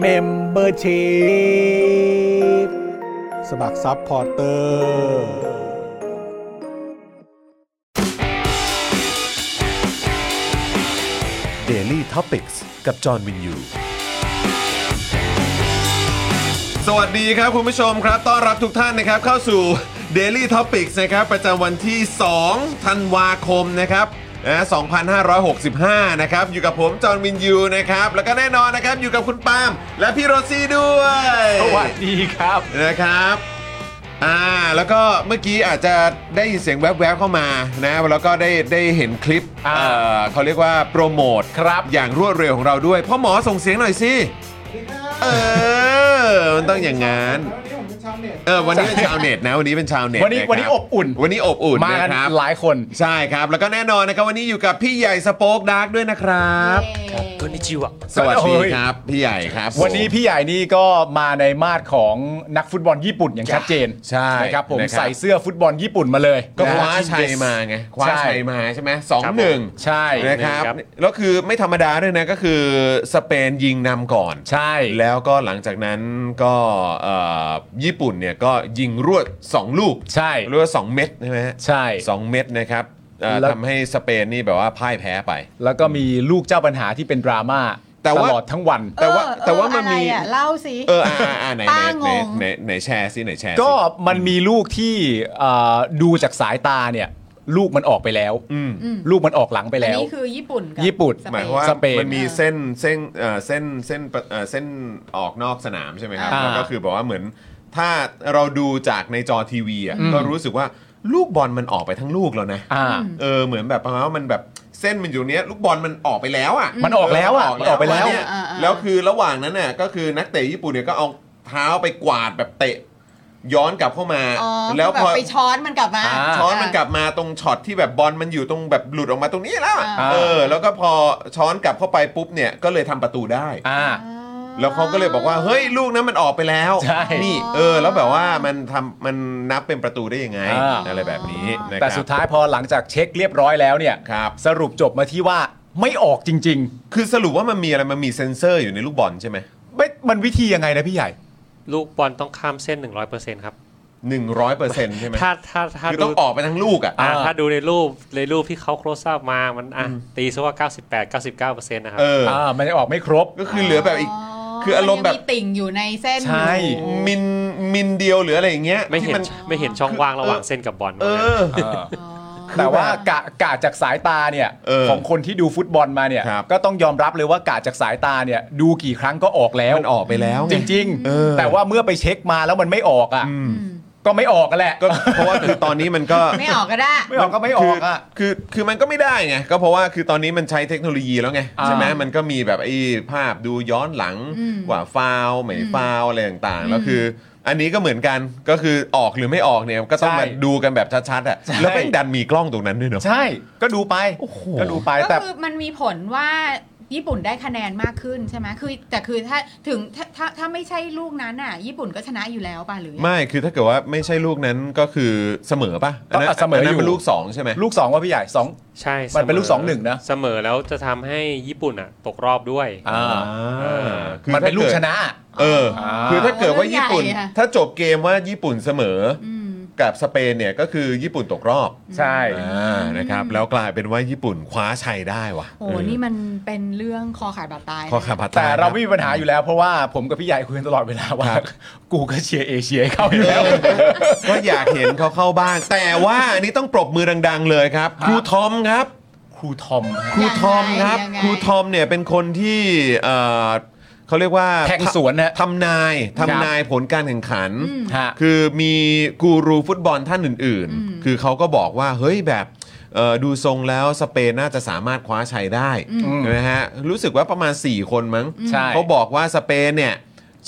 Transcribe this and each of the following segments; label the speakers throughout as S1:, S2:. S1: เมมเบอร์ชีพสมัครซัพพอร์เตอร์
S2: Daily t o p i c กกับจอห์นวินยู
S3: สวัสดีครับคุณผู้ชมครับต้อนรับทุกท่านนะครับเข้าสู่ Daily Topics นะครับประจำวันที่ 2 ธันวาคมนะครับนะ2,565 นะครับ อยู่กับผมจอห์นวินยูนะครับ แล้วก็แน่นอนนะครับอยู่กับคุณปาล์มและพี่โรซี่ด้วย
S4: สวัสดีครับ
S3: นะครับ อ่าแล้วก็เมื่อกี้อาจจะได้ยินเสียงแวบๆเข้ามานะแล้วก็ได้ได้เห็นคลิป
S4: อ่า
S3: เอ่อเขาเรียกว่าโปรโมท
S4: ครับ
S3: อย่างรวดเร็วของเราด้วยพ่อหมอส่งเสียงหน่อยสิเออมันต้องอย่างงั้นเออวันนี้เป็นชาวเน็ตนะวันนี้เป็นชาวเน็ต
S4: วันนี้
S3: ะครั
S4: วันนี้อบอุ่น
S3: วันนี้อบอุ่น
S4: มากัน
S3: นะครับ
S4: หลายคน
S3: ใช่ครับแล้วก็แน่นอนนะครับวันนี้อยู่กับพี่ใหญ่สโป๊กดาร์กด้วยนะครับ
S5: คนนิจิวะ
S3: สวัสดี
S4: โอ้ย
S3: ครับพี่ใหญ่ครับ
S4: วันนี้พี่ใหญ่นี่ก็มาในมาดของนักฟุตบอลญี่ปุ่นอย่างชัดเจน
S3: ใช่
S4: นะครับผม
S3: นะครับ
S4: ใส่เสื้อฟุตบอลญี่ปุ่นมาเลย
S3: ก็
S4: นะ
S3: คว้า
S4: ฮะ
S3: ชัยมาไงคว้า
S4: ใช่
S3: ชัยมาใช่ไหมสองหนึ่ง
S4: ใช่
S3: นะครับแล้วคือไม่ธรรมดาด้วยนะก็คือสเปนยิงนำก่อน
S4: ใช่
S3: แล้วก็หลังจากนั้นก็เอ่อญี่ปุ่นเนี่ยก็ยิงรวด 2 ลูก
S4: ใช่
S3: หรือว่า 2 เม็ดใช่ไหมฮะ
S4: ใช่
S3: สองเม็ดนะครับเอ่อ
S4: แล้ว
S3: ทำให้สเปนนี่แบบว่าพ่ายแพ้ไป
S4: แล้วก็มีลูกเจ้าปัญหาที่เป็นดราม่า
S3: แต่
S4: ต
S3: ว่า
S4: ลอดทั้งวัน
S3: แต่ว่า
S6: เออ
S3: แต่ว่ามัน
S6: อะไร
S3: มี
S6: อะเล่าสิ
S3: เอออ่าอ่าไหนไหน
S6: ป้าง
S3: ไหน
S6: ง
S3: ไหนไหนแชร์สิไหนแชร์สิ
S4: ก็มันมีลูกที่เอ่อดูจากสายตาเนี่ย ลูกมันออกไปแล้ว
S3: ม
S6: ม
S4: ลูกมันออกหลังไปแล้ว
S6: อันนี้คือญี่ปุ่นกับ
S4: ญี่ปุ่น
S6: ส
S3: ห
S6: เป
S3: มายความว่า
S4: สเปน
S3: มันมีเส้นเส้นเอ่อเส้นเส้นเอ่อเส้นออกนอกสนามใช่ไหมครับ
S4: อ่า
S3: แล้วก็คือแบบว่าเหมือนถ้าเราดูจากในจอทีวีอ่ะก็รู้สึกว่าลูกบอลมันออกไปทั้งลูกแล้วนะ
S4: อ่า
S3: เออเหมือนแบบประมาณว่ามันแบบเส้นมันอยู่เนี้ยลูกบอลมันออกไปแล้วอ่ะ
S4: มันออกแล้วอะ
S3: มันออก
S4: มันออกไปแล้ว
S3: เนี่ย
S6: อ่าอ่า
S3: แล้วคือระหว่างนั้นน่ะก็คือนักเตะญี่ปุ่นเนี่ยก็เอาเท้าไปกวาดแบบเตะ ย้อนกลับเข้ามา
S6: อ๋อ
S3: แล้
S6: แล้ว ว
S3: พอ
S6: ไปช้อนมันกลับมา
S4: อ่า
S3: ช้อนมันกลับมาตรงช็อตที่แบบบอลมันอยู่ตรงแบบหลุดออกมาตรงนี้แล้วอะ
S6: อ่า
S3: เออ แล้วก็พอช้อนกลับเข้าไปปุ๊บเนี่ยก็เลยทำประตูได้
S4: อ่า
S6: อ่
S3: แล้วเขาก็เลยบอกว่าเฮ้ยลูกนั้นมันออกไปแล้ว
S4: ใช่
S3: นี่เออ แล้วแบบว่ามันทำมันนับเป็นประตูได้ยังไง
S4: อ่า
S3: อะไรแบบนี้นะครับ
S4: แต่สุดท้ายพอหลังจากเช็คเรียบร้อยแล้วเนี่ย
S3: ครับ
S4: สรุปจบมาที่ว่าไม่ออกจริง
S3: คือสรุปว่ามันมีอะไร มันมีเซ็นเซอร์อยู่ในลูกบอลใช่ไหม
S4: ๆ ไม่มันวิธียังไงนะพี่ใหญ่
S5: ลูกบอลต้องข้ามเส้น 100%ครับ
S3: หนึ่งร้อยเปอร์เซ็นต์ใช่ไหม
S5: ถ้าถ้าถ้า
S3: คือ
S5: ดู
S3: ต้องออกไปทั้งลูกอ่ะ
S5: อ่า
S4: อ่า
S5: ถ้าดูในรูปในรูปที่เขาโครซับมา มันอ่ะตีซะว่า 98 99%นะครับ
S3: เออ
S4: อ่ามันจะออกไม่ครบ
S3: ก็คือเหลือแบบอีก คืออารมณ์แบบ
S6: นยังติ่งอยู่ในเส้น
S4: ใช่
S6: อยู่
S3: มินมินเดียวหรืออะไรอย่างเงี้ย
S5: ไม่เห็
S3: ที่
S5: นไม่เห็นช่องว่างระหว่างเส้นกับบอล
S3: เออ
S4: แต่ว่ากะกะจากสายตาเนี่ย
S3: เออ
S4: ของคนที่ดูฟุตบอลมาเนี่ย
S3: ครับ
S4: ก็ต้องยอมรับเลยว่ากะจากสายตาเนี่ย ดูกี่ครั้งก็ออกแล้ว
S3: มันออกไปแล้วไง
S4: จริง
S3: เออ
S4: ๆ แต่ว่าเมื่อไปเช็คมาแล้วมันไม่ออกอ่ะก็ไม่ออกกันแหละ
S3: ก็เพราะว่าคือตอนนี้มันก็
S6: ไม่ออกก็ได้
S4: ไม่ออกก็ไม่ออกอ่ะ
S3: คือคือคือมันก็ไม่ได้ไง ก็เพราะว่าคือตอนนี้มันใช้เทคโนโลยีแล้วไง
S4: อ่า
S3: ใช่ไหมมันก็มีแบบไอ้ภาพดูย้อนหลัง
S6: อืม
S3: ว่าฟาวล์ไม่ฟาวล์อะไรต่างๆ
S6: อืม
S3: แล้วคือ อันนี้ก็เหมือนกันก็คือออกหรือไม่ออกเนี่ยก็ต้อง
S4: ใช่
S3: มาดูกันแบบชัดๆอ่ะ
S4: ใช่
S3: แล้วแม่งดันมีกล้องตรงนั้นด้วยเนาะ
S4: ใช่ก็ดูไปก็ดูไปแต่
S6: ก็คือมันมีผลว่าญี่ปุ่นได้คะแนนมากขึ้นใช่ไหมคือแต่คือถ้าถึงถ้าถ้าถ้าไม่ใช่ลูกนั้นอ่ะ ญี่ปุ่นก็ชนะอยู่แล้วป่ะหรือยังไง
S3: ไม่ คือถ้าเกิดว่าไม่ใช่ลูกนั้นก็คือเสมอป่ะนนั้น
S4: ก็เสมอ
S3: น
S4: อยู่
S3: นั้นเป็นลูก 2 ใช่ไหม
S4: ลูกสองว่าพี่ใหญ่สอง
S5: ใช่
S4: มันเป็นลูก
S5: สม
S4: 2-1นะ
S5: เสมอแล้วจะทำให้ญี่ปุ่นอ่ะตกรอบด้วย
S4: อ่า
S5: เออ
S3: คือ
S4: มันเป็นลูก
S3: ถ้าเกิด
S4: ชนะ
S3: เออ
S4: อ่า
S3: คือถ้าเกิดว่าญี่ปุ่น
S6: เรื่องใหญ่อะ
S3: ถ้าจบเกมว่าญี่ปุ่นเสมอ
S6: อืม
S3: กับสเปนเนี่ยก็คือญี่ปุ่นตกรอบ
S4: ใช่
S3: อ่านะครับแล้วกลายเป็นว่าญี่ปุ่นคว้าชัยได้ว่ะ
S6: โอ้นี่มันเป็นเรื่องคอขาดบาดตาย
S3: ข้อขาบาดตาย
S4: แต่เราไม่มีปัญหาอยู่แล้ว เพราะว่าผมกับพี่ใหญ่คุยกันตลอดเวลาว่า
S3: ครับ
S4: กูก็เชียร์เอเชียให้เข้าอยู่แล้ว
S3: ก็อยากเห็นเขาเข้าบ้าง แต่ว่าอันนี้ต้องปรบมือดัง ๆ เลยครับ ครูทอมครับ
S4: ครูทอมฮะ
S3: ครูทอมครับ
S6: ยังไง
S3: ครูทอมเนี่ยเป็นคนที่เอ่อเขาเรียกว่า
S4: แทงสวนนะ
S3: ทำนาย
S4: ครับ
S3: ทำนายผลการแข่งขัน
S4: ฮะ
S3: คือมีกูรูฟุตบอลท่านอื่น ๆ คือเขาก็บอกว่าเฮ้ยแบบเอ่อดูทรงแล้วสเปนน่าจะสามารถคว้าชัยได้ใช่ไหมฮะรู้สึกว่าประมาณ 4 คนมั้ง
S4: ใช่
S3: เขาบอกว่าสเปนเนี่ย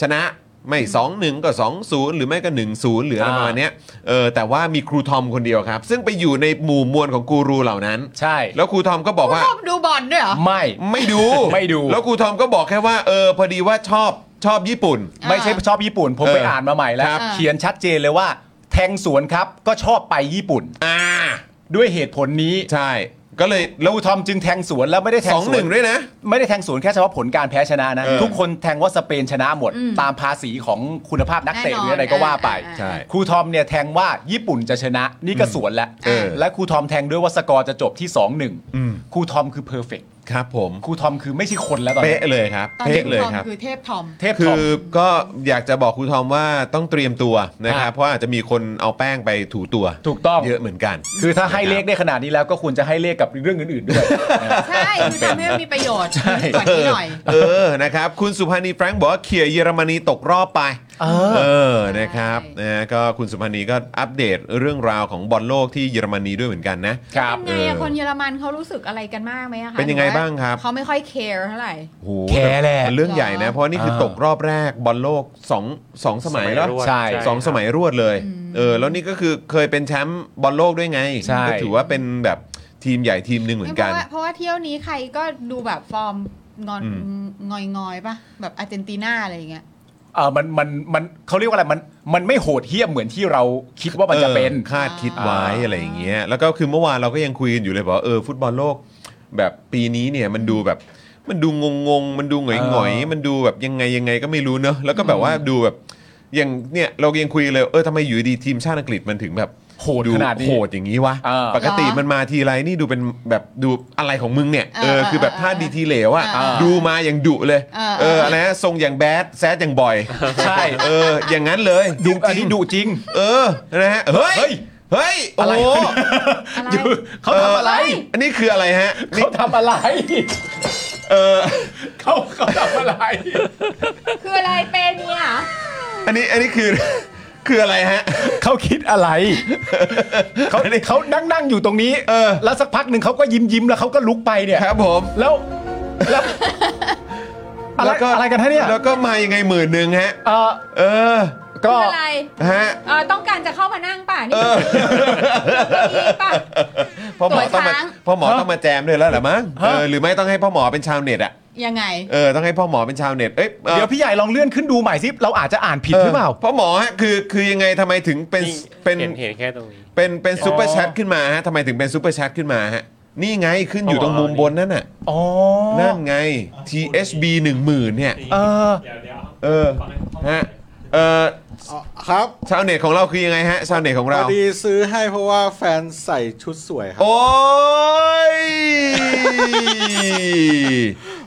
S3: ชนะไม่2อหนึ่งก็2 0 หรือไม่ก็ 1 0 หรืออะไร
S4: อ่า
S3: ประมาณเนี้ยเออแต่ว่ามีครูทอมคนเดียวครับ ซึ่งไปอยู่ในหมู่มวลของกูรูเหล่านั้น
S4: ใช่
S3: แล้วครูทอมก็บอก
S6: คุณ
S3: ว่า
S6: ชอบดูบอลด้วยเหรอ
S4: ไม่
S3: ไม่ดู
S4: ไม่ดู
S3: แล้วครูทอมก็บอกแค่ว่าเออพอดีว่าชอบชอบญี่ปุ่น
S4: ไม่ใช่ชอบญี่ปุ่น ผม
S3: เออ
S4: ไปอ่านมาใหม่แล้ว
S3: ครับ
S4: เขียนชัดเจนเลยว่า แทงสวนครับก็ชอบไปญี่ปุ่น
S3: อ่า
S4: ด้วยเหตุผลนี้
S3: ใช่ก็เลย
S4: แล้
S3: แล้ว
S4: วครูทอมจึงแทงสวนแล้วไม่ได้แท
S3: ส
S4: ง
S3: อง
S4: ส
S3: ห
S4: ว
S3: นึ่
S4: น
S3: งด้วยนะ
S4: ไม่ได้แทงสวนแค่เฉพาะผลการแพ้ชนะนะ
S3: เออ
S4: ทุกคนแทงว่าสเปนชนะหมด ตามภาษีของคุณภาพนักเตะ
S6: แน่น
S4: ห
S6: อน
S4: รืออะไรก็ว่าไป
S6: ใช่
S4: ครูทอมเนี่ยแทงว่าญี่ปุ่นจะชนะ นี่ก็สวนแล้ว
S3: เออ
S4: และครูทอมแทงด้วยว่าสกอร์จะจบที่ 2-1ครูทอมคือเพอร์เฟก
S3: ครับผม
S4: ครูทอมคือไม่ใช่คนแล้วตอนนี้
S3: เป๊ะเลยครับ
S6: ตอน
S3: เป๊ะ
S6: นี้
S3: เลย
S6: ทอม
S3: ครับ
S6: คือเทพทอม
S4: เทพ
S3: คื
S4: ทอ
S3: อ
S4: ม
S3: ก็อยากจะบอกครูทอมว่าต้องเตรียมตัวนะครับ
S4: ฮะ
S3: เพราะอาจจะมีคนเอาแป้งไปถูตัว
S4: ถูกต้อง
S3: เยอะเหมือนกัน
S4: คือถ้าให้เลขได้ขนาดนี้แล้วก็ควรจะให้เลขกับเรื่องอื่น ๆ ด้วย
S6: ใช่คือทำให้มันมีประโยชน์
S4: ใช่
S6: กว่านี้หน่อย
S3: เออนะครับ คุณสุภานีแฟรงค์บอกว่าเขี่ยเยอรมนีตกรอบไป
S4: เอ
S3: เออนะครับ
S6: ใช่
S3: นะก็คุณสุภานีก็อัปเดตเรื่องราวของบอลโลกที่เยอรมนีด้วยเหมือนกันนะ
S4: ครับ
S6: เป็นไงอะคนเยอรมันเขารู้สึกอะไรกันมากไหมอะคะ
S3: เป็นยังไง
S6: หอว่
S3: บ้างครับ
S6: เขาไม่ค่อย care เท่าไหร่
S3: โอ้โห
S4: แค่แหละ
S3: มันเรื่องใหญ่
S6: เหร
S3: นะ
S6: อ
S3: เพราะว่านี่คือ
S4: เออ
S3: ตกรอบแรกบอลโลกสองสองสมัยแล้ว
S5: รวด
S4: ใช่
S3: สองสมัยรวดเลยเออแล้วนี่ก็คือเคยเป็นแชมป์บอลโลกด้วยไง
S4: ใช่
S3: ก็ถือว่าเป็นแบบทีมใหญ่ทีมหนึ่งเหมือนกัน
S6: เพราะว่าเพราะว่าเที่ยวนี้ใครก็ดูแบบฟอร์มงอน
S3: อืม
S6: งอยงอยๆปะแบบอาร์เจนตินาอะไรอย่างเงี้ย
S4: เออมันมันมันเขาเรียกว่าอะไรมันมันไม่โหดเหี้ยมเหมือนที่เราคิดว่ามันจะเป็น
S3: ออคาดคิดไว้อะไรอย่างเงี้ยแล้วก็คือเมื่อวานเราก็ยังคุยกันอยู่เลยบอกว่าเออฟุตบอลโลก แบบปีนี้เนี่ยมันดูแบบมันดูงงงๆมันดูหงอยหงอย
S4: เออ
S3: มันดูแบบยังไงยังไงก็ไม่รู้เนอะแล้วก็แบบว่าดูแบบอย่างเนี่ยเรายังคุยเลยเออทำไมอยู่ดีทีมชาติอังกฤษมันถึงแบบ
S4: โหดขนาดนี้
S3: โหดอย่างนี้วะ
S4: เออ
S3: ปกติ
S6: เหรอ
S3: มันมาทีไรนี่ดูเป็นแบบดูอะไรของมึงเนี่ย
S6: เออ
S3: เออ คือแบบ
S6: เออ
S3: ท่าดีทีเหลวอะ
S6: เออ
S3: ดูมาอย่างดุเลย
S6: เออ
S3: เอ
S6: เอ
S3: อ
S6: อ
S3: อะไรนะทรงอย่างแบดแซดอย่างบ่อย
S4: ใช่
S3: เออ อย่างนั้นเลย
S4: ดุอัน
S3: จริ
S4: นี้
S3: ง
S4: ดุจริง
S3: เออ นะฮะ เฮ้ย
S4: เฮ้ย
S3: เฮ้ย โอ้
S4: อะไร
S3: โห
S6: อะไร
S4: อยู่เขาทำอะไร
S3: อันนี้คืออะไรฮะนี่
S4: เขาทำอะไร
S3: เออ
S4: เขาเขาทำอะไร
S6: คืออะไรเปนเนี่ยเหรอ
S3: อันนี้ อันนี้คือ คืออะไรฮะ
S4: เขาคิดอะไรเขาเขานั่งนั่งอยู่ตรงนี้
S3: เออ
S4: แล้วสักพักหนึ่งเขาก็ยิ้มยิ้มแล้วเขาก็ลุกไปเนี่ย
S3: ครับผม
S4: แล้วแล้วอะไรอะไรกันฮะเนี่ย
S3: แล้วก็มายังไงหมื่นหนึ่งฮะ
S4: เออ
S3: เออ
S4: ก็
S6: คืออะไร
S3: ฮะ
S6: เออต้องการจะเข้ามานั่งป่ะนี่คือเก้าอี้ป่ะ
S3: พ่อหมอต้องมา
S6: ตัวช้าง
S3: พ่อหมอต้องมาแจมด้วยแล้วเหรอมั้งเออหรือไม่ต้องให้พ่อหมอเป็นชาวเน็ตอ่ะ
S6: ยังไง
S3: เออต้องให้พ่อหมอเป็นชาวเน็ตเอ้ยอ่อ
S4: เดี๋ยวพี่ใหญ่ลองเลื่อนขึ้นดูใหม่สิเราอาจจะอ่านผิดหรือเปล่า
S3: พ่อหมอฮะคือคือยังไงทำไมถึงเป็น
S5: นี่
S3: เป็น
S5: เห็นเห็นแค่ตรงนี้
S3: เป็นเป็นซูเปอร์
S4: อ๋อ
S3: แชทขึ้นมาฮะทำไมถึงเป็นซูเปอร์แชทขึ้นมาฮะนี่ไงขึ้นอยู่ตรงมุมบนนั่นน่ะ
S4: อ๋อ
S3: นั่นไง THB 1 0,000เนี่ย
S4: เออ
S3: เออฮะเออ
S7: อ๋อครับ
S3: ชาวเน็ตของเราคือยังไงฮะชาวเน็ตของ
S7: พ
S3: เรา
S7: อดีซื้อให้เพราะว่าแฟนใส่ชุดสวยครับ
S3: โอ้ย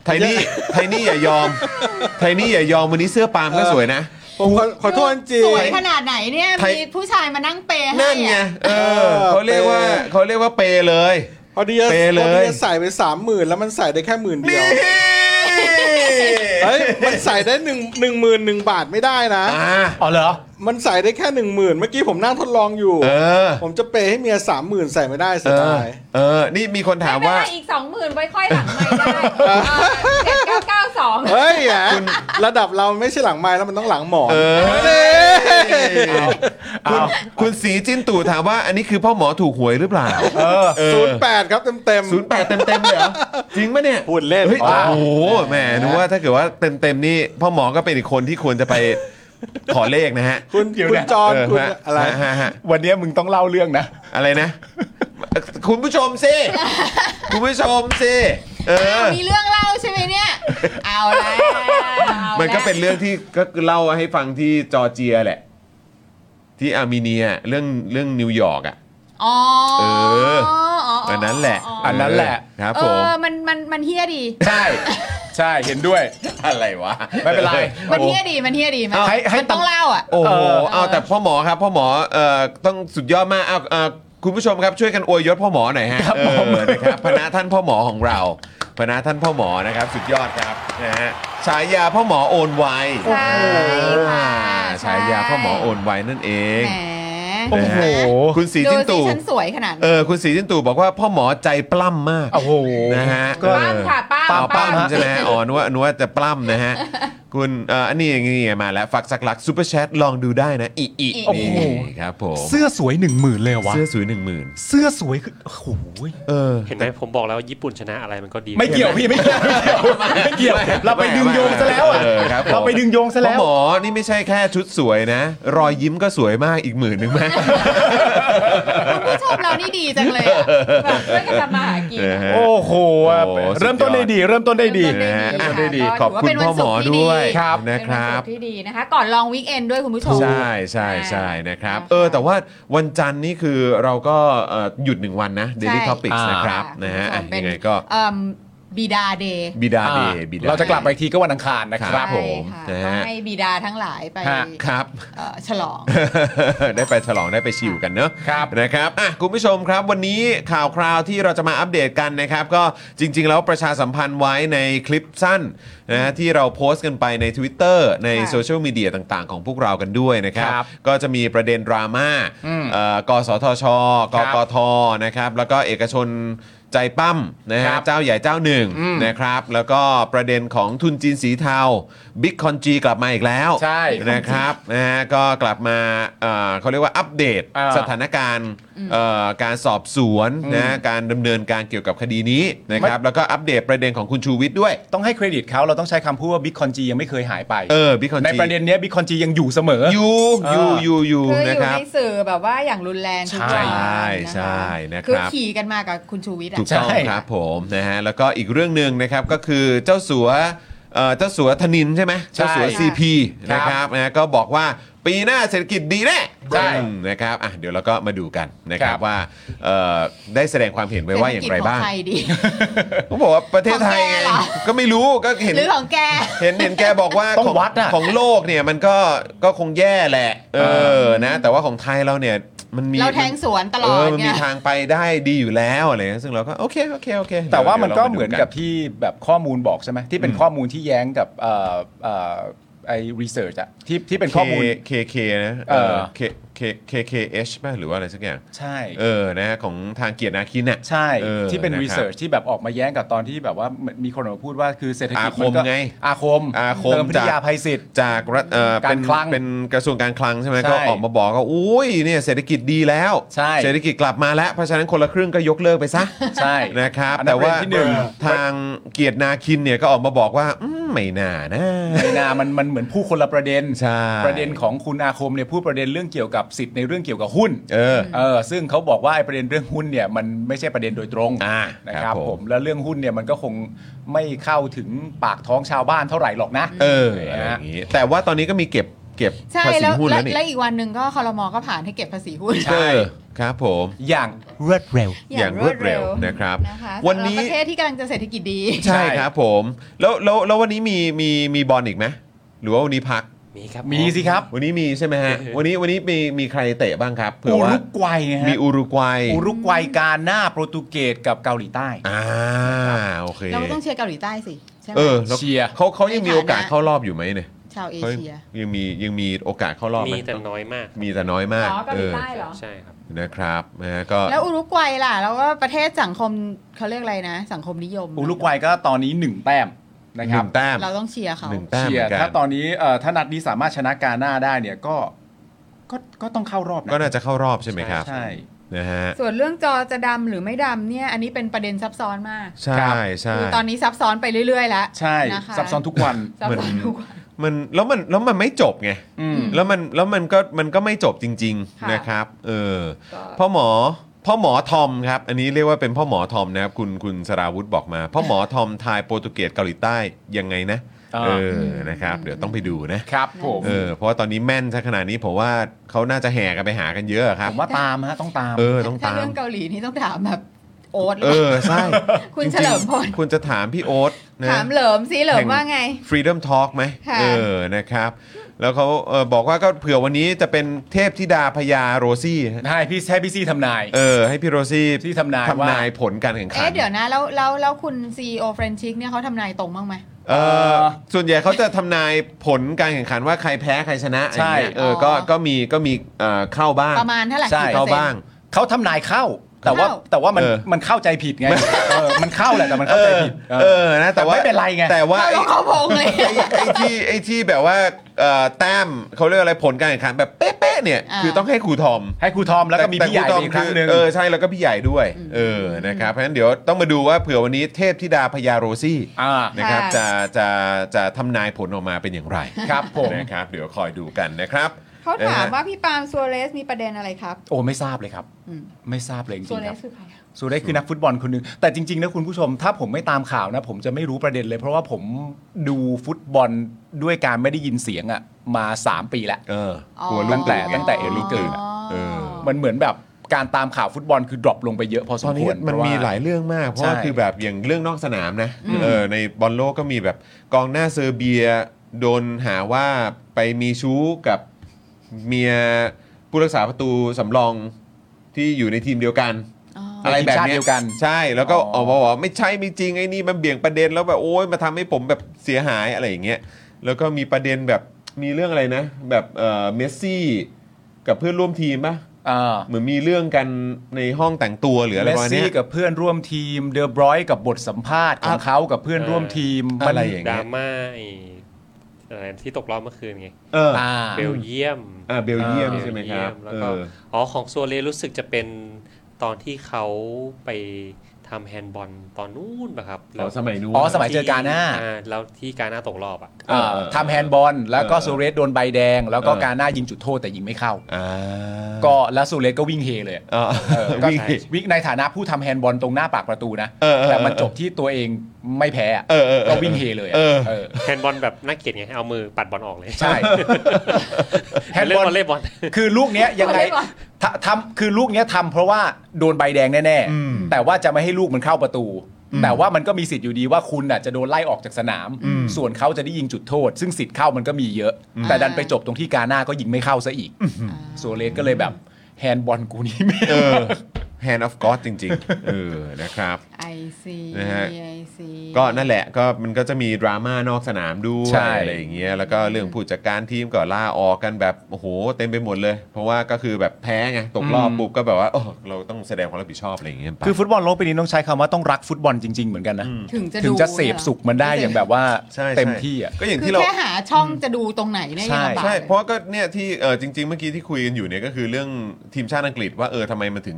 S3: ไทนี่ไทนี่อย่ายอมไทนี่อย่ายอมวันนี้เสื้อปาล์มก็สวยนะ
S7: ผมขอขอโทษจริง
S6: สวยขนาดไหนเนี่ย
S3: ไทย
S6: มีผู้ชายมานั่งเปให้
S3: นั่นไง
S6: อะ
S3: เออ
S7: เออ
S3: เขาเรียกว่า
S7: เปย์
S3: เขาเรียกว่าเปย์เลย
S7: พอดีจะ
S3: เป
S7: พ
S3: เล
S7: อย ดีจะใส่ไปสามหมื่นแล้วมันใส่ได้แค่หมื่นเดียวเฮ้ยมันใส่ได้หนึ่งหนึ่งหมื่นหนึ่งบาทไม่ได้นะ
S3: อ่า
S4: อ๋อเหรอ
S7: มันใส่ได้แค่หนึ่งหมื่นเมื่อกี้ผมนั่งทดลองอยู่
S3: เออ
S7: ผมจะเปย์ให้เมียสามหมื่นใส่ไม่ได้เสี
S3: เอย อ
S7: ดาย
S3: เออ นี่มีคนถาม
S6: ไม่เป็น
S3: ว่า
S6: ไรอีกสองหมื่นไว้ค่อยหลังไม่ได้เจ็ดเก้าเก้าสอง
S7: เฮ้ยแหมระดับเราไม่ใช่หลังไม้แล้วมันต้องหลังหมอน
S3: เออ
S7: เอา
S3: คุณคุณสีจิ้นตู่ถามว่า อันนี้คือพ่อหมอถูกหวยหรือเปล่า
S7: ศูนย์แปดครับเต็มเต็มๆ
S3: ศูนย์แปดเต็มเต็มๆเลยเหรอจริงปะเนี่ย
S7: พูดเล่น
S3: ฮ้ยโอ้โหแหมนึกว่าถ้าเกิดว่าเต็มเต็มๆนี่พ่อหมอก็เป็นอีกคนที่ควรจะไปขอเลขนะฮะ
S7: คุณ
S4: เดี๋ยว
S7: คุณ
S4: นะ
S7: จอน
S3: เ
S7: คุณ
S3: ฮะ
S7: อะไร
S3: ฮฮะ
S4: วันเนี้ยมึงต้องเล่าเรื่องนะ
S3: อะไรนะ คุณผู้ชม สิ คุณผู้ชมสิ เออ
S6: มีเรื่องเล่าใช่ไหมเนี่ย เอาแล้ว
S3: มันก็เป็นเรื่องที่ก็เล่าให้ฟังที่จอร์เจียแหละ ที่อาร์เมเนียเรื่องเรื่องนิวยอร์กอ่ะ
S6: อ๋อ
S3: เออ
S6: อ
S3: อันนั้นแหละ
S4: อันนั้นแหละ
S3: เออครับ
S6: เอ
S3: ผม
S6: อมันมันมันเฮี้ยดี
S4: ใช่ ใช่เห็นด้วย
S3: อะไรวะ
S4: ไม่เป็นไร
S6: มัน
S3: โอ้
S6: เฮี้ยดีมันเฮี้ยดีไหม
S4: ให้ให้
S6: มันต้อง
S4: ตำ
S6: เล่าอ่ะ
S3: โอ้โห
S4: เออ
S3: เอาแต่พ่อหมอครับพ่อหมอเอ่อต้องสุดยอดมากเอาเอ่อคุณผู้ชมครับช่วยกันอวยยศพ่อหมอหน่อยฮะครับผมนะครับพนะท่านพ่อหมอของเราพนะท่านพ่อหมอนะครับ สุดยอดครับนะฮะฉายาพ่อหมอโอนไว
S6: ใช่ค่ะ
S3: ฉายาพ่อหมอโอนไวนั่นเอง
S6: แหม
S4: โอ้โห
S3: คุณสีจิ้
S6: ดู
S3: น
S6: สิ
S3: ตู่
S6: ฉันสวยขนาด
S3: เอ
S6: นี้
S3: อคุณสีจิ้นตู่บอกว่าพ่อหมอใจปล้ำมาก
S4: โอ้โห
S3: นะฮะ
S4: ก็
S6: ป้ามค่ะป้าม
S3: เปล่าปล้ำ
S6: ม
S3: ใช่ไหมอ๋อนึกว่านึกว่าจะปล้ำ นะฮะคุณเอ่ออันนี้อย่างนี้มาแล้ว ฝักสักหลักซูเปอร์แชทลองดูได้นะอีอี
S6: โอ้โห
S3: นี่ครับผม
S4: เสื้อสวยหนึ่งหมื่นเลยเหรอวะ
S3: เสื้อสวยหนึ่งหมื่น
S4: เสื้อสวยคือโอ้โห
S3: เออ
S5: เห็นไหมผมบอกแล้วญี่ปุ่นชนะอะไรมันก็ดี
S4: ไม่เกี่ยวพี่ไม่เกี่ยวไม่เกี่ยวไม่เกี่ยว
S3: ไม่
S4: เราไปดึงโยงซะแล้วอ่ะ
S3: เออครับผม
S4: เราไปดึงโยงซะ
S3: พ่อ
S4: แล้ว
S3: หมอนี่ไม่ใช่แค่ชุดสวยนะ รอยยิ้มก็สวยมากอีกหมื่นหนึ่งไหม
S6: คุณผู้ชมเรานี่ดีจังเลยอะแบบช่วยกันทำมาหากิน
S4: โอ้โหอ่ะ
S3: โอ้สุดยอด
S4: เริ่มต้นได้ดี เริ่มต้นได้ดี
S6: เริ่มต้นได้
S3: นะฮะอ่ะ
S6: ค่ะก็
S3: ขอบ
S6: ถือว่า
S3: คุณ
S6: เป็นวั
S3: พ่
S6: น
S3: อหมอ
S6: ศุกร์ที่ดี
S3: ด้วย
S4: ครับ
S3: นะ
S6: เป็น
S3: ค
S6: วัน
S3: รับ
S6: ศุกร์ที่ดีนะคะ ก่อนลองวีคเอนด้วยคุณผู้ชม
S3: ใช่ใช่ใช่นะครับ เออ แต่ว่าวันจันทร์นี่คือเราก็เอ่อหยุดหนึ่งวันนะ Daily
S6: ใช่
S3: Topics
S4: อ่าน
S3: นะครับนะฮะอ่ะ
S6: คุณผู้ชม
S3: ยังไงก็
S6: เอิ่มบิดาเดย์
S3: บิดา
S4: อ่า
S3: เดย์บิดา
S4: เราจะกลับไปอีกทีก็วันอังคารนะค
S3: ครั
S4: รับ
S3: บผม
S6: ะ
S3: นะฮะ
S6: ก็ให้บิดาทั้งหลายไป
S4: ฮะ
S3: ครับ
S6: เอ่อฉลอง
S3: ได้ไปฉลองได้ไปชิวกันเนอะ
S4: ครับ
S3: นะครับอ่ะคุณผู้ชมครับ วันนี้ข่าวคราวที่เราจะมาอัปเดตกันนะครับ ก็จริง ๆ แล้วประชาสัมพันธ์ไว้ในคลิปสั้นนะที่เราโพสต์กันไปใน Twitter ใน
S6: ค่ะ
S3: โซเชียลมีเดียต่าง ๆ ของพวกเรากันด้วยนะครับ
S4: ครับ
S3: ก็จะมีประเด็นดราม่า
S4: อืม
S3: เอ่อกสทช กกทนะครับ แล้วก็เอกชนใจปั้มนะ
S4: ครั
S3: ฮะ
S4: บ
S3: เจ้าใหญ่เจ้าหนึ่งนะครับ แล้วก็ประเด็นของทุนจีนสีเทาบิ๊กคอนจีกลับมาอีกแล้ว
S4: ใช่
S3: นะครับนะฮะก็กลับมาเอ่อเขาเรียกว่าอัปเดต
S4: อ่า
S3: สถานการณ์เอ่อการสอบสวนนะฮะการดำเนินการเกี่ยวกับคดีนี้นะครับแล้วก็อัปเดตประเด็นของคุณชูวิทย์ด้วย
S4: ต้องให้เครดิตเขาเราต้องใช้คำพูดว่าบิ๊กคอนจียังไม่เคยหายไป
S3: เออบิ๊กคอน
S4: ใน
S3: จี
S4: ประเด็นเนี้บิ๊กคอนจียังอยู่เสมอ
S3: อยู่อยู่
S4: อ่า
S3: อยู่อยู่
S6: คืออ
S3: นะ
S6: ยู่
S3: ครับ
S6: ในสื่อแบบว่าอย่างรุนแรงทุกวัน
S3: ใช่
S6: นะคะ
S3: ใช่นะครับ
S6: คือขี่กันมากับคุณชูวิทย์อะ
S3: ถูกต้อง
S4: ใช่
S3: ครับผมนะฮะแล้วก็อีกเรื่องหนึ่งนะครับก็คือเจ้าสัวเอ่อเจ้าสัวธนินใช่ไหมเจ้าสัว
S6: ใช่
S3: CP นะครับนะก็บอกว่าปีหน้าเศรษฐกิจดีแน่
S4: ใช่
S3: อืมนะครับอ่ะเดี๋ยวเราก็มาดูกันนะครับ
S4: ครับ
S3: ว่าเอ่อได้แสดงความเห็นไว้ว่าอย่างไรบ้าง
S6: เศษฐกิจขอใครดี
S3: ผมบอกว่าประเทศไทยไง
S6: ของแกเหรอ
S3: ก็ไม่รู้ก็เห็น
S6: หรือของแก
S3: เห็นเห็นแกบอก ว่า
S4: ต้อง
S3: ข
S4: วัดอะ
S3: ของโลกเนี่ยมันก็ก็คงแย่แหละ เอ
S4: เออ
S3: อนะแต่ว่าของไทยเราเนี่ยมันมี
S6: เราแทงสวนตลอ
S3: เออ
S6: ด
S3: มัน
S6: ไง
S3: มีทางไปได้ดีอยู่แล้วอะไรเงี้ยซึ่งเราก็โอเคโอเคโอเค
S4: แต่ว่ามันก็
S3: ดี๋ยร
S4: เหมือน
S3: ดู
S4: กับที่แบบข้อมูลบอกใช่ไหมที่เป็น
S3: อืม
S4: ข้อมูลที่แย้งกับเอ่อเอ่อไอ้รีเสิร์ชอะที่ที่เป็น
S3: เค
S4: ข้อมูล
S3: เคเคนะ
S4: เออ
S3: เคเคเคเคเอชป่ะหรือว่าอะไรสักอย่าง
S4: ใช่
S3: เออนะของทางเกียรตินาคินเนี่ย
S4: ใช่
S3: เออ
S4: ที่เป็น
S3: นะครับ
S4: รีเสิร์ชที่แบบออกมาแย้งกับตอนที่แบบว่าเหมือนมีคนออกมาพูดว่าคือเศรษฐกิจ
S3: อาคม
S4: นก็
S3: ไง
S4: อาคม
S3: อาคม
S4: เติมพิท
S3: จาก
S4: ยาภัยศิษฐ์
S3: จากรัฐเอ่อเป็น
S4: การคลัง
S3: เป็นกระทรวงการคลังใช่ไหม
S4: ใช่
S3: ก็ออกมาบอกว่าอุ้ยเนี่ยเศรษฐกิจดีแล้ว
S4: ใช่
S3: เศรษฐกิจกลับมาแล้ว เพราะฉะนั้นคนละครึ่งก็ยกเลิกไป ซะ
S4: ใช่
S3: นะครับ
S4: อันนั้
S3: แต่
S4: น
S3: ว่า
S4: ประเด็นที่หนึ่ง
S3: ทางเกียรตินาคินเนี่ยก็ออกมาบอกว่าอืมไม่น่านะ
S4: ไอนามันมันเหมือนผู้คนละประเด็น
S3: ใช่
S4: ประเด็นของคุณอาคมเนี่ยพูดประเด็นเรื่องเกี่ยวกับสิทธิ์ในเรื่องเกี่ยวกับหุ้น
S3: เออ
S4: เออซึ่งเขาบอกว่าไอ้ประเด็นเรื่องหุ้นเนี่ยมันไม่ใช่ประเด็นโดยตรง
S3: อ่า
S4: นะ
S3: ค
S4: ค
S3: รั
S4: รั
S3: บบผ
S4: ผม มแล้วเรื่องหุ้นเนี่ยมันก็คงไม่เข้าถึงปากท้องชาวบ้านเท่าไหร่หรอกนะ
S3: เอออะไรอย่างงี้แต่ว่าตอนนี้ก็มีเก็บเก็บ
S6: ใช่
S3: ภาษี
S6: แล้ว
S3: หุ้น
S6: แล้
S3: แล้ว วนี่
S6: แล้วอีกวันหนึ่งก็คอรมอก็ผ่านให้เก็บภาษีหุ้น
S3: เออครับผม
S4: อย่างรวดเร็ว
S3: อย่างรวดเร็วนะครับ
S6: นะคะ
S3: วันนี้
S6: สำหรับประเทศที่กำลังจะเศรษฐกิจดี
S3: ใช่ครับผม แล้วแล้วแล้ววันนี้มีมีมีบอลอีกไหมหรือว่าวันนี้พัก
S5: มีครับ
S4: มีสิครับ
S3: วันนี้มีใช่ไหมฮะ
S5: เออ
S3: วันนี้วันนี้มีมีใครเตะบ้างครับเผื่อ
S4: อุ
S3: ว่า
S4: รุกวัยไงฮะ
S3: มีอุรุกวัย
S4: อุรุกวัยกาหน้าโปรตุเกสกับเกาหลีใต้
S3: อ่าโอเค
S6: เราก็ต้องเชียร์เกาหลีใต้สิใช่ไหม
S3: เออแล้ว
S4: เชียร์
S3: เขาเขายังมีโอกาส
S6: ในฐานะ
S3: เข้ารอบอยู่ไหมเนี่ย
S6: ชาวเอ
S3: เขา
S6: เชีย
S3: ยังมียังมีโอกาสเข้ารอบไห
S5: มี
S3: ม
S5: แต่น้อยมาก
S3: มีแต่น้อยมากเออ
S5: ใช่ครับ
S3: นะครับนะฮะก็
S6: แล้วอุรุกวัยล่ะ แล้วก็ประเทศสังคมเขาเรียกอะไรนะ สังคมนิยม
S4: อุรุกวัยก็ตอนนี้หนึ่งแต้มนะ
S3: ห
S4: ครั
S3: นึ่
S4: บ
S3: งแต้ม
S6: เราต้องเชียร์เขา
S3: หนึ่งแต้ม
S4: เชี
S3: เห
S4: ย
S3: มือ
S4: ร์
S3: นกัน
S4: ถ้าตอนนี้เอ่อถ้านัดนี้สามารถชนะกาหน้าได้เนี่ยก็ก็ก็ต้องเข้ารอบ
S3: ก็
S4: นะ
S3: น่าจะเข้ารอบใช่ไหมครับ
S4: ใช่
S3: นะฮะ
S6: ส่วนเรื่องจอจะดำหรือไม่ดำเนี่ย อันนี้เป็นประเด็นซับซ้อนมาก
S3: ใช่
S4: ครับ
S3: ใช่
S6: คือตอนนี้ซับซ้อนไปเรื่อยๆแล้ว
S4: ใช่
S6: นะคะ
S4: ซับซ้อนทุกวัน
S6: ซับซ้
S3: เห
S6: อน
S3: มือน
S6: ทุกวัน
S3: มันแล้วมันแล้วมันไม่จบไง
S4: อืม
S3: แล้วมันแล้วมันก็มันก็ไม่จบจริง
S6: ค่ะ
S3: ๆนะครับ เออ
S6: ก็
S3: พ่อหมอพ่อหมอทอมครับ อันนี้เรียกว่าเป็นพ่อหมอทอมนะครับคุณคุณสราวุธบอกมา พ่อหมอทอมทายโปรตุเกสเกาหลีใต้ยังไงนะ
S4: อ่า
S3: เออนะครับ เดี๋ยวต้องไปดูนะ
S4: ครับผม
S3: เออเพราะว่าตอนนี้แม่นซะขนาดนี้ผมว่าเขาน่าจะแห่กันไปหากันเยอะค
S4: ผ
S3: รับ
S4: มว่าตามฮะต้องตาม
S3: เออต้อง
S6: ถ้า
S3: ตาม
S6: เรื่องเกาหลีนี่ต้องถามแบบโอ๊ตหรื
S3: เอ
S6: อ
S3: อ
S6: เปล่า
S3: ใช่
S6: คุณ
S3: จริงๆ
S6: เฉลิมพล
S3: คุณจะถามพี่โอ๊ตนะ
S6: ถามเหลิมสิเหลิมว่าไง
S3: Freedom Talk ไหม
S6: ค่ะ
S3: เออนะครับ แล้วเขาเออบอกว่าก็เผื่อวันนี้จะเป็นเทพธิดาพญาโรซี่ฮะ
S4: ให้พี่ให้พี่ซี่ทำนาย
S3: เออ ให้พี่โรซี่
S4: ที่ทำนายว่า
S3: ทำนายผลการแข่งขั
S6: เอ๊ะเดี๋ยวนะแล้วแล้วแล้วคุณซีโอเฟรนชิกเนี่ยเขาทำนายตรงบ้างไหม
S3: เออส่วนใหญ่เขาจะทำนายผลการแข่งขันว่าใครแพ้ใครชนะอะไรอย่างเงี้ย
S6: ใช่
S3: เออก็
S6: อ๋อ
S3: ก็มีก็มีเอ่อเข้าบ้าง
S6: ประมาณเท่าไหร่
S4: ใช่
S6: กี่ป
S3: เข้า
S6: อร์ซ็นต์
S3: บ้าง
S4: เขาทำนายเข้า แต่ว่า
S6: เข้า
S4: แต่ว่ามัน
S3: เออ
S4: มันเข้าใจผิดไงเออมันเข้าแหละแต่มันเข้าใจผิด
S3: เออเออนะแต่ว่า
S4: ไม่เป็นไรไง
S3: แต่ว่า
S6: เรา
S3: ไอ้
S6: ลงเขาพงเลย
S3: ไอ้ที่ไอ้ที่แบบว่าเอ่อแต้มเขาเรียกอะไรผลการแข่งขันแบบเป๊ะๆเนี่ย
S6: อ่า
S3: คือต้องให้ครูทอม
S4: ให้ครูทอมแล้วก็มี
S3: ต่
S4: พี่ใหญ่
S3: ต่รูทอ
S4: อีกครั้งหนึ่ง
S3: เออใช่แล้วก็พี่ใหญ่ด้วย เออนะครับเพราะฉะนั้นเดี๋ยวต้องมาดูว่าเผื่อวันนี้เทพธิดาพญาโรซี่
S4: อ่า
S3: นะครับ
S6: ค่ะ
S3: จะจะจะทำนายผลออกมาเป็นอย่างไร
S4: ครับผม
S3: นะครับ เดี๋ยวคอยดูกันนะครับ
S6: เขาถาม
S3: นะฮะ
S6: ว่าพี่ปาล์มซัวเรสมีประเด็นอะไรครับ
S4: โอ้ไม่ทราบเลยครับ
S6: อืม
S4: ไม่ทราบเลยจริ
S6: ซัว
S4: งๆ
S6: เร
S4: ครับ
S6: สคือใครอะ
S4: สุเรศคือนักฟุตบอลคนหนึ่งแต่จริงๆนะคุณผู้ชม ถ้าผมไม่ตามข่าวนะ ผมจะไม่รู้ประเด็นเลย เพราะว่าผมดูฟุตบอลด้วยการไม่ได้ยินเสียงอะมา 3 ปีแล้ว
S3: เออ
S6: อ๋อก
S3: ลัวลูกตื่นไ
S4: ตั้งแต่เอลูกตื่นอะ
S3: เออ
S4: มันเหมือนแบบการตามข่าวฟุตบอลคือดรอปลงไปเยอะพอส
S3: ตอ
S4: ม
S3: น
S4: ค
S3: นี้
S4: วร
S3: มัน
S4: เพระว่
S3: มีหลายเรื่องมาก เพราะว่า
S4: ใช่
S3: คือแบบอย่างเรื่องนอกสนามนะเออในบอลโลกก็มีแบบกองหน้าเซอร์เบียโดนหาว่าไปมีชู้กับเมียผู้รักษาประตูสำรองที่อยู่ในทีมเดียวกัน
S6: อ๋ออ
S3: อะไรแบบ
S4: ในทีมชาติ
S3: นี้
S4: เดียวกัน
S3: ใช่แล้วก็
S4: อ๋
S3: อ
S4: อ
S3: อกมาบอกว่าไม่ใช่ไม่จริงไอ้นี่มันเบี่ยงประเด็นแล้วแบบโอ้ยมาทำให้ผมแบบเสียหายอะไรอย่างเงี้ยแล้วก็มีประเด็นแบบมีเรื่องอะไรนะ แบบเออเมสซี่กับเพื่อนร่วมทีมปะ
S4: เออ
S3: เหมือนมีเรื่องกันในห้องแต่งตัวหรืออะไร
S4: เม
S3: ประ
S4: ส
S3: มาณเนี้
S4: ซี่
S3: ย
S4: กับเพื่อนร่วมทีมเดอบรอยกับบทสัมภาษณ์ของเขากับเพื่อนร่วมทีม
S3: อะไรอย่างเงี้ย
S5: ดราม่าไอ้อะไรที่ตกรอบเมื่อคืนไง
S3: เออ
S4: อ่า
S5: เบลเยียม
S3: อ่าเบลเยียม
S5: เบล
S3: ใช่ไหมค
S5: เยี
S3: รั
S5: ย
S3: บ
S5: มแล้ว
S3: เอ
S5: ก็
S3: อ
S5: อ๋อของซัวเรสรู้สึกจะเป็นตอนที่เขาไปทำแฮนด์บอลตอนนู้นป่ะครับ
S3: อ๋อสมัยนู้น
S4: อ๋อสมัย เจกาหน้า
S5: อ่แล้วที่กาหน้าตกรอบ อ่ะ
S4: เอ่อ
S3: เออ
S4: ทำแฮนด์บอลแล้วก็
S3: เออ
S4: โซเรสโดนใบแดง แล้วก็
S3: เออ
S4: การหน้ายิงจุดโทษแต่ยิงไม่เข้า
S3: อ่า
S4: ก็แล้วโซเรสก็วิ่งเฮเลย
S3: เออ
S4: เออก็
S3: วิ่ง
S4: วิ่งในฐานะผู้ทำแฮนด์บอลตรงหน้าปากประตูนะ
S3: เออเออ
S4: แต่มันจบที่ตัวเองไม่แพ้อะ
S3: เออเออออ
S4: ก็วิ่งเฮเลยอะ
S3: เออ
S4: เออ
S5: แฮนด์บอลแบบน่าเกลียดไง เอามือปัดบอลออกเลย
S4: ใช่ แฮนด์
S5: เล่
S4: บ
S5: น
S4: อล
S5: วอลเล่บอล
S4: คือลูกเนี้ยยัง ไงทำทำคือลูกเนี้ยทำเพราะว่าโดนใบแดงแน่
S3: อืม
S4: ๆ แต่ว่าจะไม่ให้ลูกมันเข้าประตู แต่ว่ามันก็มีสิทธิ์อยู่ดีว่าคุณน่ะจะโดนไล่ออกจากสนาม ส่วนเขาจะได้ยิงจุดโทษ ซึ่งสิทธิ์เข้ามันก็มีเยอะ แต่ดันไปจบตรงที่กาหน้าก็ยิงไม่เข้าซะอีกโซเลสก็เลยแบบแฮนด์บอลกูนี่ไม่
S3: เออ hand of god จริงๆเออนะครับ
S6: ไอซี
S3: นะฮะ
S6: ไอซี
S3: ก็นั่นแหละก็มันก็จะมีดราม่านอกสนามด้วย
S4: ใช่
S3: อะไรอย่างเงี้ยแล้วก็เรื่องผู้จัดการทีมก็ล่าออกกันแบบโอ้โหเต็มไปหมดเลย เพราะว่าก็คือแบบแพ้ไงตกรอบปุ๊บก็แบบว่าโอ้เราต้องแสดงความรับผิดชอบอะไรอย่างเงี้ยไป
S4: คือฟุตบอลโลกปีนี้ต้องใช้คำว่าต้องรักฟุตบอลจริง ๆ เหมือนกันนะ
S6: ถึงจะ
S4: ถึง
S6: ดู
S4: จะเสพสุขมันได้อย่างแบบว่า
S3: ใช่ใช่
S4: เต็มที่อ่ะ
S3: ก็อย่าง
S6: คือ
S3: ที่เรา
S6: แค่หาช่องจะดูตรงไหนเนี่ยยังลำบาก
S4: ใช่
S3: ใช่
S6: ลย
S3: เพราะก็เนี่ยที่เออจริง ๆ เมื่อกี้ที่คุยกันอยู่เนี่ยก็คือเรื่องทีมชาติอังกฤษว่าเออทำไมมันถึง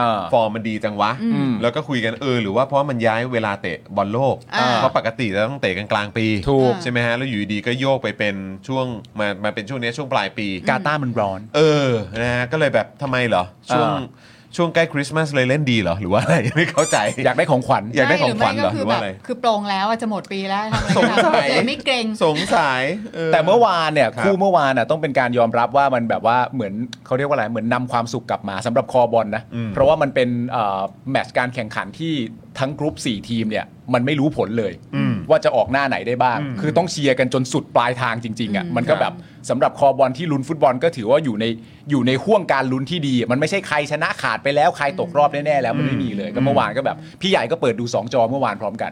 S4: อ่า
S3: ฟอร์มมันดีจังวะ
S4: ม
S3: แล้วก็คุยกันเออหรือว่าเพราะมันย้ายเวลาเตะบอลโลก
S6: อ่า
S3: เพราะปกติจะต้องเตะกันกลางปี
S4: ถูก
S3: ใช่ไหมฮะ แล้วอยู่ดีๆก็โยกไปเป็นช่วงมามาเป็นช่วงเนี้ยช่วงปลายปี
S4: กาตาร์มันร้อน
S3: เออนะฮะก็เลยแบบทำไมเหรอ ช่วง
S4: อ่า
S3: ช่วงใกล้คริสต์มาสเลยเล่นดีเหรอ หรือว่าอะไร ไม่เข้าใจ
S4: อยากได้ของขวัญ
S3: อยากได้ของขวัญ
S6: ใช่
S3: เหรอ
S6: ห
S3: ห
S6: รื
S3: รือ อว่าอะ
S6: ไม่ก็คือแบบ
S3: ไร
S6: คือโปรงแล้วอะจะหมดปีแล้วทำอะไร
S3: สงสัย
S6: เลยไม่เกรง
S3: สงสัยเออ
S4: แต่เมื่อวานเนี่ย
S3: ครับ
S4: คู่เมื่อวานน่ะต้องเป็นการยอมรับว่ามันแบบว่าเหมือนเขาเรียกว่าอะไรเหมือนนำความสุขกลับมาสำหรับคอบอลนะ
S3: อืม
S4: เพราะว่ามันเป็นเอ่อแมตช์การแข่งขันที่ทั้งกรุ๊ป 4 ทีมเนี่ยมันไม่รู้ผลเลย
S3: อืม
S4: ว่าจะออกหน้าไหนได้บ้าง
S3: อืม
S4: คือต้องเชียร์กันจนสุดปลายทางจริงๆอ่ะ
S6: อืม
S4: มันก็
S3: ครับ
S4: แบบสำหรับคอบอลที่ลุ้นฟุตบอลก็ถือว่าอยู่ในอยู่ในห่วงการลุ้นที่ดี มันไม่ใช่ใครชนะขาดไปแล้วใครตกรอบแน่ๆแล้วมันไม่มีเลยก็เมื่อวานก็แบบพี่ใหญ่ก็เปิดดูสองจอเมื่อวานพร้อมกัน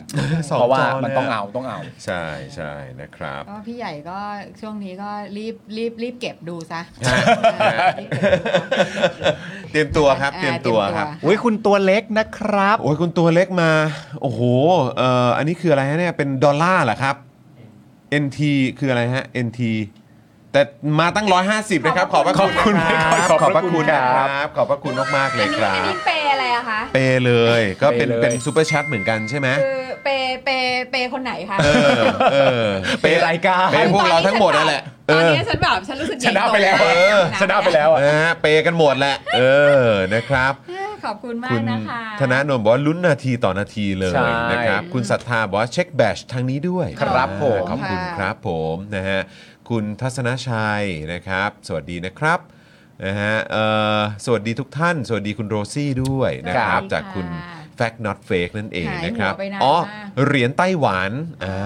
S3: สอง
S4: เพราะว่า
S3: จลย
S4: มันต้องเอาต้องเอา
S3: ใช่ใช่นะครับ
S6: ก็พี่ใหญ่ก็ช่วงนี้ก็รีบรีบรีบเก็บดูซะ
S3: ฮะ
S6: เออรีบเก็บดู
S3: เตรียมตัวครับ เตรียมตัวครับ
S4: โอ้ยคุณตัวเล็กนะครับ
S3: โอ้ยคุณตัวเล็กมา โอ้โห เอ่อ อันนี้คืออะไรฮะเนี่ย เป็นดอลลาร์เหรอครับ NT คืออะไรฮะ NT แต่มาตั้ง 150 นะครับ ขอบพระคุณ
S4: ข
S3: ข
S4: อ
S3: อ
S4: บบ พ
S3: พ
S4: ระ
S3: ระ
S4: คุ
S3: คุณ ณ
S4: ค
S3: ค
S4: รับ
S3: รับ ขอบพระคุณมากๆเล
S8: อั
S3: ย
S8: น
S3: ค
S8: นี้อัน
S3: รับ
S8: นี้เปย์อะไรอะคะ
S3: เปเลย ก็เป็น
S4: เปเลย
S3: เป็นซูเปอร์แชทเหมือนกันใช่ไหม
S8: คือเปย์เปย์เปย์คนไหนคะ
S3: เออ เออ
S4: เปนรายการ
S3: เปพวกเราทั้งหมดนั่นแหละ
S8: ตอนนี้ฉันแบบฉันรู้สึก
S4: ชนะไปแล้ว
S8: ใหญ่โต
S4: เออ
S8: มาก
S4: ชนะไปแล้วอะ
S3: นะฮะเปกันหมดแหละ เออ นะครับ
S9: ขอบคุณมา
S3: คุ
S9: ก
S3: ณ
S9: นะคะ
S3: ธนาโนมบอกว่าลุ้นนาทีต่อนาทีเลย
S4: ใช่
S3: นะครับ คุณศรัทธาบอกว่าเช็คแบชทางนี้ด้วย
S4: ครับผม
S3: ขอบคุณครับผมนะฮะคุณทัศนชัยนะครับ สวัสดีนะครับนะฮะเอ่อสวัสดีทุกท่าน สวัสดีคุณโรซี่ด้วยนะครับ
S6: สวัสดีค่ะ
S3: จากคุณ Fact Not Fake นั่นเองนะครับ
S6: หายหัวไปนาน
S3: อ๋อ
S6: มาก
S3: เหรียญไต้หวันอ่า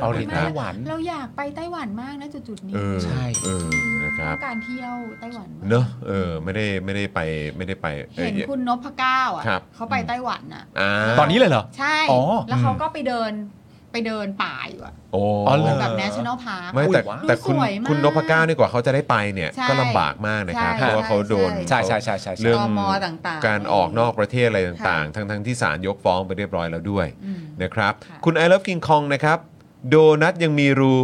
S4: เอาเหรียญไต้หวัน
S6: เราอยากไปไต้หวันมากนะจุดๆนี้
S3: เออ
S4: ใช่
S3: เออนะครับ
S6: ต้องการเที่ยวไต้หวันมาก
S3: เนอะเออไม่ได้ไม่ได้ไปไม่ได้ไปอ้ย
S6: เห็นคุณนพเก้าอ่ะ
S3: ครับ
S6: เขาไปไต้หวันอ่ะ
S3: อ่า
S4: ตอนนี้เลยเหรอ
S6: ใช่
S4: อ๋อ
S6: แล้วเขาก็ไปเดินไปเดินป่าอยู่อะ
S3: โอ้
S4: อ๋อเหรอ
S6: แบบ national park
S3: ไม่แต่
S4: อุ้ยว้าว
S3: แต่คุณ
S6: สวยมาก
S3: คุณนพเก้านี่กว่าเขาจะได้ไปเนี่ย
S6: ใช่
S3: ก็ลำบากมากนะครับ
S6: ใช่
S3: เพราะว่าเขาโดน
S6: ใช่
S4: ใช่ใช่ใช่ใช่
S3: เรื่อ
S4: ใช่
S3: ง
S6: ตมต่างๆ
S3: การออกนอกประเทศอะไรต่างๆ ทั้งทั้งๆที่ศาลยกฟ้องไปเรียบร้อยแล้วด้วย
S6: อืม
S3: นะครับ
S6: ค่ะ
S3: คุณไอ o ล e ฟกิงคองนะครับ โดนัทยังมีรู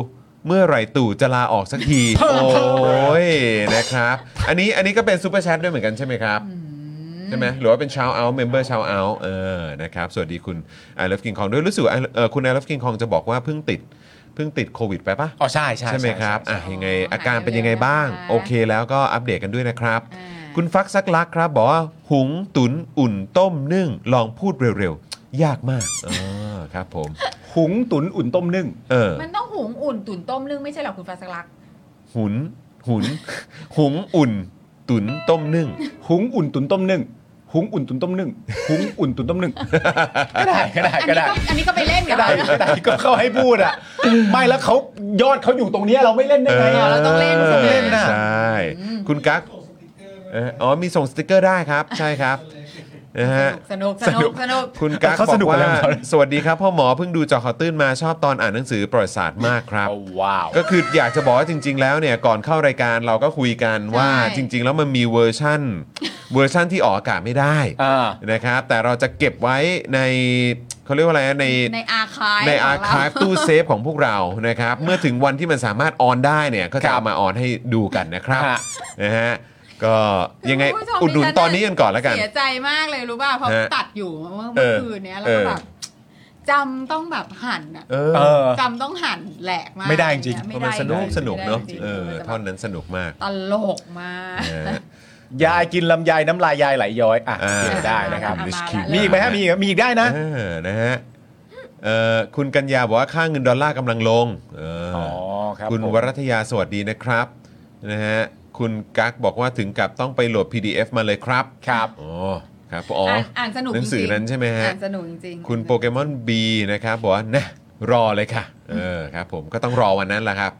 S3: เมื่อไหร่ตู่จะลาออกสักที โอ้ยนะครับ อันนี้อันนี้ก็เป็นซูเปอร์แชทด้วยเหมือนกันใช่ไหมครับ ใช่ไหมหรือว่าเป็นชาวเอาเมมเบอร์ชาวเอาเออนะครับ สวัสดีคุณไอ o ล e ฟกิงคองด้วยรู้สึกว่า I- เอ่อคุณไอ o ล e ฟกิงคองจะบอกว่าเพิ่งติดเพิ่งติดโควิดไปปะ
S4: อ๋อใช่ใช่
S3: ใช่ไหมครับ
S4: ใช่
S3: อ่ะ ยังไง
S6: อ๋ออ
S3: อาการเป็นยังไงบ้าง
S6: หายเร็วนะคะ
S3: โอเคแล้วก็อัปเดตกันด้วยนะครับ
S6: อ่า
S3: คุณฟักซักลักครับ บอกว่า หุงตุนอุ่นต้มนึ่ง ลองพูดเร็วๆ ยากมากอ๋อครับผม
S4: หุงตุ๋นอุ่นต้มนึ่ง
S3: เออ
S6: มันต้องหุงอุ่นตุ๋นต้มนึ่งไม่ใช่เหรอคุณฟาสลัก
S3: หุน หุน หุงอุ่น ตุนต้มนึ่ง
S4: หุงอุ่นตุ๋นต้มนึ่ง หุงอุ่นตุ๋นต้มนึ่ง หุงอุ่นตุ๋นต้มนึ่ง ก็ได้ก็ได้
S6: อัน
S4: ก็
S6: นี้
S4: ได้
S6: ก็อันนี้ก็ไปเล่น
S4: ก็
S6: กับ
S4: ได้
S6: เขานะ
S4: ก็ได้ก็เขาให้พูดอ่ะ ไม่แล้วเขายอดเขาอยู่ตรงเนี้ยเราไม่เล่นได้ไงอะเราต้องเล่น
S3: ออ
S4: ต้องเล่นนะ
S3: ใช่ คุณกั๊กเอ่ออ๋อ มีส่งสติกเกอร์ได้ครับ ใช่ครับ นะฮะ
S6: สนุกสนุกสนุก
S3: คุณกั๊ก
S4: เขา
S3: บ
S4: ส
S3: อ
S4: นุ
S3: ก
S4: ก
S3: ว่า
S4: กับเรา
S3: สวัสดีครับพ่อหมอเพิ่งดูจอข่าวตื้นมาชอบตอนอ่านหนังสือประวัติศาสตร์มากครับ
S4: เอาว้าว
S3: ก็คืออยากจะบอกว่าจริง ๆ แล้วเนี่ยก่อนเข้ารายการเราก็คุยกันว่า
S6: ใช่
S3: จริง ๆ แล้วมันมีเวอร์ชั่น เวอร์ชั่นที่ออกอากาศไม่ได้
S4: อ่า
S3: นะครับ แต่เราจะเก็บไว้ในเขาเรียกว่าอะไรนะใน
S6: ในอาคาย
S3: ในอาคา ฟตู้เซฟของพวกเรานะครับ เมื่อถึงวันที่มันสามารถออนได้เนี่ยก็จะเอามาออนให้ดูกันนะครับ
S4: ฮะ
S3: นะฮะก็ยังไงอุดหนุนตอนนี้กันก่อนแล้วกัน
S6: เสียใจมากเลยรู้ป่ะเพราะ
S3: ฮะ
S6: ตัดอยู่เมื่อ
S3: เอ
S6: เมื่อ
S3: อ
S6: คืนเนี้ยแล้วก็
S3: เออ
S6: แบบจำต้องแบบหั่นอ่ะ
S3: เออ
S4: เออ
S6: จำต้องหั่นแหลกมาก
S4: ไม่ได้จริง
S3: เพ
S6: ไม่
S3: ราะ
S6: ได้
S3: มันสนุกสนุกเนาะ
S6: ไม่ได้จริง
S3: เออท่อนนั้นสนุกมาก
S6: ตลกมาก
S3: นะฮะ
S4: ยายกินลำไยน้ำลายยายไหลย้อย อ่ะ
S3: อ่า
S4: เขียนได้นะครับ
S6: อ่า
S3: Rich
S6: มา
S3: King
S6: แล้ว
S4: มีอีกไหมฮะมีอีกมีอีกได้นะ
S3: เออนะฮะเอ่อคุณกัญญาบอกว่าค่าเงินดอลลาร์กำลังลงเอออ
S4: อ๋อครับ
S3: คุณ
S4: ผม
S3: วรัตยาสวัสดีนะครับนะฮะคุณกั๊กบอกว่าถึงกับต้องไปโหลด PDF มาเลยครับ
S4: ครับ
S3: อ๋อครับอ๋อ
S6: อ่า
S3: อน
S6: อ่านสนุก
S3: หนังสือ
S6: จริงๆ
S3: นั้นใช่ไหมฮะ
S6: อ่านสนุกจริงๆ
S3: คุณโปเกมอนบีนะครับบอกว่านะรอเลยค่ะเออครับผมก็ต้องรอวันนั้นแหละครับ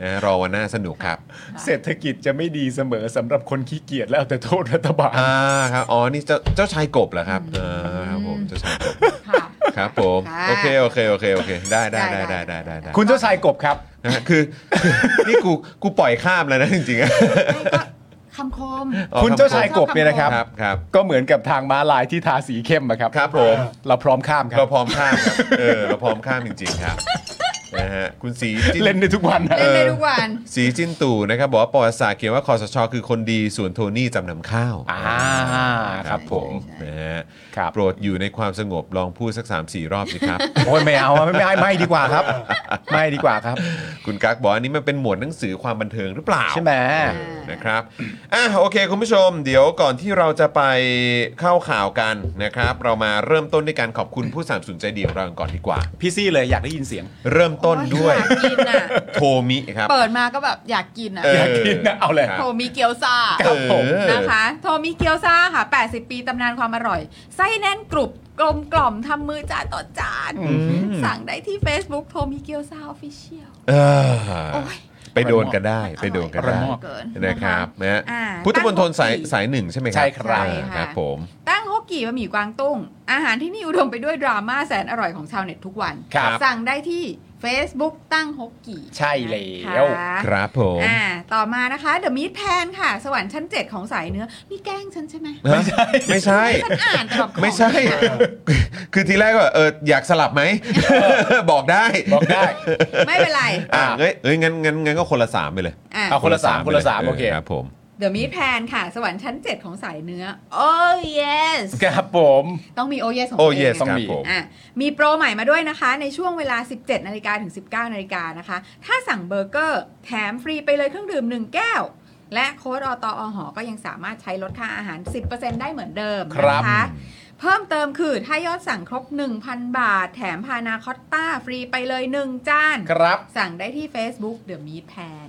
S3: นะฮะรอวันหน้าสนุกครับ
S4: เศรษฐกิจจะไม่ดีเสมอสำหรับคนขี้เกียจแล้วแต่โทษรัฐบาล
S3: อ่าครับอ๋อนี่เจ้าเจ้าชายกบเหรอครับเออครับผมเจ้าชายกบ
S6: ค่ะ
S3: ครับผม
S6: ค่ะ
S3: โอเคโอเคโอเคโอเคได้ได้
S6: ได้
S3: ได้
S6: ได้
S3: ได้ได้ได้ได้
S4: คุณเจ้าชายกบครับ
S3: นะฮะคือ คือ นี่กูกูปล่อยข้ามแล้วนะจริงๆอะ
S6: ไม่ก็คำคม
S3: อ๋อ
S4: คุณเจ้าชายกบเนี่ยนะครับ
S3: ครับครับ
S4: ก็เหมือนกับทางม้าลายที่ทาสีเข้มอะครับ
S3: ครับผม
S4: เราพร้อมข้ามครั
S3: เรา
S4: บ
S3: พร้อมข้ามครับเออเราพร้อมข้ามจริง ๆ ครับนะฮะคุณสีจิ้น
S4: เล่นได้ทุกวันนะ
S6: เล่นได้ทุกวัน
S3: สีจิ้นตู่นะครับบอกว่าประวัติศาสตร์เขียนว่าคอสชคือคนดีส่วนโทนี่จำนำข้าว
S4: อ่าครับผม
S3: นะฮะ
S4: ครับ
S3: โปรดอยู่ในความสงบลองพูดสัก 3 4 รอบสิครับ
S4: โอ้ยไม่เอาอะไม่ไม่ไม่ดีกว่าครับ ไม่ดีกว่าครับ
S3: คุณกั๊กบอกอันนี้มันเป็นหมวดหนังสือความบันเทิงหรือเปล่า
S4: ใช่ไหม
S3: เออนะครับ อ่ะโอเคคุณผู้ชม เดี๋ยวก่อนที่เราจะไปเข้าข่าวกันนะครับ เรามาเริ่มต้นด้วยการขอบคุณผู้สามสนุนใจดีของเราก่อนดีกว่า
S4: พี่ซี่เลยอยากได้ยินเสียง
S3: เริ่มต้นด้วย
S6: อยากกินอ่ะ
S3: โทมิครับ
S6: เปิดมาก็แบบอยากกินอ่ะ
S3: เอ
S4: อยากกินนะเอาเลย
S3: ครับ
S6: โทมิเกียวซา
S4: ครับผม
S3: เออ
S6: นะคะ โทมิเกียวซาค่ะ 80 ปีตำนานความอร่อย ไส้แน่นกรุบกลมกล่อมทำมือจานต่อจาน สั่งได้ที่ Facebook โทมิเกียวซาออฟฟิเชียล
S3: เออ
S6: โอ้ย
S3: ไปโดนกันได้ไปโดนกัน
S6: อ
S3: ได้
S6: ร่อยเกิน
S3: นะครับนะฮะ
S6: อ่า
S3: พุทธมณฑลสาย
S6: ตั้งหกปี
S3: สายหนึ่งใช่ไหมครั
S4: ใช่ครับ
S6: ใช่ค่ะ
S3: ครับผม
S6: ตั้งฮกกี่บะหมี่กวางตุ้ง อาหารที่นี่อุดมไปด้วยดราม่าแสนอร่อยของชาวเน็ตทุกวัน
S4: ครับ
S6: สั่งได้ที่ Facebook ตั้งฮกกี่
S4: ใช่แล
S6: นะคะ
S4: ้ว
S3: ครับผม
S6: อ่า ต่อมานะคะเดอะมิ t แทนค่ะ สวรรค์ชั้น 7 ของสายเนื้อ นี่แกล้งฉันใช่ไหม
S3: ไม่ใช่ไม่ใช่
S6: ฉันอ่านแต่แบบของ
S3: ไม่ใช่ คือทีแรกว่าเอออยากสลับไหม บอกได้
S4: บอกได้
S6: ไม่เป็นไร
S3: อ่ะ
S4: อ่ะ
S3: เอ้ยเอ้ยงั้นงั้นงั้นก็คนละสามไปเลย
S6: อ่า
S4: เอาคนละสามคนละสาม
S3: ไป
S4: โอย เค
S3: ครับผม
S6: เดอะมิ t แทนค่ะ สวรรค์ชั้น 7 ของสายเนื้อ โอ้ yes
S4: ครับผม
S6: ต้องมีโอ yes ของ
S3: โอ้
S6: ตัว
S3: เย
S6: เอง
S3: ส
S4: ต้อง
S3: ครับ
S4: มี
S3: ผม
S6: อ่ะมีโปรใหม่มาด้วยนะคะ ในช่วงเวลา 17 นาฬิกาถึง 19 นาฬิกานะคะ ถ้าสั่งเบอร์เกอร์ แถมฟรีไปเลยเครื่องดื่ม 1 แก้ว และโค้ดอตอหอ ก็ยังสามารถใช้ลดค่าอาหาร 10%ได้เหมือนเดิม
S4: ครับ
S6: นะคะ เพิ่มเติมคือถ้ายอดสั่งครบ 1,000 บาท แถมพานาคอตต้าฟรีไปเลย 1 จาน
S4: ครับ
S6: สั่งได้ที่ Facebook The Meat Pan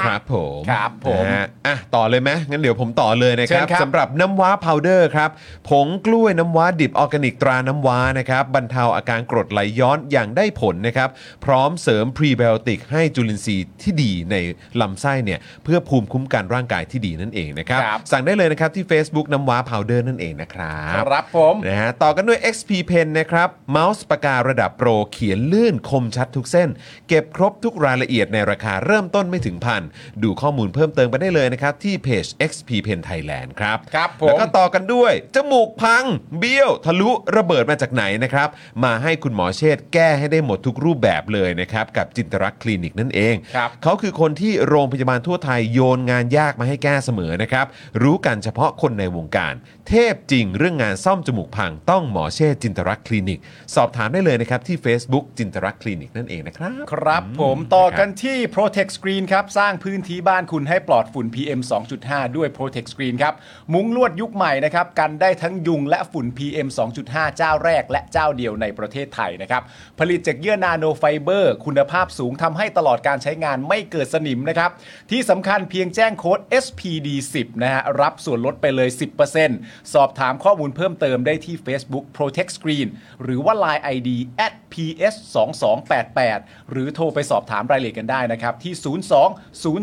S6: ค่ะ
S3: ครับผม
S4: ครับผม
S3: นะฮะอ่ะต่อเลยไหมงั้นเดี๋ยวผมต่อเลยนะครั
S4: เชิญครับ
S3: สำหรับน้ำว้าพาวเดอร์ครับ ผงกล้วยน้ำว้าดิบออร์แกนิกตราน้ำว้านะครับ บรรเทาอาการกรดไหลย้อนอย่างได้ผลนะครับ พร้อมเสริมพรีไบโอติกให้จุลินทรีย์ที่ดีในลำไส้เนี่ย เพื่อภูมิคุ้มกันร่างกายที่ดีนั่นเองนะครับ
S4: ครับ
S3: สั่งได้เลยนะครับที่ Facebook น้ำว้าพาวเดอร์นั่นเองนะครับ
S4: ครับผม
S3: นะฮะต่อกันด้วย XP Pen นะครับเมาส์ปากการะดับโปร เขียนลื่นคมชัดทุกเส้น เก็บครบทุกรายละเอียดในราคาเริ่มต้นไม่ถึงพัน ดูข้อมูลเพิ่มเติมไปได้เลยนะครับ ที่เพจ XP Pen Thailand ครับ
S4: ครับผม
S3: แล้วก็ต่อกันด้วย จมูกพัง เบี้ยว ทะลุระเบิดมาจากไหนนะครับ มาให้คุณหมอเชษฐ์แก้ให้ได้หมดทุกรูปแบบเลยนะครับ กับจินตรักษณ์คลินิกนั่นเอง
S4: ครับ
S3: เขาคือคนที่โรงพยาบาลทั่วไทยโยนงานยากมาให้แก้เสมอนะครับ รู้กันเฉพาะคนในวงการ เทพจริงเรื่องงานซ่อมจมูกพังต้องหมอเช่จินตรักษณ์คลินิก สอบถามได้เลยนะครับ ที่ Facebook จินตรักษณ์คลินิกนั่นเองนะครับ
S4: ครับผมต่อกันที่ Protect Screen ครับ สร้างพื้นที่บ้านคุณให้ปลอดฝุ่น PM 2.5 ด้วย Protect Screen ครับ มุ้งลวดยุคใหม่นะครับ กันได้ทั้งยุงและฝุ่น PM 2.5 เจ้าแรก และเจ้าเดียวในประเทศไทยนะครับ ผลิตจากเยื่อนาโนไฟเบอร์ คุณภาพสูงทำให้ตลอดการใช้งานไม่เกิดสนิมนะครับ ที่สำคัญเพียงแจ้งโค้ด SPD10 นะฮะรับส่วนลดไปเลย 10%สอบถามข้อมูลเพิ่มเติมได้ที่ Facebook Protect Screen หรือว่า Line ID at ps 2 2 8 8หรือโทรไปสอบถามรายละเอียดกันได้นะครับ ที่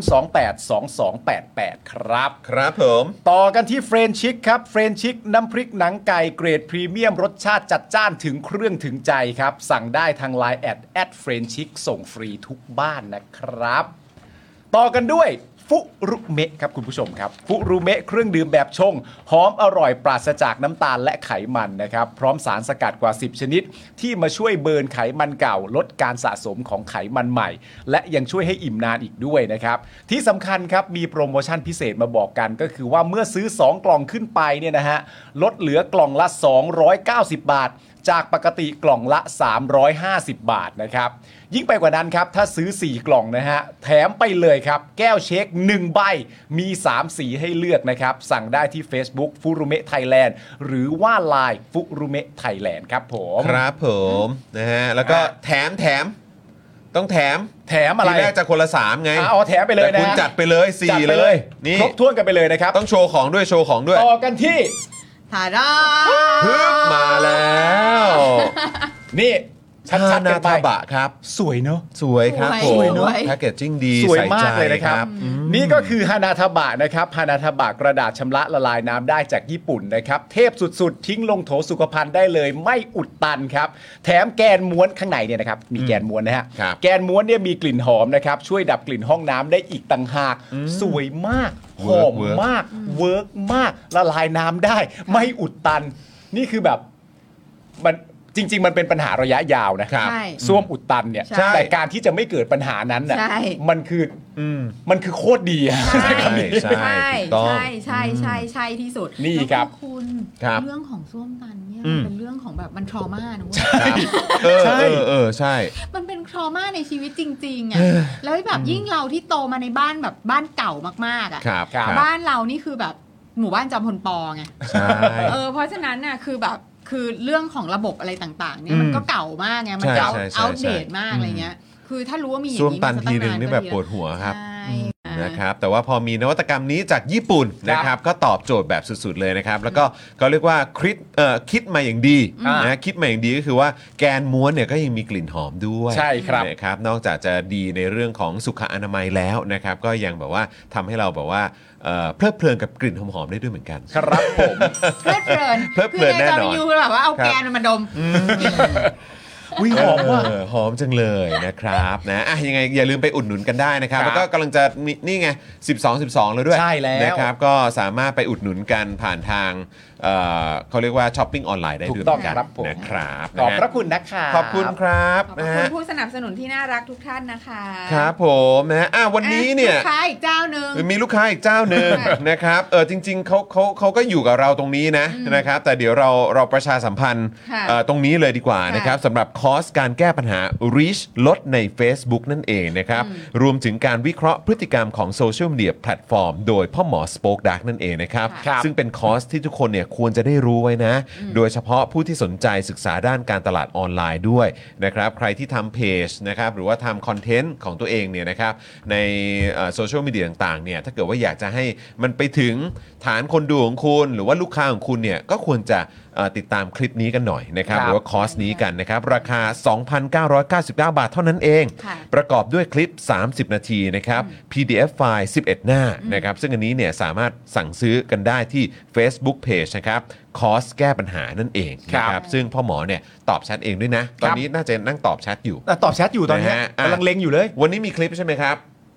S4: 02 028 2288 ครับ
S3: ครับผม
S4: ต่อกันที่เฟรนชิกครับ เฟรนชิกน้ำพริกหนังไก่เกรดพรีเมียมรสชาติจัดจ้านถึงเครื่องถึงใจครับ สั่งได้ทาง Line แอดแอดเฟรนชิกส่งฟรีทุกบ้านนะครับ ต่อกันด้วยฟุรุเมะครับคุณผู้ชมครับ ฟุรุเมะเครื่องดื่มแบบชง หอมอร่อยปราศจากน้ำตาลและไขมันนะครับ พร้อมสารสกัดกว่า 10 ชนิด ที่มาช่วยเบิร์นไขมันเก่า ลดการสะสมของไขมันใหม่ และยังช่วยให้อิ่มนานอีกด้วยนะครับ ที่สำคัญครับมีโปรโมชั่นพิเศษมาบอกกันก็คือว่าเมื่อซื้อ 2 กล่องขึ้นไปเนี่ยนะฮะลดเหลือกล่องละ 290 บาท จากปกติกล่องละ 350 บาทนะครับ ยิ่งไปกว่านั้นครับ ถ้าซื้อ 4 กล่องนะฮะ แถมไปเลยครับ แก้วเช็ค 1 ใบ มี 3 สีให้เลือกนะครับ สั่งได้ที่ Facebook ฟุรุเมะไทยแลนด์หรือว่า Line ฟุรุเมะไทยแลนด์ครับผม
S3: ครับผมนะฮะแล้วก็
S4: อ่ะ
S3: แถมแถม ต้องแถม
S4: แถมอะไร
S3: ทีแรกจะคนละสามไง
S4: อ่ะเอาแถมไปเลย
S3: แต่
S4: นะ
S3: คุณจัดไปเลยสี่
S4: จัด
S3: เล
S4: ไป
S3: ย นี่
S4: ครบถ้วนกันไปเลยนะครับ
S3: ต้องโชว์ของด้วยโชว์ของด้วย
S4: ต่อกันที่
S6: ถ่ายได้
S3: ฮึบมาแล้ว
S4: นี่ ชัดๆ
S3: นา
S4: กันไป
S3: ทาบะครับ
S4: สวยเนอะ
S3: สวยครับผม
S4: สวยเนอะ
S3: แพคเกจจิ้งดี
S4: สวย
S3: ใส่
S4: มาก
S3: ใจ
S4: เลยนะครับ
S3: อืม
S4: นี่ก็คือฮานาทบะนะครับฮานาทบะกระดาษชำระละลายน้ำได้จากญี่ปุ่นนะครับ เทพสุดๆ ทิ้งลงโถสุขภัณฑ์ได้เลยไม่อุดตันครับ แถมแกนม้วนข้างในเนี่ยนะครับ มีแกนม้วนนะฮะ
S3: ครับ
S4: แกนม้วนเนี่ยมีกลิ่นหอมนะครับ ช่วยดับกลิ่นห้องน้ำได้อีกต่างหาก สวยมาก หอมมาก เวิร์กมาก ละลายน้ำได้ ไม่อุดตัน นี่คือแบบมันจริง ๆ มันเป็นปัญหาระยะยาวนะ
S3: ครับ
S6: ใช่
S4: ส้วมอุดตันเนี่ย
S6: ใช่
S4: แต่การที่จะไม่เกิดปัญหานั้นน่ะ
S6: ใช่
S4: มันคืออ
S3: ม
S4: มันคือโคตรดีอะ
S6: ใช่
S3: ใช่ใช่
S6: ใช่
S3: ถูกต้อง
S6: ใช่ใช่ใช่ใช่ที่สุด
S4: นี่ครับ
S6: แล้วคุณ
S3: ครับ
S6: เรื่องของส้วมตันเนี่ย
S3: อื
S6: มัน
S3: ม
S6: เป็นเรื่องของแบบมันทรมานะเว้ย
S3: เออ
S4: ใช่
S3: เออเออใช่
S6: มันเป็นทรมาในชีวิตจริงๆอ่ะแล้วแบบยิ่งเราที่โตมาในบ้านแบบบ้านเก่ามากๆอ่ะ
S3: ครับครับ
S6: บ้านเรานี่คือแบบหมู่บ้านจอมพลปอไง
S3: ใช่
S6: เออเพราะฉะนั้นน่ะคือแบบคือเรื่องของระบบอะไรต่างๆเนี่ยมัน
S3: อืม
S6: ก็เก่ามากไงมัน
S3: ใช่
S6: เก่า
S3: ใช่ใช่
S6: อัปเดต
S3: ใช่
S6: มากอะไรเงี้ย คือถ้ารู้ว่ามีอย่า
S3: ซ่วม
S6: งนี้
S3: ตัน
S6: มาสัก
S3: ทีนึง
S6: า
S3: นี่แบบ
S6: ก็
S3: ปวดหัวครับ
S6: ใช่
S3: นะครับแต่ว่าพอมีนวัตกรรมนี้จากญี่ปุ่นนะครับก็ตอบโจทย์แบบสุดๆเลยนะครับ แล้วก็เขาเรียกว่าคิดเอ่อคิดมาอย่างดี
S4: อ่าน
S3: นะคิดมาอย่างดีก็คือว่าแกนม้วนเนี่ยก็ยังมีกลิ่นหอมด้วย
S4: ใช่ครับ
S3: นะครับนอกจากจะดีในเรื่องของสุขอนามัยแล้วนะครับก็ยังแบบว่าทำให้เราแบบว่าเอ่อเพลิดเพลินกับกลิ่นหอมๆได้ด้วยเหมือนกัน
S4: ครับผม
S6: เพลิดเพลิน
S3: เพลิดเพลิน
S6: คื
S3: แน่นอน
S6: ใจอยูคือแบบว่าเอา
S3: ครับ
S6: แกนมันมาดม
S4: วิหอมว่ะ
S3: เหอมจังเลยนะครับนะอ่ะยังไงอย่าลืมไปอุดหนุนกันได้นะครับ
S4: ครับ
S3: แล้วก็กำลังจะมีนี่ไง 12 12 แล้วด้วย
S4: ใช่แล้ว
S3: นะครับก็สามารถไปอุดหนุนกันผ่านทาง เอ่อเขาเรียกว่าช้อปปิ้งออนไลน์ได้
S4: ถู
S3: ด้วย
S4: กต้อง
S3: เหมืนกัน
S4: ครับผม
S3: นะครับ
S4: ขอบ
S3: นะ
S4: พ
S3: ฮะ
S4: ระคุณนะคะ
S3: ขอบคุณครับ
S6: ขอบ
S3: นะ
S6: คุ
S3: ฮะ
S6: ณผู้สนับสนุนที่น่ารักทุกท่านนะคะ
S3: ครับผมนะฮะอ่ะวันนี้เนี่ย
S6: อ่ะลูกค้าอีกเจ้าหนึ่ง
S3: มีลูกค้าอีกเจ้าหนึ่ง นะครับเออจริงๆเขาเขาเขาก็อยู่กับเราตรงนี้นะนะครับ แต่เดี๋ยวเราเราประชาสัมพันธ์
S6: ค่ะ
S3: เอ่อตรงนี้เลยดีกว่า
S6: ค่ะ
S3: นะครับสำหรับคอร์สการแก้ปัญหา reach ลดใน Facebook นั่นเองนะครับ รวมถึงการวิเคราะห์พฤติกรรมของโซเชียลมีเดียแพลตฟอร์มโดยพ่อหมอ Spoke Dark นั่นเองนะครับ
S6: ค่ะ
S3: ซึ่งเป็นคอร์สที่ทุกคนเนี่ยควรจะได้รู้ไว้นะ โดยเฉพาะผู้ที่สนใจศึกษาด้านการตลาดออนไลน์ด้วยนะครับ ใครที่ทำเพจนะครับ หรือว่าทำคอนเทนต์ของตัวเองเนี่ยนะครับ ในโซเชียลมีเดียต่างๆเนี่ย ถ้าเกิดว่าอยากจะให้มันไปถึงฐานคนดูของคุณ หรือว่าลูกค้าของคุณเนี่ย ก็ควรจะเอ่อติดตามคลิปนี้กันหน่อยนะครับ หรือว่าคอร์สนี้กันนะครับ ราคา 2,999 บาทเท่านั้นเอง
S6: ค่ะ
S3: ประกอบด้วยคลิป 30 นาทีนะครับ PDF ไฟล์ 11 หน้านะครับ ซึ่งอันนี้เนี่ยสามารถสั่งซื้อกันได้ที่ Facebook Page นะครับ คอร์สแก้ปัญหานั่นเองนะครับ ซึ่งพ่อหมอเนี่ยตอบแชทเองด้วยนะ ตอนนี้น่าจะนั่งตอบแชทอยู่
S4: อ่ะตอบแชทอยู่ตอนเนี้ย
S3: นะฮะอ่ะ
S4: กำลังเล็งอยู่เลย
S3: วันนี้มีคลิปใช่ไหมครับ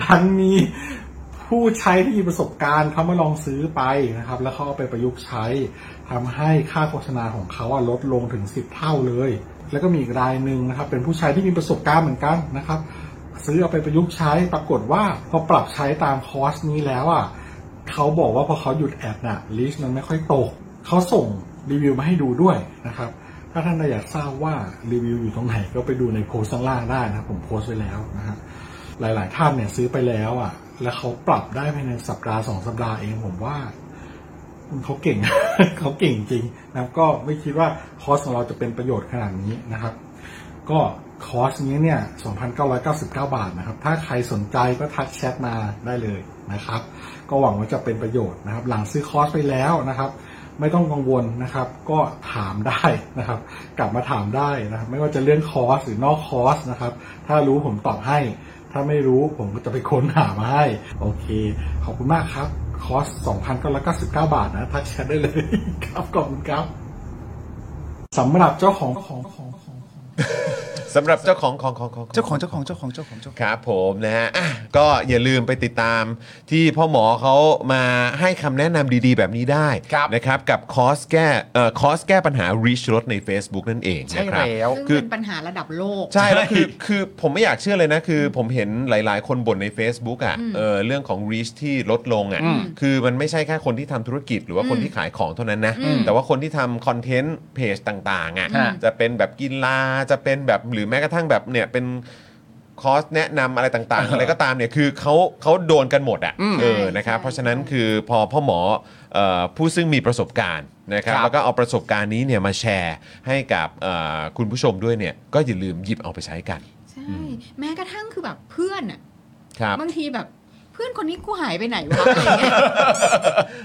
S10: ดันมี ผู้ใช้ที่มีประสบการณ์เขามาลองซื้อไปนะครับ แล้วเขาเอาไปประยุกต์ใช้ทำให้ค่าโฆษณาของเขาอะลดลงถึง 10 เท่าเลย แล้วก็มีอีกรายหนึ่งนะครับ เป็นผู้ใช้ที่มีประสบการณ์เหมือนกันนะครับ ซื้อเอาไปประยุกต์ใช้ปรากฏว่าพอปรับใช้ตามคอร์สนี้แล้วอ่ะเขาบอกว่าพอเขาหยุดแอดน่ะลิสต์มันไม่ค่อยตกเขาส่งรีวิวมาให้ดูด้วยนะครับ ถ้าท่านอยากทราบว่ารีวิวอยู่ตรงไหนก็ไปดูในโพสต์ข้างล่างได้นะครับผมโพสต์ไว้แล้วนะครับ หลาย ๆ ท่านเนี่ยซื้อไปแล้วอ่ะ แล้วเขาปรับได้ภายในสัปดาห์สองสัปดาห์เองผมว่าเขาเก่ง เขาเก่งจริงนะครับก็ไม่คิดว่าคอร์สของเราจะเป็นประโยชน์ขนาดนี้นะครับ ก็คอร์สนี้เนี่ย 2,999 บาทนะครับ ถ้าใครสนใจก็ทักแชทมาได้เลยนะครับ ก็หวังว่าจะเป็นประโยชน์นะครับ หลังซื้อคอร์สไปแล้วนะครับ ไม่ต้องกังวลนะครับ ก็ถามได้นะครับ กลับมาถามได้นะครับ ไม่ว่าจะเรื่องคอร์สหรือนอกคอร์สนะครับ ถ้ารู้ผมตอบให้ ถ้าไม่รู้ผมก็จะไปค้นหามาให้ โอเค ขอบคุณมากครับ คอร์ส 2,999 บาทนะ ทักแชทได้เลยครับขอบคุณครับสำหรับเจ้าของของของของ
S3: สำหรับเจ้าของของของของ
S4: เจ้าของเจ้าของเจ้าของเจ้าของเจ้าของ
S3: ครับผมนะฮะอ่ะก็อย่าลืมไปติดตามที่พ่อหมอเขามาให้คำแนะนำดีๆ แบบนี้ได้
S4: ครับ
S3: นะครับ กับคอร์สแก้เอ่อคอร์สแก้ปัญหา reach ลดใน Facebook นั่นเอง
S4: ใช่
S3: นะครับ
S4: แล้ว
S6: ซึ่ง
S3: คือ
S6: เป็นปัญหาระดับโลก
S3: ใช่แล้วคือคือผมไม่อยากเชื่อเลยนะ คือผมเห็นหลายๆ คนบ่นใน Facebook อ่ะเออเรื่องของ reach ที่ลดลงอ่ะคือมันไม่ใช่แค่คนที่ทำธุรกิจ หรือว่าคนที่ขายของเท่านั้นนะ แต่ว่าคนที่ทำคอนเทนต์เพจต่างๆอ่ะ
S4: ฮะ
S3: จะเป็นแบบกีฬาจะเป็นแบบหรือแม้กระทั่งแบบเนี่ยเป็น คอร์สแนะนำอะไรต่างๆ อะไรก็ตามเนี่ยคือเขาเขาโดนกันหมดอ่ะเออนะครับ
S6: ใช่
S3: เพราะฉะนั้นคือพอพ่อหมอเอ่อผู้ซึ่งมีประสบการณ์นะครับ
S4: ครับ
S3: แล้วก็เอาประสบการณ์นี้เนี่ยมาแชร์ให้กับเอ่อคุณผู้ชมด้วยเนี่ยก็อย่าลืมหยิบเอาไปใช้กัน
S6: ใช่ แม้กระทั่งคือแบบเพื่อนอ่ะ
S3: ครับ
S6: บางทีแบบเพื่อนคนนี้กูหายไปไหน วะอะไรเงี้ย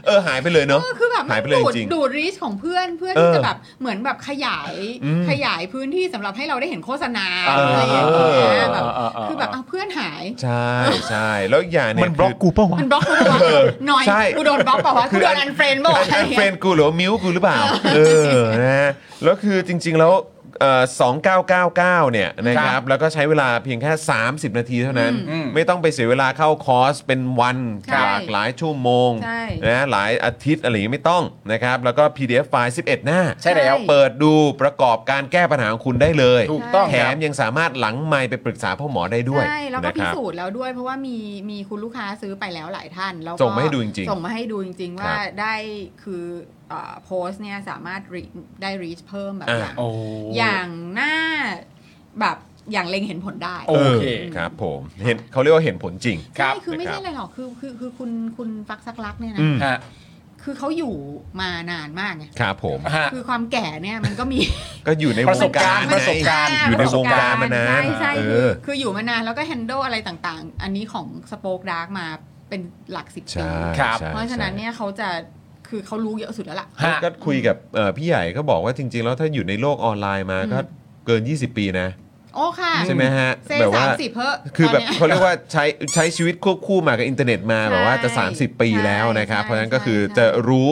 S3: เออหายไปเลยเนาะ
S6: ก็คือแบบ
S3: หายไปเลย
S6: ดูด
S3: จริง
S6: ดูดรีชของเพื่อนเพื่อ
S3: เอ
S6: ที่
S3: อ
S6: จะแบบเหมือนแบบขยาย
S3: อืม
S6: ขยายพื้นที่สำหรับให้เราได้เห็นโฆษณา
S4: อ่า
S6: อะไรอย่างเงี้ยแบบ
S4: อ่าอ่าอ่า
S6: คือแบบเอาเพื่อนหาย
S3: ใช่ใช่แล้วอีกอย่างเนี่ย
S4: มันบล็อก
S3: คื
S4: กูเปล่าวะ
S6: มันบล็อกกูเปล่าวะ
S3: เออ
S6: หน่อย
S3: ใช่
S6: กูโดนบล็อกเปล่าวะกูโดนอันเฟรนเปล่าวะอะไร
S3: เฟร
S6: เงี้ย
S3: นกูหรือว่ามิวกูหรือเปล่า เออ นะฮะแล้วคือจริง ๆ แล้วสองเก้าเก้าเก้าเนี่ยนะครับ แล้วก็ใช้เวลาเพียงแค่ 30 นาทีเท่านั้น
S4: อืม
S3: ไม่ต้องไปเสียเวลาเข้าคอร์สเป็นวัน
S6: ใช่
S3: หลากหลายชั่วโมง
S6: ใช่
S3: นะหลายอาทิตย์อะไรอย่างงี้ไม่ต้องนะครับ แล้วก็ PDF ไฟล์ 11 หน้า
S4: ใช่แล้ว
S3: เปิดดูประกอบการแก้ปัญหาของคุณได้เลย
S4: ถูกต้อง
S3: แถ
S4: ครั
S3: ม
S4: บ
S3: ยังสามารถหลังไมค์ไปปรึกษาพ่อหมอได้ด้วย
S6: ใช่แล้วก็
S3: นะค
S6: พิ
S3: รับ
S6: สูจน์แล้วด้วยเพราะว่ามีมีคุณลูกค้าซื้อไปแล้วหลายท่านแล้วก็
S3: ส่งมาให้ดูจริงๆ
S6: ส่งมาให้ดูจริง ๆ
S3: ค
S6: ว่า
S3: รับ
S6: ได้คือโพสเนี่ยสามารถ reach- ได้ reach เพิ่มแบบ
S3: อ่า
S6: อย่าง
S4: โอ้
S6: อย่างหน้าแบบอย่างเล็งเห็นผลได้
S4: โอเค
S3: ครับผมเห็นเขาเรียกว่าเห็นผลจริง
S4: ครับ
S6: ใช่คือไม่
S3: นะครับ
S6: ใช่อะไรหรอกคือคือคือคุณคุณฟักซักลักเนี่ยนะ
S3: อืม
S4: ฮะ
S6: คือเขาอยู่มานานมากไง
S3: ครับผม
S4: ฮะ
S6: คือความแก่เนี่ยมันก็มี
S3: ก็อยู่ในว
S4: ประส
S3: ง
S4: บ
S3: กา
S4: กา
S3: ร
S4: รณ์
S3: ไง
S4: ประสบการณ์
S3: อยู่ในวงการมานาน
S6: ใช่ใช่
S3: เอ
S6: คือ
S3: อ
S6: คืออยู่มานานแล้วก็แฮนด์ลอะไรต่างๆ อันนี้ของสโปกดาร์กมาเป็นหลักสิบปี
S3: ใช่
S4: ครับ
S3: ใช่
S6: เพราะฉะนั้นเนี่ยเขาจะ คือเขารู้เยอะสุดแล้วล่ะ
S4: ฮะ
S3: ก็คุยกับเอ่อพี่ใหญ่ก็บอกว่าจริง ๆ แล้วถ้าอยู่ในโลกออนไลน์มาก็
S6: อืม
S3: เกิน 20 ปีนะ
S6: โอ้ค่ะ
S3: ใช่ไหมฮะ
S6: เซ
S3: แบบ
S6: สา
S3: ว่าม
S6: สิบเพอะ
S3: คือแบบ
S6: ตนเนี้ย
S3: เขาเรียกว่าใช้ใช้ชีวิตควบคู่มากับอินเทอร์เน็ตมา
S6: ใช่
S3: แบบว่าจะ 30 ปี
S6: ใช่
S3: แล้วนะครับ
S6: ใช่
S3: เพราะฉะนั้นก็คือ
S6: ใช่
S3: จะรู้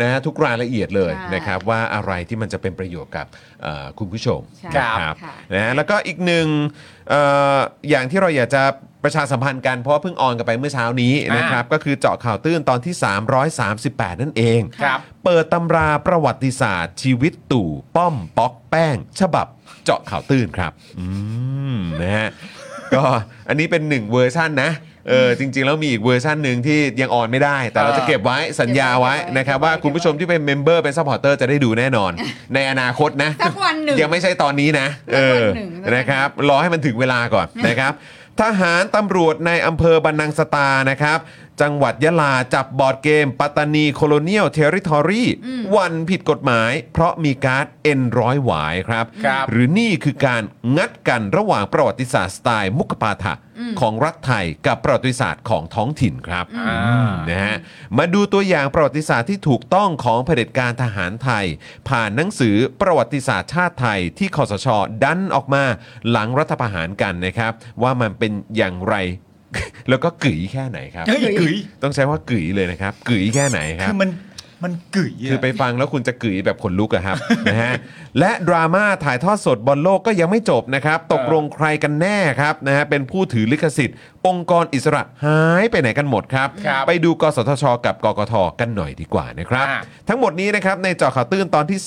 S3: นะฮะทุกรายละเอียดเลย
S6: ใช่
S3: นะครับ ว่าอะไรที่มันจะเป็นประโยชน์กับเอ่อคุณผู้ชม
S6: ใช่
S3: นะ
S6: ค่ะ
S3: นะฮะแล้วก็อีกหนึ่งเอ่ออย่างที่เราอยากจะประชาสัมพันธ์กันเพราะว่าเพิ่งออนกันไปเมื่อเช้านี้นะครับ ก็คือเจาะข่าวตื้นตอนที่ 338 นั่นเอง
S4: ครับ
S3: เปิดตำราประวัติศาสตร์ ชีวิตตู่ป้อมป๊อกแป้ง ฉบับเจาะข่าวตื้นครับ อืมนะฮะ ก็อันนี้เป็นหนึ่งเวอร์ชันนะเออจริง ๆ แล้วมีอีกเวอร์ชันหนึ่งที่ยังออนไม่ได้ แต่เราจะเก็บไว้สัญญาไว้นะครับ ว่าคุณผู้ชมที่เป็นเมมเบอร์เป็นซัพพอร์เตอร์จะได้ดูแน่นอน ในอนาคตนะ
S6: สักวันหนึ่ง
S3: ยังไม่ใช่ตอนนี้นะ เอ
S6: สัก
S3: อ
S6: วั
S3: น
S6: หนึ่งสักวันหนึ่ง
S3: นะครับ รอให้มันถึงเวลาก่อน นะครับ ทหารตำรวจในอำเภอบรรนังสตานะครับ จังหวัดยะลาจับบอร์ดเกม ปัตตานีโคโลเนียลเทริทอรีวันผิดกฎหมาย เพราะมีการ์ดเอ็นร้อยหวายครับ
S4: ครับ
S3: หรือนี่คือการงัดกันระหว่างประวัติศาสตร์สไตล์มุกปาฐะของรัฐไทยกับประวัติศาสตร์ของท้องถิ่นครับ
S4: อ่า
S3: นะฮะมาดูตัวอย่างประวัติศาสตร์ที่ถูกต้องของเผด็จการทหารไทย ผ่านหนังสือประวัติศาสตร์ชาติไทยที่คอสช ดันออกมาหลังรัฐประหารกันนะครับ ว่ามันเป็นอย่างไร แล้วก็กึ๋ยแค่ไหนครับ
S4: เฮ้ยกึ๋ย
S3: ต้องใช้ว่ากึ๋ยเลยนะครับกึ๋ยแค่ไหนครับ
S4: คือมันมันกึ๋ยะ
S3: คือไปฟังแล้วคุณจะกรีดแบบขนลุกอะครับ นะฮะและดราม่าถ่ายทอดสดบอลโลกก็ยังไม่จบนะครับ ตกลงใครกันแน่ครับนะฮะเป็นผู้ถือลิขสิทธิ์ องค์กรอิสระหายไปไหนกันหมดครับ ไปดูกสทช กับกกทกันหน่อยดีกว่านะครับ ทั้งหมดนี้นะครับในเจอข่าวตื้นตอนที่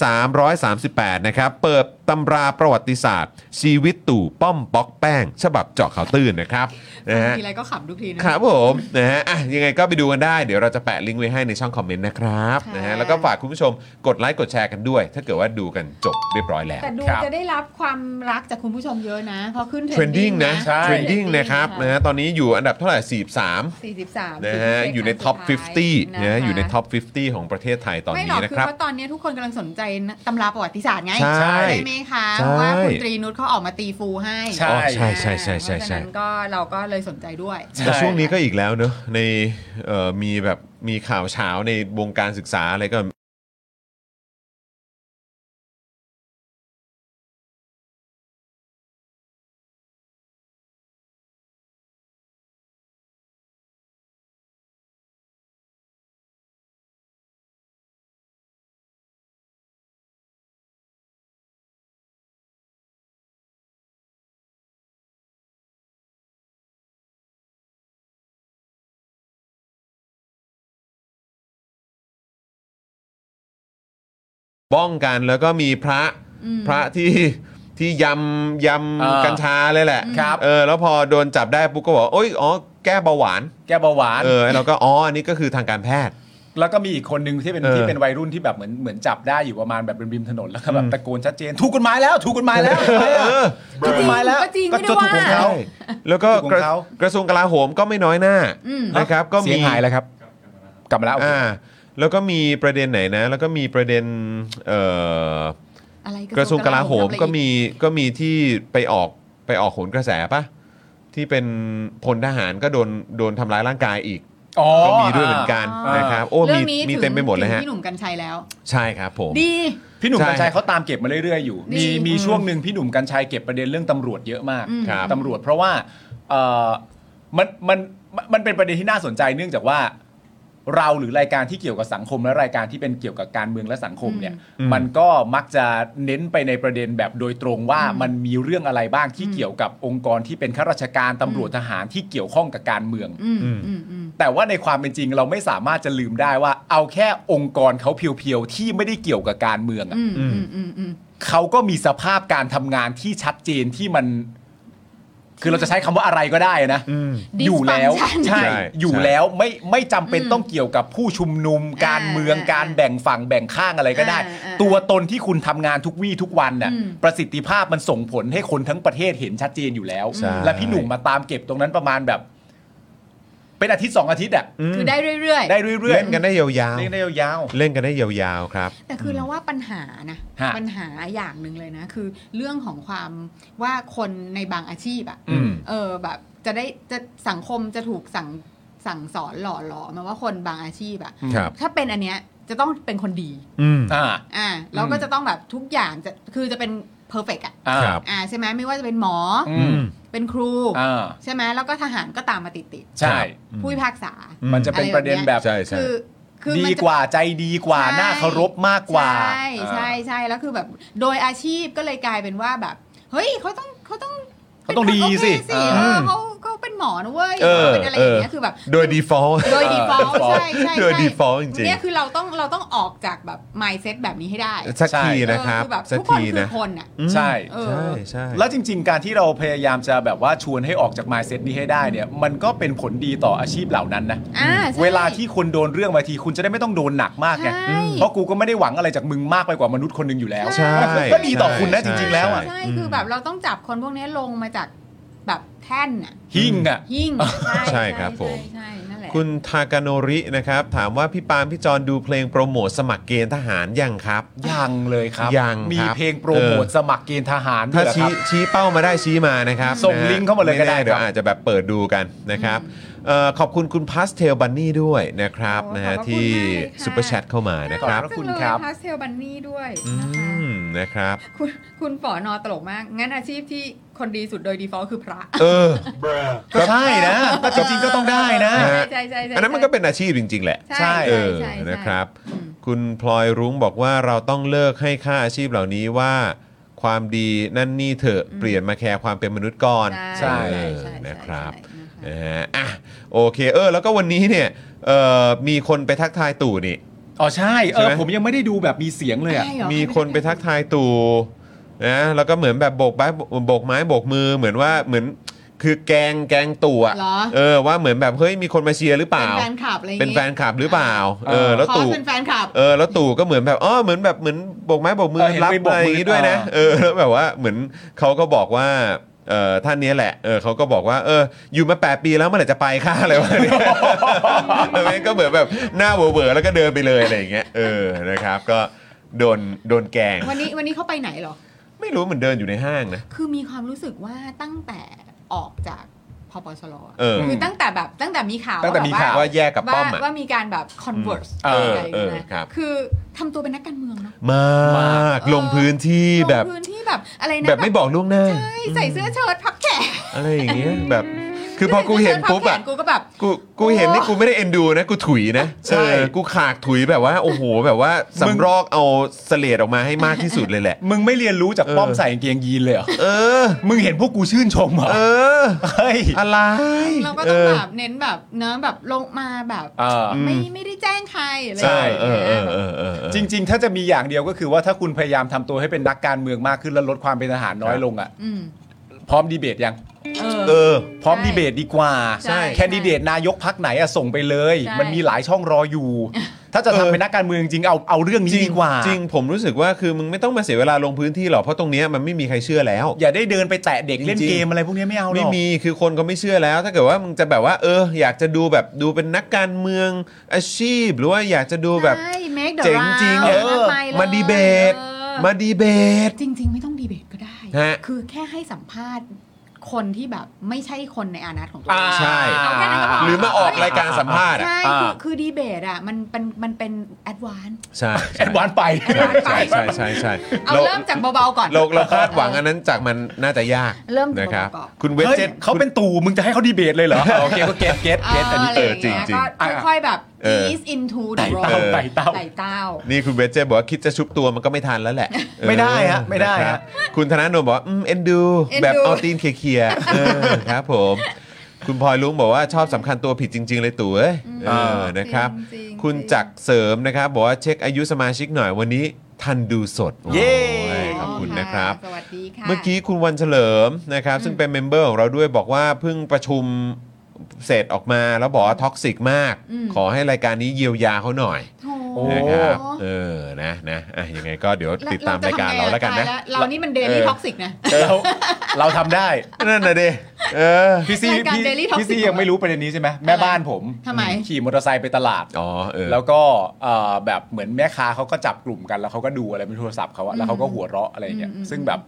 S3: 338 นะครับ เปิดตำราประวัติศาสตร์ ชีวิตตู่ป้อมป๊อกแป้ง ฉบับเจาะข่าวตื้นนะครับนะฮะ
S6: ทีไรก็ขำทุกทีนะ
S3: ครับผมนะฮะอ่ะยังไงก็ไปดูกันได้เดี๋ยวเราจะแปะลิงก์ไว้ให้ในช่องคอมเมนต์นะครับ
S6: ค่ะ
S3: นะฮะแล้วก็ฝากคุณผู้ชมกดไลค์กดแชร์กันด้วย ถ้าเกิดว่าดูกันจบเรียบร้อยแล้ว
S6: แต่ดูจะได้รับความรักจากคุณผู้ชมเยอะนะ เพราะขึ้น
S3: เทรนดิ้งนะ
S6: ใช่
S3: เทรนดิ้งนะครับนะฮะตอนนี้อยู่อันดับเท่าไหร่43
S6: 43
S3: นะฮะอยู่ในท็อป 50นะฮะ
S6: ค
S3: อยู่ในท็อป 50 ของประเทศไทยตอน
S6: ไม่หร
S3: นี้
S6: อก
S3: นะ
S6: คือ
S3: ครับ
S6: เพราะตอนนี้ทุกคนกำลังสนใจนะตำราประวัติศาสตร์ไง
S3: ใช่
S6: ไหมคะ
S3: ใช่
S6: ว่าคุณตรีนุชเขาออกมาตีฟูให้
S4: ใช่
S3: อ๋อใช่ ใช่
S6: เพราะ
S3: ใช่
S6: ฉะนั้นก็เราก็เลยสนใจด้วย
S4: ใช่
S3: แต่ช่วงนี้ก็อีกแล้วเนอะในเอ่อมีแบบมีข่าวเช้าในวงการศึกษาอะไรก็บ้องกันแล้วก็มีพระพระที่ ที่ยำย
S4: เออ
S3: ำกัญชาเลยแหละ
S4: ครับ
S3: เออแล้วพอโดนจับได้ปุ๊บก็บอกว่าโอ๊ยอ๋อแก้เบาหวาน
S4: แกเบาหวาน
S3: เออเราก็อ๋ออันนี้ก็คือทางการแพทย์
S4: แล้วก็มีอีกคนนึงที่เป็น
S3: เออ
S4: ที่เป็นวัยรุ่นที่แบบเหมือนเหมือนจับได้อยู่ประมาณแบบริมๆถนนแล้วก็แบบตะโกนชัดเจนถูกกฎหมายแล้วถูกกฎหมาย แล้วถูกกฎหมายแล้ว
S6: ก็จริงก็จริง
S4: ถูก
S6: ไม่
S4: ของ
S6: ได้ว่า
S4: เขา
S3: แล้วก็กระ
S4: ของเขา
S3: กระทรวงกลาโหมก็ไม่น้อยหน้านะครับ ก็
S4: เสีย
S3: มี
S4: งหายแล้วครับ กลับมาแล้ว
S3: อ่าแล้วก็มีประเด็นไหนนะ แล้วก็มีประเด็นเอ่อ
S6: อะไร
S3: กระทรวงกลาโหม
S6: ทำอะไรอี
S3: ก็มีก็มีที่ไปออกไปออกโหนกระแสปะที่เป็นพลทหารก็โดนโดนทำร้ายร่างกายอีก
S4: อ๋อ
S3: ก็มีด้วยเหมือนกัน
S4: อ่าน
S3: นะครับ โอ้
S6: เรื่
S3: มี
S6: องนี้
S3: มี
S6: ถึง
S3: เต็มไปหมดเลยฮะ
S6: ถึงพี่หนุ่มกัญชัยแล้ว
S3: ใช่ครับผม
S6: ดี
S4: พี่หนุ่ม
S3: ใช่
S4: กัญชัยเขาตามเก็บมาเรื่อยๆอยู่ มี
S6: ดี
S4: มี
S6: อืม
S4: ช่วงหนึ่งพี่หนุ่มกัญชัยเก็บประเด็นเรื่องตำรวจเยอะมาก
S6: อืม
S3: ครับ
S4: ตำรวจเพราะว่าเอ่อมันมันมันเป็นประเด็นที่น่าสนใจเนื่องจากว่า เราหรือรายการที่เกี่ยวกับสังคมและรายการที่เป็นเกี่ยวกับการเมืองและสังคมเนี่ย มันก็มักจะเน้นไปในประเด็นแบบโดยตรงว่ามันมีเรื่องอะไรบ้างที่เกี่ยวกับองค์กรที่เป็นข้าราชการตำรวจทหารที่เกี่ยวข้องกับการเมือง
S6: อืมอืมอืม
S4: แต่ว่าในความเป็นจริงเราไม่สามารถจะลืมได้ว่า เอาแค่องค์กรเขาเพียวๆที่ไม่ได้เกี่ยวกับการเมืองอะ
S6: อืมอืมอืมอืม
S4: เขาก็มีสภาพการทำงานที่ชัดเจนที่มัน คือเราจะใช้คำว่าอะไรก็ได้นะอยู่แล้ว
S6: Dysfunction
S4: ใช่
S3: ใช่
S4: อยู่
S3: ใช่
S4: แล้วไม่ไม่จำเป็นต้องเกี่ยวกับผู้ชุมนุม การเมือง
S6: อ่า
S4: การแบ่งฝั่งแบ่งข้างอะไรก็ได้
S6: อ่าอ่า
S4: ตัวตนที่คุณทำงานทุกวี่ทุกวันน่ะ
S6: อืม
S4: ประสิทธิภาพมันส่งผลให้คนทั้งประเทศเห็นชัดเจนอยู่แล้ว
S3: ใช่
S4: และพี่หนุ่มมาตามเก็บตรงนั้นประมาณแบบ เป็นอาทิตย์สองอาทิตย์อ่ะ
S6: คือได้เรื่อย
S4: ได้เรื่อย
S3: เล่นกันได้ยาว
S4: เล่นได้ยาว
S3: ๆ เล่นกันได้ยาวๆครับ
S6: ๆ แต่คือเราว่าปัญหานะ
S4: ฮะ
S6: ปัญหาอย่างหนึ่งเลยนะ คือเรื่องของความว่าคนในบางอาชีพอะ
S4: อืม
S6: เออแบบจะได้จะสังคมจะถูกสั่งสั่งสอนหล่อหลอมมาว่าคนบางอาชีพอะ
S3: ครับ
S6: ถ้าเป็นอันเนี้ย จะต้องเป็นคนดี
S11: อืม
S4: อ่า
S6: อ่าเราก็จะต้องแบบทุกอย่างจะคือจะเป็นเพอร์เฟกอ่ะ
S4: อ่า
S11: ครับ
S6: อ่าใช่ไหมไม่ว่าจะเป็นหมออ
S4: อืม
S6: เป็นครู
S4: อ่า
S6: ใช่ไหมแล้วก็ทหารก็ตามมาติดติด
S4: ใช่
S6: ๆผู้พิพากษา
S4: มันจะเป็นประเด็นแบบ
S3: ใช่ใช่
S6: คือคือ
S4: ดี
S6: มันจะ
S4: กว่าใจดีกว่า
S6: ใช่
S4: น่าเคารพมากกว่า
S6: ใช่ใช่ใช่แล้วคือแบบโดยอาชีพก็เลยกลายเป็นว่าแบบ เฮ้ยเขาต้องเขาต้อง
S4: เขาต้องดีสิ
S6: เป็น
S4: อ่า
S6: คนโอเคสิเออเขาเขาเป็นหมอนะเว้ย
S3: เออ
S6: เขาเป็นอะไรอย่างเงี้ยคือแบบ
S3: โดย default
S6: โดย default
S4: เออ
S6: ใช่ใช่
S3: โดย
S6: ใช่
S3: default จริง
S6: เนี่ยคือเราต้องเราต้องออกจากแบบ mindset แบบนี้ให้ได้
S3: ๆสักทีนะครับ
S6: เอออแบบ
S3: สัก
S6: ทุกคน
S3: ที
S6: คื
S3: นะ
S6: อคนอ่ะ
S4: ใช่
S6: เออ
S3: ใช่ใช่
S4: แล้วจริง ๆ การที่เราพยายามจะแบบว่าชวนให้ออกจาก mindset นี้ให้ได้เนี่ย มันก็เป็นผลดีต่ออาชีพเหล่านั้นนะ
S6: อ่าใช่
S4: เวลาที่คนโดนเรื่องบางทีคุณจะได้ไม่ต้องโดนหนักมากไง
S6: ใช่
S4: เพราะกูก็ไม่ได้หวังอะไรจากมึงมากไปกว่ามนุษย์คนหนึ่งอยู่แล้ว
S3: ใช่
S4: ก็ดีต่อคุณนะ
S3: ใช่
S4: จริง ๆ แล้วอ่ะ
S3: ใช่
S6: ใช่คือแบบเราต้องจับคนพวกนี้ลงมาจากแบบแท่นอ่ะ
S4: หิ่งอ่ะ
S6: หิ่งอะใช่
S3: ใช่ครับผม
S6: ใช่ใช่นั่นแหละ
S3: คุณทากาโนรินะครับ ถามว่าพี่ปาล์มพี่จอนดูเพลงโปรโมทสมัครเกณฑ์ทหารยังครับ
S4: ยังเลยครับ
S3: ยังครับ
S4: มีเพลงโปรโมท
S3: เออ
S4: สมัครเกณฑ์ทหารด้ว
S3: ถ้าย
S4: เหรอค
S3: ชี้
S4: รับ
S3: ชี้เป้ามาได้ชี้มานะครับ
S4: ส่ง
S3: นะฮะ
S4: ลิงก์เข้ามาเลยก็ได้
S3: แน่ๆเดี๋ยว
S4: ครับ
S3: อาจจะแบบเปิดดูกันนะครับเอ่อขอบคุณคุณพาสเทลบันนี่ด้วยนะครับ
S6: โอ้
S3: นะฮะ
S6: ขอบพระคุณ
S3: ที่
S6: มากเลยค่ะ
S3: ซูเปอร์แชทเข้ามานะ
S4: ขอ
S3: ค
S4: บ
S3: รับ
S4: พระ
S6: จัง
S4: คุณ
S6: เลย
S4: ครับ
S6: พาสเทลบันนี่ด้วย
S3: อื
S6: นะคะ
S3: มนะครับ
S6: คุณคุณฝอนอตลกมาก งั้นอาชีพที่คนดีสุดโดย default คือพระ
S3: เออ
S4: ก็ใช่นะก็จริงๆก็ต้องได้นะ
S3: ฮ
S6: ใช่ใช่ใช่ใช่
S3: อันนั้นมันก็เป็นอาชีพจริง ๆ แหละ
S4: ใช่
S6: ใช่
S3: เอ
S6: ใช่
S3: อ
S6: ใช่ใช่
S3: นะครับ
S6: อืม
S3: คุณพลอยรุ้งบอกว่าเราต้องเลิกให้ค่าอาชีพเหล่านี้ว่า ความดีนั่นนี่เถอะเปลี่ยนมาแคร์ความเป็นมนุษย์ก่อน
S6: ใช่
S3: เออ
S6: ใช่ใช่
S3: นะครับ
S6: ใช่ใช่
S3: นะฮะอ่ะโอเคเออ แล้วก็วันนี้เนี่ยเอ่อมีคนไปทักทายตู่นี่
S4: อ๋อใช่เอ
S3: ใช่
S4: อ
S3: ไหม
S4: ผมยังไม่ได้ดูแบบมีเสียงเลยอ่ะ
S6: ใช่เหรอ
S3: มีคนไปทักทายตู่นะแล้วก็เหมือนแบบโบกไม้โบกไม้โบกมือเหมือนว่าเหมือนคือแกงแกงตู่อะ
S6: เหรอ
S3: เออว่าเหมือนแบบเฮ้ยมีคนมาเชียร์หรือเป
S6: เป็
S3: ล่า
S6: นแฟนคลับอะไรอย่าง
S3: เป็นแฟนคลับหรือเปล่าเอ
S4: เอ
S3: อ
S4: อ
S3: แล้ว
S6: ตู่
S3: ตู่
S6: เป็นแฟนคลับ
S3: เออแล้วตู่ก็เหมือนแบบอ๋อเหมือนแบบเหมือนโบกไม้โบกมือ
S4: เออเห็น
S3: รับ
S4: ไปโบก
S3: อะไรอ
S4: มืออย่าง
S3: นี้ด้วยนะเออแล้วแบบว่าเหมือนเขาก็บอกว่าเออท่านเนี้ยแหละเออเขาก็บอกว่าเอออยู่มา 8 ปีแล้วเมื่อไหร่จะไปค่าอะไร วะเนี่ย แล้วแม่งก็เหมือนแบบหน้าเวอร์ๆแล้วก็เดินไปเลยอะไรอย่างเงี้ยเออนะครับ ก็โดนโดนแกล้ง
S6: วันนี้วันนี้เขาไปไหนเหรอ
S3: ไม่รู้เหมือนเดินอยู่ในห้างนะ
S6: คือมีความรู้สึกว่าตั้งแต่ออกจากพปชร
S3: เออ
S6: คือตั้งแต่แบบตั้งแต่มีข่าว
S4: ตั้งแต่มีข่
S3: ว่าแยกกับป้อม
S6: ว่า
S3: อะ
S6: ว่ามีการแบบ converse
S3: เออ
S6: อะไรอย่างเงี้ย
S3: เออครับ
S6: คือทำตัวเป็นนักการเมืองเนาะ
S3: มากลงพื้นที่แบบ
S6: ลงพื้นที่แบบอะไรนะ
S3: แบบไม่บอกล่วงหน้า
S6: ใช่ใส่เสื้อเชิ้ตพับแขน
S3: อะไรอย่างเงี้ยแบบคือพอกูเห็นปุ๊บ
S6: ใส่
S3: อะ
S6: เสื้เชิ้ตพัแขนกูก็แบบ
S3: กูกูเห็นนี่กูไม่ได้เอ็นดูนะ กูถุยนะ
S4: ใช่
S3: เออกูขากถุยแบบว่า โอ้โห แบบว่า สำรอกเอาเสเลดออกมาให้มากที่สุดเลยแหละ
S4: มึงไม่เรียนรู้จาก
S3: เออ
S4: ป้อมใส่กางเกงยีนเลยเหรอ
S3: เออ
S4: มึงเห็นพวกกูชื่นชมเหรอ
S3: เอ อ
S4: เฮ้ย
S3: อะไร
S6: เราก็
S3: เอ
S6: ต้อง
S3: อ
S6: แบบเน้นแบบเนื้อะแบบลงมาแบบ
S4: อ่า
S6: ไม่
S3: อืม
S6: ไม่ได้แจ้งใครอะไรอ
S3: ใช่
S6: ย่าง
S3: เออเอ
S6: เงี้ย
S3: อเออเออเออ
S4: จริง ๆ ถ้าจะมีอย่างเดียวก็คือว่าถ้าคุณพยายามทำตัวให้เป็นนักการเมืองมากขึ้น และลดความเป็นทหารน้อยลงอ่ะ
S6: อืม
S4: พร้อมดีเบตยัง
S6: เอ
S3: เอ
S6: อ
S3: อ
S4: พร้อมดีเบตดีกว่า
S6: ใช่
S4: แคนดิเดตนายกพักไหนอะส่งไปเลย
S6: ใช่
S4: มันมีหลายช่องรออยู่ ถ้าจะ
S3: เออ
S4: ทำเป็นนักการเมืองจริงเอาเอาเรื่องนี้
S3: จริง
S4: ดีกว่า
S3: จริงผมรู้สึกว่าคือมึงไม่ต้องมาเสียเวลาลงพื้นที่หรอกเพราะตรงเนี้ยมันไม่มีใครเชื่อแล้ว
S4: อย่าได้เดินไปแตะเด็กเล่น
S3: จริงๆ
S4: เกมอะไรพวกนี้ไม่เอาหร
S3: ไม่
S4: อก
S3: มีคือคนเขาไม่เชื่อแล้ว ถ้าเกิดว่ามึงจะแบบว่า เออ อยากจะดูแบบดูเป็นนักการเมืองอาชีพ หรือว่าอยากจะดูแบบ
S6: ใช่ make the
S3: เจ๋งจริง
S6: round
S3: เออ
S6: ไปลย
S3: มาดีเบต
S6: ออ
S3: มาดีเบต
S6: จริง ๆ ไม่ต้องดีเบตก็ได้
S3: ฮะ
S6: คือแค่ให้สัมภาษณ์คนที่แบบไม่ใช่คนในอานัตของตัวเอ
S4: อ่า
S6: ง
S3: ใช่
S6: เอาแค่นั้นก็พอ
S3: หรือมาออกรายการสัมภาษณ์อะ
S6: ใช่คือ
S4: อ่า
S6: คือดีเบตอ่ะมันเป็นมันเป็นแอดวาน
S3: ใช่
S4: แอดวานซ์ไป
S3: ใช่ใช่ใช่ใช่
S6: เอาเริ่มจากเบาๆก่อน
S3: เราเราคาดหวังอันนั้นจากมันน่าจะยาก
S6: เริ่มจาก
S3: นะครับ
S6: เบาๆก่อน
S3: คุณเวจ
S4: เฮ้ย
S3: เจ็ต
S4: เขาเป็นตู่มึงจะให้เขาดีเบตเลยเหรอ โอเคก็เก็ตเก็ต
S6: เอ
S4: เก็ต
S6: อ
S4: อันนี้
S6: อะไรอย่างเงี้
S3: เอ
S6: ย
S3: อจริงๆ
S6: ก็ค่อยๆแบบ
S3: เออ
S6: ease into the role
S4: ไต่เต้า
S6: ไต่เต้า
S3: นี่คุณเวจเจ็ตบอกว่าคิดจะชุบตัวมันก็ไม่ทันแล้วแหละเออ
S4: ไม่ได้ฮะไม่ได้
S3: นะค
S4: ฮะ
S3: รับคุณธนาโนมบอกว่าอืมเอ็นดู
S6: เอ็นดู
S3: แบบเอาตีนเคลียร์ๆเออครับผม คุณพลอยลุงบอกว่าชอบสำคัญตัวผิดจริง ๆ เลยตู่เอ้ยเออนะครับ
S6: จงๆ
S3: คุณ
S6: จริง
S3: จักรเสริมนะครับ บอกว่าเช็คอายุสมาชิกหน่อยวันนี้ทันดูสด
S4: เย้
S3: โอ้ยขอบคุณนะครับ
S6: สวัสดีค่ะ
S3: เมื่อกี้คุณวันเฉลิมนะครับ ซึ่งเป็นเมมเบอร์ของเราด้วยบอกว่าเพิ่งประชุมเสร็จออกมาแล้วบอกว่าท็อกซิกมาก
S6: อืม
S3: ขอให้รายการนี้เยียวยาเขาหน่อย
S6: โถ
S4: โอ้
S3: นะครับเออนะนะอ่ะยังไงก็เดี๋ยวติดตามรายการเราแล้วกันนะ
S6: เจะทำไงอตยแล้วเรานี่มันเดลี่ท็อกซิกนะ
S4: เราเราทำได้
S3: นั่นน่ะดิเออ
S4: พี่ซี
S6: รายการ
S4: พี่
S6: Daily Topic
S4: พี่ซียังไม่รู้ประเด็นนี้ใช่ไหมแม่บ้านผม
S6: ทำไม
S4: ขี่มอเตอร์ไซค์ไปตลาด
S3: อ๋อเออ
S4: แล้วก็เอ่อแบบเหมือนแม่ค้าเขาก็จับกลุ่มกันแล้วเขาก็ดูอะไรเป็นโทรศัพท์เขาอะแล้วเขาก็หัวเราะอะไรอย่างเงี้ย
S6: อืมอืม
S4: ซึ่งแบบ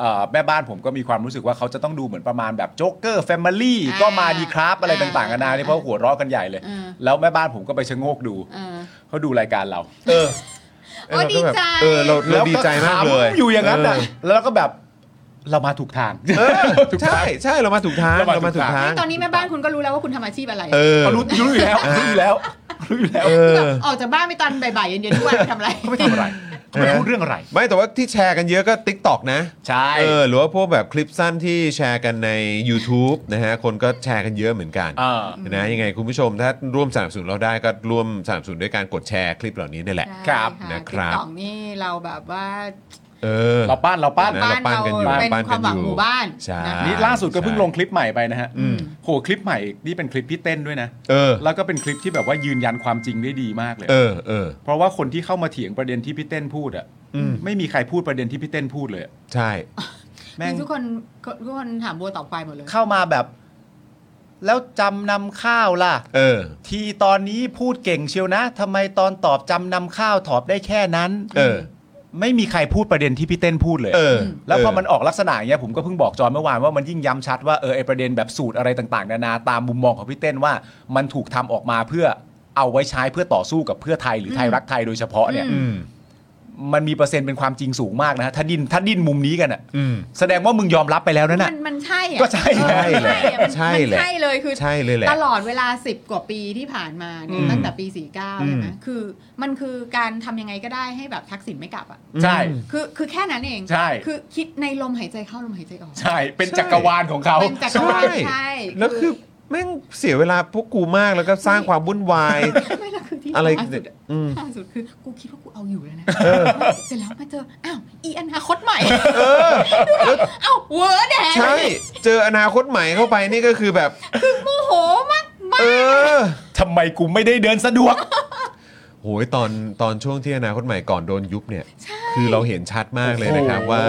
S4: เอ่อแม่บ้านผมก็มีความรู้สึกว่าเขาจะต้องดูเหมือนประมาณแบบโจ๊กเกอร์แฟมิลี่
S6: อ่า
S4: ก็มาดีครับอะไร
S6: อ่า
S4: ต่างๆกันานาเนี่ยเพราะหัวเราะกันใหญ่เลย
S6: อ่า
S4: แล้วแม่บ้านผมก็ไปชะโงกดู
S6: เออ
S4: เขาดูรายการเรา
S3: เออ
S6: โอ้ดีใจ
S3: เออเราเราดีใจมากเลย
S4: ขำอยู่อย่างนั้นน่ะแล้วก็แบบเรามาถูกทาง
S3: เออใช่ใช่เรามาถูกทาง
S4: เรามา
S3: เรามา
S4: ถู
S3: ถู
S4: ก
S3: ก
S4: ทา
S3: ทาง ง
S6: ตอนนี้แม่บ้านคุณก็รู้แล้วว่าคุณทำอาชีพอะไร
S3: เออ
S4: เขารู้รู้อยู่แล้วรู้อยู่แล้วรู้อยู่แล้ว
S3: เออ
S6: แบบออกจากบ้านไปตอนบ่ายๆเย็นๆทุก วันไปทำอะไร
S4: เขาไม่ทำอะไรเขาไม่พูดเรื่องอะไร
S3: ไม่แต่ว่าที่แชร์กันเยอะก็ Tik t o อกนะ
S4: ใช่
S3: เออหรือว่าพวกแบบคลิปสั้นที่แชร์กันใน YouTube นะฮะ คนก็แชร์กันเยอะเหมือนกัน
S4: เออ
S3: นะยังไงคุณผู้ชมถ้าร่วมสนับสนุนเราได้ก็ร่วมสนับสนุนด้วยการกดแชร์คลิปเหล่านี้นี่แหละ
S4: ครับ
S6: ใช่
S3: นะครับ
S6: ติ๊กต่องนี่เราแบบว่า
S3: เออ
S4: เราป้านเราป้าน
S3: นะเราปั้นกันอยู่
S6: เราเป็น
S3: ปั้น
S6: ค
S3: กั
S6: วาน ม
S3: อยู่
S6: หวังหมู่บ้าน
S3: ใช่
S6: นะ
S4: นี่ล่าสุดก็เพิ่งลงคลิปใหม่ไปนะฮะ
S3: อืม
S4: โหคลิปใหม่นี่เป็นคลิปพี่เต้นด้วยนะ
S3: เออ
S4: แล้วก็เป็นคลิปที่แบบว่ายืนยันความจริงได้ดีมากเลย
S3: เออเออ
S4: เพราะว่าคนที่เข้ามาเถียงประเด็นที่พี่เต้นพูดอ่ะไม่มีใครพูดประเด็นที่พี่เต้นพูดเลยอะ
S3: ใช่
S4: แม่ง
S6: คือทุกคนทุกคนถามบัวตอบควายหมดเลย
S4: เข้ามาแบบ แล้วจำนำข้าวล่ะ
S3: เออ
S4: ทีตอนนี้พูดเก่งเชียวนะทำไมตอนตอบจำนำข้าวตอบได้แค่นั้น
S3: เออ
S4: ไม่มีใครพูดประเด็นที่พี่เต้นพูดเลย
S3: เออ
S4: แล้วพอมันออกลักษณะอย่างเงี้ยผมก็เพิ่งบอกจอนเมื่อวานว่ามันยิ่งย้ำชัดว่าเออไอประเด็นแบบสูตรอะไรต่างๆนานาตามมุมมองของพี่เต้นว่ามันถูกทำออกมาเพื่อเอาไว้ใช้เพื่อต่อสู้กับเพื่อไทยหรือไทยรักไทยโดยเฉพาะเนี่ย
S3: อืม
S4: มันมีเปอร์เซ็นต์เป็นความจริงสูงมากนะฮะถ้าดินถ้าดินมุมนี้กันอ่ะ
S3: อืม
S4: แสดงว่ามึงยอมรับไปแล้วนั่นน่ะ
S6: มันมันใช่อะ
S4: ก็ใช่
S6: เออ
S3: แหละ
S6: มัน
S3: ใช่
S6: ใช่อะมัน
S3: แหละ
S6: ใช่เลยคือ
S3: ใช่เลยแหละ
S6: ตลอดเวลา 10 กว่าปีที่ผ่านมาเนี่ย
S4: อืม
S6: ตั้งแต่ปี 49
S3: อืม
S6: ใช่ไหมคือมันคือการทำยังไงก็ได้ให้แบบทักษิณไม่กลับอ่ะ
S4: ใช่
S6: คือคือแค่นั้นเอง
S4: ใช่
S6: คือคิดในลมหายใจเข้าลมหายใจออก
S4: ใช่เป็นจักรวาลของเขา
S6: เป็นจักรวาล
S3: ใช่
S6: ใช่
S3: แล้วคือแม่งเสียเวลาพวกกูมากแล้วก็สร้างความวุ่นวาย
S6: ไม่ละคือที่
S3: อะไร
S6: ล่าสุดอะ
S3: อืม
S6: ล่าสุดคือกูคิดว่ากูเอาอยู่แล้วนะเสร็จแล้วมาเจออ้าวอีอนาคตใหม่ดูแบบเอ้าเวอร์แดง
S3: ใช่ เจออนาคตใหม่เข้าไปนี่ก็คือแบบ
S6: โมโหมากมา
S3: เอก อ
S4: ทำไมกูไม่ได้เดินสะดวก
S3: โหยตอนตอนช่วงที่อนาคตใหม่ก่อนโดนยุบเนี่ย คือเราเห็นชัดมากเลยนะครับ
S4: โอ้โห
S3: ว่า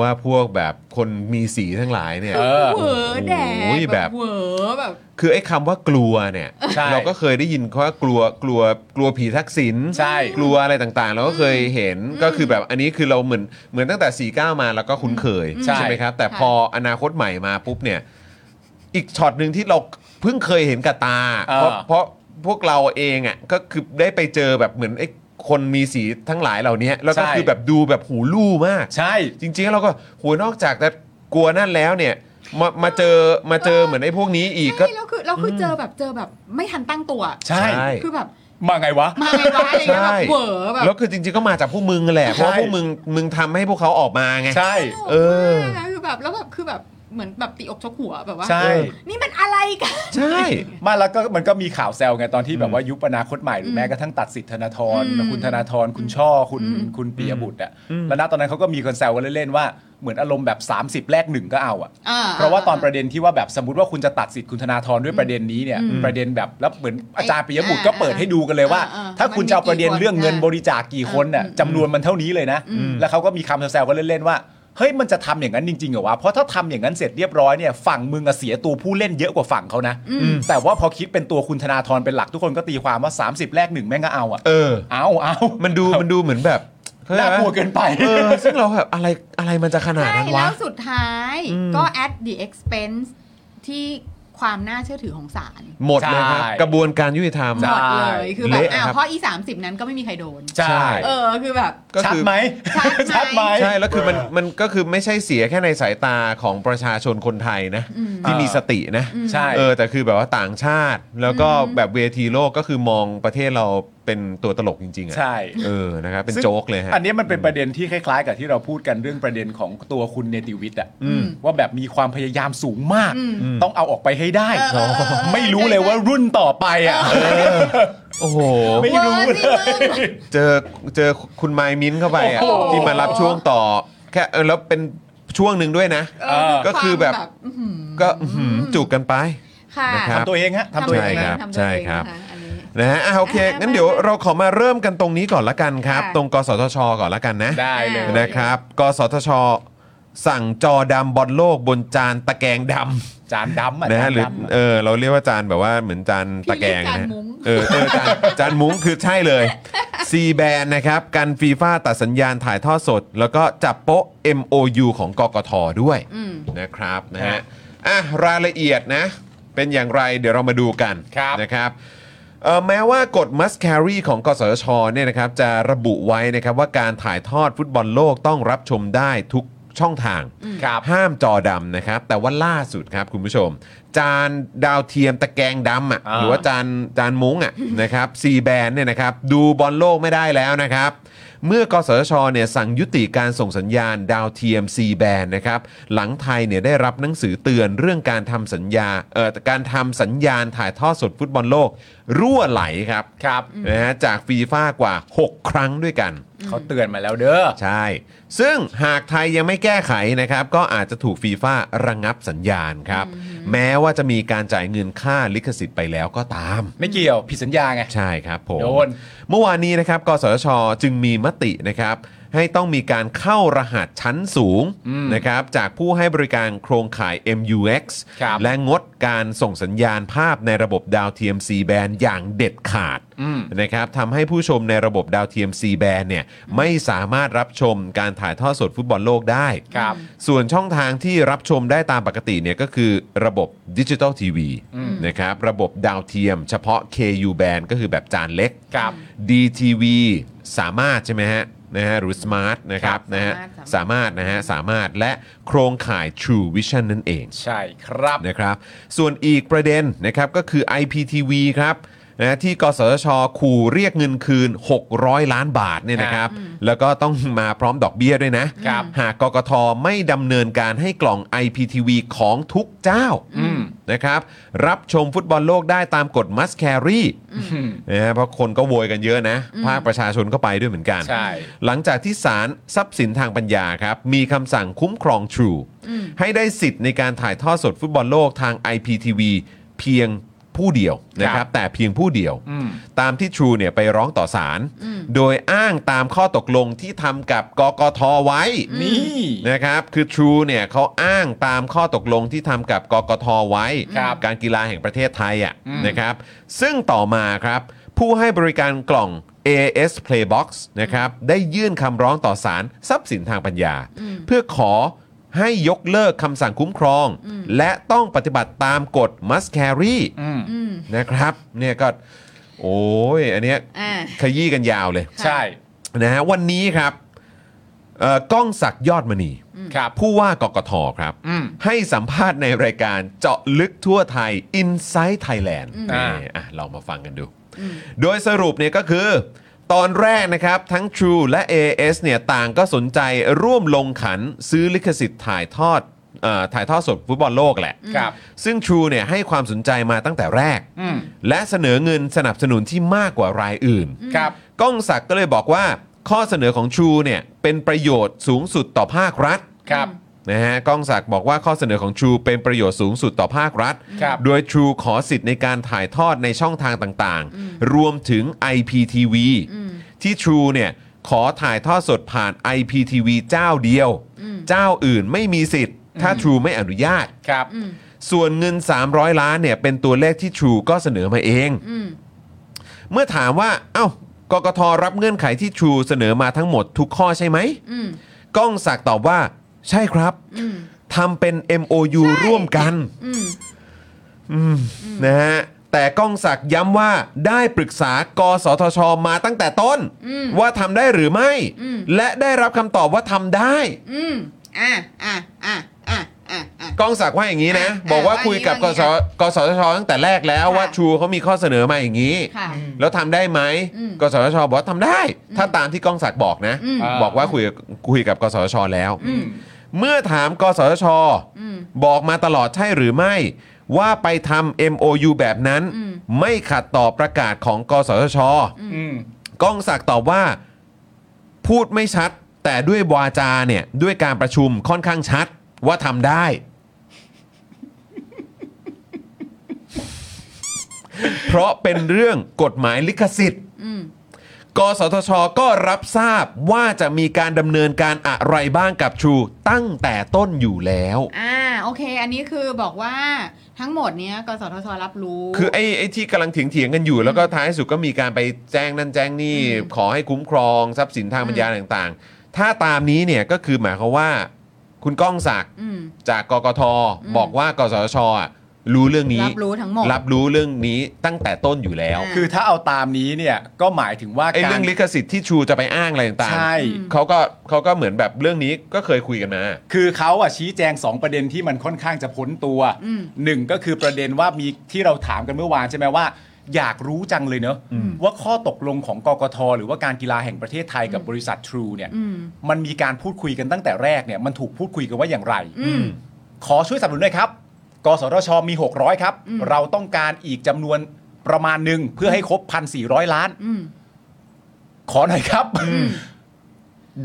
S3: ว่าพวกแบบคนมีสีทั้งหลายเนี่ย
S4: เออ
S6: เวอร์แด
S3: โอ้
S6: ง
S3: ยแบบ
S6: เวอร์แบบ
S3: คือไอ้คำว่ากลัวเนี่ย
S4: ใช่
S3: เราก็เคยได้ยินคำว่ากลัวกลัวกลัวผีทักษิณ
S4: ใช่
S3: กลัวอะไรต่างๆ เราก็เคยเห็นก็คือแบบอันนี้คือเราเหมือนเหมือนตั้งแต่4ีก้ามาแล้วก็คุ้นเคย
S4: ใช่
S3: ไหมครับ แต่พออนาคตใหม่มาปุ๊บเนี่ย อีกช็อตหนึ่งที่เราเพิ่งเคยเห็นกับตา
S4: เอ
S3: เพ
S4: อ
S3: ราะเพราะพวกเราเองอ่ะก็คือได้ไปเจอแบบเหมือนไอ้คนมีสีทั้งหลายเหล่านี้แล้วก็คือแบบดูแบบหูลู่มาก
S4: ใช่
S3: จริงๆแล้วเราก็หัวนอกจากจะกลัวนั่นแล้วเนี่ย มามาเจอมาเจอเหมือนไอ้พวกนี้อีกก็
S6: ใช่แล้วคือเราคือเจอแบบเจอแบบไม่ทันตั้งตัว
S4: ใช่
S6: คือแบบ
S4: มาไงวะ
S6: มาไงวะอะไรเงี้ย
S3: ใช่
S6: แบบเหวอแบบ
S3: แล้วคือจริงๆก็มาจากพวกมึงแหละเพราะว่าพวกมึงมึงทำให้พวกเขาออกมาไง
S4: ใช่
S3: เออ
S6: มากคือแบบแล้วแบบคือแบบเหมือนแบบตีอกชกหัวแบบว่า
S4: ใช่
S6: นี่มันอะไรกัน
S3: ใช่
S4: ไมาแล้วก็มันก็มีข่าวแซวไงตอนที่แบบว่ายุบอนาคตใหม่หรือแม้กระทั่งตัดสิทธิธนาธร
S6: อืม
S4: คุณธนาธรคุณช่อคุณ
S6: อืม
S4: คุณปียบุตรอะแล้วณตอนนั้นเขาก็มีคนแซวกันเล่นๆว่าเหมือนอารมณ์แบบ 30 แรกหนึ่งก็เอาอะ
S6: อ่
S4: เพราะว่าตอนประเด็นที่ว่าแบบสมมติว่าคุณจะตัดสิทธิ์คุณธนาธรด้วยประเด็นนี้เนี่ยประเด็นแบบแล้วเหมือนอาจารย์ปียบุตรก็เปิดให้ดูกันเลยว่า ถ้าคุณจะเอาประเด็นเรื่องเงินบริจาคกี่คนน่ะจำนวนมันเท่านี้เลยนะ แล้วเขาก็มีคำแซวๆกันเล่นๆว่าเฮ้ยมันจะทำอย่างนั้นจริงๆเหรอวะเพราะถ้าทำอย่างนั้นเสร็จเรียบร้อยเนี่ยฝั่งมึงอะเสียตัวผู้เล่นเยอะกว่าฝั่งเขานะ แต่ว่าพอคิดเป็นตัวคุณธนาธรเป็นหลักทุกคนก็ตีความว่า 30 แรกหนึ่งแม่งก็เอาอะ
S3: เออ
S4: เอาเอา
S3: มันดูมันดูเหมือนแบบเข้ใจ
S4: น่า
S3: ไหม
S4: กลัวเกินไป
S3: เออซึ่งเราแบบอะไรอะไรมันจะขนาด
S6: ใช่
S3: นั้น
S6: แล้ว
S3: ะ
S6: วสุดท้ายก็ at the expense ที่ความน่าเชื่อถือของศาล
S3: หมดเลยครับ
S4: ใช่
S3: กระบวนการยุติธรรม
S6: หมดเลยคือแบบ
S3: เละ
S6: อ้าว
S3: ครับ
S6: เพราะอี30 นั้นก็ไม่มีใครโดน
S4: ใช่
S6: เออคือแบบ
S3: ก็
S4: ชัด
S3: คือ
S4: ไหม
S6: ชัดไหม
S4: ชัดไหม
S3: ใช่แล้วคือมันมันก็คือไม่ใช่เสียแค่ในสายตาของประชาชนคนไทยนะ ที่มีสตินะ
S4: ใช่
S3: เออแต่คือแบบว่าต่างชาติ แล้วก็แบบเวทีโลกก็คือมองประเทศเราเป็นตัวตลกจริงๆ
S4: ใช่
S3: อะ่ะเออนะครับเป็น
S4: ซึ่ง
S3: โจ๊กเลยฮะ
S4: อันนี้มันเป็นประเด็นที่คล้ายๆ กับที่เราพูดกันเรื่องประเด็นของตัวคุณเนติวิทย์อะว่าแบบมีความพยายามสูงมาก ต้องเอาออกไปให้ได้
S6: เออเออเออ
S4: ไม่รู้เลยว่ารุ่นต่อไปอะ
S3: โอ้โห
S4: ไม่รู้
S6: เวอร์สิ
S4: เลย
S6: มึง
S3: เจอเจอคุณไมายมิ้นท์เข้าไปอ่ะ
S4: โอ้โห
S3: ที่มารับช่วงต่อแค่เออแล้วเป็นช่วงหนึ่งด้วยนะ
S6: เออ
S3: ก็คือแบบ
S6: วามอื้อหือ
S3: ก็อื้อหือจุกกันไป
S6: ค่ะ
S3: นะครับ
S4: ทำตัวเองฮะทำตัวเอง
S3: ใช่ค
S4: นะ
S3: รับ
S6: ทำตัว
S3: ใช่
S6: เอง
S3: ครับนะ
S6: นะะอันนี้
S3: ฮะอ่ะโอเค
S6: อ่ะ
S3: งั้นเดี๋ยวเราขอมาเริ่มกันตรงนี้ก่อนละกันครับ
S6: ค่ะ
S3: ตรงกสทช ก่อนละกันนะ
S4: ได้เลย
S6: อ่า
S3: นะครับกสทช สั่งจอดำบอลโลกบนจานตะแกรงดำ
S4: จานดำอะ
S3: นะ
S4: จา
S3: ฮะ
S4: น
S3: หรือ
S4: ดำอะ
S3: เออเราเรียกว่าจานแบบว่าเหมือนจานตะแกรงนะ
S6: พี่เรียกจา
S3: ฮะ
S6: นมุ้ง
S3: เออเออจานจานมุ้งคือใช่เลยซีแบนนะครับกันฟีฟ่าตัดสัญญาณถ่ายทอดสด แล้วก็จับโป๊ะ MOU ของกกทด้วยนะครับนะฮะ
S4: ฮะ
S3: อ่ะรายละเอียดนะ เป็นอย่างไรเดี๋ยวเรามาดูกัน
S4: ครับ
S3: นะครับ เอ่อแม้ว่ากฎ must carry ของกสชเนี่ยนะครับจะระบุไว้นะครับว่าการถ่ายทอดฟุตบอลโลกต้องรับชมได้ทุกช่องทาง
S4: ครับ
S3: ห้ามจอดำนะครับ แต่ว่าล่าสุดครับคุณผู้ชม จานดาวเทียมตะแกรงดำอ่ะ
S4: อ่า
S3: หรือว่าจานจานมุ้งอ่ะ นะครับซีแบนเนี่ยนะครับ ดูบอลโลกไม่ได้แล้วนะครับ เมื่อกสชเนี่ยสั่งยุติการส่งสัญญาณดาวเทียม C แบนนะครับหลังไทยเนี่ยได้รับหนังสือเตือนเรื่องการทำสัญญาเอ่อการทำสัญญาณถ่ายทอดสดฟุตบอลโลก รั่วไหลครับ
S4: ครับ
S3: นะฮะจากฟีฟ่ากว่า 6 ครั้งด้วยกัน
S4: เขาเตือนมาแล้วเด้อ
S3: ใช่ ซึ่งหากไทยยังไม่แก้ไขนะครับ ก็อาจจะถูกฟีฟ่าระงับสัญญาณครับ แม้ว่าจะมีการจ่ายเงินค่าลิขสิทธิ์ไปแล้วก็ตาม
S4: ไม่เกี่ยวผิดสัญญาไง
S3: ใช่ครับผม
S4: โดน
S3: เมื่อวานนี้นะครับ กสทช จึงมีมตินะครับ ให้ต้องมีการเข้ารหัสชั้นสูงนะครับ จากผู้ให้บริการโครงข่าย MUX
S4: ครับ
S3: และงดการส่งสัญญาณภาพในระบบดาวเทียม C แบนอย่างเด็ดขาด
S4: อืม
S3: นะครับทำให้ผู้ชมในระบบดาวเทียม C แบนเนี่ยไม่สามารถรับชมการถ่ายทอดสดฟุตบอลโลกได้
S4: ครับ
S3: ส่วนช่องทางที่รับชมได้ตามปกติเนี่ยก็คือระบบดิจิ t a ลทีวีนะครับระบบดาวเทียม เฉพาะ KU band ก็คือแบบจานเล็ก
S4: ครับ
S3: DTV สามารถใช่ไหมฮะนะฮะหรือ Smart นะครับนะฮะสามารถนะฮะสามารถและโครงข่าย True Vision นั่นเอง
S4: ใช่ครับ
S3: นะครับส่วนอีกประเด็นนะครับก็คือ IPTV ครับนะที่กสทชขู่เรียกเงินคืน 600 ล้านบาทเนี่ยนะครับแล้วก็ต้องมาพร้อมดอกเบี้ยด้วยนะ
S4: ครับ
S3: หากกกทไม่ดำเนินการให้กล่อง IPTV ของทุกเจ้า
S4: อืม
S3: นะครับรับชมฟุตบอลโลกได้ตามกฎ must carry
S4: อืม
S3: นะฮะเพราะคนก็โวยกันเยอะนะ ภาคประชาชนก็ไปด้วยเหมือนกัน
S4: ใช่
S3: หลังจากที่ศาลทรัพย์สินทางปัญญาครับ มีคำสั่งคุ้มครอง True ให้ได้สิทธิ์ในการถ่ายทอดสดฟุตบอลโลกทาง IPTV เพียงผู้เดียวนะครับ แต่เพียงผู้เดียว
S4: อืม
S3: ตามที่ True เนี่ยไปร้องต่อศาลโดยอ้างตามข้อตกลงที่ทำกับกกทไว้
S4: นี่
S3: นะครับ คือ True เนี่ยเขาอ้างตามข้อตกลงที่ทำกับกกทไว้
S4: ครับ
S3: การกีฬาแห่งประเทศไทยอ่ะ
S4: อืม
S3: นะครับ ซึ่งต่อมาครับ ผู้ให้บริการกล่อง AS Playbox นะครับ ได้ยื่นคำร้องต่อศาลทรัพย์สินทางปัญญา เพื่อขอให้ยกเลิกคำสั่งคุ้มครอง และต้องปฏิบัติตามกฎ must carry
S4: อืม
S12: อืม
S3: นะครับ เนี่ยก็ โอ้ย อันเนี้ย
S12: อ่า
S3: ขยี้กันยาวเลย
S12: ค่ะ
S4: ใช่
S3: นะฮะ วันนี้ครับเอ่อก้องศักดิ์ยอดมณี
S4: ครับ
S3: ผู้ว่ากกทครับ
S4: อืม
S3: ให้สัมภาษณ์ในรายการเจาะลึกทั่วไทย Inside Thailand
S4: อ่า
S3: นี่อ่ะเรามาฟังกันดู โดยสรุปเนี่ยก็คือ ตอนแรกนะครับ ทั้ง True และ AS เนี่ยต่างก็สนใจร่วมลงขันซื้อลิขสิทธิ์ถ่ายทอดเอ่อถ่ายทอดสดฟุตบอลโลกแหละ
S4: ครับ
S3: ซึ่ง True เนี่ยให้ความสนใจมาตั้งแต่แรก
S4: อืม
S3: และเสนอเงินสนับสนุนที่มากกว่ารายอื่น
S4: ครับ
S3: ก้องศักดิ์ก็เลยบอกว่า ข้อเสนอของ True เนี่ยเป็นประโยชน์สูงสุดต่อภาครัฐ
S4: ครับ
S3: นะฮะก้องศักดิ์บอกว่าข้อเสนอของ True เป็นประโยชน์สูงสุดต่อภาครัฐ
S4: ครับ
S3: โดย True ขอสิทธิ์ในการถ่ายทอดในช่องทางต่างๆ รวมถึง IPTV ที่ True เนี่ยขอถ่ายทอดสดผ่าน IPTV เจ้าเดียว เจ้าอื่นไม่มีสิทธิ์ ถ้า True ไม่อนุญาต
S4: ครับ
S3: ส่วนเงิน 300 ล้านเนี่ยเป็นตัวเลขที่ True ก็เสนอมาเอง
S12: อืม
S3: เมื่อถามว่า เอ้ากกทรับเงื่อนไขที่ True เสนอมาทั้งหมดทุกข้อใช่ไหม
S12: อืม
S3: ก้องศักดิ์ตอบว่า ใช่ครับทำเป็น MOU ร่วมกัน
S12: อืม
S3: อืมนะฮะแต่ก้องศักดิ์ย้ำว่าได้ปรึกษากสทช มาตั้งแต่ต้น ว่าทำได้หรือไม่ และได้รับคำตอบว่าทำได้
S12: อืมอ่าอ่าอ่าอ่าอ่าอ่า
S3: ก้องศักดิ์ว่าอย่างนี้นะ
S12: อ่ะ
S3: บอกว่า
S12: ว่า
S3: คุยกับก
S12: ว่าอย่าง
S3: ส
S12: นี้
S3: กสทช ตั้งแต่แรกแล้ว
S12: ค่ะ
S3: ว่าชูเขามีข้อเสนอมาอย่างนี้
S12: ค่ะ
S3: แล้วทำได้ไหม
S12: อืม
S3: กสทช บอกว่าทำได้ ถ้าตามที่ก้องศักดิ์บอกนะ
S12: อืม
S3: บอกว่าคุยกับคุยกับกสทช แล้ว
S4: อืม
S3: เมื่อถามกสทช
S12: อืม
S3: บอกมาตลอดใช่หรือไม่ ว่าไปทำ MOU แบบนั้น
S12: อืม
S3: ไม่ขัดต่อประกาศของกสทช
S4: อืม
S3: ก้องศักดิ์ตอบว่า พูดไม่ชัด แต่ด้วยวาจาเนี่ย ด้วยการประชุมค่อนข้างชัดว่าทำได้ เพราะเป็นเรื่องกฎหมายลิขสิทธิ์
S12: อืม
S3: กสทช ก็รับทราบว่าจะมีการดำเนินการอะไรบ้างกับชูตั้งแต่ต้นอยู่แล้ว
S12: อ่า โอเค อันนี้คือบอกว่าทั้งหมดเนี้ยกสทช รับรู้
S3: คือไอ้ไอ้ที่กำลังเถียงๆกันอยู่ แล้วก็ท้ายสุดก็มีการไปแจ้งนั่นแจ้งนี่ ขอให้คุ้มครองทรัพย์สินทางปัญญาต่างๆ ถ้าตามนี้เนี่ยก็คือหมายความว่า คุณก้องศักดิ์
S12: อืม
S3: จากกกทบอกว่ากสทชอ่ะ รู้เรื่องนี้
S6: รับรู้ทั้งหมด
S3: รับรู้เรื่องนี้ตั้งแต่ต้นอยู่แล้ว
S6: อ่า
S4: คือถ้าเอาตามนี้เนี่ยก็หมายถึงว่า
S3: ไอ้
S4: กา
S3: เรื่
S4: ร
S3: องลิขสิทธิ์ที่ชูจะไปอ้างอะไรต่าง
S4: ใช่
S3: ๆเขาก็เขาก็เหมือนแบบเรื่องนี้ก็เคยคุยกันมา
S4: คือเขาอ่ะชี้แจง 2 ประเด็นที่มันค่อนข้างจะพ้นตัวหนึ่งก็คือประเด็นว่ามีที่เราถามกันเมื่อวานใช่ไหมว่า อยากรู้จังเลยเนอะว่าข้อตกลงของกกทหรือว่าการกีฬาแห่งประเทศไทยกับบริษัท True เนี่ยมันมีการพูดคุยกันตั้งแต่แรกเนี่ยมันถูกพูดคุยกันว่าอย่างไร ขอช่วยสนับสนุนหน่อยครับ กสทช มี 600 ครับ เราต้องการอีกจำนวนประมาณหนึ่งเพื่อให้ครบ 1,400 ล้าน
S6: อืม
S4: ขอหน่อยครับ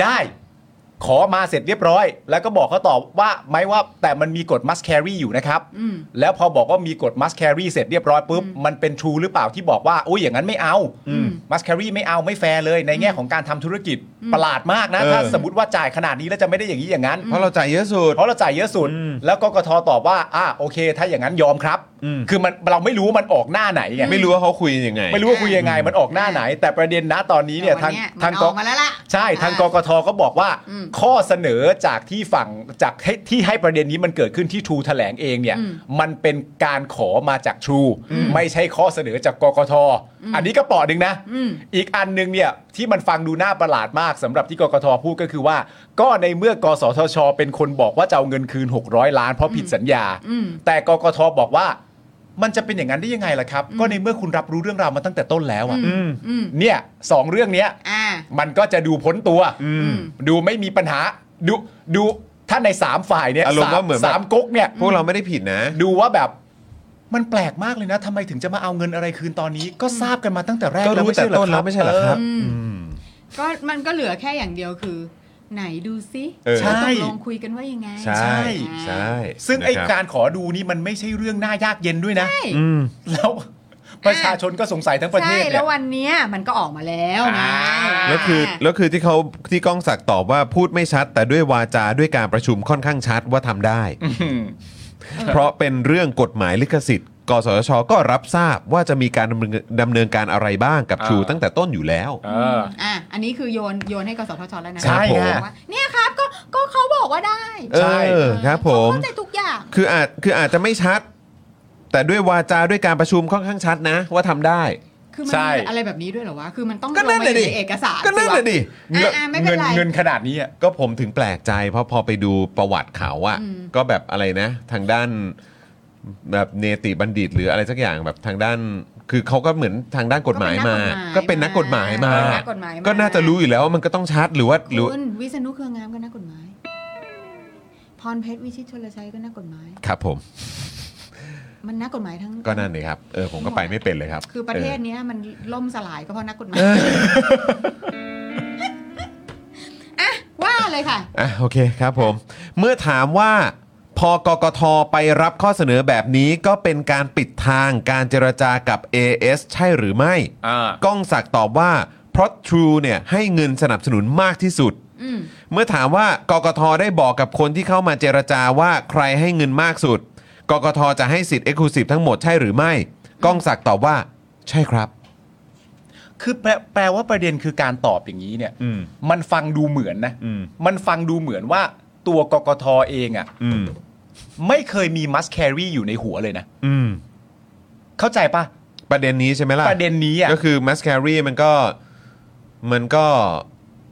S4: ได้ขอมาเสร็จเรียบร้อย แล้วก็บอกเขาตอบว่าไม่ว่าแต่มันมีกฎ must carry อยู่นะครับ
S6: อืม
S4: แล้วพอบอกว่ามีกฎ must carry เสร็จเรียบร้อยปุ๊บ มันเป็น true หรือเปล่าที่บอกว่าโอ้ยอย่างนั้นไม่เอา must carry ไม่เอาไม่แฟร์เลย ในแง่ของการทำธุรกิจประหลาดมากนะ
S3: เออ
S4: ถ้าสมมติว่าจ่ายขนาดนี้แล้วจะไม่ได้อย่างนี้อย่างนั้น
S3: เพราะเราจ่ายเยอะสุด
S4: เพราะเราจ่ายเยอะสุด แล้วกกทตอบว่าอ่าโอเค ถ้าอย่างนั้นยอมครับ
S3: อืม
S4: คือมันเราไม่รู้ว่ามันออกหน้าไหนไง
S3: ไม่รู้ว่าเขาคุยยังไง
S4: ไม่รู้ว่าคุยยังไงมันออกหน้าไหน แต่ประเด็นนะตอนนี้เนี่ยทาง
S6: แต่วันเนี้ย
S4: ทาง
S6: มันออกมาแล้วล่ะ
S4: ใช่ทาง
S6: อ่าก
S4: กทก็บอกว่า
S6: อืม
S4: ข้อเสนอจากที่ฝั่งจากให้ที่ให้ประเด็นนี้มันเกิดขึ้นที่ทรูแถลงเองเนี่ย
S6: อืม
S4: มันเป็นการขอมาจากทรูไม่ใช่ข้อเสนอจากกกทอันนี้ก็เปอดหนึ่งนะ
S6: อืม
S4: อีกอันหนึงเนี่ยที่มันฟังดูน่าประหลาดมากสำหรับที่กกทพูดก็คือว่า ก็ในเมื่อกสทช เป็นคนบอกว่าจะเอาเงินคืน 600 ล้านเพราะผิดสัญญา
S6: อืม
S4: แต่กกทบอกว่า มันจะเป็นอย่างนั้นได้ยังไงล่ะครับ ก็ในเมื่อคุณรับรู้เรื่องราวมาตั้งแต่ต้นแล้วอะ
S6: อืม
S4: เนี่ยสองเรื่องเนี้ย
S6: อ่า
S4: มันก็จะดูพ้นตัว
S6: อืม
S4: ดูไม่มีปัญหาดูดูถ้าในสามฝ่ายเนี่ย
S3: อารมณ์
S4: ส
S3: ว่าเหมือนแบบ
S4: สามก๊กเนี่ย
S3: พวกเราไม่ได้ผิดนะ
S4: ดูว่าแบบมันแปลกมากเลยนะทำไมถึงจะมาเอาเงินอะไรคืนตอนนี้ ก็ทราบกันมาตั้งแต่แรก
S3: ก็รู้แต่ต้นแล้วไม่ใช่เหรอครับ
S6: อืม
S3: อืม
S6: ก็มันก็เหลือแค่อย่างเดียวคือ ไหนดูซิ
S3: เออ
S6: ตกลงคุยกันว่ายังไง
S3: ใช่ใช่
S4: ซึ่งไอ
S3: นะครับ
S4: การขอดูนี่มันไม่ใช่เรื่องน่ายากเย็นด้วยนะ
S3: อืม
S4: แล้วประชาชนก็สงสัยทั้งประเท
S6: ใช่
S4: ศ
S6: แล้
S4: เนี่
S6: วย วันเนี้ยมันก็ออกมาแล้วนะ
S4: อ่า
S3: แล้วคือแล้วคือที่เขาที่ก้องศักดิ์ตอบว่าพูดไม่ชัด แต่ด้วยวาจาด้วยการประชุมค่อนข้างชัดว่าทำได้
S4: อืม
S3: เพราะเป็นเรื่องกฎหมายลิขสิทธิ์กสทชก็รับทราบว่าจะมีการดำเนินดำเนินการอะไรบ้างกับ
S4: อ่า
S3: ชูตั้งแต่ต้นอยู่แล้ว
S4: เออ
S6: อ่ะอันนี้คือโยนโยนให้กสทชแล้วนะ
S4: ใช่
S3: ผม
S6: บอกว่าเนี่ยครับก็ก็เขาบอกว่าได้
S4: ใช่
S3: เออครับผม
S6: เขาเข้าใจทุกอย่าง
S3: คืออาจคืออาจจะไม่ชัด แต่ด้วยวาจาด้วยการประชุมค่อนข้างชัดนะ ว่าทำได้
S6: คือมัน
S4: ใช่
S6: มีอะไรแบบนี้ด้วยเหรอวะ คือมันต้อง
S3: ก็นั่น
S6: ลง
S3: น่ะ
S6: ไป
S3: ดิ
S6: ในเอกสาร
S3: ก็นั่นแห
S6: สิว
S3: ละดิ
S6: อ่ะอ่ะ ไม่
S4: เงิ
S6: เป็น
S4: น
S6: ไร
S4: เงินขนาดนี้อ่ะ
S3: ก็ผมถึงแปลกใจ เพราะพอไปดูประวัติเขาอะ
S6: อืม
S3: ก็แบบอะไรนะ ทางด้านแบบเนติบัณฑิต หรืออะไรสักอย่างแบบทางด้าน คือเขาก็เหมือนทางด้านกฎหมายมา ก็เป็นนักกฎหมายมา
S6: เป็นนักกฎหมายม
S3: ก็น่าจะรู้อยู่แล้วว่ามันก็ต้องชัดหรือว่าหรือ
S6: คุณวิษณุเครืองามก็นักกฎหมาย พรเพชรวิชิตชลชัยก็นักกฎหมาย
S3: ครับผม
S6: มันนักกฎหมายทั้ง
S3: ก็นั่นเลยครับ เออ ผมก็ไปไม่เป็นเลยครับ
S6: คือประเทศ
S3: ออ
S6: เนี้ยมันล่มสลายก็เพราะนักกฎหมาย อ่ะ ว่าเลยค่ะ
S3: อ่ะโอเคครับผม เมื่อถามว่าพอกกทไปรับข้อเสนอแบบนี้ก็เป็นการปิดทางการเจรจากับ AS ใช่หรือไม่
S4: อ่า
S3: ก้องศักดิ์ตอบว่า เพราะ True เนี่ยให้เงินสนับสนุนมากที่สุด
S6: อืม
S3: เมื่อถามว่ากกทได้บอกกับคนที่เข้ามาเจรจาว่าใครให้เงินมากสุด กกทจะให้สิทธิ์ Exclusive ทั้งหมดใช่หรือไม่ ก้องศักดิ์ตอบว่า ใช่ครับ
S4: คือแปลแปลว่าประเด็นคือการตอบอย่างนี้เนี่ย
S3: อืม
S4: มันฟังดูเหมือนนะ
S3: อืม
S4: มันฟังดูเหมือนว่าตัวกกทเองอ่ะ
S3: อืม
S4: ไม่เคยมีมัสแครีอยู่ในหัวเลยนะ
S3: อืม
S4: เข้าใจปะ
S3: ประเด็นนี้ใช่ไหมล่ะ
S4: ประเด็นนี้อ่ะ
S3: ก็คือมัสแครีมันก็ มันก็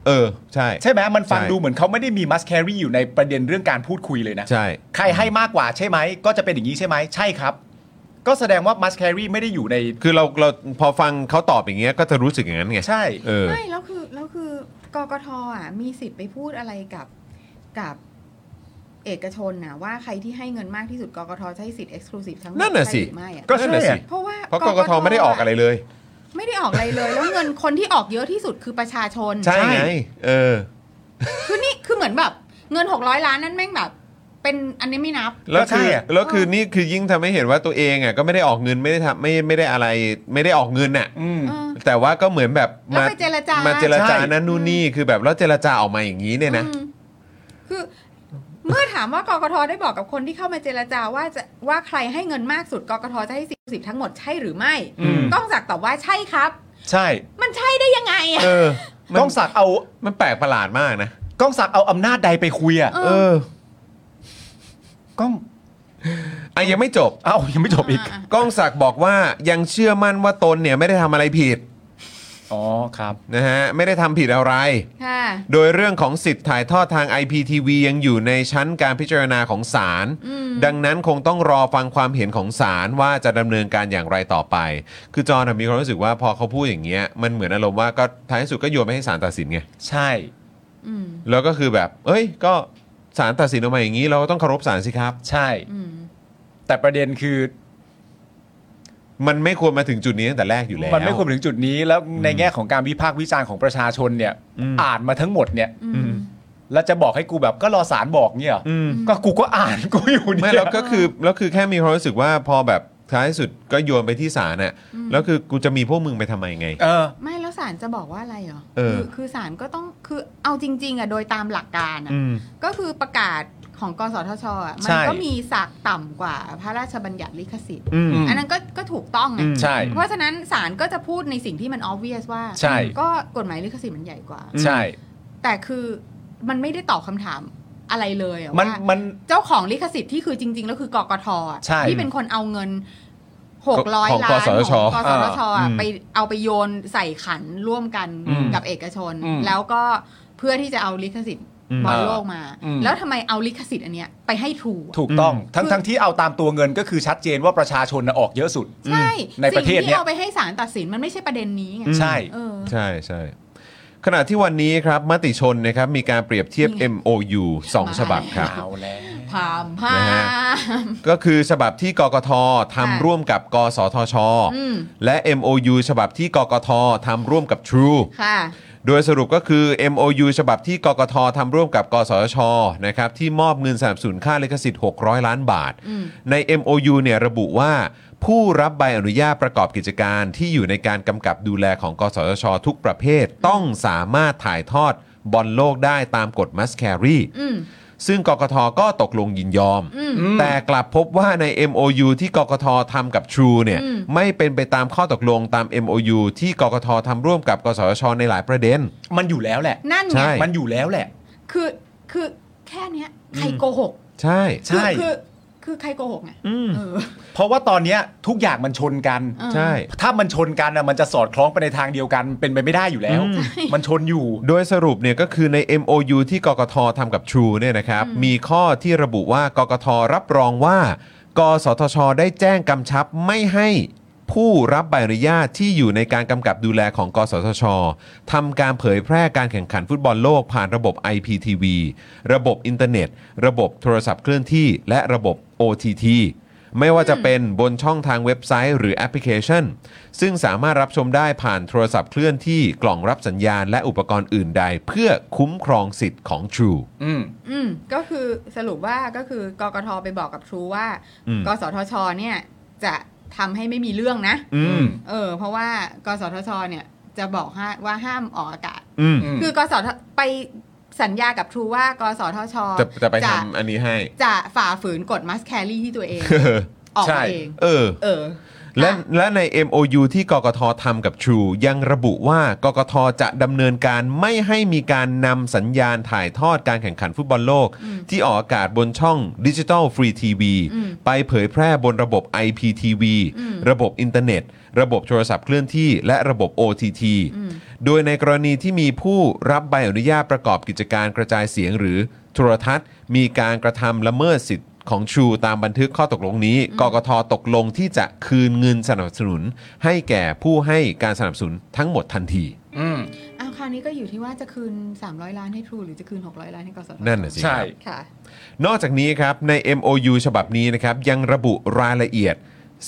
S3: เออ ใช่
S4: ใช่ไหมมันฟัง
S3: ใช่
S4: ดูเหมือนเขาไม่ได้มีมัสแครีอยู่ในประเด็นเรื่องการพูดคุยเลยนะ
S3: ใช่
S4: ใครให้มากกว่าใช่ไหม ก็จะเป็นอย่างนี้ใช่ไหม ใช่ครับ ก็แสดงว่ามัสแครีไม่ได้อยู่ใน
S3: คือเราเราพอฟังเขาตอบอย่างเงี้ยก็จะรู้สึกอย่างนั้นไง
S4: ใช่
S3: เออ
S6: ไม่ แล้วคือ แล้วคือกกทอ่ะ มีสิทธิ์ไปพูดอะไรกับ กับเอกชนนะว่าใครที่ให้เงินมากที่สุดกกทใช้สิทธิ์เอ็กซ์คลูซีฟทั้งหมด
S3: นั่นน่ะสิ
S6: ใช่หรือไม่อ่ะ
S4: ก็ใช่
S3: นั่นน่ะสิ
S4: อะ
S6: เพราะว่า
S3: เพราะกกทไม่ได้ออกอะไรเลย
S6: ไม่ได้ออกอะไรเลย แล้วเงินคนที่ออกเยอะที่สุดคือประชาชน
S3: ใช่ไง เออ
S6: คือนี่คือเหมือนแบบ เงินหกร้อยล้านนั่นแม่งแบบ เป็นอันนี้ไม่นับ
S3: แล้วคือ
S4: ก็ใช่อะ
S3: แล้วคือนี่คือยิ่งทำให้เห็นว่าตัวเองอ่ะก็ไม่ได้ออกเงินไม่ได้ทำไม่ไม่ได้อะไร ไม่ได้ออกเงินน่ะ
S4: อืม
S6: เออ
S3: แต่ว่าก็เหมือนแบบ
S6: แล้วไปเจรจาม
S3: เจรจา
S4: ใช่
S3: นั่นนู่นนี่คือแบบแล้วเจรจาออกมาอย่างนี้เนี่ยนะ
S6: อืมคือเมื่อถามว่ากกทได้บอกกับคนที่เข้ามาเจรจาว่าจะว่าใครให้เงินมากสุดกกทจะให้สิบสิบทั้งหมดใช่หรือไม่
S4: อืม
S6: ก้องศักดิ์ตอบว่าใช่ครับ
S4: ใช่
S6: มันใช่ได้ยังไงอะ
S3: เออมัน
S4: ก้องศักดิ์เอา
S3: มันแปลกประหลาดมากนะ
S4: ก้องศักดิ์เอาอำนาจใดไปคุยอ่ะ
S3: เออ
S4: ก้อง
S3: อ่ะยังไม่จบ
S4: เอ้ายังไม่จบอีก
S3: ก้องศักดิ์บอกว่ายังเชื่อมั่นว่าตนเนี่ยไม่ได้ทำอะไรผิด
S4: อ๋อครับ
S3: นะฮะไม่ได้ทำผิดอะไร
S6: ค่ะ
S3: โดยเรื่องของสิทธิ์ถ่ายทอดทาง IPTV ยังอยู่ในชั้นการพิจารณาของศาล ดังนั้นคงต้องรอฟังความเห็นของศาลว่าจะดำเนินการอย่างไรต่อไป คือจอห์นนะมีความรู้สึกว่าพอเขาพูดอย่างเงี้ยมันเหมือนอารมณ์ว่าก็ท้ายสุดก็โยนไปให้ศาลตัดสินไง
S4: ใช่
S6: อืม
S3: แล้วก็คือแบบ เอ้ย ก็ศาลตัดสินออกมาอย่างนี้ เราก็ต้องเคารพศาลสิครับ
S4: ใช่
S6: อืม
S4: แต่ประเด็นคือ
S3: มันไม่ควรมาถึงจุดนี้ตั้งแต่แรกอยู่แล้ว
S4: มันไม่ควรถึงจุดนี้แล้วในแง่ของการวิพากษ์วิจารณ์ของประชาชนเนี่ย
S3: อืม
S4: อ่านมาทั้งหมดเนี่ย
S6: อืม
S4: แล้วจะบอกให้กูแบบก็รอสารบอกเนี่ยเหรอ
S3: อืม
S4: ก็กูก็อ่านกูอยู่เนี่ย
S3: ไม่แล้วก็คือแล้วคือแค่มีความรู้สึกว่าพอแบบท้ายสุดก็โยนไปที่ศาลน่ะ
S6: อืม
S3: แล้วคือกูจะมีพวกมึงไปทำไมไง
S4: เออ
S6: ไม่แล้วศาลจะบอกว่าอะไรเหรอ
S3: เออ
S6: คือคือศาลก็ต้องคือเอาจริง ๆอ่ะโดยตามหลักการอ่ะ
S3: อืม
S6: ก็คือประกาศของกสทชอ่ะมั
S4: ใช่
S6: ก็มีศักดิ์ต่ำกว่าพระราชบัญญัติลิขสิทธิ์
S3: อืม
S6: อันนั้นก็ก็ถูกต้องไง
S3: อืม
S4: ใช่
S6: เพราะฉะนั้นศาลก็จะพูดในสิ่งที่มันอ b เวียสว่า
S4: ใช่
S6: ก็กฎหมายลิขสิทธิ์มันใหญ่กว่า
S4: ใช่
S6: แต่คือมันไม่ได้ตอบคำถามอะไรเลยอะ
S4: มัน
S6: ว่า
S4: มัน
S6: เจ้าของลิขสิทธิ์ที่คือจริง ๆ แล้วคือกกทอะ
S4: ใช่
S6: ที่เป็นคนเอาเงินหกร้อย
S3: ของ
S6: ล้า
S3: ก
S6: นของ
S3: สทช
S6: กสทชอะ
S3: อ่าอืม
S6: ไปเอาไปโยนใส่ขันร่วมกัน
S4: อืม
S6: กับเอกชน
S4: อืม
S6: แล้วก็เพื่อที่จะเอาลิขสิทธิ์
S3: อืม
S6: บอล
S4: า
S6: โลกมา
S4: อืม
S6: แล้วทำไมเอาลิขสิทธิ์อันเนี้ยไปให้ทรูอะ
S4: ถูกต้อง ทั้ง
S6: คือ
S4: ทั้งที่เอาตามตัวเงินก็คือชัดเจนว่าประชาชนน่ะออกเยอะสุด
S6: ใช่
S4: ในประเทศ
S6: สิ่ง
S4: เนี้
S6: ที่
S4: ย
S6: เอาไปให้ศาลตัดสินมันไม่ใช่ประเด็นนี้ไง
S4: ใช่
S6: เออ
S3: ใช่ใช่ขณะที่วันนี้ครับมติชนนะครับมีการเปรียบเทียบ
S6: นี่ไง
S3: MOU 2 ฉบับครับ
S4: เอาแล้ว
S6: พามพา
S3: นะฮะ
S6: ม
S3: ก็คือฉบับที่กกท
S6: ค่ะ
S3: ทำร่วมกับ กสทช
S6: อืม
S3: และ MOU ฉบับที่กกททำร่วมกับ True
S6: ค่ะ
S3: โดยสรุปก็คือ MOU ฉบับที่กกททำร่วมกับ กสทชนะครับที่มอบเงินสนับสนุนค่าลิขสิทธิ์ 600 ล้านบาท
S6: อืม
S3: ใน MOU เนี่ยระบุว่า ผู้รับใบอนุญาตประกอบกิจการที่อยู่ในการกำกับดูแลของ กสทช ทุกประเภท ต้องสามารถถ่ายทอดบอลโลกได้ตามกฎมัสแครี
S6: อืม
S3: ซึ่งกกทก็ตกลงยินยอม
S6: อืม
S3: แต่กลับพบว่าใน MOU ที่กกททำกับ True เนี่ย
S6: อืม
S3: ไม่เป็นไปตามข้อตกลงตาม MOU ที่กกททำร่วมกับ กสทช ในหลายประเด็น
S4: มันอยู่แล้วแหละ
S6: นั่น
S3: ใช่
S6: ไง
S4: มันอยู่แล้วแหละ
S6: คือคือแค่เนี้ยใครโกหก
S3: ใช่
S4: ใช่
S6: คือคือคือใครโกหกไงเออ
S4: เพราะว่าตอนเนี้ยทุกอย่างมันชนกัน
S6: เออ
S3: ใช่
S4: ถ้ามันชนกันอ่ะมันจะสอดคล้องไปในทางเดียวกันเป็นไปไม่ได้อยู่แล้ว มันชนอยู่
S3: โดยสรุปเนี่ยก็คือใน MOU ที่กกททำกับ True เนี่ยนะครับ มีข้อที่ระบุว่ากกทรับรองว่า กสทช ได้แจ้งกำชับไม่ให้ผู้รับใบอนุญาตที่อยู่ในการกำกับดูแลของ กสทชทำการเผยแพร่การแข่งขันฟุตบอลโลกผ่านระบบ IPTV ระบบอินเทอร์เน็ต ระบบโทรศัพท์เคลื่อนที่ และระบบ OTT ไม่ว่าจะเป็นบนช่องทางเว็บไซต์หรือแอปพลิเคชัน ซึ่งสามารถรับชมได้ผ่านโทรศัพท์เคลื่อนที่กล่องรับสัญญาณและอุปกรณ์อื่นใด เพื่อคุ้มครองสิทธิ์ของ True
S4: อืม
S6: อืมก็คือสรุปว่าก็คือกกทไปบอกกับทรูว่า
S3: อืม
S6: กสทชเนี่ย จะทำให้ไม่มีเรื่องนะ
S3: อืม
S6: เออ เพราะว่ากสทชเนี่ย จะบอกให้ว่าห้ามออกอากาศ
S3: อืม
S4: อืม
S6: คือกสทไปสัญญากับทรูว่ากสทช
S3: จะจะไปทำอันนี้ให้
S6: จะฝ่าฝืนกฎมัสแครี่ที่ตัวเอง ออก
S4: ใช่
S6: มาเอง
S3: เออ
S6: เออ
S3: และ
S6: อ่
S3: และใน MOU ที่กกททำกับ True ยังระบุว่ากกทจะดำเนินการไม่ให้มีการนำสัญญาณถ่ายทอดการแข่งขันฟุตบอลโลก ที่ออกอากาศบนช่องดิจิ t a ลฟรีทีวีไปเผยแพร่บนระบบ IPTV ระบบอินเทอร์เน็ต ระบบโทรศัพท์เคลื่อนที่ และระบบ OTT โดยในกรณีที่มีผู้รับใบอนุญาตประกอบกิจการกระจายเสียงหรือโทรทัศน์ มีการกระทำละเมิดสิทธิ ของชูตามบันทึกข้อตกลงนี้ กกทตกลงที่จะคืนเงินสนับสนุน ให้แก่ผู้ให้การสนับสนุนทั้งหมดทันที
S4: อืม
S6: อ้าวคราวนี้ก็อยู่ที่ว่าจะคืน 300 ล้านให้ทรูหรือจะคืน 600 ล้านให้กสทช
S3: นั่นน่ะสิค
S4: ใช่
S3: รับ
S6: ค่ะ
S3: นอกจากนี้ครับใน MOU ฉบับนี้นะครับยังระบุรายละเอียด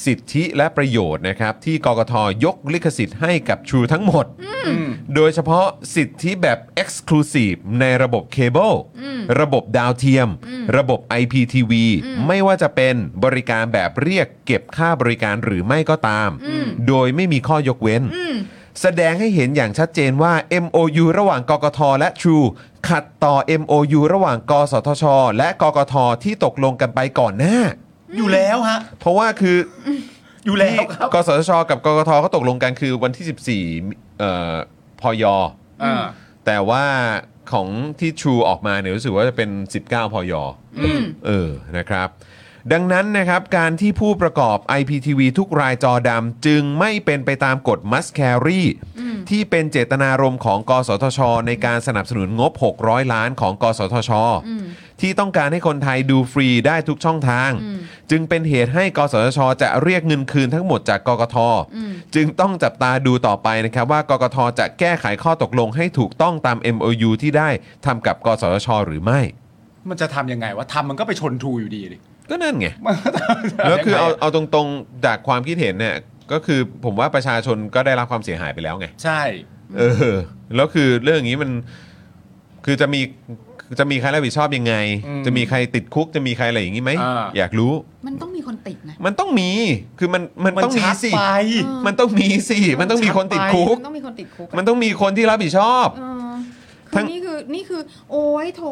S3: สิทธิและประโยชน์นะครับที่กกทยกลิขสิทธิ์ให้กับชูทั้งหมด โดยเฉพาะสิทธิแบบ Exclusive ในระบบเคเบิลระบบดาวเทียม ระบบ IPTV ไม่ว่าจะเป็นบริการแบบเรียกเก็บค่าบริการหรือไม่ก็ตาม โดยไม่มีข้อยกเว้น แสดงให้เห็นอย่างชัดเจนว่า MOU ระหว่างกกทและ True ขัดต่อ MOU ระหว่าง กสทช และกกทที่ตกลงกันไปก่อนหน้า
S4: อยู่แล้วฮะ
S3: เพราะว่าคือ
S4: อยู่แล้วครับ
S3: กสทช กับกกทเขาตกลงกันคือวันที่ 14เอ่อพย
S4: อ่า
S3: แต่ว่าของที่ True ออกมาเนี่ยรู้สึกว่าจะเป็น 19 พย
S6: อืม
S3: เออนะครับ ดังนั้นนะครับ การที่ผู้ประกอบ IPTV ทุกรายจอดำจึงไม่เป็นไปตามกฎ must carry ที่เป็นเจตนารมณ์ของ กสทช ในการสนับสนุนงบ 600 ล้านของ กสทช ที่ต้องการให้คนไทยดูฟรีได้ทุกช่องทาง จึงเป็นเหตุให้ กสทช จะเรียกเงินคืนทั้งหมดจากกกท จึงต้องจับตาดูต่อไปนะครับ ว่ากกท จะแก้ไขข้อตกลงให้ถูกต้องตาม MOU ที่ได้ทำกับ กสทช หรือไม่
S4: มันจะทำยังไงวะทำมันก็ไปชนทรูอยู่ดีดิ
S3: ก็นั่นไง แล้วคือเอาเอาตรงๆ จากความคิดเห็นเนี่ยก็คือผมว่าประชาชนก็ได้รับความเสียหายไปแล้วไง
S4: ใช่
S3: เออ แล้วคือเรื่องอย่างนี้มันคือจะมีจะมีใครรับผิดชอบยังไง
S4: อืม
S3: จะมีใครติดคุกจะมีใครอะไรอย่างนี้ไหม
S4: อ่า
S3: อยากรู้
S6: มันต้องมีคนติดนะ
S3: มันต้องมีคือมันมันต้องมี
S4: ชัด
S3: สิ
S4: ไป
S3: มันต้องมีสิมันต้องมีคนติดคุก
S6: มันต้องมีคนติดคุกอะ
S3: มันต้องมีคนที่รับผิดชอบ
S6: เออ
S3: ทั้
S6: คือง นี่คือนี่คือ โอ้ยโถ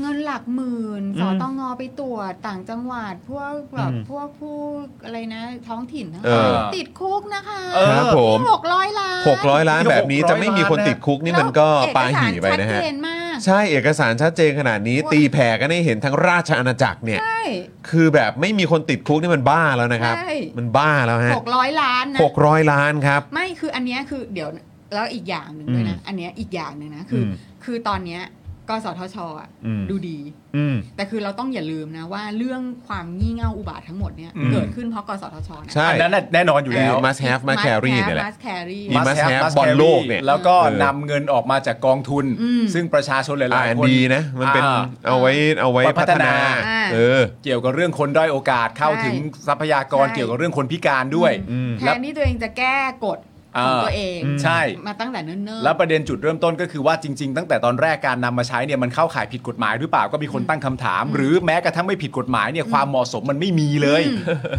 S6: เงินหลักหมื่นสตงไปตรวจต่างจังหวัด พวกแบบพวกผู้อะไรนะ ท้องถิ่นทั้งห
S3: เอ
S6: ลาย
S3: อ
S6: ติดคุกนะคะ
S4: เออ
S3: ครับผม
S6: หกร้อยล้าน
S3: หกร้อยล้านแบบนี้จะไม่มีคนติดคุกนี่มันก็ปาหี่ไปนะ
S6: แล้วเอกสารชั
S3: ฮะ
S6: ดเจนมาก
S3: ใช่เอกสารชัดเจนขนาดนี้
S6: ว่า
S3: ตีแผ่กันให้เห็นทั้งราชอาณาจักรเนี่ย
S6: ใช่
S3: คือแบบไม่มีคนติดคุกนี่มันบ้าแล้วนะครับ
S6: ใช่
S3: มันบ้าแล้วฮะ
S6: หกร้อยล้านนะ
S3: หกร้อยล้านครับ
S6: ไม่คืออันเนี้ยคือเดี๋ยวนะแล้วอีกอย่างหนึ่งด้วยนะอันเนี้ยอีกอย่างหนึ่งนะคืออ
S3: ม
S6: คือตอนเนี้ยกสทชอ่ะ
S3: อืม
S6: ดูดี
S3: อืม
S6: แต่คือเราต้องอย่าลืมนะว่าเรื่องความงี่เง่าอุบาททั้งหมดเนี่ย
S4: อืม
S6: เกิดขึ้นเพราะกสทชนะ
S3: ใช่
S4: อันนั้นน่ะแน่นอนอยู่แล้ว
S3: มัสแฮฟมัสแครีเนี่ยแหละ
S6: มัสแครี
S3: มี must have
S4: must
S3: บอล
S4: carry
S3: โลกเนี่ย
S4: แล้วก็
S3: เออ
S4: นำเงินออกมาจากกองทุน
S6: อืม
S4: ซึ่งประชาชนหลา
S3: อ่าย น
S4: ๆคน
S3: ดีนะ มันเป็น
S4: อ่า
S3: เอาไว้เอาไว้
S4: ไว้พั
S3: พั
S4: ฒ
S3: ฒ
S4: นา
S3: นา
S6: อ่า
S3: เออ
S4: เกี่ยวกับเรื่องคนด้อยโอกาสเข้าถึงทรัพยากร
S6: ใช่
S4: เกี่ยวกับเรื่องคนพิการด้วย
S3: อืม
S6: แทนที่ตัวเองจะแก้กฎของ
S4: อ่า
S6: ตัวเอง
S4: ใช่
S6: มาตั้งแต่เนิ่นๆ
S4: แล้วประเด็นจุดเริ่มต้นก็คือว่าจริง ๆ ตั้งแต่ตอนแรกการนำมาใช้เนี่ยมันเข้าข่ายผิดกฎหมายหรือเปล่าก็มีคนตั้งคำถาม หรือแม้กระทั่งไม่ผิดกฎหมายเนี่ยความเหมาะสมมันไม่มีเลย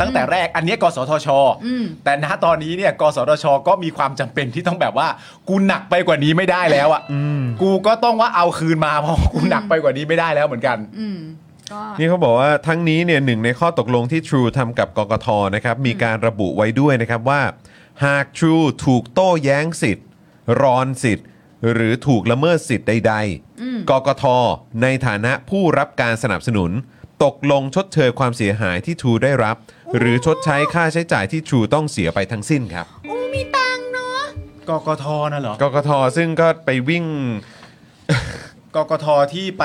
S4: ตั้งแต่แรกอันเนี้ยกสทช
S6: อืม
S4: แต่ณตอนนี้เนี่ยกสทช ก็มีความจำเป็นที่ต้องแบบว่ากูหนักไปกว่านี้ไม่ได้แล้วอ่ะกูก็ต้องว่าเอาคืนมาเพราะ กูหนักไปกว่านี้ไม่ได้แล้วเหมือนกัน
S6: อืมก็
S3: นี่เขาบอกว่าทั้งนี้เนี่ยหนึ่งในข้อตกลงที่ True ทำกับกกทนะครับ มีการระบุไว้ด้วยนะครับว่า หาก True ถูกโต้แย้งสิทธิ์ รอนสิทธิ์ หรือถูกละเมิดสิทธิ์ใด ๆ กกท ในฐานะผู้รับการสนับสนุน ตกลงชดเชยความเสียหายที่ True ได้รับ หรือชดใช้ค่าใช้จ่ายที่ True ต้องเสียไปทั้งสิ้นครับ
S6: อู้มีตังค์เนาะ
S4: กกทนะเหรอก
S3: กท ซึ่งก็ไปวิ่ง
S4: กกทที่ไป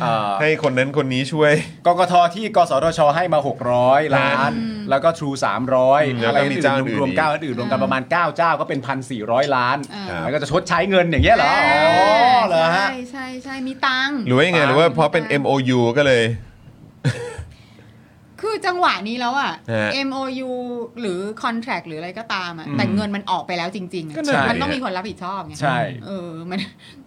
S4: เอ่อ
S3: ให้คนนั้นคนนี้ช่วย
S4: กกทที่กสทช ให้มา 600 ล้าน แล้วก็ทรู
S3: ม
S4: 300 อะไร
S3: แล้วก็มี
S4: อื่
S3: เจ้าน อื่น
S4: รวม
S3: อีก
S4: เก้าอื่นรวมกันประมาณ 9 เจ้าก็เป็น 1,400 ล้าน แล้วก็จะชดใช้เงินอย่างเงี้ยเหรออ๋อเหรอฮะ
S6: ใช่ใช่ใช่มีตังค์
S3: หรือว่า ยังไงหรือว่าเพราะเป็น MOU ก็เลย
S6: คือจังหวะนี้แล้วอ่ะ
S3: ฮะ
S6: MOU หรือ contract หรืออะไรก็ตามอ่ะ
S4: อืม
S6: แต่เงินมันออกไปแล้วจริงๆอะ
S3: ก็นั่น
S6: มัน
S3: ไง
S6: ต้องมีคนรับผิดชอบไง
S4: ใช่
S6: เออมัน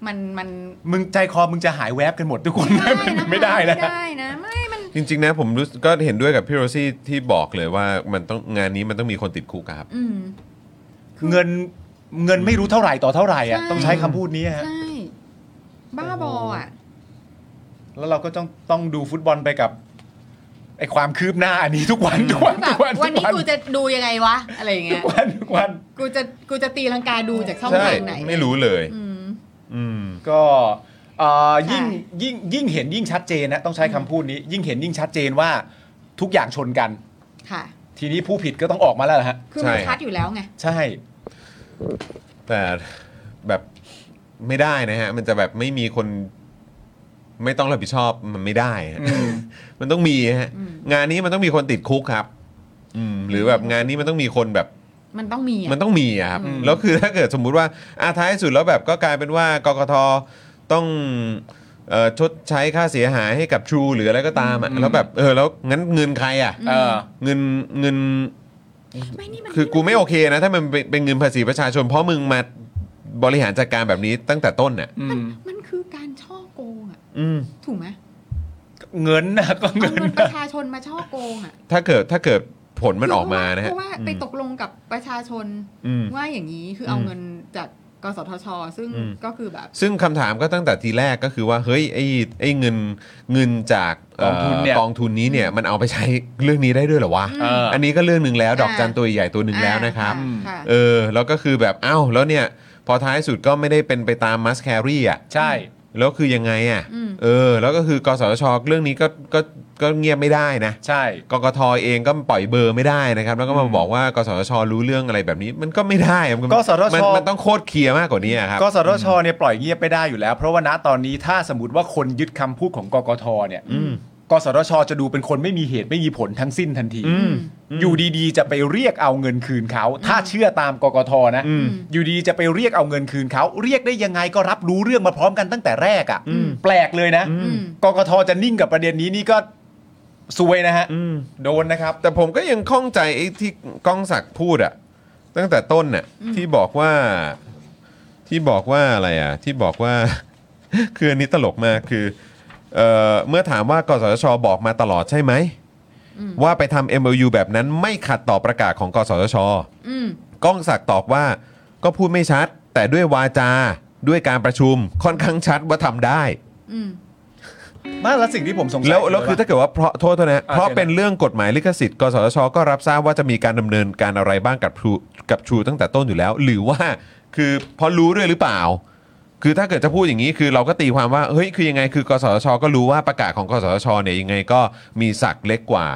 S6: มันมัน
S4: มึงใจคอมึงจะหายแวบกันหมดทุกคนนะเป็นไปไม่ได้นะ
S6: ไม่ได้นะ ไม่มัน
S3: จริงๆนะผมรู้สึกก็เห็นด้วยกับพี่โรซี่ที่บอกเลยว่ามันต้องงานนี้มันต้องมีคนติดคุกอะครับ
S6: อืม
S4: เงินเงินไม่รู้เท่าไหร่ต่อเท่าไหร่อะ
S6: ใช่
S4: ต้องใช้คำพูดนี้ฮะ
S6: ใช่ บ้าบออ่ะ
S4: แล้วเราก็ต้องต้องดูฟุตบอลไปกับไอความคืบหน้าอันนี้ทุกวันทุกวัน
S6: แบ
S4: ทุ
S6: บ
S4: กวัน
S6: วันนี้
S4: ทุก
S6: กู
S4: วัน
S6: จะดูยังไงวะ อะไรอย่างเงี้ย
S4: ทุกวันทุกวัน
S6: กูจะกูจะตีลังกาดูจากช่อง
S3: ใช่
S6: ทางไหน
S3: ไม่รู้เลย
S6: อืม
S3: อืม
S4: ก็เอ่อยิ่ง
S6: ใช่
S4: ยิ่งยิ่งเห็นยิ่งชัดเจนนะต้องใช้คำพูดนี้ ยิ่งเห็นยิ่งชัดเจนว่าทุกอย่างชนกัน
S6: ค่ะ
S4: ทีนี้ผู้ผิดก็ต้องออกมาแล้วล่ะฮะ
S6: คือ
S3: ใช่
S6: มันชัดอยู่แล้วไง
S4: ใช่
S3: แต่แบบไม่ได้นะฮะ มันจะแบบไม่มีคน ไม่ต้องรับผิดชอบมันไม่ได้ฮะมันต้องมีฮะ
S6: อืม
S3: งานนี้มันต้องมีคนติดคุกครับ อืม หรือแบบงานนี้มันต้องมีคนแบบ
S6: มันต้องมีอะ
S3: มันต้องมีอะครับแล้วคือถ้าเกิดสมมุติว่าอาท้ายสุดแล้วแบบก็กลายเป็นว่ากกทต้องเอ่อชดใช้ค่าเสียหายให้กับ True หรืออะไรก็ตามอ่ะแล้วแบบเออแล้วงั้นเงินใครอ่ะ
S4: เออ
S3: เงินเงิน
S6: ไม่นี่มัน
S3: คือกูไม่โอเคนะ ถ้ามันเป็นเป็นเงินภาษีประชาชน เพราะมึงมาบริหารจัดการแบบนี้ตั้งแต่ต้นน่ะ
S4: อืม
S6: มันคือการช่อโกงอ่ะ
S3: อืม
S6: ถูก ไหม
S4: เงินนะก็เงิน
S6: เอาเงินป
S4: นะ
S6: ระชาชนมาช่อโกงอ่ะ
S3: ถ้าเกิดถ้าเกิดผลมันออกมานะฮะ
S6: เพราะว่าไปตกลงกับประชาชน
S3: อืม
S6: ว่าอย่างนี้คือเอาเงินจากกสทช ซึ่ง
S3: อืม
S6: ก็คือแบบ
S3: ซึ่งคำถามก็ตั้งแต่ทีแรกก็คือว่า เฮ้ยไอ้ไอ้เงินเงินจากเกองทุนนี้เนี่ยมันเอาไปใช้เรื่องนี้ได้ด้วยเหรอวะ
S4: เออ
S3: อันนี้ก็เรื่องหนึ่งแล้วดอก
S6: อ่า
S3: จันตัวใหญ่ตัวหนึ่งแล้วนะครับ
S6: อ่าค่ะ
S3: เออ แล้วก็คือแบบอ้าวแล้วเนี่ย พอท้ายสุดก็ไม่ได้เป็นไปตามมัสแครีอ่ะ
S4: ใช่
S3: แล้วคือยังไงอ่ะ
S6: อืม
S3: เออ แล้วก็คือกสทชเรื่องนี้ก็ก็ ก็เงียบไม่ได้นะ
S4: ใช่
S3: กกทเองก็ปล่อยเบอร์ไม่ได้นะครับ แล้วก็มาบอกว่ากสทชรู้เรื่องอะไรแบบนี้มันก็ไม่ได้อะมัน
S4: กสทช
S3: มันมันต้องโคตรเคลียร์มากกว่านี้อะครับ
S4: กสทชเนี่ยปล่อยเงียบไม่ได้อยู่แล้ว เพราะว่าณตอนนี้ถ้าสมมติว่าคนยึดคำพูดของกกทเนี่ยกสทชจะดูเป็นคนไม่มีเหตุไม่มีผลทั้งสิ้นทันที อยู่ดีๆ จะไปเรียกเอาเงินคืนเขา ถ้าเชื่อตามกกทนะ อยู่ดีๆจะไปเรียกเอาเงินคืนเขา เรียกได้ยังไงก็รับรู้เรื่องมาพร้อมกันตั้งแต่แรกอะ่ะแปลกเลยนะ
S12: อืม
S4: กกทจะนิ่งกับประเด็นนี้นี่ก็ซวยนะฮะโดนนะครับ
S3: แต่ผมก็ยังข้องใจไอ้ที่ก้องศักดิ์พูดอะตั้งแต่ต้นน่ะที่บอกว่าที่บอกว่าอะไรอะที่บอกว่า คืออันนี้ตลกมากคือเอ่อเมื่อถามว่ากสทชบอกมาตลอดใช่ไหม ว่าไปทำ MOU แบบนั้นไม่ขัดต่อประกาศของกสทช
S12: อืม
S3: ก้องศักดิ์ตอบว่าก็พูดไม่ชัด แต่ด้วยวาจาด้วยการประชุมค่อนข้างชัดว่าทำได้
S12: อืม
S4: มากแล้วสิ่งที่ผมสงสัย
S3: แล้วแล้วคือถ้าเกิดว่าเพราะโทษโทษนะ
S4: อ่า
S3: เพราะ
S4: เชิญนะ
S3: เป็นเรื่องกฎหมายลิขสิทธิ์กสทชก็รับทราบว่าจะมีการดำเนินการอะไรบ้างกับทรูกับทรูตั้งแต่ต้นอยู่แล้ว หรือว่าคือเพราะรู้ด้วยหรือเปล่า คือถ้าเกิดจะพูดอย่างนี้คือเราก็ตีความว่าเฮ้ยคือยังไงคือกสทชก็รู้ว่าประกาศของกสทชเนี่ยยังไงก็มีศักดิ์เล็กกว่า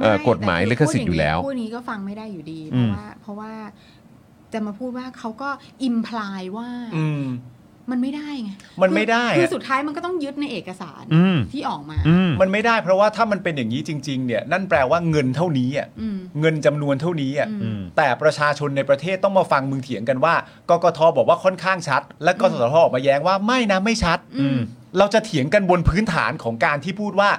S3: เอ่อ
S6: ไ
S3: กฎหมายลิขสิทธิ์อยู่แล้ว
S6: พูดางนี้ก็ฟังไม่ได้อยู่ดี
S3: อื
S6: เพราะ
S3: ม
S6: ว่าเพราะว่าจะมาพูดว่าเขาก็อิมพลายว่า
S4: อืม
S6: มันไม่ได้ไง
S4: มันไม่ได้อะ
S6: คือคือสุดท้ายมันก็ต้องยึดในเอกสาร
S3: อืม
S6: ที่ออกมา
S3: อืม
S4: มันไม่ได้เพราะว่าถ้ามันเป็นอย่างนี้จริงๆ เนี่ย นั่นแปลว่าเงินเท่านี้อ่ะ
S6: อืม
S4: เงินจำนวนเท่านี้อ่ะ
S6: อืม
S4: แต่ประชาชนในประเทศต้องมาฟังมึงเถียงกันว่ากกทบอกว่าค่อนข้างชัด และกสทชออกมาแย้งว่าไม่นะไม่ชัดเราจะเถียงกันบนพื้นฐานของการที่พูดว่า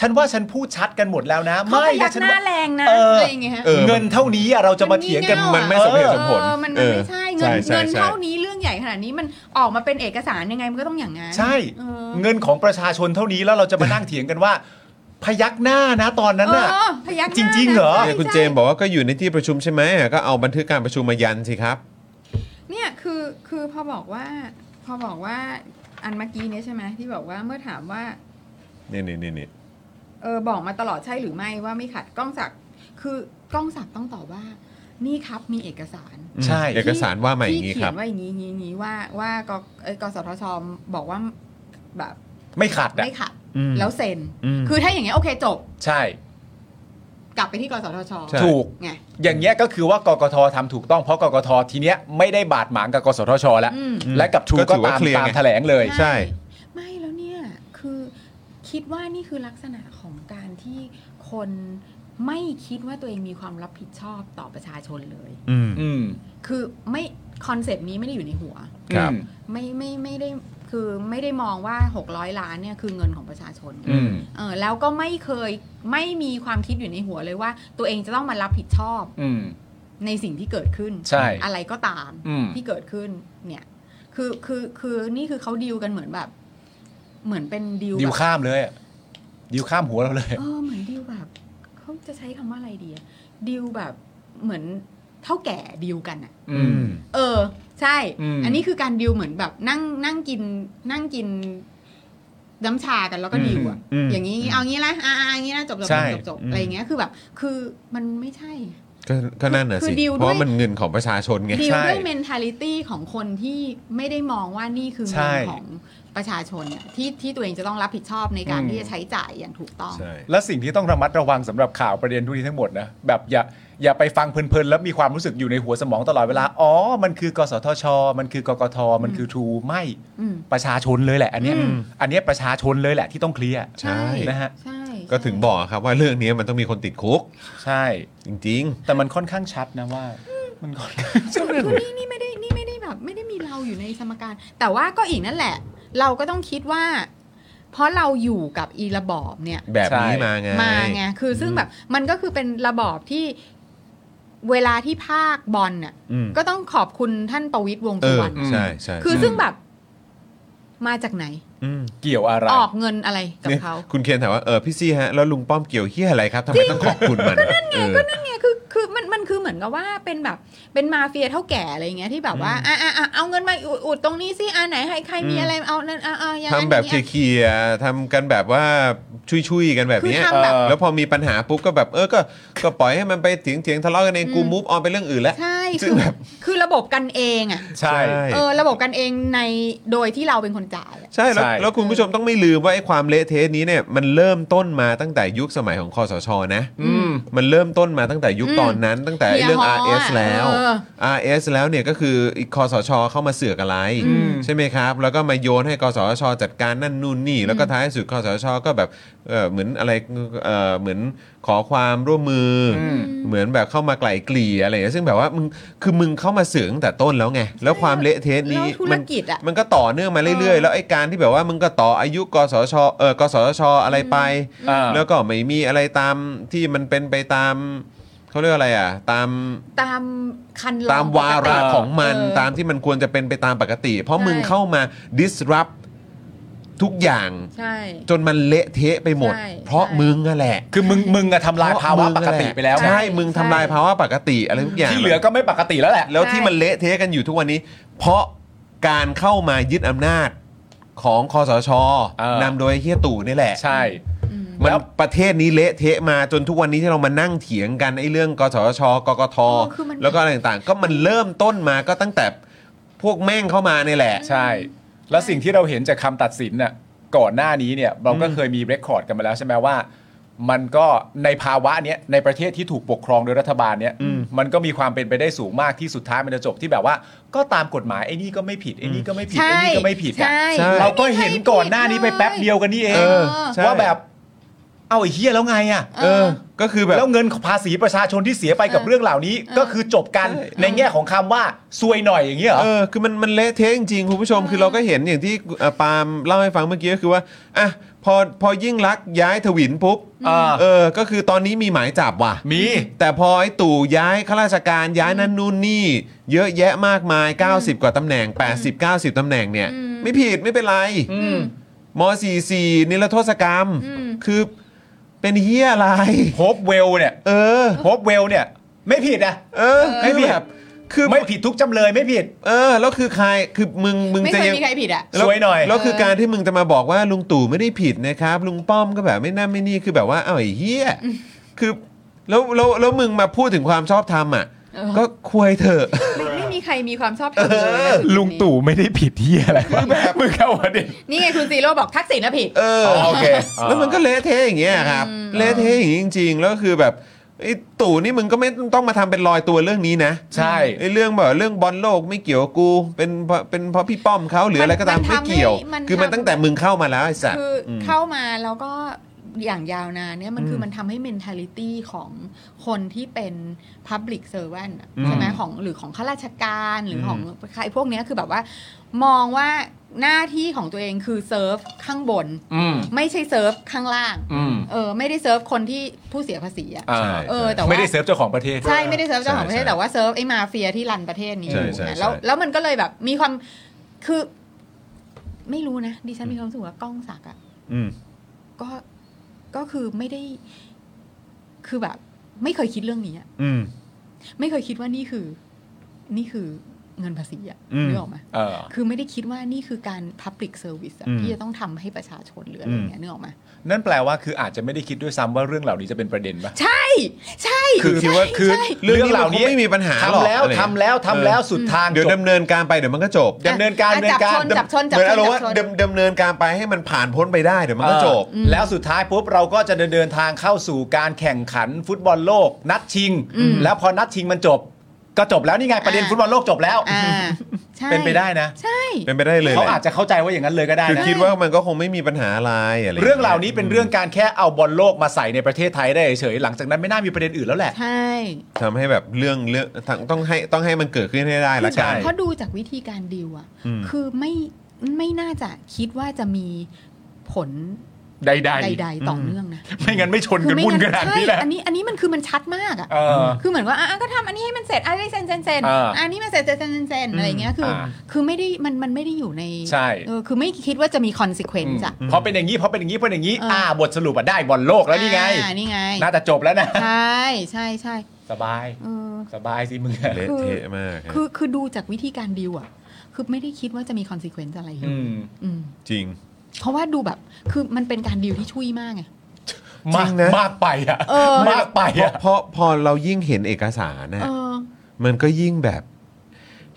S4: ฉันว่าฉันพูดชัดกันหมดแล้วนะ
S12: เขาพ
S4: นะ
S12: ยัก
S4: ฉั
S12: หน้า
S4: ว่า
S12: แรงนะ
S4: เออ
S12: อะไรอย่างเงี้ยฮะ
S3: เออ
S4: เงินเท่านี้อะเราจะมาเถียงกัน
S6: มัน
S3: มัน
S6: งี่เง่าอะ
S3: ไม่สมเหตุสมผล
S12: เออ
S6: มันมันไม่ใช่เงิน
S3: ใช่
S6: เงิน
S3: ใช่
S6: เท่านี้เรื่องใหญ่ขนาดนี้มันออกมาเป็นเอกสารยังไงมันก็ต้องอย่างนั้น
S4: ใช่
S6: เออ
S4: เงินของประชาชนเท่านี้แล้วเราจะมานั่งเถียงกันว่า พยักหน้านะตอนนั้นน่ะ
S6: เออพยักน้า
S4: จริงๆเหรอ
S6: นะใช่
S3: เนี่ยคุณเจ
S6: ใช่
S3: มส์บอกว่าก็อยู่ในที่ประชุมใช่ไหมก็เอาบันทึกการประชุมมายันสิครับ
S6: เนี่ยคือคือพอบอกว่า พอบอกว่าอันเมื่อกี้เนี่ยใช่ไหมที่บอกว่าเมื่อถามว่า
S3: นี่นี่นี่นี่
S6: เออบอกมาตลอดใช่หรือไม่ว่าไม่ขัดกล้องศักดิ์คือกล้องศักดิ์ต้องตอบว่า นี่ครับมีเอกสาร
S4: ใช่
S3: เอกสารว่ามาอ
S6: ที่
S3: ย่างนี้
S6: เขี
S3: ค
S6: ย
S3: รับ
S6: นว่าอย่างนี้อย่างนี้อย่างนี้ว่าว่ากเอ้ยกสทชบอกว่าแบบ
S4: ไม่ขัดอะ
S6: ไม่ขัด
S3: อืม
S6: แล้วเซ็น
S3: อืม
S6: คือถ้าอย่างเงี้ยโอเคจบ
S4: ใช่
S6: กลับไปที่กสทช
S3: ใช่
S4: ถูก
S6: ไง
S4: อย่างเงี้ยก็คือว่ากกททำถูกต้องเพราะกกททีเนี้ยไม่ได้บาดหมางกับกสทชแล้ว
S6: อืม
S4: และกับทู
S3: ก็
S4: ก็
S3: ถือว่า
S4: ตาม
S3: เคลียร์
S4: ตาม
S3: ไง
S4: แถลงเลย
S3: ใช่
S6: ไม่แล้วเนี่ยคือคิดว่านี่คือลักษณะของการที่คนไม่คิดว่าตัวเองมีความรับผิดชอบต่อประชาชนเลย
S3: อืม
S4: อืม
S6: คือไม่คอนเซปต์นี้ไม่ได้อยู่ในหัว
S3: ครับ
S4: อืม
S6: ไม่ไม่ไม่ได้คือไม่ได้มองว่า 600 ล้านเนี่ยคือเงินของประชาชน
S4: อืม
S6: เออแล้วก็ไม่เคยไม่มีความคิดอยู่ในหัวเลยว่า ตัวเองจะต้องมารับผิดชอบ
S4: อืม
S6: ในสิ่งที่เกิดขึ้น
S4: ใช่
S6: อะไรก็ตาม
S4: อืม
S6: ที่เกิดขึ้นเนี่ยคือคือคือนี่คือเขาดีลกันเหมือนแบบ เหมือนเป็นดีล
S4: ดิว
S6: แบบ
S4: ข้ามเลยอะดิวข้ามหัวเราเลย
S6: เออเหมือนดิวแบบเขาจะใช้คำว่าอะไรดีอะดิวแบบเหมือนเท่าแก่ดิวกันอะ
S4: อืม
S6: เออ ใช่
S4: อืม
S6: อันนี้คือการดิวเหมือนแบบนั่งนั่งกิน นั่งกินน้ำชากันแล้วก็ดิวอะ
S3: อืม
S6: อย่างนี้เอางี้ละอ่าอ่าอย่างนี้นะจบจบ
S4: ใช่
S6: จบจบ
S3: อืม
S6: อะไรอย่างเงี้ยคือแบบ คือมันไม่ใช่
S3: ก็ก็นั่นน่ะ
S6: คื
S3: สิ
S6: อดีลด้วย
S3: เพราะว่ามันเงินของประชาชนไง
S6: ดิว
S4: ใช่
S6: ด้วย mentality ของคนที่ไม่ได้มองว่านี่คือ
S4: ใช่
S6: เงินของประชาชนอะที่ที่ตัวเองจะต้องรับผิดชอบในการ
S4: อืม
S6: ที่จะใช้จ่ายอย่างถูกต้อง
S3: ใช่
S4: และสิ่งที่ต้องระมัดระวังสำหรับข่าวประเด็นทุกนี้ทั้งหมดนะแบบอย่าอย่าไปฟังเพลินๆแล้วมีความรู้สึกอยู่ในหัวสมองตลอดเวลา อ๋อ มันคือกสทช มันคือกกทมันคือทูไม่
S6: อืม
S4: ประชาชนเลยแหละ อันเนี้ย
S3: อืม
S4: อันเนี้ยประชาชนเลยแหละที่ต้องเคลียร์
S3: ใช่
S4: นะฮะ
S6: ใช่
S3: ก็ถึง
S6: ใช่
S3: บอกครับว่าเรื่องนี้มันต้องมีคนติดคุก
S4: ใช่
S3: จริง
S4: แต่มันค่อนข้างชัดนะว่า มันค่อนข้าง
S6: คือ นี่นี่ไม่ได้นี่ไม่ได้แบบไม่ได้มีเราอยู่ในสมการ แต่ว่าก็อีกนั่นแหละ เราก็ต้องคิดว่า เพราะเราอยู่กับอีระบอบเนี่ย
S3: ๆ แบบนี้
S4: ใช่
S3: มาไง
S6: มาไงคือซึ่งแบบมันก็คือเป็นระบอบที่เวลาที่ภาคบอลน่ะ
S3: อืม
S6: ก็ต้องขอบคุณท่านประวิตยวงษ์
S3: เอ
S6: สุ
S3: อ
S6: วรรณ
S3: ใช่ใช่
S6: คือซึ่งแบบ มาจากไหน
S3: อืม
S4: เกี่ยวอะไร
S6: ออกเงินอะไรกับ
S3: เนี่ย
S6: เขา
S3: คุณเคนถามว่าเออพี่ซี่ฮะแล้วลุงป้อมเกี่ยวเฮียอะไรครับทำไมต้องขอบคุณมันเออ
S6: เนี่ยคือคือมันมันคือเหมือนกับว่าเป็นแบบ เป็นมาเฟียเท่าแก่อะไรอย่างเงี้ยที่แบบว่าอ่ะอ่ะอ่ะเอาเงินมาอุดอุดตรงนี้สิอ่ะไหนให้ใครมี
S3: อืม
S6: อะไรเอานั่นอ่ะอ่ะอย่างนั้น
S3: ทำแบบ
S6: อย่าง
S3: เค
S6: นี้อ่ะ
S3: ลียร์ๆทำกันแบบว่าชุยๆกันแบบ
S6: คือ
S3: เนี้ย
S6: ทำแบบ
S4: เออ
S3: แล้วพอมีปัญหาปุ๊บก็แบบเออก็ก็ปล่อยให้มันไปเถียงเถียงๆทะเลาะกันเองกู
S6: อืม
S3: มูฟออนไปเรื่องอื่นแล้ว
S6: ใช่
S3: ซึ่ง
S6: คือ
S3: แบบ
S6: คือระบบกันเองอ่ะ
S4: ใช่
S6: เออระบบกันเองในโดยที่เราเป็นคนจ่ายอะ
S3: ใช่แล้ว
S4: ใช่
S3: แล้วคุณผู้ชมต้องไม่ลืมว่าไอ้ความเละเทะนี้เนี่ยมันเริ่มต้นมาตั้งแต่ยุคสมัยของคอสชนะ
S4: อืม
S3: มันเริ่มต้นมาตั้งแต่ยุคตอนนั้น ตั้งแต่
S6: เฮีย
S3: เรื่อง
S6: ฮ้อ
S3: RS
S6: อ่ะ
S3: แล้ว
S6: เออ
S3: RS แล้วเนี่ยก็คืออีกคอสชเข้ามาเสือกอะไร
S4: อืม
S3: ใช่ไหมครับ แล้วก็มาโยนให้กสชจัดการนั่นนู่นนี่ แล้วก็ท้ายสุดกสชก็แบบเอ่อเหมือนอะไรเอ่อเหมือนขอความร่วมมืออ
S4: ม
S3: เหมือนแบบเข้ามาไกล่เกลี่ยอะไรอย่างเงี้ยซึ่งแบบว่ามึงคือมึงเข้ามาเสือกตั้งแต่ต้นแล้วไงแล้วความเละเทะนี้
S6: แล้วธุรกิจอะ
S3: มันก็ต่อเนื่องมาเรื่อยๆ แล้วไอ้การที่แบบว่ามึงก็ต่ออายุกสชเออกสชอะไรไป
S4: อ่า
S3: แล้วก็ไม่มีอะไรตามที่มันเป็นไปตามเขาเรียกอะไรอ่ะ ตาม
S6: ตามคันลอง
S3: ตามวาระ
S6: ปกติ
S3: ของมัน
S6: เออ
S3: ตามที่มันควรจะเป็นไปตามปกติ เพราะ
S6: ใช่
S3: มึงเข้ามา disrupt ทุกอย่าง
S6: ใช่
S3: จนมันเละเทะไปหมด
S6: ใช่
S3: เพราะ
S6: ใช่
S3: มึงอะแหละ
S4: คือมึงมึงอะทำลายภาวะปกติไปแล้ว
S3: ใช่มึงทำลายภาวะปกติอะไรทุกอย่าง
S4: ที่เหลือก็ไม่ปกติแล้วแหละ
S3: แล้วที่มันเละเทะกันอยู่ทุกวันนี้ เพราะการเข้ามายึดอำนาจของคอสช
S4: เออ
S3: นำโดยเฮียตู่นี่แหละ
S4: ใช่
S3: มัน
S4: แล้ว
S3: ประเทศนี้เละเทะมาจนทุกวันนี้ที่เรามานั่งเถียงกันไอ้เรื่องกสชกกท
S6: เออคือมัน
S3: แล้วก็อะไรต่างๆ ก็มันเริ่มต้นมาก็ตั้งแต่พวกแม่งเข้ามาเนี่ยแหละ
S4: ใช่ แล้วสิ่งที่เราเห็นจากคำตัดสินน่ะก่อนหน้านี้เนี่ยเราก็เคยมีเรคคอร์ดกันมาแล้วใช่ไหมว่า มันก็ในภาวะเนี้ยในประเทศที่ถูกปกครองโดยรัฐบาลเนี่ยมันก็มีความเป็นไปได้สูงมากที่สุดท้ายมันจะจบที่แบบว่า ก็ตามกฎหมายไอ้นี่ก็ไม่ผิดไอ้นี่ก็ไม่ผิด
S6: ใช่
S4: ไอ้นี่ก็ไม่ผิดอะ
S6: ใช่
S3: ใช่
S4: เราก็เห็นก่อนหน้านี้ไปแป๊บเดียวกันนี่เอง
S3: เออใช่
S4: ว่าแบบเอาไอ้เฮียแล้วไงอ่ะ
S3: เออ ก็คือแบบ
S4: แล้วเงินภาษีประชาชนที่เสียไปกับเรื่องเหล่านี้ ก็คือจบกันในแง่ของคำว่าซวยหน่อยอย่างเงี้ยเหรอ
S3: เออ คือมันมันเละเทะจริงๆคุณผู้ชม คือเราก็เห็นอย่างที่เอ่อปาล์มเล่าให้ฟังเมื่อกี้ก็คือว่า อ่ะ พอพอยิ่งรักษณ์ย้ายถวินปุ๊บ
S4: อ่า
S3: เออ ก็คือตอนนี้มีหมายจับว่ะ
S4: มี
S3: แต่พอไอ้ตู่ย้ายข้าราชการย้ายนั่นนู่นนี่ เยอะแยะมากมาย 90 กว่าตำแหน่ง 80 90ตำแหน่งเนี่ย ไม่ผิดไม่เป็นไรม .44 นิรโทษกรรม คือเป็นเฮียอะไร
S4: โฮปเวลเนี่ย
S3: เออ
S4: โฮปเวลเนี่ย ไม่ผิดนะ
S3: เออ
S4: ไม่
S3: คือ
S4: ผิด
S3: แบบคือ
S4: ไม่ผิดทุกจำเลยไม่ผิด
S3: เออแล้วคือใครคือมึงมึง
S6: ไม่
S3: จะ
S6: เคย
S3: ยัง
S6: มีใครผิดอ่ะ
S3: แล้
S4: ซวยหน่อย
S3: แล้วคือการที่มึงจะมาบอกว่าลุงตู่ไม่ได้ผิดนะครับ ลุงป้อมก็แบบไม่นั่นไม่นี่คือแบบว่าเอ้าไอ้เหี้ยคือแล้วแล้วแล้วมึงมาพูดถึงความชอบธรรมอ่ะ ก็ควยเถอะ
S12: ไม่ไม่มีใครมีความชอบธรรมเลยนะ
S4: ลุงตู่ไม่ได้ผิดที่อะไรวะ มึงเข้าประเด็น
S6: นี่ไงคุณซีโร่บอกทักษิณนะผิด
S3: เออ
S4: โอเค
S3: แล้วมันก็เละเทะอย่างเงี้ยครับเละเทะอย่างนี้จริง ๆ แล้วคือแบบไอ้ตู่นี่มึงก็ไม่ต้องมาทำเป็นลอยตัวเรื่องนี้นะ
S4: ใช่
S3: ไอ้เรื่องแบบเรื่องบอลโลกไม่เกี่ยวกับกู เป็นเพราะเป็นเพราะพี่ป้อมเขาหรืออะไรก็ตาม
S6: มันทำ
S3: ไม่เกี่ยว
S6: ให้มัน
S3: คือมัน
S6: ทำ
S3: ตั้งแต่มึงเข้ามาแล้วไอ้สัส
S6: คืออ
S3: ม
S6: เข้ามาแล้วก็อย่างยาวนานเนี่ยมันคือมันทำให้ mentality ของคนที่เป็น public servant อะใช่ไหมของหรือของข้าราชการหรือของใครพวกเนี้ยคือแบบว่า มองว่าหน้าที่ของตัวเองคือเซิร์ฟข้างบน
S4: อืม
S6: ไม่ใช่เซิร์ฟข้างล่าง
S4: อืม
S6: เออไม่ได้เซิร์ฟคนที่ผู้เสียภาษีอ่ะ
S4: อ่า
S6: เออแต่ว่า
S4: ไม่ได้เซิร์ฟเจ้าของประเทศ
S6: ใช่ไม่ได้เซิร์ฟเจ้าของประเท
S3: ใช่
S6: ศแต่ว่าเซิร์ฟไอ้มาเฟียที่รันประเทศนี้
S3: ใช่ใช่
S6: นะแล้ว
S3: ใช่
S6: แล้วมันก็เลยแบบมีความคือ ไม่รู้นะดิฉันมีความรู้สึกว่ากล้องศักดิ์อะ
S3: อืม
S6: ก็ก็คือไม่ได้ คือแบบ ไม่เคยคิดเรื่องนี้อะ
S3: อืม
S6: ไม่เคยคิดว่านี่คือ นี่คือเงินภาษีอะ
S3: อืม
S6: นึกออกไหม
S4: เออ
S6: คือไม่ได้คิดว่านี่คือการ Public Service อะ
S3: อืม
S6: ที่จะต้องทำให้ประชาชนหรืออะไรอย่างเงี้ยนึกออกไหม
S4: นั่นแปลว่าคืออาจจะไม่ได้คิดด้วยซ้ำว่าเรื่องเหล่านี้จะเป็นประเด็นปะ
S6: ใช่ ใช่
S4: คือคิด ว่า
S6: ใช่
S4: คือ
S6: ใช่
S3: เรื่องนี้มันคงไม่มีปัญหาหรอก
S4: ทำแล้ว
S3: อะไรอย่างเงี้ย
S4: ทำแล้วทำแล้วสุดทาง
S3: เดี๋ยว
S4: จบ
S3: ดำเนินการไปเดี๋ยวมันก็จบ
S4: ดำเนินการ
S6: อ่ะ
S4: ดำเนินการ
S6: จับชนจับชนจับ
S3: เหมือน
S6: ช
S3: อารม
S6: น
S3: ณ์ว่า
S6: จับชน
S3: ดำดำเนินการไปให้มันผ่านพ้นไปได้เดี๋ยวมันก็จบ
S4: เออแล้วสุดท้ายปุ๊บเราก็จะเดินเดินทางเข้าสู่การแข่งขันฟุตบอลโลก นัดชิง แล้วพอนัดชิงมันจบ ก็จบแล้วนี่ไงประเด็น
S6: อ่า
S4: ฟุตบอลโลกจบแล้ว
S6: อ่าใช่
S4: เป็นไปได้นะ
S6: ใช่
S3: เป็นไปได้เลยแห
S4: เขาอา
S3: ละ
S4: จจะเข้าใจว่าอย่างนั้นเลยก็ได้
S3: คือ
S4: นะ
S3: คิดว่ามันก็คงไม่มีปัญหาอะไรอะไรย่ย
S4: เรื่องเหล่านี้เป็นเรื่องการแค่เอาบอลโลกมาใส่ในประเทศไทยได้เฉยๆหลังจากนั้นไม่น่ามีประเด็นอื่นแล้วแหละ
S6: ใช่
S3: ทำให้แบบเรื่องเรื่องทั้งต้องให้ต้องให้มันเกิดขึ้นให้ได้ละกัน
S6: เพราะดูจากวิธีการดิวอะ
S3: อืม
S6: คือไม่ไม่น่าจะคิดว่าจะมีผล
S4: ใด
S6: ใด ๆ ต่อเนื่องนะ
S4: ๆ ไม่งั้นไม่ชนกัน
S6: ไม่
S4: วุ่นข
S6: งั้
S4: นาดนี้
S6: ใช่
S4: แหละ
S6: อันนี้อันนี้มันคือมันชัดมากอ่ะ
S4: เออ
S6: คือเหมือนว่าอ่ะอ่ะก็ทำอันนี้ให้มันเสร็จอ่ะได้เซ็นเซ็นเซ็น
S4: เอออั
S6: อันนี้มันเสร็จเซ็นเซ็นเซ็นเซ็นอะไรอย่างเงี้ยคืออาคือไม่ได้มันมันไม่ได้อยู่ใน
S4: ใช่
S6: เออคือไม่คิดว่าจะมีคอนซิเควนซ์อ่ะ
S4: เพราะเป็นอย่างนี้เพราะเป็นอย่างนี้เพราะเป็นอย่างนี้
S6: เอออ่
S4: อ่าบทสรุปอะได้บอลโลกแล้วนี่ไง
S6: อ่านี่ไง
S4: น่าจะจบแล้วนะ
S6: ใช่ใช่ใช่
S4: สบาย
S6: เออ
S4: สบายสิมึง
S3: เละเทะมากฮะ
S6: คือคือดูจากวิธีการดิวอ่ะ คือไม่ได้คิดว่าจะมีคอนซิเควนซ์อะไรเลย
S4: อืม
S6: อืม
S3: จริง
S6: เพราะว่าดูแบบคือมันเป็นการดิวที่ช่วยมากไง
S4: มาก
S3: จริงนะ
S4: มากไปอ่ะ
S6: เออ
S4: มากไป
S3: เพราะ
S4: อ่ะ
S3: เพราะพอเรายิ่งเห็นเอกสารนะ
S6: เออ
S3: มันก็ยิ่งแบบ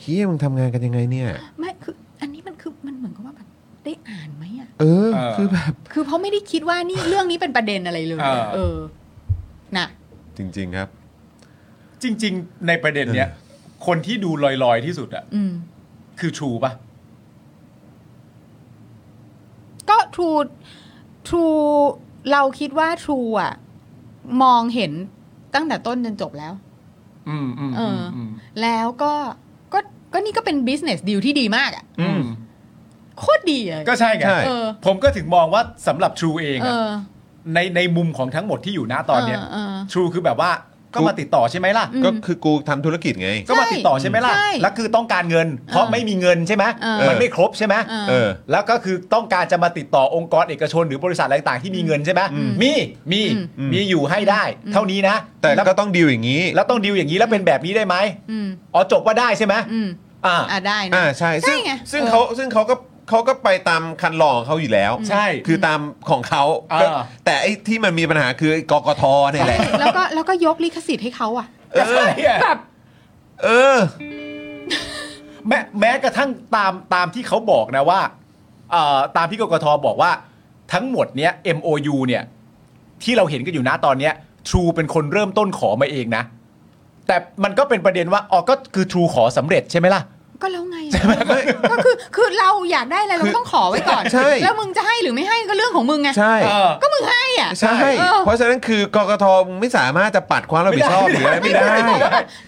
S3: เฮียมึงทำงานกันยังไงเนี่ย
S6: ไม่คืออันนี้มันคือมันเหมือนกับว่าแบบ ได้อ่านไหมอ่ะ
S3: เออ
S4: เออ
S3: คือแบบ
S6: คือเพราะไม่ได้คิดว่านี่เรื่องนี้เป็นประเด็นอะไรเลยอะ
S4: เออ
S6: เออนะ
S3: จริง ๆ ครับ
S4: จริง ๆ ในประเด็นเนี้ยคนที่ดูลอยๆที่สุดอะ
S6: อืม
S4: คือชูปะ
S6: ก็ทรูทรูเราคิดว่าทรูอ่ะ มองเห็นตั้งแต่ต้นจนจบแล้ว
S4: อืมอืม
S6: เอ
S4: อืม
S6: ออื
S4: อืม
S6: แล้วก็ก็ก็นี่ก็เป็น business deal ที่ดีมากอ่ะ
S4: อืม
S6: โคตรดีเลย
S4: ก็ใช่ไง
S3: ใช่
S6: เออ
S4: ผมก็ถึงมองว่าสำหรับทรูเอง
S6: เอ
S4: อะ
S6: อ
S4: ในในมุมของทั้งหมดที่อยู่หน้าตอนเนี้ย
S6: เออ
S4: ทรูคือแบบว่าก็มาติดต่อใช่ไหมล่ะ
S6: อืม
S3: ก็คือกูทำธุรกิจไง
S4: ก็มาติดต่อใช่ไหมล่ะ
S6: ใช่
S4: แล้วคือต้องการเงิน เพราะ
S6: เออ
S4: ไม่มีเงินใช่ไหม
S6: เออ
S4: มันไม่ครบใช่ไหม
S6: เออ
S3: เออ
S4: แล้วก็คือต้องการจะมาติดต่อองค์กรเอกชนหรือบริษัทอะไรต่างๆที่มีเงินใช่ไหมมีมี
S3: อืม
S4: มีอยู่ให้ได้ เท่านี้นะ
S3: แต่
S4: ล้ว
S3: ก็ต้องดีลอย่างนี้
S4: แล้วต้องดีลอย่างนี้แล้วเป็นแบบนี้ได้ไหม
S6: อืม
S4: อ๋อจบว่าได้ใช่ไหม
S6: อืม
S4: อ่า
S6: อ่าได้นะ
S3: อ่าใช่ ซึ่ง
S6: ใช่ไง
S3: ซึ่ง
S6: เออ
S3: เขาซึ่งเขาก็เขาก็ไปตามคันลองของเขาอยู่แล้ว
S4: ใช่
S3: คือตามของเขา
S4: เออ
S3: ก็แต่ไอ้ที่มันมีปัญหาคือไอ้กกทเนี่ยแหละ
S6: แล้วก็แล้วก็ยกลิขสิทธิ์ให้เขาอ่ะ
S4: ใช่อะ
S6: แบบ
S3: เออ
S4: แม้แม้กระทั่งตามตามที่เขาบอกนะว่าเอ่อตามที่กกทบอกว่าทั้งหมดเนี้ย MOU เนี่ย ที่เราเห็นกันอยู่นะตอนเนี้ย True เป็นคนเริ่มต้นขอมาเองนะ แต่มันก็เป็นประเด็นว่าอ๋อก็คือ True ขอสำเร็จใช่ไหมล่ะ
S6: ก็แล้วไงอะก็คือคือเราอยากได้อะไรเราก็ต้องขอไว้ก่อน
S3: ใช่
S6: แล้วมึงจะให้หรือไม่ให้ก็เรื่องของมึงไง
S3: ใช่
S4: เออ
S6: ก็มึงให้อ่ะ
S3: ใช่
S6: ออ
S3: เพราะฉะนั้นคือกกทไม่สามารถจะปัดความรับผิดชอบหรืออะไรไม่ได้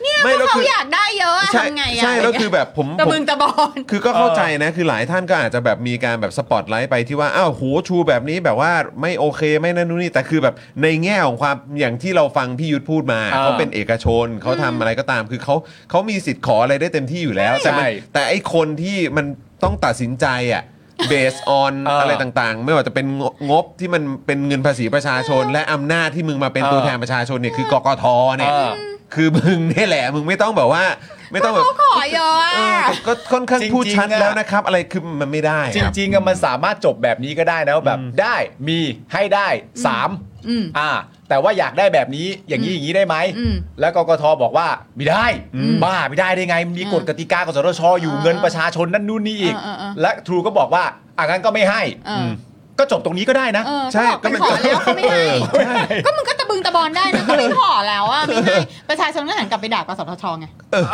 S6: เนี่ย
S3: ไม่
S6: พวก
S3: แล้ว
S6: เขา
S3: คือ
S6: อ
S3: อ
S6: ยากได้เยอะอะ
S3: ใช่
S6: ทำไงอะ
S3: ใช่แล้วคือแบบผม
S6: ตะ
S3: ผม
S6: มึงตะบอล
S3: คือก็เข้าใจนะคือหลายท่านก็อาจจะแบบมีการแบบสปอตไลท์ไปที่ว่าอ้าวโหชูแบบนี้แบบว่าไม่โอเคไม่นั่นนู่นนี่แต่คือแบบในแง่ของความอย่างที่เราฟังพี่ยุทธพูดมา
S4: อ่า
S3: เขาเป็นเอกชนเขาทำอะไรก็ตาม คือเขาเขามีสิทธิ์ขออะไรได้เต็มที่อยู่แล้ว แต่มัน
S4: ใช่
S3: แต่ไอคนที่มันต้องตัดสินใจอ่ะเบสออน
S4: เอออ
S3: อะไรต่างๆ ไม่ว่าจะเป็นงบงบที่มันเป็นเงินภาษีประชาชน และอำนาจที่มึงมาเป็น
S4: เออ
S3: ตัวแทนประชาชนเนี่ยคือกกทเนี่ย
S4: เออ
S3: คือมึงเนี่ยแหละมึงไม่ต้องแบบว่าไม่ต้องแบบ
S6: เขาขอเยอะอะ
S3: เออแต่ก็ค่อนข้าง
S4: จริงๆ
S3: พูดชัด
S4: อะ
S3: แล้วนะครับ อะไรคือมันไม่ได้
S4: จ
S3: ครับ
S4: ริงๆอะมันสามารถจบแบบนี้ก็ได้นะว่าแบบได้มีให้ได้สาม
S6: อืม
S4: อ่า แต่ว่าอยากได้แบบนี้อย่างนี้อย่างนี้ได้ไหม
S6: อืม
S4: แล้วกกทบอกว่าไม่ได้
S6: อืม
S4: บ้าไม่ได้ได้ไงมันมี
S6: อืม
S4: กฎกติกากสทชอยู่
S6: เออ
S4: เงินประชาชนนั่นนู่นนี่อีก
S6: เออเออเออ
S4: และทรูก็บอกว่าอ่ะงั้นก็ไม่ให้
S6: เออ
S4: ก็จบตรงนี้ก็ได้นะ
S6: เออ
S3: ใช่
S6: เขาบอก
S3: ก็มัน
S6: ไปขอแล้วเขาไม่ให้
S3: เออใช่
S6: ก็มึงก็ตะบึงตะบอลได้นะเขาไม่ขอแล้วอ่ะไม่ให้ประชาชนก็หันกลับไปด่ากสทชไง
S3: เออ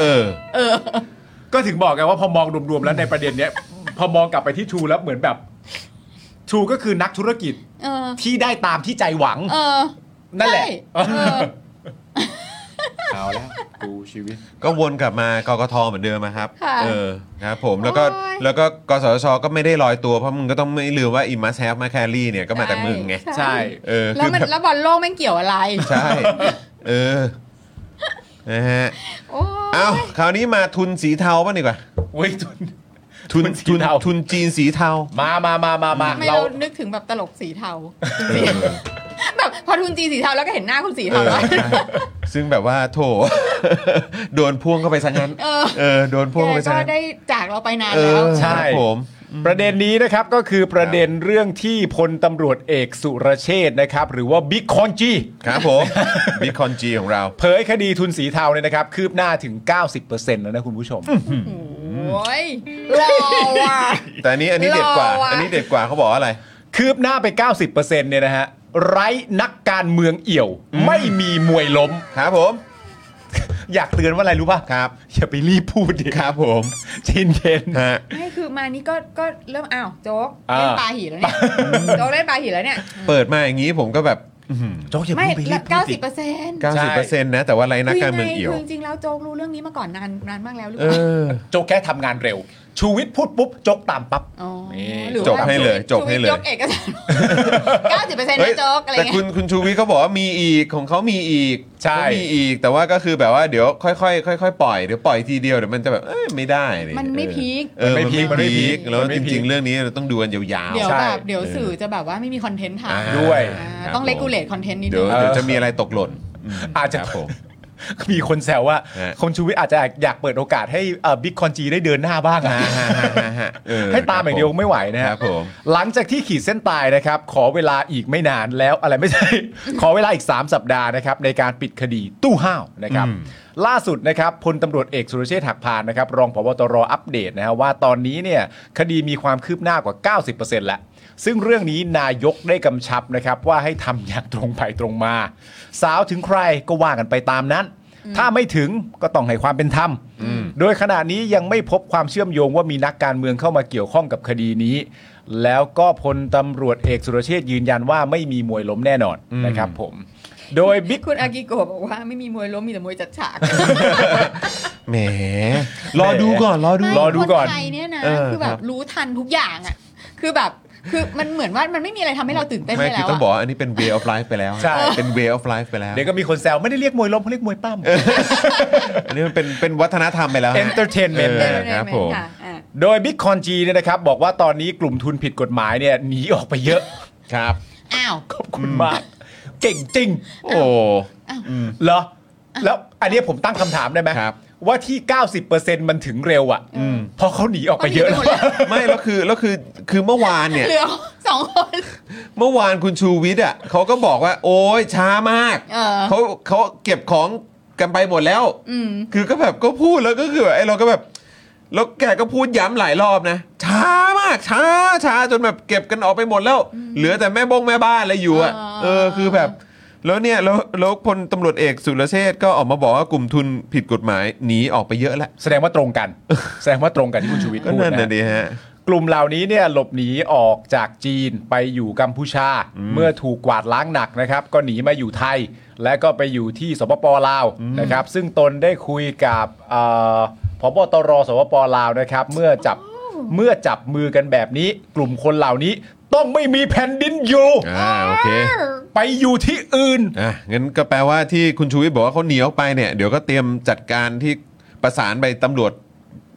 S3: เออ
S4: ก็ถึงบอกไงว่าพอมองรวมๆแล้วในประเด็น เนี้ย พอมองกลับไปที่ทรูแล้วเหมือนแบบทรูก็คือนักธุรกิจ
S6: เออ
S4: ที่ได้ตามที่ใจหวัง
S6: เออ
S4: นั่นแหละ
S6: ใช่
S4: เออ
S6: เออ
S4: เอาแล้วกูชีวิต
S3: ก็วนกลับมากกทเหมือนเดิมนะครับ
S6: ค่ะ
S3: เออครับผมแล้วก็
S6: โอ้ย
S3: แล้วก็กสชก็ไม่ได้ลอยตัวเพราะมึงก็ต้องไม่ลืมว่าอิมัสแฮปมาแครี่เนี่ยก็มาจากมึงไง
S6: ใช่
S4: ใช่
S3: เออ
S6: แล้ว
S3: คือ
S6: มัน
S3: แบบ
S6: แล้วบอลโลกแม่งเกี่ยวอะไร
S3: ใช่ เออนะฮะ
S6: โอ้ย
S3: เอ้าคราวนี้มาทุนสีเทาบ้างดีกว่า
S4: เว้ย ทุน
S3: ทุนทุ
S4: ทุนสี
S3: น
S4: เทา
S3: ทุนจีนสีเทา
S4: มามามามามา
S6: ไม่
S4: เรา
S6: เรานึกถึงแบบตลกสีเทาแบบพอทุนจีนสีเทาแล้วก็เห็นหน้าคุณสีเทาแล้ว
S3: ซึ่งแบบว่าโถ โดนพ่วงเข้าไปซะงั้น
S6: เออ
S3: เออโดนพ่วง
S6: แก
S3: เข้าไปซะ
S6: ก็
S3: งั้น
S6: ได้จากเราไปนาน
S3: เอ
S6: แล้ว
S3: อ
S4: ใช่
S3: ครับผม
S4: ประเด็นนี้นะครับก็คือประเด็นเรื่องที่พลตำรวจเอกสุรเชษฐ์นะครับ หรือว่าบิ๊กคอนจี
S3: ครับผมบิคอนจีของเรา
S4: เผยคดีทุนสีเทาเนี่ยนะครับ คืบหน้าถึง 90%แล้วนะคุณผู้ชม
S6: โอ้ยรอว่ะ
S3: แต่อันนี้อันนี้เด็ดกว่า
S6: รอวะ
S3: อันนี้เด็ดกว่าเขาบอกอะไร
S4: คืบหน้าไป 90%เนี่ยนะฮะ ไร้นักการเมืองเอี่ยว ไม่มีมวยล้ม
S3: ครับผม
S4: อยากเตือนว่าอะไรรู้ป่ะ
S3: ครับ
S4: อย่าไปรีบพูดดิ
S3: ครับผม
S4: ชินเย็น
S3: ฮะ
S6: ไม่คือมานี่ก็ก็เริ่มอ้าวโจ๊ก
S4: อ่า
S6: เล่นปลาหีแล้วเนี่ยโจ๊กเล่นปลาหีแล้วเนี่ย
S3: เปิดมาอย่างนี้ผมก็แบบ
S4: โจ๊กอย่า
S6: ไม่
S4: เพิ่งไปรีบ
S6: เก้า
S4: พูด
S6: สิ
S4: ดิ
S6: บเปอร์เซ็นต์
S3: 90%นะ แต่ว่าไรนักการเมืองเอี่ยว
S6: คือจริงๆแล้วโจ๊กรู้เรื่องนี้มาก่อนนานนานมากแล้วหรือ
S3: เอ
S6: เปล่า
S3: อ
S4: โจ๊กแค่ทำงานเร็ว ชูวิทย์พูดปุ๊บโจ๊กตามปั๊บ
S6: อ๋อ
S4: นี่
S6: หรือว่า
S3: จบให้เลยจบให้เลย
S6: ยกเอกสาร เก้าสิบเปอร์เซ็นต์
S3: เฮ้ย
S6: นะโจ๊กอะไร
S3: แต่
S6: เงี้
S3: คุ
S6: ย
S3: ณคุณชูวิทย์เขาบอกว่ามีอีกของเขามีอีก
S4: ใช่
S3: เขามีอีก แต่ว่าก็คือแบบว่าเดี๋ยวค่อยๆค่อยๆปล่อยเดี๋ยวปล่อยทีเดียวเดี๋ยวมันจะแบบเอ้ยไม่ได้เลย
S6: มันไม่พีค
S3: เออมันไม่
S4: มันไม่
S3: พี
S4: พีค
S3: คแล้ว
S4: มันไม่
S3: จ
S4: พีค
S3: ริง ๆ เรื่องนี้เราต้องดูกันยาว
S6: เดี๋ยว
S4: ใช่
S6: แบบเดี๋ยวสื่อจะแบบว่าไม่มีคอนเทนต์ถ่าย
S3: ๆ
S4: ด้วย
S6: อ่า
S3: ครับ
S6: ต้องเลกูเลต
S3: ผม
S6: คอนเทนต์นิด
S3: เดี๋
S6: นึ
S3: ยว
S6: ง
S3: เดี๋ยวจะมีอะไรตกหล่นม
S4: อาจจะ
S3: ครับผม
S4: มีคนแซวว่า
S3: ฮะ
S4: คนชูวิทย์อาจจะอยากเปิดโอกาสให้บิ๊กคอนจีได้เดินหน้าบ้างอะ
S3: เออ
S4: ให้ตามอย่างเดียวไม่ไหวนะ
S3: ค
S4: ฮะ
S3: รับผม
S4: หลังจากที่ขีดเส้นตายนะครับ ขอเวลาอีกไม่นาน แล้วอะไรไม่ใช่ ขอเวลาอีก 3 สัปดาห์นะครับในการปิดคดีตู้ห้าวนะครับ
S3: อืม
S4: ล่าสุดนะครับพลตำรวจเอกสุรเชษฐ์หักพานนะครับรองผบตรอัปเดตนะฮะว่าตอนนี้เนี่ยคดีมีความคืบหน้ากว่า 90%แล้ว ซึ่งเรื่องนี้นายกได้กำชับนะครับว่าให้ทำอย่างตรงไปตรงมา สาวถึงใครก็ว่ากันไปตามนั้น ถ้าไม่ถึงก็ต้องให้ความเป็นธรรม โดยขณะนี้ยังไม่พบความเชื่อมโยงว่ามีนักการเมืองเข้ามาเกี่ยวข้องกับคดีนี้ แล้วก็พลตำรวจเอกสุรเชษฐ์ยืนยันว่าไม่มีมวยล้มแน่นอนนะครับผม โดยบิ๊ก
S6: คุณอากิโกะบอกว่าไม่มีมวยล้มมีแต่มวยจัดฉาก
S3: แหม รอดูก่อน รอดู
S6: ไม่
S4: รอดูก่อน
S6: คนไทยเนี่ยนะ
S3: เออ
S6: คือแบ
S3: ครับ บ
S6: รู้ทันทุกอย่างอ่ะ คือแบบคือมันเหมือนว่ามันไม่มีอะไรทำให้เราตื่นเต้น
S3: ไม่
S6: ได้
S3: คือ
S6: แล้ว
S3: ต้องบอก
S6: อะ
S3: ว่าอันนี้เป็น way of life ไปแล้ว
S4: ใช่
S3: เป็น way of life ไปแล้ว
S4: เดี๋ยวก็มีคนแซวไม่ได้เรียกมวยล้มเขาเรียกมวยปั้ม
S3: อันนี้มันเป็นเป็นวัฒนธรรมไปแล้วฮะ
S4: Entertainment
S3: เออครับผม
S6: ค่ะอ่ะ
S4: โดยบิ๊กคอนจีเนี่ยนะครับบอกว่าตอนนี้กลุ่มทุนผิดกฎหมายเนี่ยหนีออกไปเยอะ
S3: ครับ
S6: อ้าว
S4: ขอบคุณมาก เก่งจริง
S3: โอ้
S4: เหรอ แล้วอันนี้ผมตั้งคำถามได้ไหม
S3: ครับ
S4: ว่าที่ 90%มันถึงเร็วอ่ะเพราะเขาหนีออกไปเยอะแล้ว
S3: ไม่แล้วคือแล้วคือคือเมื่อวานเนี่ย
S6: เหลือสองคน
S3: เมื่อวานคุณชูวิทย์อ่ะเขาก็บอกว่า โอ้ยช้ามาก
S6: เออ
S3: เขาเขาเก็บของกันไปหมดแล้ว
S6: อืม
S3: คือก็แบบก็พูดแล้วก็คือแบบไอ้เราก็แบบแล้วแกก็พูดย้ำหลายรอบนะ ช้ามากช้าช้าจนแบบเก็บกันออกไปหมดแล้ว เหลือแต่แม่บงแม่บ้านอะไรอยู่อ่ะ
S6: อ๋อ
S3: เออคือแบบ แล้วเนี่ยแล้วแล้วพลตำรวจเอกสุรเชษฐ์ก็ออกมาบอกว่ากลุ่มทุนผิดกฎหมายหนีออกไปเยอะแล้ว
S4: แสดงว่าตรงกัน แสดงว่าตรงกันที่คุณชูวิทย์
S3: ก็
S4: พูด
S3: นั่น
S4: นะ
S3: น่ะดีฮะ
S4: กลุ่มเหล่านี้เนี่ยหลบหนีออกจากจีนไปอยู่กัมพูชา เมื่อถูกกวาดล้างหนักนะครับ ก็หนีมาอยู่ไทย และก็ไปอยู่ที่สปปลาวนะครับ ซึ่งตนได้คุยกับเอ่อพบตรสปปลาวนะครับ เมื่อจับเมื่อจับมือกันแบบนี้ กลุ่มคนเหล่านี้ต้องไม่มีแผ่นดินอยู่
S3: อ่าโอเค
S4: ไปอยู่ที่อื่น
S3: อ่ะงั้นก็แปลว่าที่คุณชูวิทย์บอกว่าเขาหนีออกไปเนี่ยเดี๋ยวก็เตรียมจัดการที่ประสานไปตำรวจ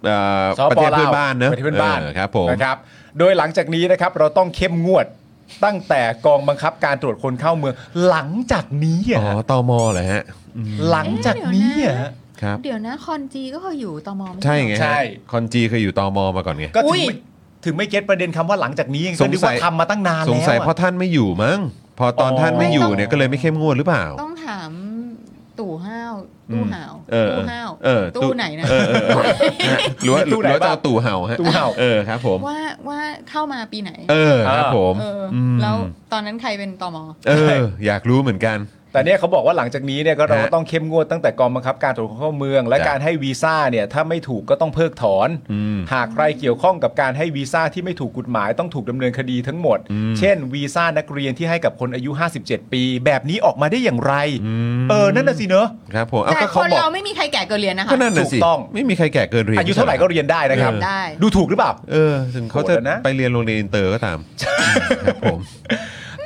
S3: เอ่อ
S4: ส
S3: ประเทศเพื่อนบ้านเนอะ
S4: ประเทศเพื่อนบ้าน
S3: ออครับผม
S4: นะครับ โดยหลังจากนี้นะครับเราต้องเข้มงวดตั้งแต่กองบังคับการตรวจคนเข้าเมือง หลังจากนี้อ่ะ
S3: อ๋อตอมอเหรอฮะ
S4: หลังจากนี้อ่ะ
S3: ครับ
S6: เดี๋ยวนะคอนจีก็เคยอยู่ตมม่
S3: ใช่
S6: เหรอ
S3: ไงฮะ
S4: ใช่
S3: คอนจีเคยอยู่ตอมอมาก่อนไง
S4: ก็ถึ
S6: อุ๊
S4: ง
S6: ย
S4: ไม่ถึงไม่เก็ตประเด็นคำว่าหลังจากนี้
S3: ส
S4: ก็
S3: งสัย
S4: นึกว่าทำมาตั้งนานแล้ว
S3: สงสัยเพราะ
S4: อะ
S3: ท่านไม่อยู่มั้ง พอตอน
S4: อ๋อ
S3: ท่านไม่อยู่เนี่ยก็เลยไม่เข้มงวดหรือเปล่า
S6: ต้องถามตู่ห้าวตู้หาว
S3: เออ
S6: ตู้ห้าว
S3: เออตู้
S6: ตู้ไหนนะ
S3: เออเออเออฮะ หรือว่าห
S4: ตู้
S3: รือ
S4: ไหน
S3: ว่าจะเอา
S4: บ้าง
S3: ตู่เห่าฮะ
S4: ตู่เห่า
S3: เออครับผม
S6: ว่าว่าเข้ามาปีไหน
S3: เออครับผม
S6: เอออ
S3: ม
S6: แล้วตอนนั้นใครเป็นตม
S3: เออ อยากรู้เหมือนกัน
S4: แต่เนี่ยเขาบอกว่าหลังจากนี้เนี่ยก็เราก็
S3: ฮะ
S4: ต้องเข้มงวดตั้งแต่กองบังคับการตรวจคนเข้าเมือง และ
S3: จ้ะ
S4: การให้วีซ่าเนี่ยถ้าไม่ถูกก็ต้องเพิกถอน
S3: อืม
S4: หากใครเกี่ยวข้องกับการให้วีซ่าที่ไม่ถูกกฎหมายต้องถูกดำเนินคดีทั้งหมด
S3: อืม
S4: เช่น วีซ่านักเรียนที่ให้กับคนอายุ 57 ปี แบบนี้ออกมาได้อย่างไร
S3: ม
S4: เออ นั่นน่ะสิเนอะ
S3: ครับผมเอา
S6: แต่
S3: ก็
S6: ค
S3: เขา
S6: น
S3: บอก
S6: เราไม่มีใครแก่เกินเรียนนะคะ
S3: ก็นั่นน่ะสิ
S4: ถูกต้อง
S3: ไม่มีใครแก่เกินเรียน
S4: อายุเท่าไหร่ก็เรียนได้นะครับ
S6: เออได้
S4: ดูถูกหรือเปล่า
S3: เออ ถึงเขาจะ
S4: โหดแล้วนะ
S3: ไปเรียนโรงเรียนอินเตอร์ก็ตามครับผม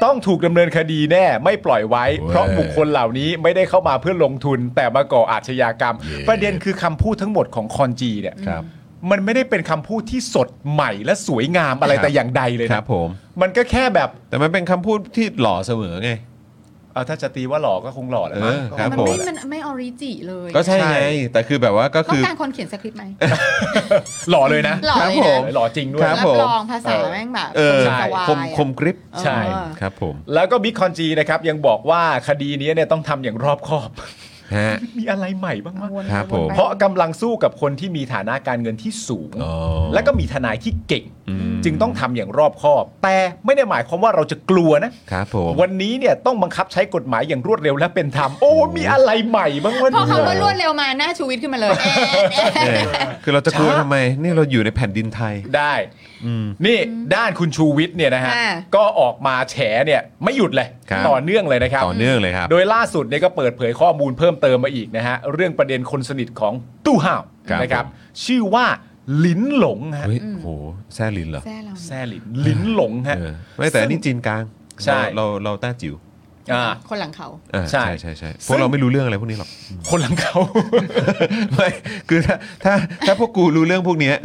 S4: ต้องถูกดำเนินคดีแน่ ไม่ปล่อยไว้
S3: เว้ย
S4: เพราะบุคคลเหล่านี้ไม่ได้เข้ามาเพื่อลงทุน แต่มาก่ออาชญากรรม
S3: เย้
S4: ประเด็นคือคำพูดทั้งหมดของคอนจีเนี่ย
S3: ครับ
S4: มันไม่ได้เป็นคำพูดที่สดใหม่และสวยงามอะไร
S3: ครับ
S4: แต่อย่างใดเลย
S3: ค
S4: นะ
S3: รับผม
S4: มันก็แค่แบบ
S3: แต่มันเป็นคำพูดที่หล่อเสมอไง
S4: เอาถ้าจะตีว่าหล่อก็คงหล่อแหล้ว
S3: เออครั
S6: มั
S3: บ
S6: น
S3: ผม
S6: ไม่มันไม่ออริจิเลย
S3: ก็ใช่ไง แต่คือแบบว่าก็
S6: ต้อ
S3: คื
S6: ง
S3: อ
S6: การคนเขียนสคริปต์ไหม
S4: หล่อเลยนะ
S6: หล่อเลย
S3: ครับ
S6: นะ
S3: ผม
S4: หล่อจริงด้วย
S3: ค รับ
S6: รับ
S3: ผม
S6: รองภาษาแม่งแบบ
S3: เออ
S6: สวาย
S3: คม
S6: อะ
S3: คมกริบ
S6: ใช่
S3: ครับผม
S4: แล้วก็บิ๊กคอนจีนะครับยังบอกว่าคดีนี้เนี่ยต้องทำอย่างรอบคอบ
S3: ฮะ
S4: มีอะไรใหม่บ้างมั้ย
S6: วนๆ
S3: ครับผม
S6: วนๆไป
S4: เพราะกำลังสู้กับคนที่มีฐานะการเงินที่สูง
S3: อ๋อ
S4: และก็มีทนายที่เก่ง
S3: อืม
S4: จึงต้องทำอย่างรอบคอบ แต่ไม่ได้หมายความว่าเราจะกลัวนะ
S3: ครับผม
S4: วันนี้เนี่ยต้องบังคับใช้กฎหมายอย่างรวดเร็วและเป็นธรรม โอ้มีอะไรใหม่บ้างวะ
S6: พอเขา
S4: เนี่ย
S6: ว่ารวดเร็วมาหน้าชูวิทย์ขึ้นมาเลยแอะแอะ
S3: เออคือเราจะกลัวทำไม นี่เราอยู่ในแผ่นดินไทย
S4: ได้
S3: อืม
S4: นี่ด้านคุณชูวิทย์เนี่ยนะฮะ
S6: อ่า
S4: ก็ออกมาแฉเนี่ยไม่หยุดเลย
S3: ครับ
S4: ต่อเนื่องเลยนะครับ
S3: ต่อเนื่องเลยครับ
S4: โดยล่าสุดเนี่ยก็เปิดเผยข้อมูลเพิ่มเติมมาอีกนะฮะ เรื่องประเด็นคนสนิทของตู้ห่าว
S3: ครับ
S4: นะครับ
S3: ผม
S4: ชื่อว่าลิ้นหลงฮะ
S3: เฮ้ยโหแซ่ลินเหรอ
S6: แซ่เรา
S4: แซ่ลิ้นลิ้นหลงฮะ
S3: เออไม่แต่อันนี่จีนกลาง
S4: ใช่
S3: เราเราเราแต้จิ๋ว
S4: อ่า
S6: คนหลังเขา
S3: อ่า
S4: ใช่
S3: ใช่ใช่ใช่พ
S4: ซึ่
S3: วก
S4: ง
S3: เราไม่รู้เรื่องอะไรพวกนี้หรอก
S4: คนหลังเขา
S3: ไม่คือถ้าถ้าถ้าพวกกูรู้เรื่องพวกเนี้ย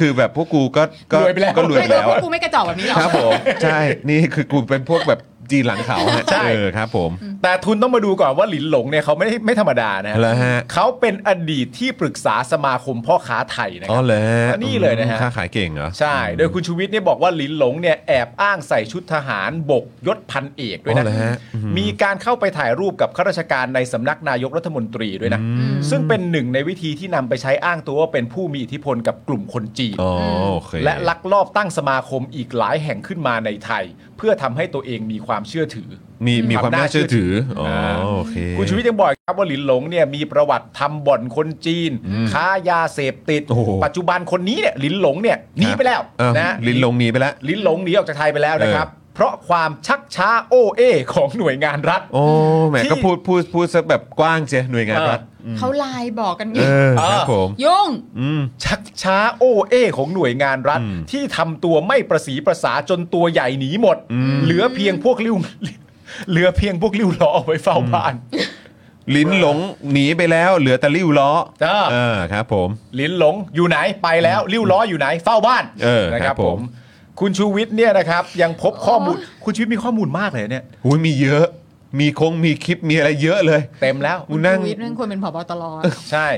S3: คือแบบพวกกูก็ก็
S4: รวยไปแล้ว
S3: ก็รวยไป
S6: ไม่รู้
S3: แล้ว
S6: พวก
S3: อะ
S6: กูไม่กระจอกแบบนี้หรอ
S3: ครับผม ใช่ นี่คือกูเป็นพวกแบบ จีนหลังเขาฮะ
S4: ใช่
S3: เออครับ ผม
S4: แต่ทุนต้องมาดูก่อนว่าหลินหลงเนี่ยเขาไม่ได้ไม่ธรรมดานะฮะ
S3: แล้วฮะ
S4: เขาเป็นอดีตที่ปรึกษาสมาคมพ่อค้าไทยนะค
S3: อ๋อ
S4: รับ
S3: เลย
S4: อันนี้เลยนะฮะ
S3: ค้าขายเก่งเหรอ
S4: ใช่ โดยคุณชูวิทย์เนี่ยบอกว่าหลินหลงเนี่ยแอบอ้างใส่ชุดทหารบกยศพันเอกด้วย
S3: อ๋อ
S4: นะ
S3: เลยฮะ
S4: มีการเข้าไปถ่ายรูปกับข้าราชการในสำนักนายกรัฐมนตรีด้วยนะ ซึ่งเป็นหนึ่งในวิธีที่นำไปใช้อ้างตัวว่าเป็นผู้มีอิทธิพลกับกลุ่มคนจีน
S3: อ๋อโอเค
S4: และลักลอบตั้งสมาคมอีกหลายแห่งขึ้นมาในไทย เพื่อทำให้ตัวเองมีความเชื่อถือ
S3: มีมีความ
S4: ความน่า
S3: น่าเชื่อถืออ๋อโอเค
S4: คุณชูวิทย์ยังบอกอีกครับว่าหลินหลงเนี่ยมีประวัติทำบ่อนคนจีน ค้ายาเสพติด
S3: โอ้โห
S4: ปัจจุบันคนนี้เนี่ยหลินหลงเนี่ยหนีไปแล้ว
S3: เออ
S4: นะ
S3: ลิ้นลงหนีไปแล้ว
S4: ลิ้นหลงหนีออกจากไทยไปแล้วนะครับ
S3: เออ
S4: เพราะความชักช้าโอเอ ของหน่วยงานรัฐ
S3: โอ้แหม
S4: ที่
S3: ก็พูดพูดพูดซะแบบกว้างเชียหน่วยงานรัฐ
S6: เขาไลน์บอกกัน
S3: เอ
S6: อ
S3: ยู่ อครับผม
S6: ยุ่ง
S3: อืม
S4: ชักช้าโอเอ ของหน่วยงานรัฐ
S3: อืม
S4: ที่ทำตัวไม่ประสีประสาจนตัวใหญ่หนีหมด
S3: อืม
S4: เหลือเพียงพวกลิ้ว เหลือเพียงพวกลิ้วล้อเอาไว้เฝ้าบ้าน
S3: ลิ้นหลงหนีไปแล้วเหลือแต่ริ้วล้อ
S4: จ้า
S3: เออครับ ผม
S4: ลิ้นหลงอยู่ไหนไปแล้วลิ้วล้ออยู่ไหนเฝ้าบ้าน
S3: เออ
S4: นะครับ
S3: ผม
S4: คุณชูวิทย์เนี่ยนะครับ ยังพบข้อมูลคุณชูวิทย์มีข้อมูลมากเลยเนี่ย
S3: อุยมีเยอะ มีคงมีคลิปมีอะไรเยอะเลย
S4: เต็มแล้ว
S3: กูนั่ง
S6: ชูวิทย์นั่นควรเป็นผบตร
S4: ใช่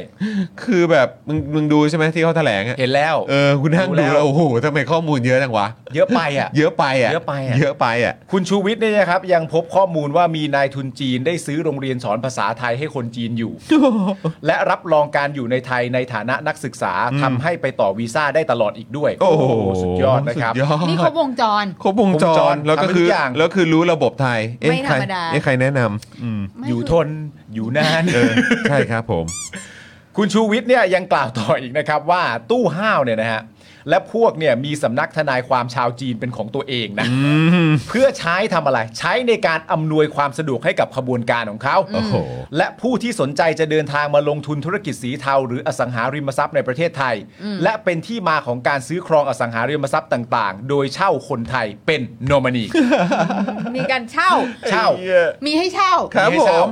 S3: คือแบบมึงมึงดูใช่ไหมที่เขาแถลงอะ
S4: เห็นแล้ว
S3: เออคุณนั่ง
S4: ดู
S3: ดู
S4: แล้ว
S3: แล้วโอ้โหทำไมข้อมูลเยอะจังวะ
S4: เยอะไปอ่ะ
S3: เยอะไปอ่ะ
S4: เยอะไปอะ
S3: เยอะไปอ่ะ
S4: คุณชูวิทย์เนี่ยนะครับยังพบข้อมูลว่ามีนายทุนจีนได้ซื้อโรงเรียนสอนภาษาไทยให้คนจีนอยู่ และรับรองการอยู่ในไทยในฐานะนักศึกษาทำให้ไปต่อวีซ่าได้ตลอดอีกด้วย
S3: โอ้โห
S4: สุดยอดนะครับ
S3: สุดยอด
S6: นี่เขาวงจร
S3: ครบวงจ
S4: วงจ
S3: ร
S4: ร
S3: แล้วก็
S4: ทำให้ทุก
S3: คือ
S4: อย่าง
S3: แล้วคือรู้ระบบไทยเอ๊ะ
S6: ไม่
S3: ใคร
S6: ธรรมดา
S3: เอ๊ะใครแนะนำอืม
S6: ไม่
S4: อยู่
S6: คือ
S4: ทนอยู่นาน
S3: เออใช่ครับผม
S4: คุณชูวิทย์เนี่ยยังกล่าวต่ออีกนะครับว่าตู้ห้าวเนี่ยนะฮะและพวกเนี่ยมีสำนักทนายความชาวจีนเป็นของตัวเองนะ
S3: อืม
S4: เพื่อใช้ทำอะไร ใช้ในการอำนวยความสะดวกให้กับขบวนการของเขา
S3: โอ้โห
S4: และผู้ที่สนใจจะเดินทางมาลงทุนธุรกิจสีเทา หรืออสังหาริมทรัพย์ในประเทศไทย และเป็นที่มาของการซื้อครองอสังหาริมทรัพย์ต่าง ๆ โดยเช่าคนไทยเป็นโนมานี
S6: มีการเช่า
S4: เช่า
S6: มีให้เช่า
S3: ครับ
S4: ให้เช่า
S3: ผม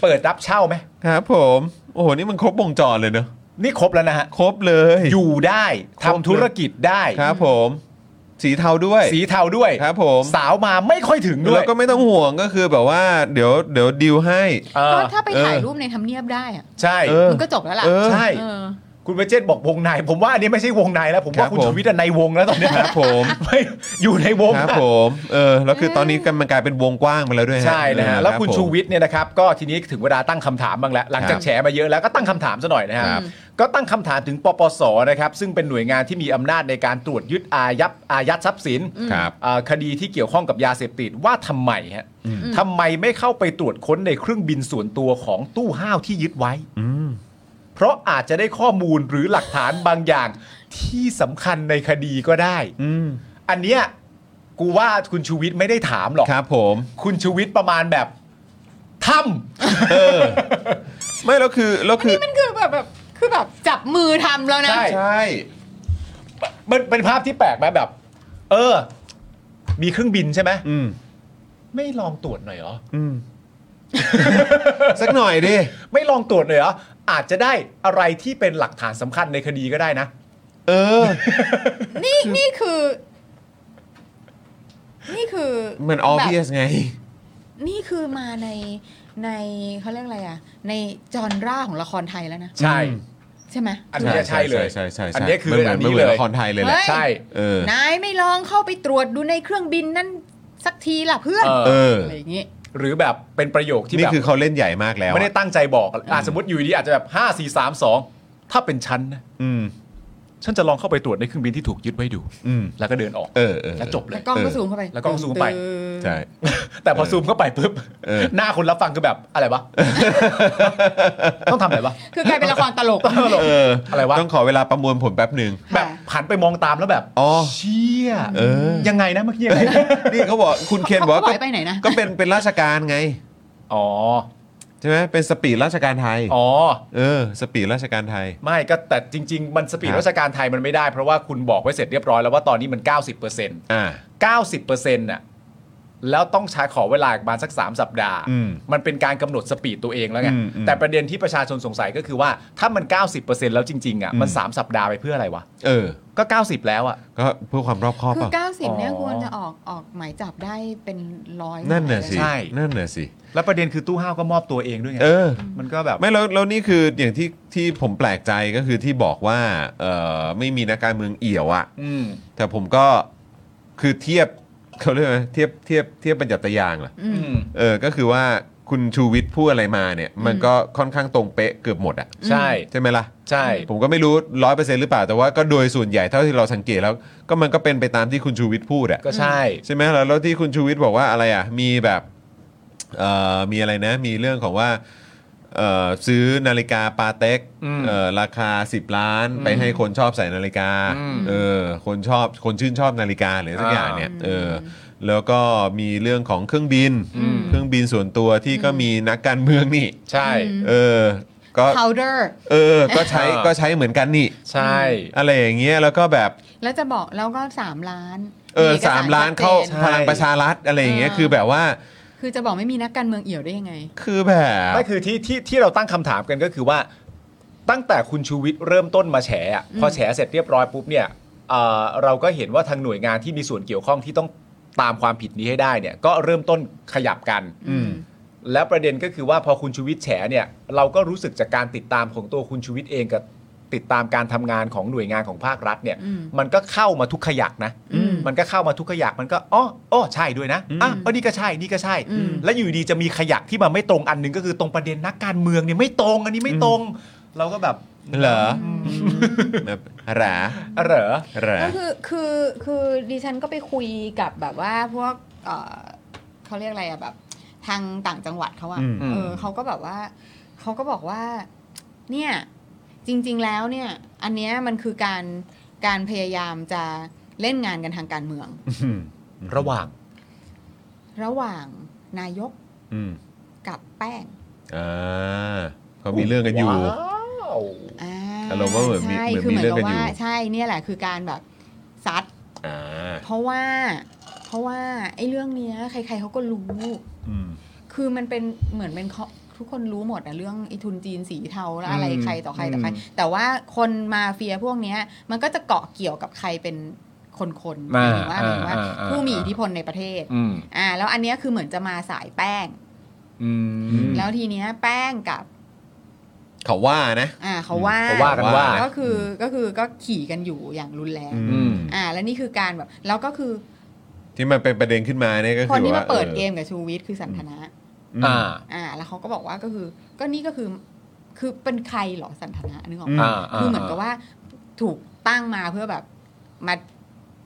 S4: เปิดรับเช่าไหม
S3: ครับผมโอ้โหนี่มันครบวงจรเลยเนอะ
S4: นี่ครบแล้วนะฮะ
S3: ครบเลย
S4: อยู่ได้ทำธุรกิจได้
S3: ครับผม สีเทาด้วย
S4: สีเทาด้วย
S3: ครับผม
S4: สาวมาไม่ค่อยถึงด้ว
S3: แล้
S4: ยว
S3: ก็ไม่ต้องห่วงก็คือแบบว่าเดี๋ยวเดี๋ยวดิวให้
S4: เอ
S6: ก็
S4: อ
S6: ถ้าไปถ่าย
S3: เออ
S6: รูปในทำเนียบได้อะ
S4: ใช่
S3: เออ
S6: มันก็จบแล้วล่ะ
S3: เออ
S4: ใช่
S6: เออ
S4: คุณประเจษบอกวงในผมว่าอันนี้ไม่ใช่วงในแล้ว ผม
S3: ครั
S4: ว่า
S3: บ
S4: คุณ
S3: ผม
S4: ชูวิทย์อะในวงแล้วตอนเนี้ย
S3: ครับผม
S4: ไม่อยู่ในวง
S3: ครับผมเออแล้วคือตอนนี้ก็มันกลายเป็นวงกว้างไปแล้วด้วยฮ
S4: ใช่นะฮะ
S3: เออ
S4: แล้วคุณ
S3: รับผม
S4: ชูวิทย์เนี่ยนะครับก็ทีนี้ถึงเวลาตั้งคำถามบ้างแล้วหลังจา
S3: ค
S4: ก
S3: รับ
S4: แฉมาเยอะแล้วก็ตั้งคำถามซะหน่อยนะฮะ
S6: ครับ
S4: ก็ตั้งคำถามถึงปปสนะครับซึ่งเป็นหน่วยงานที่มีอำนาจในการตรวจยึดอายัดอายัดทรัพย์สิน
S3: ครับ
S4: เอ่อคดีที่เกี่ยวข้องกับยาเสพติดว่าทำไมฮะทำไมไม่เข้าไปตรวจค้นในเครื่องบินส่วนตัวของตู้ห้าวที่ยึดไว้
S3: อืม
S4: เพราะอาจจะได้ข้อมูลหรือหลักฐานบางอย่างที่สำคัญในคดีก็ได้
S3: อืม
S4: อันเนี้ยกูว่าคุณชูวิทย์ไม่ได้ถามหรอก
S3: ครับผม
S4: คุณชูวิทย์ประมาณแบบทำ
S3: เออไม่แล้วคือแล้วคือ
S6: มันคือแบบแบบคือแบบจับมือทำแล้วนะ
S4: ใช่
S3: ใช่
S4: มันเป็นภาพที่แปลกไหมแบบ เออ มีเครื่องบินใช่ไหม
S3: อืม
S4: ไม่ลองตรวจหน่อยเหรอ
S3: อืมสักหน่อยดิ
S4: ไม่ลองตรวจหน่อยเหรออาจจะได้อะไรที่เป็นหลักฐานสำคัญในคดีก็ได้นะ
S3: เออ
S6: นี่นี่คือ นี่คือ
S3: มัน obvious ไง
S6: แบบนี่คือมาในในเขาเรียกอะไรอ่ะ ในจอนร่าของละครไทยแล้วนะ
S4: ใช่
S6: ใช่ไหม
S4: อันเนี้ยใช่เลย
S3: ใช่ใช่ใช่
S4: อันเนี้ยคื
S3: มัเห
S4: อ
S3: มื
S4: อันนี้
S3: มัหมื
S4: เลย
S3: ละครไทยเลยแหละ
S6: เฮ้ย
S4: ใช่
S3: เออ
S6: นายไม่ลองเข้าไปตรวจดูในเครื่องบินนั่นสักทีล่ะเพื่อน
S4: เอ
S3: เอ
S4: อ
S3: อ
S6: อะไรอย่างงี้
S4: หรือแบบเป็นประโยคที่
S3: นี่
S4: แบบ
S3: คือเขาเล่นใหญ่มากแล้วอะ
S4: ไม่ได้ตั้งใจบอกอ่ะสมมติอยู่ดีอาจจะแบบห้าสี่สามสองถ้าเป็นฉันนะ
S3: อืม
S4: ฉันจะลองเข้าไปตรวจในเครื่องบินที่ถูกยึดไว้ดู
S3: อืม
S4: แล้วก็เดินออก
S3: เออเออ
S4: แล้วจบเล
S6: แล้ว
S4: ย
S6: กล้องก็
S3: เออ
S6: ซูมเข้าไป
S4: แล้วกล้องซูมเข้าไป
S6: ตึ้ง
S3: ใช่
S4: แต่พอ
S3: เออ
S4: ซูมเข้าไปปุ๊บ
S3: เออ
S4: หน้าคนรับฟังคือแบบอะไรวะ ต้องทำอะไรวะ
S6: คือกลายเป็นละครตลก
S3: เอออะไร
S4: วะ
S3: ต้องขอเวลาประมวลผลแป๊บหนึ่ง
S4: แบบหันไปมองตามแล้วแบบ
S3: อ๋อ
S4: เชี่ย
S3: เออ
S4: ยังไงนะเมื่อกี้ยังไง
S3: นี่เขาบอกคุณเคนบอกว่าก็
S6: เขาเขาปล่อยไปไหนนะ
S3: ก็เป็นเป็นราชการไง
S4: อ๋อ
S3: ใช่ไหมเป็นสปีดราชการไทย
S4: อ๋อ
S3: เออ สปีดราชการไทย
S4: ไม่ก็แต่จริง ๆ มันสปีด
S3: ครับ
S4: ราชการไทยมันไม่ได้ เพราะว่าคุณบอกไว้เสร็จเรียบร้อยแล้วว่าตอนนี้มัน 90%
S3: อ่า
S4: 90%น่ะแล้วต้องใช้ขอเวลาอีกประมาณสัก 3 สัปดาห์
S3: อืม
S4: มันเป็นการกำหนดสปีดตัวเองแล้วไง
S3: อืมอืม
S4: แต่ประเด็นที่ประชาชนสงสัยก็คือว่าถ้ามัน 90%แล้วจริงๆอ่ะมันสามสัปดาห์ไปเพื่ออะไรวะ
S3: เออ
S4: ก็ 90 แล้วอ่ะ
S3: ก็เพื่อความรอบคอบ
S6: คือ
S3: เปล่า
S6: สิบเนี่ย
S4: อ๋อ
S6: ควรจะออกออกหมายจับได้เป็นร้อย
S3: นั่นน่ะสิ
S4: ใช่
S3: นั่นน่ะสิ
S4: แล้วประเด็นคือตู้ห้าวก็มอบตัวเองด้วยไง
S3: เออ
S4: มันก็แบบ
S3: ไม่แล้วแล้วนี่คืออย่างที่ที่ผมแปลกใจก็คือที่บอกว่าเออไม่มีนักการเมืองเอี่ยวอะ
S4: อืม
S3: แต่ผมก็คือเทียบเขาเรียกว่าเทียบเทียบเทียบบัญญัติยางเหรอ
S6: อืม
S3: เออก็คือว่าคุณชูวิทย์พูดอะไรมาเนี่ย มันก็ค่อนข้างตรงเป๊ะเกือบหมดอะ
S4: ใช่
S3: ใช่ไหมล่ะ
S4: ใช่
S3: ผมก็ไม่รู้ร้อยเปอร์เซ็นต์หรือเปล่า แต่ว่าก็โดยส่วนใหญ่เท่าที่เราสังเกตแล้ว ก็มันก็เป็นไปตามที่คุณชูวิทย์พูดอะ
S4: ก็ใช่
S3: ใช่ไหมแล้วแล้วที่คุณชูวิทย์บอกว่าอะไรอะมีแบบเอ่อมีอะไรนะ มีเรื่องของว่าเอ่อซื้อนาฬิกาปาเต็ก
S4: อืม
S3: เอ่อราคา 10 ล้าน ไปให้คนชอบใส่นาฬิกา
S4: อืม
S3: เออคนชอบคนชื่นชอบนาฬิกาหรือสักอย่างเนี่ยเออแล้วก็มีเรื่องของเครื่องบิน
S4: อืม
S3: เครื่องบินส่วนตัวที่ก็มีนักการเมืองนี่
S4: ใช่
S6: อืม
S3: เออก็
S6: powder
S3: เออ ก็ใช้
S4: อ่า
S3: ก็ใช้เหมือนกันนี่
S4: ใช่
S3: อะไรอย่างเงี้ยแล้วก็แบบ
S6: แล้วจะบอกแล้วก็สามล้าน
S3: เออ
S6: อก
S3: สามล้าน
S6: ชัดจ
S3: เข้าพลังประชารัฐอะไรอย่างเงี้ย
S6: เออ
S3: คือแบบว่า
S6: คือจะบอกไม่มีนักการเมืองเอี่ยวได้ยังไง
S3: คือแบบ
S4: ไม่คือที่ที่ที่เราตั้งคำถามกันก็คือว่า ตั้งแต่คุณชูวิทย์เริ่มต้นมาแฉอะพอแฉเสร็จเรียบร้อยปุ๊บเนี่ยเอ่อเราก็เห็นว่าทางหน่วยงานที่มีส่วนเกี่ยวข้องที่ต้องตามความผิดนี้ให้ได้เนี่ย ก็เริ่มต้นขยับกัน
S6: อืม
S4: แล้วประเด็นก็คือว่าพอคุณชูวิทย์แฉเนี่ย เราก็รู้สึกจากการติดตามของตัวคุณชูวิทย์เองกับติดตามการทำงานของหน่วยงานของภาครัฐเนี่ย
S6: อืม
S4: มันก็เข้ามาทุกขยักนะ
S6: อืม
S4: มันก็เข้ามาทุกขยักมันก็อ๋ออ๋อใช่ด้วยนะอ่ะเออนี่ก็ใช่นี่ก็ใช่
S6: อืม
S4: และอยู่ดีจะมีขยักที่มาไม่ตรงอันหนึงก็คือตรงประเด็นนักการเมืองเนี่ยไม่ตรงอันนี้ไม่ตรง เราก็แบบ
S3: เหรอแบบหรา
S4: เหรอ
S3: หรา
S6: ก็คือคือคือดิฉันก็ไปคุยกับแบบว่าพวกเอ่อเขาเรียกอะไรอะแบบ ทางต่างจังหวัดเขาอะ
S3: อืม
S4: อืม
S6: เออเขาก็แบบว่าเขาก็บอกว่า เนี่ยจริง ๆแล้วเนี่ย อันเนี้ยมันคือการการพยายามจะเล่นงานกันทางการเมือง
S3: อืม
S4: ระหว่าง
S6: ระหว่างนายก
S3: อืม
S6: กับแป้ง
S3: อ่าเขามีเรื่องกันอยู่
S4: ว้าว
S6: อ่า
S3: อารมณ์ว่าเหมือนมี
S6: ใช่
S3: เหมือน
S6: คือเหมือ
S3: มี
S6: น
S3: เรื่
S6: กั
S3: อบ งกันอยู่
S6: ว่าใช่เนี่ยแหละคือการแบบซัด
S3: อ่า
S6: เพราะว่าเพราะว่าไอ้เรื่องเนี้ยใคร ๆเขาก็รู้
S3: อืม
S6: คือมันเป็นเหมือนเป็นข้อทุกคนรู้หมดอะเรื่องไอ้ทุนจีนสีเทาแล้วอะไรใครต่อใครต่อใคร แต่ว่าคนมาเฟียพวกเนี้ยมันก็จะเกาะเกี่ยวกับใครเป็นคนๆหมายถึงว่าหมายถึงว่าผู้มีอิทธิพลในประเทศ
S4: อืม
S6: อ่าแล้วอันเนี้ยคือเหมือนจะมาสายแป้ง
S4: อืม
S6: แล้วทีเนี้ยแป้งกับ
S3: เขาว่านะ
S6: อ่าเขาว่า
S4: เขาว่ากันว่า
S6: ก็คือก็คือก็ขี่กันอยู่อย่างรุนแรง
S4: อืม
S6: อ่า แล้วนี่คือการแบบแล้วก็คือ
S3: ที่มันเป็นประเด็นขึ้นมาเนี่ยก็
S6: คน
S3: คือ
S6: ที่
S3: ว่า
S6: มาเปิด
S3: ออ
S6: เกมกับชูวิทย์คือสันทนะ
S3: อืม
S4: อ่า
S6: อ่าแล้วเขาก็บอกว่าก็คือก็นี่ก็คือคือเป็นใครเหรอสันทนะนึกออก
S4: อ่า
S6: ปะ
S4: อ่า
S6: คือเหมือนกับว่าถูกตั้งมาเพื่อแบบมา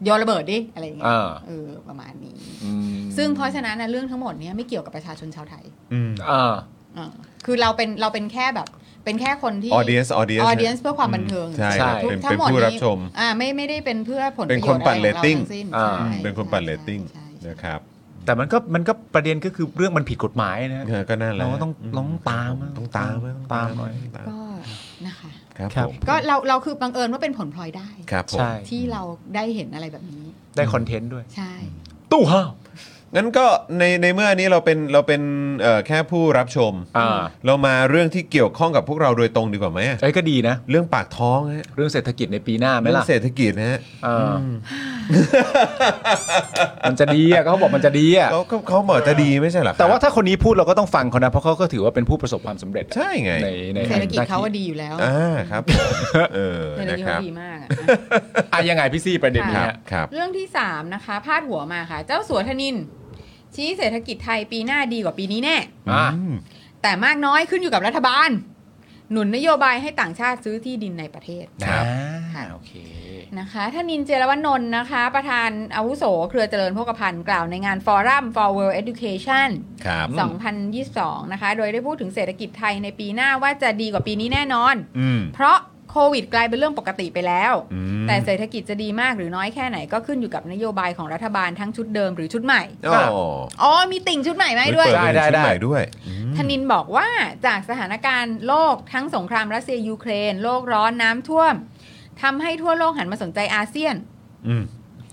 S6: โยนระเบิดดิอะไรอย่างเงี้ย
S4: อ่า
S6: เออประมาณนี้
S4: อืม
S6: ซึ่งเพราะฉะนั้นนะเรื่องทั้งหมดเนี้ยไม่เกี่ยวกับประชาชนชาวไทย
S3: อืม
S4: อ่า
S6: อ่าคือเราเป็นเราเป็นแค่แบบ เป็นแค่คนที่
S3: audience audience
S6: ออเดียนเพื่อความบันเทิง
S3: ใช่
S4: ใช่
S3: ครับ
S6: ทุก
S3: เป็น
S6: ทั้
S3: เป็น
S6: งหมด
S3: ผู้รับ
S6: นี้
S3: ชม
S6: อ่าไม่ไม่ได้เป็นเพื่อผล
S3: เป็
S6: ป
S3: น
S6: ระโย
S3: คน
S6: ชน์
S3: ปั่
S6: อะไร
S3: น
S6: ของเรา
S3: rating
S6: ทั้งสิ้น
S4: อ่า
S6: ใช่
S3: เป็นคนปั่น
S6: ใช่
S3: เรตติ้ง
S6: ใช่ใช่
S3: นะครับ
S4: แต่มันก็มันก็ประเด็นก็คือเรื่องมันผิดกฎหมายนะ
S3: เออก็น่าแหละ
S4: เราก็ต้องต้องตามอะ
S3: ต้องตามอะ
S4: ตามหน่อย
S3: ตาม
S6: ก็นะคะ
S3: ครับ
S4: ครับ
S3: ผม
S6: ก็เราเราคือบังเอิญว่าเป็นผลพลอยได้
S3: ครับผม
S4: ใช่
S6: ที่เราได้เห็นอะไรแบบนี้
S4: ได้คอนเทนต์ด้วย
S6: ใช่
S4: ตู้ห้าว
S3: งั้นก็ในในเมื่ออันนี้เราเป็นเราเป็นเอ่อแค่ผู้รับชม
S4: อ่า
S3: เรามาเรื่องที่เกี่ยวข้องกับพวกเราโดยตรงดีกว่าไหมอะ
S4: เอ้ยก็ดีนะ
S3: เรื่องปากท้องฮะ
S4: เรื่องเศรษฐกิจในปีหน้าไหม
S3: เรื่อง
S4: ล่ะ
S3: เศรษฐกิจนะฮะ
S4: เอออมันจะดีอ่ะเขาบอกมันจะดีอ่ะ
S3: เขาเขาเขาบอกจะดีไม่ใช่เหรอครับ
S4: แต่ว่าถ้าคนนี้พูดเราก็ต้องฟังเขานะเพราะเขาก็ถือว่าเป็นผู้ประสบความสำเร็จ
S3: ใช่ไง
S4: ในใน
S6: เศรษฐกิจเขา
S4: หน้
S6: ว่าดีอยู่แล้ว
S3: อ่าครับเออ
S6: เศรษฐ
S3: นะ
S6: กิจ
S3: ครั
S6: เขา
S3: บ
S6: ดีมากอะ
S4: อ่ะยังไงพี่ซี่ประเด็น
S3: ค
S4: เนี้
S3: รับ
S4: ย
S3: ครับ
S6: เรื่องที่ 3 นะคะ พาดหัวมาค่ะ เจ้าสัวธนิน ชี้เศรษฐกิจไทยปีหน้าดีกว่าปีนี้แน่
S4: อ่ะ
S3: อืม
S6: แต่มากน้อยขึ้นอยู่กับรัฐบาล หนุนนโยบายให้ต่างชาติซื้อที่ดินในประเทศ
S4: ครับ
S6: ค่ะ
S4: โอเค
S6: นะคะท่านินเจรวนนท์นะคะ ประธานอาวุโส เครือเจริญโภคภัณฑ์กล่าวในงานฟอรัม for world education
S3: ครับ
S6: 2022 นะคะ โดยได้พูดถึงเศรษฐกิจไทยในปีหน้าว่าจะดีกว่าปีนี้แน่นอน
S3: อืม
S6: เพราะโควิดกลายเป็นเรื่องปกติไปแล้ว
S3: อืม
S6: แต่เศรษฐกิจจะดีมากหรือน้อยแค่ไหนก็ขึ้นอยู่กับนโยบายของรัฐบาลทั้งชุดเดิมหรือชุดใหม่
S3: อ๋อ
S6: อ๋อ มีติ่งชุดใหม่ไหมาให้ด้วย
S3: เปิเป็น
S4: ได้ได้
S3: ชุใหม่ด้วยอืม
S6: ธนินบอกว่าจากสถานการณ์โลกทั้งสงครามรัสเซียยูเครน โลกร้อนน้ำท่วมทำให้ทั่วโลกหันมาสนใจอาเซียน
S3: อืม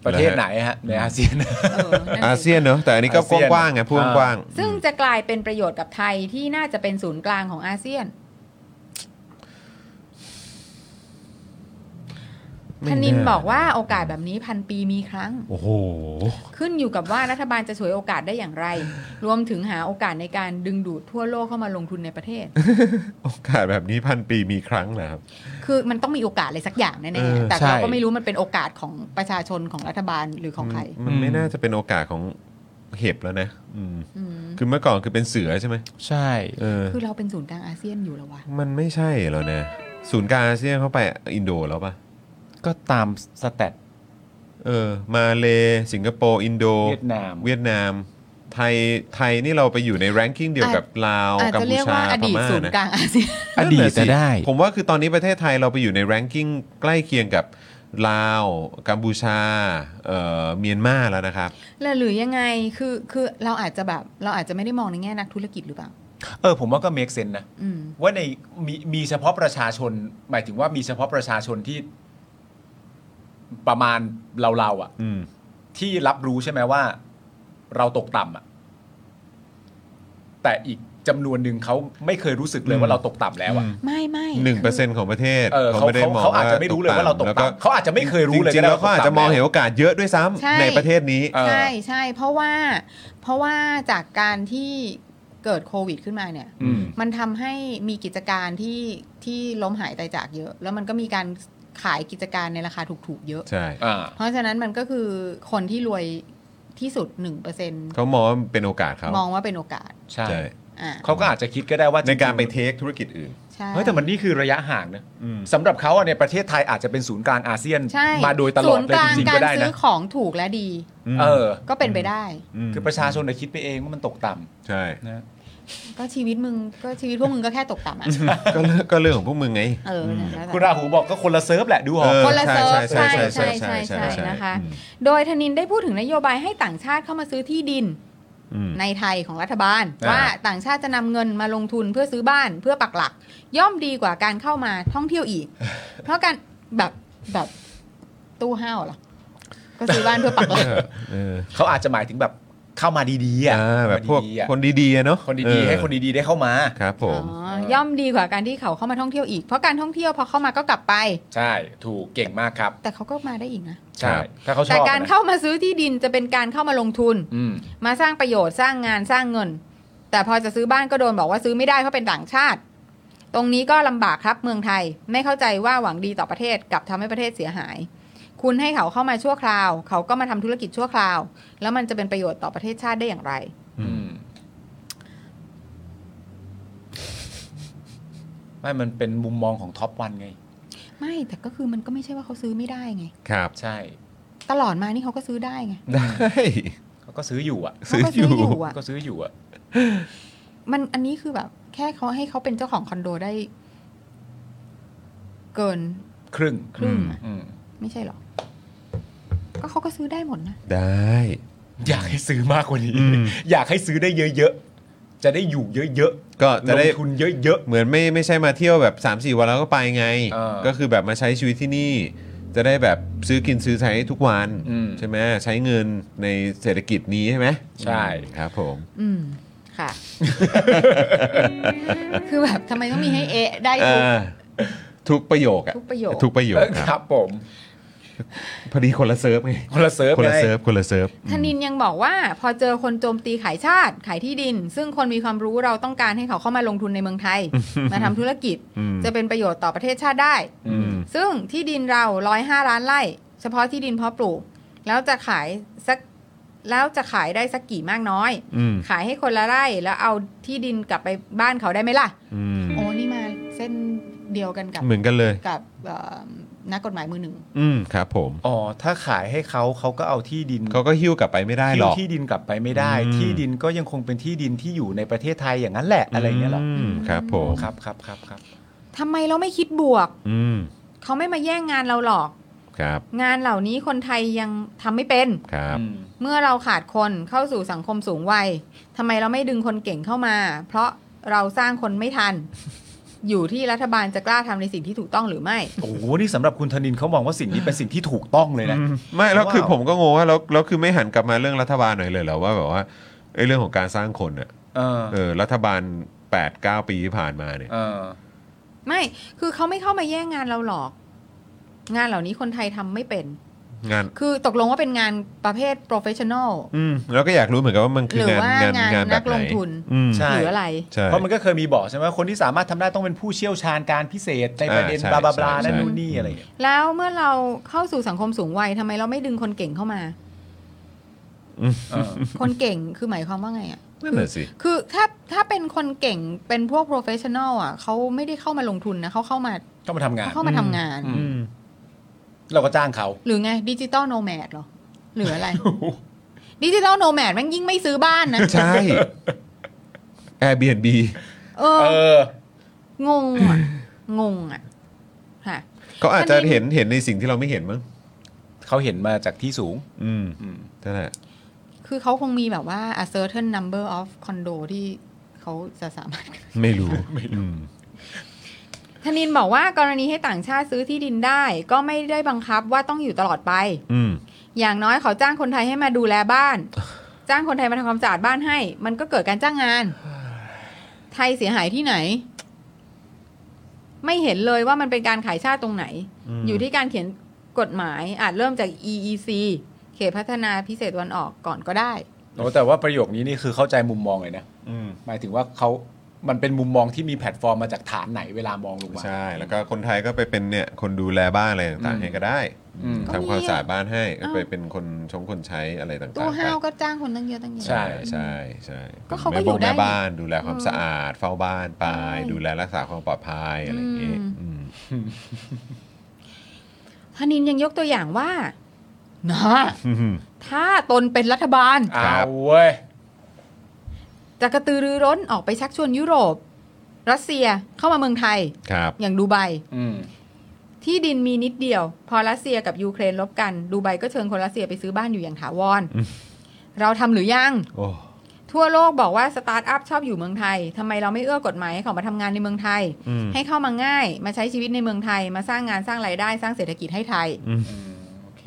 S4: ประเทศไหนฮะในอาเซียน
S6: เออนั่นสิ
S3: อาเซียนเนอะแต่อันนี้ก็
S4: อาเซียน
S3: กว้างๆไงพูด
S4: อ่า
S3: กว้าง
S6: ซึ่งจะกลายเป็นประโยชน์กับไทยที่น่าจะเป็นศูนย์กลางของอาเซียน ธนินบอกว่าโอกาสแบบนี้พันปีมีครั้ง
S3: โอ้โห
S6: ขึ้นอยู่กับว่ารัฐบาลจะฉวยโอกาสได้อย่างไร รวมถึงหาโอกาสในการดึงดูดทั่วโลกเข้ามาลงทุนในประเทศ
S3: โอกาสแบบนี้พันปีมีครั้งเหรอครับ
S6: คือมันต้องมีโอกาสอะไรสักอย่างแน่
S3: เออ
S6: ๆแต่เราก็
S7: ใช่
S6: ไม่รู้มันเป็นโอกาสของประชาชนของรัฐบาลหรือของใคร
S3: มันมันไม่น่าจะเป็นโอกาสของเห็บแล้วนะอืม
S6: อืม
S3: คือเมื่อก่อนคือเป็นเสือใช่ไหม
S7: ใช่
S3: เออ
S6: คือเราเป็นศูนย์กลางอาเซียนอยู่แล้ววะ
S3: มันไม่ใช่แล้วนะ ศูนย์กลางอาเซียนเข้าไปอินโดแล้วปะ
S7: ก็ตามสแตท
S3: เออ มาเลสิงคโปร์อินโด
S4: เวียดนาม
S3: เวียดนาม ไทยไทยนี่เราไปอยู่ในแรงกิ้งเดียวกับลาว
S6: อาจ
S3: กัม
S6: จะ
S3: พู
S6: เรียก
S3: ชา
S6: ว่าอ
S3: พ
S6: ดีต
S3: ม่า
S6: ศูนย์
S3: นะ
S6: กลางอาเซียน
S7: อดีตจะได้
S3: ผมว่าคือตอนนี้ประเทศไทยเราไปอยู่ในแรงกิ้งใกล้เคียงกับลาวกัมพูชาเอ่อเมียนมาแล้วนะครับ
S6: แล้วหรือยังไงคือคือเราอาจจะแบบเราอาจจะไม่ได้มองในแง่นักธุรกิจหรือเปล่า
S4: เออ ผมว่าก็เมคเซนนะ
S6: อืม
S4: ว่าในมีมีเฉพาะประชาชน หมายถึงว่ามีเฉพาะประชาชนที่ประมาณเราเราๆอะ
S3: อืม
S4: ที่รับรู้ใช่ไหมว่า เราตกต่ำอะแต่อีกจำนวนหนึ่งเขาไม่เคยรู้สึกเลยว่าเราตกต่ำแล้วอะ
S6: ไม่ไม่
S3: หนึ่งเปอ
S6: คื
S3: ร์เซ็นต์ของประเทศ
S4: เออเขา
S3: ไม่ได้
S4: เขา
S3: มอง
S4: เขาอาจจะไม่รู้เลยว่าเราตก
S3: แล้ว
S4: ต่ำเขาอาจจะไม่เคยรู้เลย
S3: จริงๆแล้วเขาอาจจะมองเห็น
S4: ว
S3: โอกาสเยอะด้วยซ้ำ
S6: ใช่
S3: ในประเทศนี้
S4: เออ
S6: ใช่ใช่เพราะว่า เพราะว่าจากการที่เกิดโควิดขึ้นมาเนี่ย
S4: อืม
S6: มันทำให้มีกิจการที่ที่ล้มหายตายจากเยอะ แล้วมันก็มีการขายกิจการในราคาถูกๆเยอะ
S3: ใช่
S4: อ่า
S6: เพราะฉะนั้นมันก็คือคนที่รวยที่สุดหนึ่งเปอร์เซ็น
S3: เขามองว่ามันเป็นโอกาสเขา
S6: มองว่าเป็นโอกาส
S4: ใช่
S3: ใช่
S6: อ่า
S4: เขาก็อาจจะคิดก็ได้ว่า
S3: ในการไป
S4: จ
S3: เทคธุรกิจอื่น
S6: ใช่
S4: งๆเฮ้ยแต่มันนี่คือระยะห่างนะ
S3: อืม
S4: สำหรับเขาอะในประเทศไทยอาจจะเป็นศูนย์กลางอาเซียน
S6: ใช่
S4: มาโดยตลอด
S6: ศูนย์
S4: เลย
S6: กลา
S4: จ
S6: ง
S4: ริงๆ
S6: กา
S4: ก็
S6: ร
S4: ได้
S6: ซื้
S4: นะ
S6: อของถูกและดี
S4: เออ
S6: ก็เป็นไปได้
S3: ม
S4: คือประชาชนน่ะคิดไปเองว่ามันตกต่ำ
S3: ใช่
S4: นะ
S6: ก็ชีวิตมึงก็ชีวิตพวกมึงก็แค่ตกต่ำอ่ะ
S3: ก็เรื่องก็เรื่องของพวกมึงไง
S6: เออนั่นแหละ
S4: คุณราหูบอกก็คนละเซิร์ฟแหละดูออก
S3: เออ
S6: คนละ
S3: ใช่
S6: เซิร์ฟ
S3: ใช่ใช่
S6: ใช่
S3: ใช่
S6: ใช่
S3: ใช่
S6: ใช่
S3: ใช่
S6: ใช่นะคะ
S3: อืม
S6: โดยธนินได้พูดถึงนโยบายให้ต่างชาติเข้ามาซื้อที่ดิน
S3: อืม
S6: ในไทยของรัฐบาล
S3: อ่า
S6: ว่าต่างชาติจะนำเงินมาลงทุนเพื่อซื้อบ้านเพื่อปักหลัก ย่อมดีกว่าการเข้ามาท่องเที่ยวอีก เพราะการแบบแบบตู้ห้าวเหรอก็ซื้อบ้านเพื่อปักหลัก
S3: เออ
S4: เขาอาจจะหมายถึงแบบเข้ามาดีๆอ่ะ
S3: อ่าแบบพวก
S4: ดีๆอ่ะ
S3: คนดีๆอะเนาะ
S4: คนดีๆ ให้
S3: เออ
S4: คนดีๆได้เข้ามา
S3: ครับผม
S6: อ๋อย่อมดีกว่าการที่เขาเข้ามาท่องเที่ยวอีก เพราะการท่องเที่ยวพอเข้ามาก็กลับไป
S4: ใช่ถูกเก่งมากครับ
S6: แต่เขาก็มาได้อีกนะ
S4: ใช่
S3: ครับ
S4: ถ้าเขาชอบ
S6: แต่การ
S4: นะ
S6: เข้ามาซื้อที่ดินจะเป็นการเข้ามาลงทุน
S4: อืม
S6: มาสร้างประโยชน์สร้างงานสร้างเงิน แต่พอจะซื้อบ้านก็โดนบอกว่าซื้อไม่ได้เพราะเป็นต่างชาติ ตรงนี้ก็ลำบากครับเมืองไทย ไม่เข้าใจว่าหวังดีต่อประเทศกลับทำให้ประเทศเสียหาย คุณให้เขาเข้ามาชั่วคราว เขาก็มาทำธุรกิจชั่วคราว แล้วมันจะเป็นประโยชน์ต่อประเทศชาติได้อย่างไร
S4: อืมไม่มันเป็นมุมมองของท็อปวันไง
S6: ไม่แต่ก็คือมันก็ไม่ใช่ว่าเขาซื้อไม่ได้ไง
S3: ครับ
S4: ใช่
S6: ตลอดมานี่เขาก็ซื้อได้ไง
S3: ได้
S4: เขาก็ซื้ออยู่อ่ะ
S6: เขาก็ซื้ออยู่อะ
S4: ก็ซื้ออยู่อ่ะ
S6: มันอันนี้คือแบบ แค่เขาให้เขาเป็นเจ้าของคอนโดได้ เกิน
S4: ครึ่ง
S6: ครึ่งอะ
S4: อืม
S6: ไม่ใช่หรอ ก็เขาก็ซื้อได้หมดนะ
S3: ได้
S4: อยากให้ซื้อมากกว่านี้
S3: อืม
S4: อยากให้ซื้อได้เยอะๆ จะได้อยู่เยอะ
S3: ก็
S4: ๆ
S3: จะได้
S4: ลงทุนเยอะ
S3: เหมือนไม่ไม่ใช่มาเที่ยวแบบ3 4วันแล้วก็ไปไง
S4: เออ
S3: ก็คือแบบมาใช้ชีวิตที่นี่ จะได้แบบซื้อกินซื้อใช้ทุกวัน
S4: อืม
S3: ใช่ไหมใช้เงินในเศรษฐกิจนี้ใช่ไหม
S4: ใช่
S3: ครับผม
S6: อืม ค่ะ คือแบบทำไมต้องมีให้เอะได้
S3: เอ
S6: ทุ
S3: อทุ
S6: ก
S3: กประโยคอะ
S6: ทุกประโยค
S3: ทุกประโยค
S4: ๆ ค
S3: ครับ
S4: รับผม
S3: พอดีคนละเซิร์ฟไง
S4: คนละเซิร์ฟ
S3: คนละ
S4: ไง
S3: เซิร์ฟคนละเซิร์ฟ
S6: ธนินยังบอกว่า พอเจอคนโจมตีขายชาติ ขายที่ดิน ซึ่งคนมีความรู้เราต้องการให้เขาเข้ามาลงทุนในเมืองไท ย มาทำธุรกิจ
S3: อืม
S6: จะเป็นประโยชน์ต่อประเทศชาติได้
S3: อืม
S6: ซึ่งที่ดินเราร้อยห้าล้านไร่ เฉพาะที่ดินเพาะปลูก แล้วจะขายสักแล้วจะขายได้สักกี่มากน้อย
S3: อืม
S6: ขายให้คนละไร่แล้วเอาที่ดินกลับไปบ้านเขาได้ไหมล่ะ
S3: อืม
S6: โอ้นี่มาเส้นเดียวกันกับ
S3: เหมือนกันเลย
S6: กับเอ่อนักกฎหมายมือหนึ่ง
S3: อืมครับผม
S4: อ๋อ ถ้าขายให้เขาเขาก็เอาที่ดิน
S3: เขาก็หิ้วกลับไปไม่ได้หร
S4: ที่
S3: อก
S4: ที่ดินกลับไปไม่ได้
S3: อืม
S4: ที่ดินก็ยังคงเป็นที่ดินที่อยู่ในประเทศไทยอย่างนั้นแหละอะไรอย่างเงี้ยหรอ
S3: มครับผม
S4: ครับครับครับครับ
S6: ทำไมเราไม่คิดบวก
S3: อืม
S6: เขาไม่มาแย่งงานเราหรอก
S3: ครับ
S6: งานเหล่านี้คนไทยยังทำไม่เป็น
S3: ครับ
S4: อืม
S6: เมื่อเราขาดคนเข้าสู่สังคมสูงวัยทำไมเราไม่ดึงคนเก่งเข้ามา เพราะเราสร้างคนไม่ทัน อยู่ที่รัฐบาลจะกล้าทำในสิ่งที่ถูกต้องหรือไม่
S4: โอ้โหนี่สำหรับคุณธนินเขามองว่าสิ่งนี้เป็นสิ่งที่ถูกต้องเลยนะ
S3: อืมไม่แล้วคือ
S4: ว้าว
S3: ผมก็งงว่าแล้วแล้วคือไม่หันกลับมาเรื่องรัฐบาลหน่อยเลยเหรอว่าแบบว่าไอ้เรื่องของการสร้างคนอ่ะ
S4: เออ
S3: เออรัฐบาล 8 9 ปีที่ผ่านมาเนี่ย
S4: เออ
S6: ไม่ คือเขาไม่เข้ามาแย่งงานเราหรอก งานเหล่านี้คนไทยทำไม่เป็น
S3: งาน
S6: คือตกลงว่าเป็นงานประเภท professional
S3: อืมแล้วก็อยากรู้เหมือนกันว่ามันคื
S6: ห
S3: อ
S6: รือ
S3: อ
S6: ว่าง
S3: านงาน
S6: งาน
S3: งานแบ
S6: นั
S3: บ
S6: ก
S3: ไห
S6: ล
S3: น
S6: งทุน
S3: อืม
S4: ใช่
S6: หรืออะไร
S3: ใช่
S4: เพราะมันก็เคยมีบอกใช่ไหมคนที่สามารถทำได้ต้องเป็นผู้เชี่ยวชาญการพิเศษในประเด็น
S3: อ่าใช่
S4: บลาบลาบลา
S3: ใช่
S4: นั่นนู่นนี่อะไรอย่างเงี้ย
S6: แล้วเมื่อเราเข้าสู่สังคมสูงวัยทำไมเราไม่ดึงคนเก่งเข้ามา
S4: เออ
S6: คนเก่งคือหมายความว่าไงอ่ะ
S3: นั่นแหละสิ
S6: คือถ้าถ้าเป็นคนเก่งเป็นพวก professional อ่ะเขาไม่ได้เข้ามาลงทุนนะเขาเข้ามา
S4: ต้องมาทำงาน
S6: เขาเข้ามาทำงาน
S4: อืม เราก็จ้างเขา
S6: หรือไงดิจิตอลโนแมดหรอ หรืออะไรดิจิตอลโนแมดมันยิ่งไม่ซื้อบ้านนะ
S3: ใช่ Airbnb
S6: เอ
S4: เอ
S6: อ
S4: อ
S6: งงอ่ะ งงอ่ะค่ะ
S3: เขาอาจจะ
S6: มันมี
S3: เห็นเห็นในสิ่งที่เราไม่เห็นมั้ง
S4: เขาเห็นมาจากที่สูง
S3: อืม
S4: อืม
S3: นั่นแหละ
S6: คือเขาคงมีแบบว่า a certain number of condo ที่เขาจะสามารถ
S3: ไม่รู้ไม่รู้
S6: ธนินบอกว่ากรณีให้ต่างชาติซื้อที่ดินได้ ก็ไม่ได้บังคับว่าต้องอยู่ตลอดไป
S3: อืม
S6: อย่างน้อยเขาจ้างคนไทยให้มาดูแลบ้าน จ้างคนไทยมาทำความสะอาดบ้านให้ มันก็เกิดการจ้างงาน ไทยเสียหายที่ไหน ไม่เห็นเลยว่ามันเป็นการขายชาติตรงไหน อยู่ที่การเขียนกฎหมายอาจเริ่มจาก EEC เขตพัฒนาพิเศษตะวันออกก่อนก็ได้
S4: โอ้แต่ว่าประโยคนี้นี่คือเข้าใจมุมมองเลยนะ
S3: อืม
S4: หมายถึงว่าเขามันเป็นมุมมองที่มีแพลตฟอร์มมาจากฐานไหนเวลามองลงมา
S3: ใช่ แล้วก็คนไทยก็ไปเป็นเนี่ย คนดูแลบ้านอะไรต่างๆให้ก็ได้
S4: อืม
S3: ทำความสะอาดบ้านให้
S6: เอ้า
S3: ไปเป็นคนชงคนใช้อะไรต่างๆ
S6: ตู้ห้าว
S3: ไป
S6: ก็จ้างคนตั้งเยอะตั้งเยอะ
S3: ใช่ใช่ใช่
S6: ก็เขาก็
S3: ป็น
S6: อยู่ได้
S3: แม่บ้านดูแลความ
S6: เออ
S3: สะอาด เฝ้าบ้านไป
S6: ใช่
S3: ดูแลรักษาความปลอดภัยอะไรอย่างเงี้ย
S6: อืม
S3: อืม
S6: ธนินยังยกตัวอย่างว่านะถ้าตนเป็นรัฐบาล
S3: ครั
S4: เอา
S3: บ
S4: เว้ย
S6: จะกระตือรือร้นออกไปชักชวนยุโรป รัสเซียเข้ามาเมืองไทย
S3: ครับ
S6: อย่างดูไบ
S4: อืม
S6: ที่ดินมีนิดเดียว พอรัสเซียกับยูเครนลบกัน ดูไบก็เชิญคนรัสเซียไปซื้อบ้านอยู่อย่างถาว ร เราทำหรือยัง
S3: โอ้
S6: ทั่วโลกบอกว่าสตาร์ทอัพชอบอยู่เมืองไทยทำไมเราไม่เอื้อกฎหมายให้เขามาทำงานในเมืองไทย
S3: อืม
S6: ให้เข้ามาง่าย มาใช้ชีวิตในเมืองไทย มาสร้างงานสร้างรายได้สร้างเศรษฐกิจให้ไทย
S4: อืม โอเค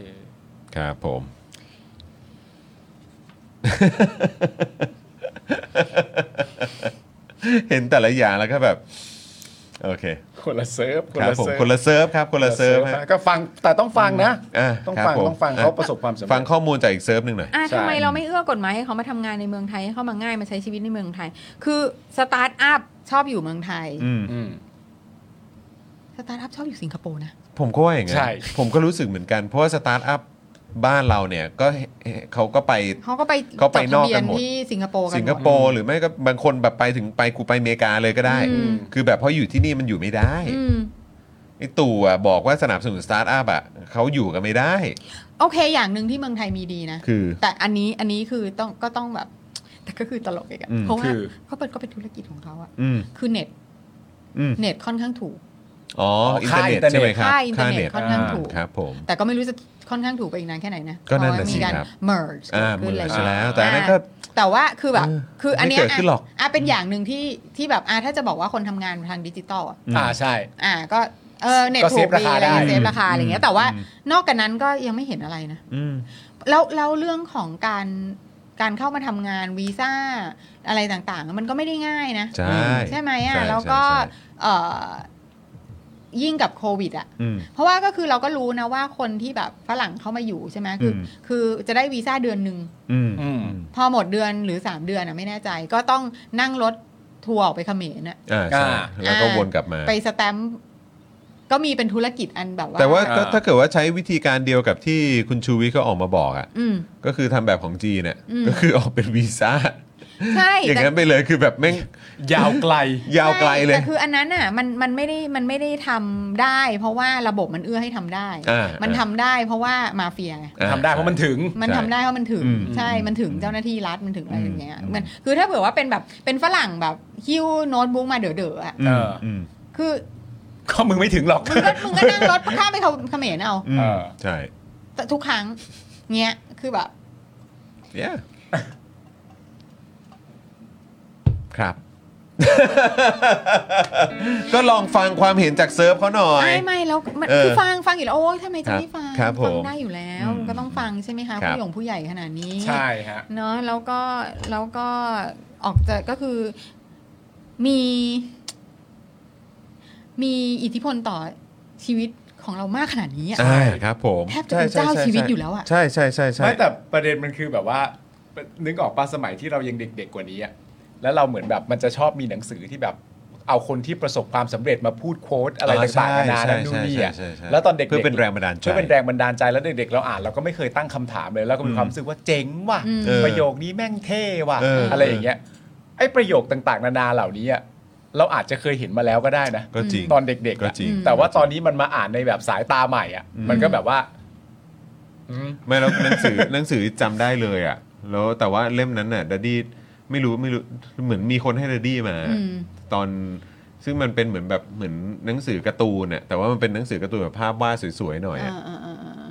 S3: ครับผม เห็นแต่ละอย่างแล้วก็แบบ โอเค
S4: คนละเซิร์ฟคน
S3: ครับ
S4: ละ
S3: ผม
S4: เซิร์ฟ
S3: คนละเซิร์ฟครับ คนละเซิร์ฟฮะ
S4: ก็ฟังแต่ต้องฟังนะ
S3: อ่ะ
S4: ต้อง
S3: ครับ
S4: ฟัง
S3: ผม
S4: ต้องฟัง
S3: อ่ะ
S4: เขาประสบความสำ
S3: ฟั
S4: เร็
S3: ง
S4: จ
S3: ข้อมูลจากอีกเซิร์ฟหนึ่งหน่อย
S6: อ่ะ
S4: ใช่
S6: ทำไมเราไม่เอื้อกฎหมายให้เขามาทำงานในเมืองไทยให้เขามาง่ายมาใช้ชีวิตในเมืองไทย คือสตาร์ทอัพชอบอยู่เมืองไทย
S3: อืม
S4: อืม
S6: สตาร์ทอัพชอบอยู่สิงคโปร์นะ
S3: ผมก็ว่าอย่างนั้น
S4: ใช่
S3: ผมก็รู้สึกเหมือนกัน เพราะว่าสตาร์ทอัพบ้านเราเนี่ยก็เอ่อเขาก็ไป
S6: เขาก็ไป
S3: เขาไป
S6: จดทะเบี
S3: นอก
S6: ย
S3: กันหมด
S6: ที่สิงคโปร์กันหมด
S3: สิงคโปร์หรือไม่ก็บางคนแบบไปถึงไปกูไปอเมริกาเลยก็ได้
S6: อืม
S3: คือแบบเพราะอยู่ที่นี่มันอยู่ไม่ได้
S6: อืม
S3: ไอ้ตู่อ่ะบอกว่าสนับสนุนสตาร์ทอัพอ่ะเขาอยู่กันไม่ได้
S6: โอเคอย่างหนึ่งที่เมืองไทยมีดีนะ
S3: คือ
S6: แต่อันนี้อันนี้คือต้องก็ต้องแบบ แต่ก็คือตลกอีกอะ
S3: อืม
S6: เพราะว่า
S4: คือ
S6: เขาเป็นก็เป็นธุรกิจของเขาอะ
S3: อืม
S6: คือเน็ต
S3: อืม
S6: เน็ตค่อนข้างถูก
S3: อ๋อ
S4: อ๋อ
S3: อิน
S4: ค่า
S3: เทอร์เน็ต
S4: อินเทอร์เน็ต
S3: ใช่ไหมครับ
S6: ค่าอินเทอร์เน็ตค่อนข้างถูก
S3: อ่ครับผม
S6: แต่ก็ไม่รู้จะค่อนข้างถูกไปอีกนานแค่ไหนนะ
S3: ก็นั่น
S6: เพ
S3: น่ะ
S6: ราะว่า
S3: สิ
S6: มีการ
S3: ครับ
S6: merge
S3: อ่า
S6: เกิด
S3: มือ
S6: ขึ้นอะไรอย่าง
S3: ใช่
S6: เงี้ย
S3: แล้ว แต่อันนั้นก็
S6: แต่ว่าคือแบบ
S3: เออ
S6: คืออันเนี้ย
S3: ไม่เกิดขึ้นหรอก
S6: ะอ่ะเป็นอย่างหนึ่งที่ที่แบบอ่ะถ้าจะบอกว่าคนทำงานทางดิจิตอลอ่ะ
S4: อ่าใช่
S6: อ่ะก็เออเน็ต
S4: ก็เซ
S6: ถู
S4: ฟ
S6: กดี
S4: ราคา
S6: อะไร
S4: ได้
S6: เงี้ยเซฟราคาอะไรเงี้ยแต่ว่า นอกจากนั้นก็ยังไม่เห็นอะไรนะ
S3: อืม
S6: แล้วแล้วเรื่องของการการเข้ามาทำงานวีซ่าอะไรต่างๆ มันก็ไม่ได้ง่ายนะ
S3: ใช่
S6: ไหม
S3: ใช่
S6: อ่ะแล้วก็
S3: ใช่ใช่
S6: เอ่อยิ่งกับโควิดอ่ะ
S3: อืม
S6: เพราะว่าก็คือเราก็รู้นะว่าคนที่แบบฝรั่งเข้ามาอยู่ใช่ไหมคืออ
S3: ม
S6: คือจะได้วีซ่าเดือนหนึ่ง
S3: อืม
S4: อืม
S6: พอหมดเดือนหรือ 3 เดือนอ่ะไม่แน่ใจ ก็ต้องนั่งรถทัวร์ออกไปเขมรน่ะ
S3: อ่าใช่
S4: อ่า
S3: แล้วก็
S6: อ่า
S3: วนกลับมา
S6: ไปสแตมป์ก็มีเป็นธุรกิจอันแบบว่า
S3: แต่ว่าก็
S4: อ่า
S3: ถ้าเกิดว่าใช้วิธีการเดียวกับที่คุณชูวิทย์เขาออกมาบอกอ่ะ
S6: อืม
S3: ก็คือทำแบบของจีนเนี่ย
S6: อืม
S3: ก็คือออกเป็นวีซ่า
S6: ใช่
S3: อย่าง
S6: แต่
S3: นั้นไปเลยคือแบบแม่ง
S4: ยาวไกล
S3: ยาวไกลเลย
S6: ใช่แต่คืออันนั้นอ่ะมันมันไม่ได้มันไม่ได้ทำได้ เพราะว่าระบบมันเอื้อให้ทำได้
S3: อ่ามั
S6: มันทำได้เพราะว่ามาเฟียไง
S3: อ่
S4: ทำได้เพราะมันถึง
S6: มันทำได้เพราะมันถึง
S3: อืม
S6: ใช่
S3: อืม
S6: มันถึงเจ้าหน้าที่รัฐมันถึงอะไรอย่างเงี้ย
S3: อืม
S6: มันคือถ้าเผื่อว่าเป็นแบบเป็นฝรั่งแบบหิ้วโน้ตบุ๊กมาเด๋อๆอ่ะ
S3: อืม
S4: เออ
S3: อืม
S6: คือ
S4: ก็มึงไม่ถึงหรอก
S6: มึงก็มึงก็นั่งรถข้ามไปเขาเขมรเอา
S3: อืม
S4: เออ
S3: ใช่
S6: แต่ทุกครั้งเงี้ยคือแบบ
S3: เนี่ยครับ ก็ลองฟังความเห็นจากเซิร์ฟเขาหน่อย
S6: ไม่ไม่แล้วมัน
S3: เออ
S6: คือฟังฟังอยู่แล้วโอ้ยทำไมจะไม่ฟัง
S3: ครับผ
S6: ฟั
S3: ม
S6: ได้อยู่แล้ว
S3: อืม
S6: ก็ต้องฟังใช่ไหมคะ
S3: ครับ
S6: ผู้หยงผู้ใหญ่ขนาดนี้
S4: ใช่ฮะ
S6: เนาะแล้วก็แล้วก็ออกจากก็คือมี มีอิทธิพลต่อชีวิต ของเรามากขนาดนี้อะ
S3: ใช่ครับผม
S6: แทบจะเป็นเจ้า
S3: ใช่ใช่
S6: ชีวิต
S3: ใช่
S6: อยู่แล้วอะ
S3: ใช่ใช่ใช่ใช่
S4: ไม่แต่ประเด็นมันคือแบบว่า นึกออกป่ะสมัยที่เรายังเด็กๆกว่านี้อะแล้วเราเหมือนแบบมันจะชอบมีหนังสือที่แบบ เอาคนที่ประสบความสำเร็จมาพูดโค้ดอะไร
S3: อ่าใช่
S4: ต่างๆนานา
S3: ใช่
S4: นั่นนู่นนี่อะ
S3: ใช่ใช่ใช่
S4: แล้วตอนเด็กๆ
S3: เพื่อเป็นแรงบันดาลใจ
S4: เพื่อเป็นแรงบันดาลใจแล้วเด็กๆเราอ่านเราก็ไม่เคยตั้งคำถามเลยแล้วก็มีความรู้สึกว่าเจ๋งว่ะ
S6: อืม
S3: เออ
S4: ประโยคนี้แม่งเท่ว่ะ
S3: เอออ
S4: อะไรอย่างเงี้ยไอ้ประโยคต่างๆ นานาเหล่านี้อะเราอาจจะเคยเห็นมาแล้วก็ได้นะ
S3: ก็จริง
S4: ตอนเด็กๆ
S3: ก็
S4: อะ
S3: จริง
S4: แต่ว่าตอนนี้มันมาอ่านในแบบสายตาใหม่อ่ะ มันก็แบบว่า อืม
S3: ไม่แล้วหนังสือ หนังสือจำได้เลยอ่ะ แล้วแต่ว่าเล่มนั้นน่ะดัดดี้ไม่รู้ไม่รู้เหมือนมีคนให้ดัดดี้มา
S6: อืม
S3: ตอนซึ่งมันเป็นเหมือนแบบเหมือนหนังสือการ์ตูนน่ะแต่ว่ามันเป็นหนังสือการ์ตูนแบบภาพวาดสวยๆหน่อยอะ
S6: อ่าอ่าอ่าอ่า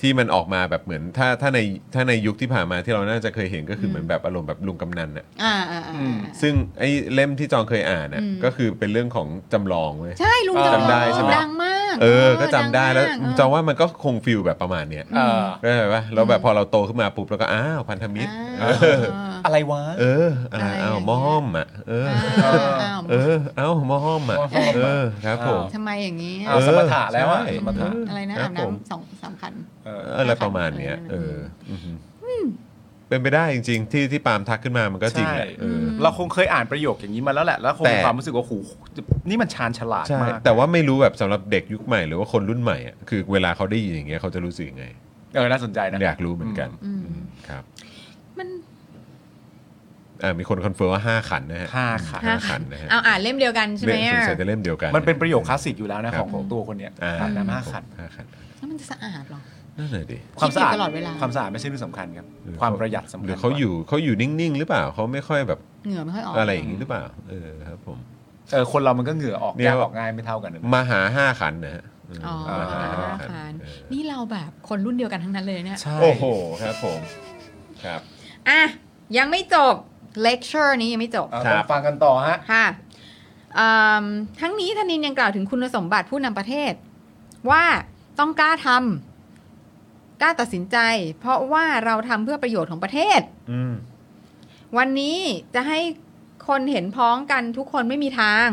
S3: ที่มันออกมาแบบเหมือนถ้าถ้าในถ้าในยุคที่ผ่านมาที่เราน่าจะเคยเห็นก็คืออ
S6: ม
S3: เหมือนแบบอารมณ์แบบลุงกำนันน่ะ
S6: อ่าอ่าอ่า
S4: อืม
S3: ซึ่งไอ้เล่มที่จองเคยอ่านน่ะ
S6: อืม
S3: ก็คือเป็นเรื่องของจำลองเว้ย
S6: ใช่ลุงจำ
S3: จำได้ใช่ไหม
S6: ดังมาก
S3: เออ ก็จำได้แล้ว
S6: งมาก
S3: จำว่ามันก็คงฟิลแบบประมาณเนี้ย
S4: เอ่อ
S3: ได้ไหมวะแล้วแบบพอเราโตขึ้นมาปุ๊บแล้วก็อ้าวพันธมิตร
S6: อ่า
S4: อะไรวะ
S3: เอออะไรอ้าวมอมอ่ะเออ
S6: อ่าอ้าว
S3: เออ เอ้ามอมอ่ะ
S4: มอมอ่ะ
S3: เออครับผม
S6: ทำไมอย่างนี้
S4: เอาสมถะแล้วอะ
S3: เออใช่
S4: สมถะ
S6: อะไรนะ
S3: ครั
S6: อา
S3: บบ ผม
S6: น้ำสองสามคัน
S4: เออ
S3: อะไรประมาณเนี้ยเอออือหืออเป็นไปได้จริง ๆ ที่ที่ปาล์มทักขึ้นมามันก็จริงแหละ
S4: ใช่
S3: เออ
S4: เราคงเคยอ่านประโยคอย่างนี้มาแล้วแหละ แล้วคง
S3: แต่
S4: มีความรู้สึกว่าโอ้โหูนี่มันชาญฉลาด
S3: ใช่
S4: มาก
S3: แต่ว่าไม่รู้แบบสำหรับเด็กยุคใหม่หรือว่าคนรุ่นใหม่อ่ะคือเวลาเขาได้ยินอย่างเงี้ยเขาจะรู้สึกยังไง
S4: เออน่าสนใจนะ
S3: อยากรู้เหมือนกัน
S6: อืม
S3: อืมครับ
S6: มัน
S3: อ่ามีคนคอนเฟิร์มว่าห้าขันนะฮะ
S4: ห้าขัน
S3: ห้าขันนะฮะ
S6: เอาอ่านเล่มเดียวกันใช่ไหม
S3: เล่มสง
S6: อะ
S3: สัยจะเล่มเดียวกัน
S4: มันเป็นประโยคคลาสสิกอยู่แล้วนะครับ ของ
S3: ผม
S4: ตัวคนเนี้ย
S3: อ่า
S4: ขันน้ำห้าขัน
S3: ห้าขัน
S6: แล้วมันจะสะอาดเหรอ
S3: นั่นแหละดิ
S4: ความสะอาด
S6: คิดอยู่ตลอดเวลา
S4: ความสะอาดไม่ใช่เรื่องสำคัญครับ
S3: หอ
S4: ความประหยัดสำคัญ
S3: หรือเขาอยู่เขาอยู่นิ่ง ๆ หรือเปล่าเขาไม่ค่อยแบบ
S6: เหงื่อไม่ค่อยออก
S3: อะไรอย่างนี้หรือเปล่า เออครับผม
S4: เออคนเรามันก็เหงื่อออก
S3: เนี่ย
S4: ยาก
S3: ว่า
S4: ออกง่ายไม่เท่ากันนะ
S3: มาหาห้าขันนะฮะเออ
S6: อ๋อ
S3: มห
S6: อา
S3: ขั
S6: คาร
S3: เออ
S6: นี่เราแบบคนรุ่นเดียวกันทั้งนั้นเลยเนี่ย
S4: ใช่
S3: โอ้โหครับผมครับ
S6: อ่ะ ยังไม่จบ lecture นี้ยังไม่จบ
S4: เอา
S3: ครับ
S4: ต้องฟังกันต่อฮะ
S6: ค่ะอืมทั้งนี้ธนินยังกล่าวถึงคุณสมบัติผู้นำประเทศ ว่าต้องกล้าทำกล้าตัดสินใจ เพราะว่าเราทำเพื่อประโยชน์ของประเทศ
S3: อืม
S6: วันนี้จะให้คนเห็นพ้องกันทุกคนไม่มีทาง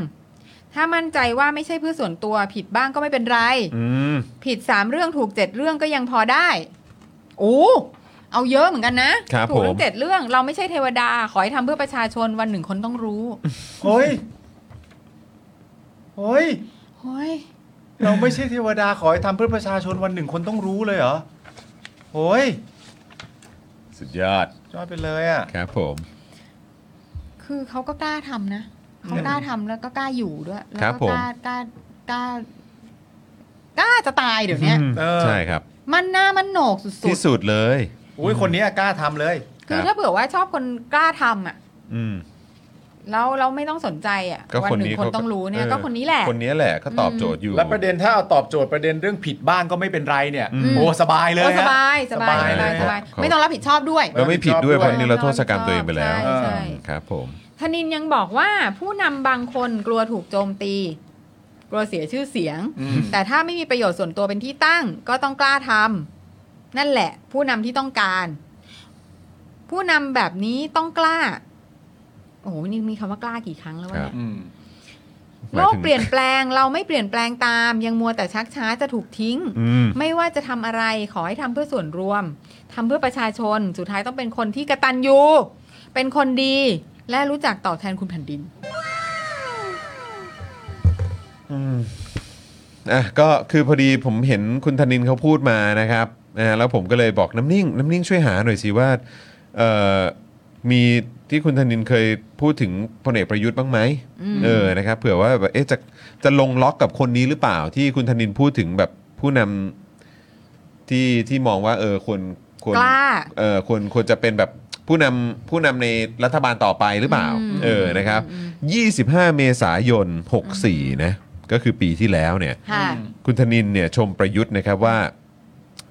S6: ถ้ามั่นใจว่าไม่ใช่เพื่อส่วนตัวผิดบ้างก็ไม่เป็นไร
S3: อืม
S6: ผิดสามเรื่องถูกเจ็ดเรื่องก็ยังพอได้โอ้เอาเยอะเหมือนกันนะครับ ถู
S3: ผ
S6: กทั้
S3: ม
S6: งเจ็ดเรื่องเราไม่ใช่เทวดา ขอให้ทำเพื่อประชาชนวันหนึ่งคนต้องรู้
S4: เฮ้ย เฮ้ย
S6: เฮ้ย
S4: เราไม่ใช่เทวดาขอให้ทำเพื่อประชาชนวันหนึ่งคนต้องรู้เลยเหรอโอ้ย
S3: สุดยอด
S4: จอดไปเลยอ่ะ
S3: ครับผม
S6: คือเขาก็กล้าทำนะเขากล้าทำแล้วก็กล้าอยู่ด้วยแล้วก็กล้ากล้ากล้ากล้าจะตายเดี๋ยวเนี้ย
S3: อืม
S4: เออ
S3: ใช่ครับ
S6: มันหน้ามันโหนกสุ
S3: ที่
S6: ด
S3: สุดเลย
S4: อุ้ยคนเนี้ยกล้าทำเลย
S6: ๆ
S3: ครั
S6: คือบ ถ้าเผื่อว่าชอบคนกล้าทำอ่ะ
S3: อืม
S6: แล้วเราไม่ต้องสนใจอ่ะ
S3: ก็
S6: วั
S3: คน
S6: หนึ่
S3: นี้
S6: งคน
S3: เขาก็
S6: ต้องรู้เนี่ย
S3: เออ
S6: ก็คนนี้แหละ
S3: คนนี้แหละก็ตอบโจทย์อยู่
S4: และประเด็นถ้าเอาตอบโจทย์ประเด็นเรื่องผิดบ้างก็ไม่เป็นไรเนี่ย
S3: อืม
S4: โอ้สบายเลย
S6: โอ้
S4: ฮะ
S6: สบายสบาย
S4: สบา
S6: สบาย ย
S4: เลย
S6: สบาย
S3: เขา
S6: ไม่ต้องรับผิดชอบด้วย
S3: เราไม่ผิดด้วยเพ
S4: เราไม่
S3: ราะนี่
S4: ผิดด้วย
S3: เราโทษกรรมตัวเองไปแล้ว
S6: ใช่ใช่
S3: ครับผม
S6: ธนินยังบอกว่าผู้นำบางคนกลัวถูกโจมตี กลัวเสียชื่อเสียง
S4: อืม
S6: แต่ถ้าไม่มีประโยชน์ส่วนตัวเป็นที่ตั้ง ก็ต้องกล้าทำนั่นแหละ ผู้นำที่ต้องการ ผู้นำแบบนี้ต้องกล้า โอ้โหนี่มีคำว่ากล้ากี่ครั้งแล้ววะเนี่ย
S4: อืม
S3: ห
S6: โล
S3: มาย
S6: ก
S3: ถึง
S6: เปลี่ยนแปลงเราไม่เปลี่ยนแปลงตาม ยังมัวแต่ชักช้าจะถูกทิ้ง
S3: อืม
S6: ไม่ว่าจะทำอะไรขอให้ทำเพื่อส่วนรวมทำเพื่อประชาชน สุดท้ายต้องเป็นคนที่กระตันยูเป็นคนดี และรู้จักตอบแทนคุณแผ่นดิน
S3: อ่ะก็คือพอดีผมเห็นคุณธนินเขาพูดมานะครับอ่าแล้วผมก็เลยบอกน้ำนิ่ง น้ำนิ่งช่วยหาหน่อยสิว่าเอ่อมีที่คุณธนินเคยพูดถึงพลเอกประยุทธ์บ้างไหมเออนะครับเผื่อว่าแบบเอ๊ะจะจะลงล็อกกับคนนี้หรือเปล่าที่คุณธนินพูดถึงแบบผู้นำที่ที่มองว่าเออควรควร
S6: กล้า
S3: เออควรควรจะเป็นแบบผู้นำผู้นำในรัฐบาลต่อไปหรือเปล่า
S6: อืม
S3: เออนะครับ
S6: อืม
S3: 25 เมษายน 64 นะ ก็คือปีที่แล้วเนี่ย
S6: ค่ะ
S3: คุณธนินเนี่ยชมประยุทธ์นะครับว่า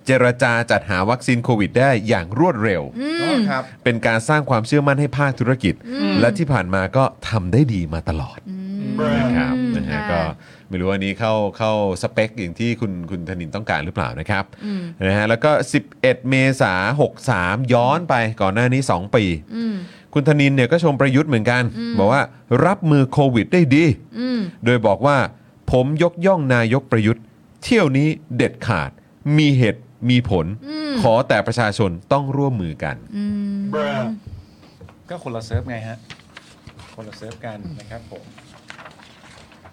S3: เจรจาจัดหาวัคซีนโควิดได้อย่างรวดเร็ว
S6: อื
S4: อ๋
S6: ม
S4: อครับ
S3: เป็นการสร้างความเชื่อมั่นให้ภาคธุรกิจ
S6: อืม
S3: และที่ผ่านมาก็ทำได้ดีมาตลอด
S6: อืม
S3: นะครับ
S6: อืม
S3: นะฮะ
S6: ค่ะ
S3: ก็ไม่รู้ว่าอันนี้เข้าเข้าสเปคอย่างที่คุณคุณธนินต้องการหรือเปล่านะครับ
S6: อืม
S3: นะฮะแล้วก็ 11 เมษา63 ย้อนไปก่อนหน้านี้ 2 ปี
S6: อืม
S3: คุณธนินเนี่ยก็ชมประยุทธ์เหมือนกัน
S6: อืม
S3: บอกว่ารับมือโควิดได้ดี
S6: อืม
S3: โดยบอกว่า ผมยกย่องนายกประยุทธ์ เที่ยวนี้เด็ดขาด มีเหตุมีผล
S6: อืม
S3: ขอแต่ประชาชนต้องร่วมมือกัน
S6: อืม
S4: ก็คนละเซิร์ฟไงฮะ คนละเซิร์ฟกันนะครับผม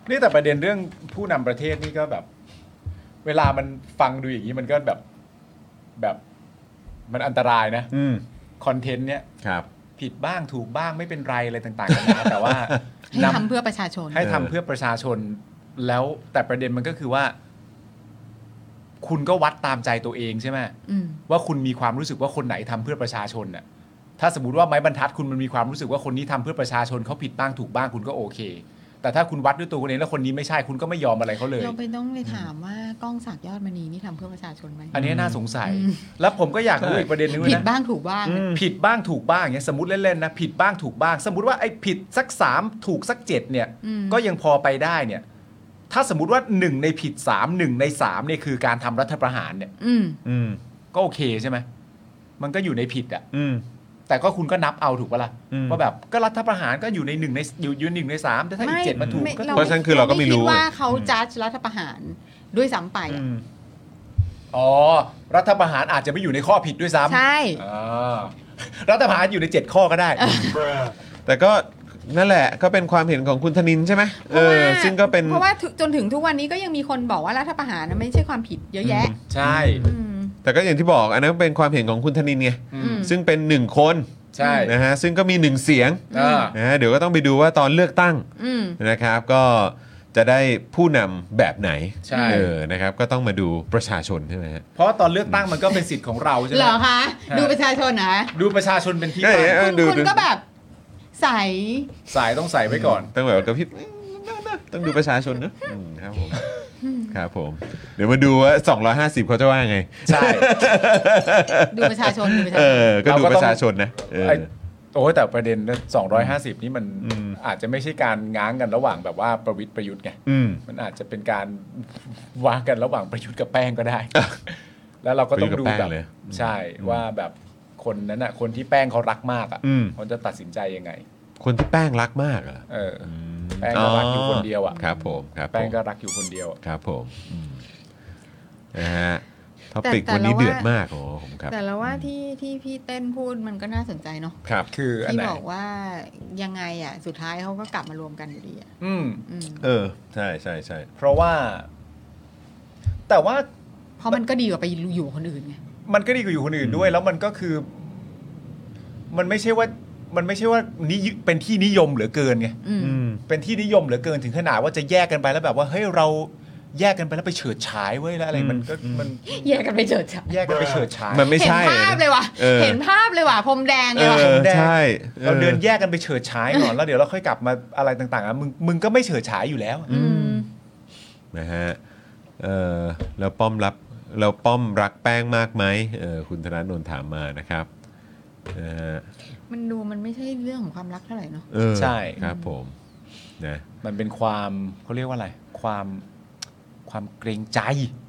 S4: นี่แต่ประเด็นเรื่องผู้นำประเทศนี่ก็แบบ เวลามันฟังดูอย่างนี้มันก็แบบแบบมันอันตรายนะ
S3: อืม
S4: คอนเทนต์เนี้ย
S3: ครับ
S4: ผิดบ้างถูกบ้างไม่เป็นไรอะไรต่างๆกันานะแต่ว่า
S6: ให้
S4: นำ
S6: ทำเพื่อประชาชน
S4: ให้ทำเพื่อประชาชนแล้วแต่ประเด็นมันก็คือว่า คุณก็วัดตามใจตัวเองใช่ไหม
S6: อืม
S4: ว่าคุณมีความรู้สึกว่าคนไหนทำเพื่อประชาชนน่ะถ้าสมมติว่าไม้บรรทัดคุณมันมีความรู้สึกว่าคนนี้ทำเพื่อประชาชนเขาผิดบ้างถูกบ้างคุณก็โอเค แต่ถ้าคุณวัดด้วยตัวคุณเองแล้วคนนี้ไม่ใช่คุณก็ไม่ยอมอะไรเขาเลย
S6: เราไปต้องไปถามว่ากล้องศักดิ์ยอดมณีนี่ทำเพื่อประชาชนไหม
S4: อันนี้น่าสงสัย
S6: อืม
S4: แล้วผมก็อยากรู้อีกประเด็นนึงด้วยนะ
S6: ผิดบ้างถูกบ้าง
S4: ผิดบ้างถูกบ้างเนี่ยสมมติเล่นๆนะผิดบ้างถูกบ้าง สมมติว่าไอ้ผิดสักสามถูกสักเจ็ดเนี่ย
S6: อืม
S4: ก็ยังพอไปได้เนี่ยถ้าสมมติว่าหนึ่งในผิดสามหนึ่งในสามเนี่ยคือการทำรัฐประหารเนี่ย
S6: อืม
S3: อืม
S4: ก็โอเคใช่ไหมมันก็อยู่ในผิดอะ
S3: อืม
S4: แต่ก็คุณก็นับเอาถูกปะล่ะ
S3: อืม
S4: ว่าแบบก็รัฐประหารก็อยู่ในหนึ่งในอยู่อยู่หนึ่งในสามแต่ถ้าอีกเจ็ดมันถูก
S6: ไม่
S4: ก็
S3: เพราะฉะนั้นคือเราก็ไม่รู้
S6: คิดว่าเขาจัดรัฐประหารด้วยซ้ำไปอะ
S4: อ๋อรัฐประหารอาจจะไม่อยู่ในข้อผิดด้วยซ้ำ
S6: ใช่
S4: อ่ารัฐประหารอยู่ในเจ็ดข้อก็ได้
S3: แต่ก็นั่นแหละก็เป็นความเห็นของคุณธนินใช่ไหม
S6: เพ
S3: เอ
S6: ราะ
S3: อ
S6: ว่า
S3: ซึ่งก็เป็น
S6: เพราะว่าถึงจนถึงทุกวันนี้ก็ยังมีคนบอกว่ารัฐประหารนะไม่ใช่ความผิดเยอะแยะ
S4: ใช่
S6: อืม
S3: แต่ก็อย่างที่บอกอันนั้นเป็นความเห็นของคุณธนินไง
S4: อืม
S3: ซึ่งเป็นหนึ่งคน
S4: ใช่
S3: นะฮะซึ่งก็มีหนึ่งเสียง
S4: อ่า
S3: นะฮะเดี๋ยวก็ต้องไปดูว่าตอนเลือกตั้ง
S6: อืม
S3: นะครับ ก็จะได้ผู้นำแบบไหน
S4: ใช่
S3: เออนะครับ ก็ต้องมาดูประชาชนใช่ไหมฮะ
S4: เพราะว่าตอนเลือกตั้งมันก็เป็นสิทธิ์ของเราใช่ไห
S6: เห
S4: ม
S6: รอคะ
S4: ใช่
S6: ดูประชาชนนะ
S4: ดูประชาชนเป็นที่
S3: เอ้ยเอ้ย
S4: ตั้ง
S6: คุณ
S3: ดู
S6: คุณ
S3: ดู
S6: ก็แบบใส
S4: สายต้องใส่ไว้ก่อน
S3: ต้องแบบกับพี่ต้องดูประชาชนนะอืมครับผมครับผม เดี๋ยวมาดูว่า 250เขาจะว่าไง
S4: ใช่
S6: ดูประชาชนดูประชา
S3: เอ
S6: ชน
S3: อ ก็ดู
S4: เราก็
S3: ป
S4: ต้อง
S3: ระชาชนนะเออ
S4: ไอ้โอ้ยแต่ประเด็นนะ250 นี่มัน
S3: อืม
S4: อาจจะไม่ใช่การง้างกันระหว่างแบบว่าประวิทย์ประยุทธ์ไง
S3: อืม
S4: มันอาจจะเป็นการ วางกันระหว่างประยุทธ์กับแป้งก็ได้ แล้วเราก็ต้องดู
S3: ประยุทธ์กัแป้
S4: แบบบ
S3: งเลย
S4: ใช่
S3: อืม
S4: ว่าแบบคนนั้นอ่ะคนที่แป้งเขารักมากอ่ะ
S3: อืม
S4: เขาจะตัดสินใจยังไง
S3: คนที่แป้งรักมากเหรอ
S4: เออ
S3: อืม
S4: แป้งก็รักอยู่คนเดียวอะ
S3: ครับผมครับผม
S4: แป้งก็รักอยู่คนเดียว
S3: ครับผมอืมนะฮะท็อ
S6: แต่
S3: ปิก
S6: แต่
S3: วันนี้
S6: เราว่า
S3: เดือดมากโอ้ผมครับ
S6: แต่แล้วว่าที่ที่พี่เต้นพูดมันก็น่าสนใจเนาะ
S3: ครับ
S4: คืออัน
S6: ที่
S4: ไหน
S6: บอกว่ายังไงอ่ะ สุดท้ายเขาก็กลับมารวมกันอยู่ดีอ่ะ
S4: อืม
S6: อืม
S3: เออ ใช่ใช่ใช่
S4: เพราะว่า แต่ว่า
S6: เพราะมันก็ดีกว่าไปอยู่กับคนอื่นไง
S4: มันก็ดีกว่าอยู่คนอื่นด้วย แล้วมันก็คือ มันไม่ใช่ว่า มันไม่ใช่ว่านิยเป็นที่นิยมเหลือเกินไง
S6: อืม
S3: อืม
S4: เป็นที่นิยมเหลือเกินถึงขนาดว่าจะแยกกันไปแล้วแบบว่าเฮ้ยเราแยกกันไปแล้วไปเฉิดฉายเว้ยแล้วอะไรมันก็
S3: อืม
S4: มัน
S6: แยกกันไปเจอจ้ะ
S4: แยกกันไปเฉิดฉาย
S3: มันไม่
S6: เห็น
S3: ใช่
S6: ภาพเลยว่ะ
S3: เออ
S6: เห็นภาพเลยว่ะพรมแดง
S3: เอ
S6: เลยว่ะ
S3: อใช่
S4: เราเดินแยกกันไปเฉิดฉายก่อนแล้วเดี๋ยวเราค่อยกลับมาอะไรต่างๆอ่ะมึงมึงก็ไม่เฉิดฉายอยู่แล้ว
S6: อืม
S3: นะฮะเออแล้วป้อมรับเราป้อมรักแป้งมากไหมเออคุณธนาโนนถามมานะครับนะฮะ
S6: มันดูมันไม่ใช่เรื่องของความรักเท่าไหร่เนาะ
S3: เออ
S4: ใช่
S3: ครับผมนะ
S4: มันเป็นความเขาเรียกว่าอะไร ความความเกรงใจ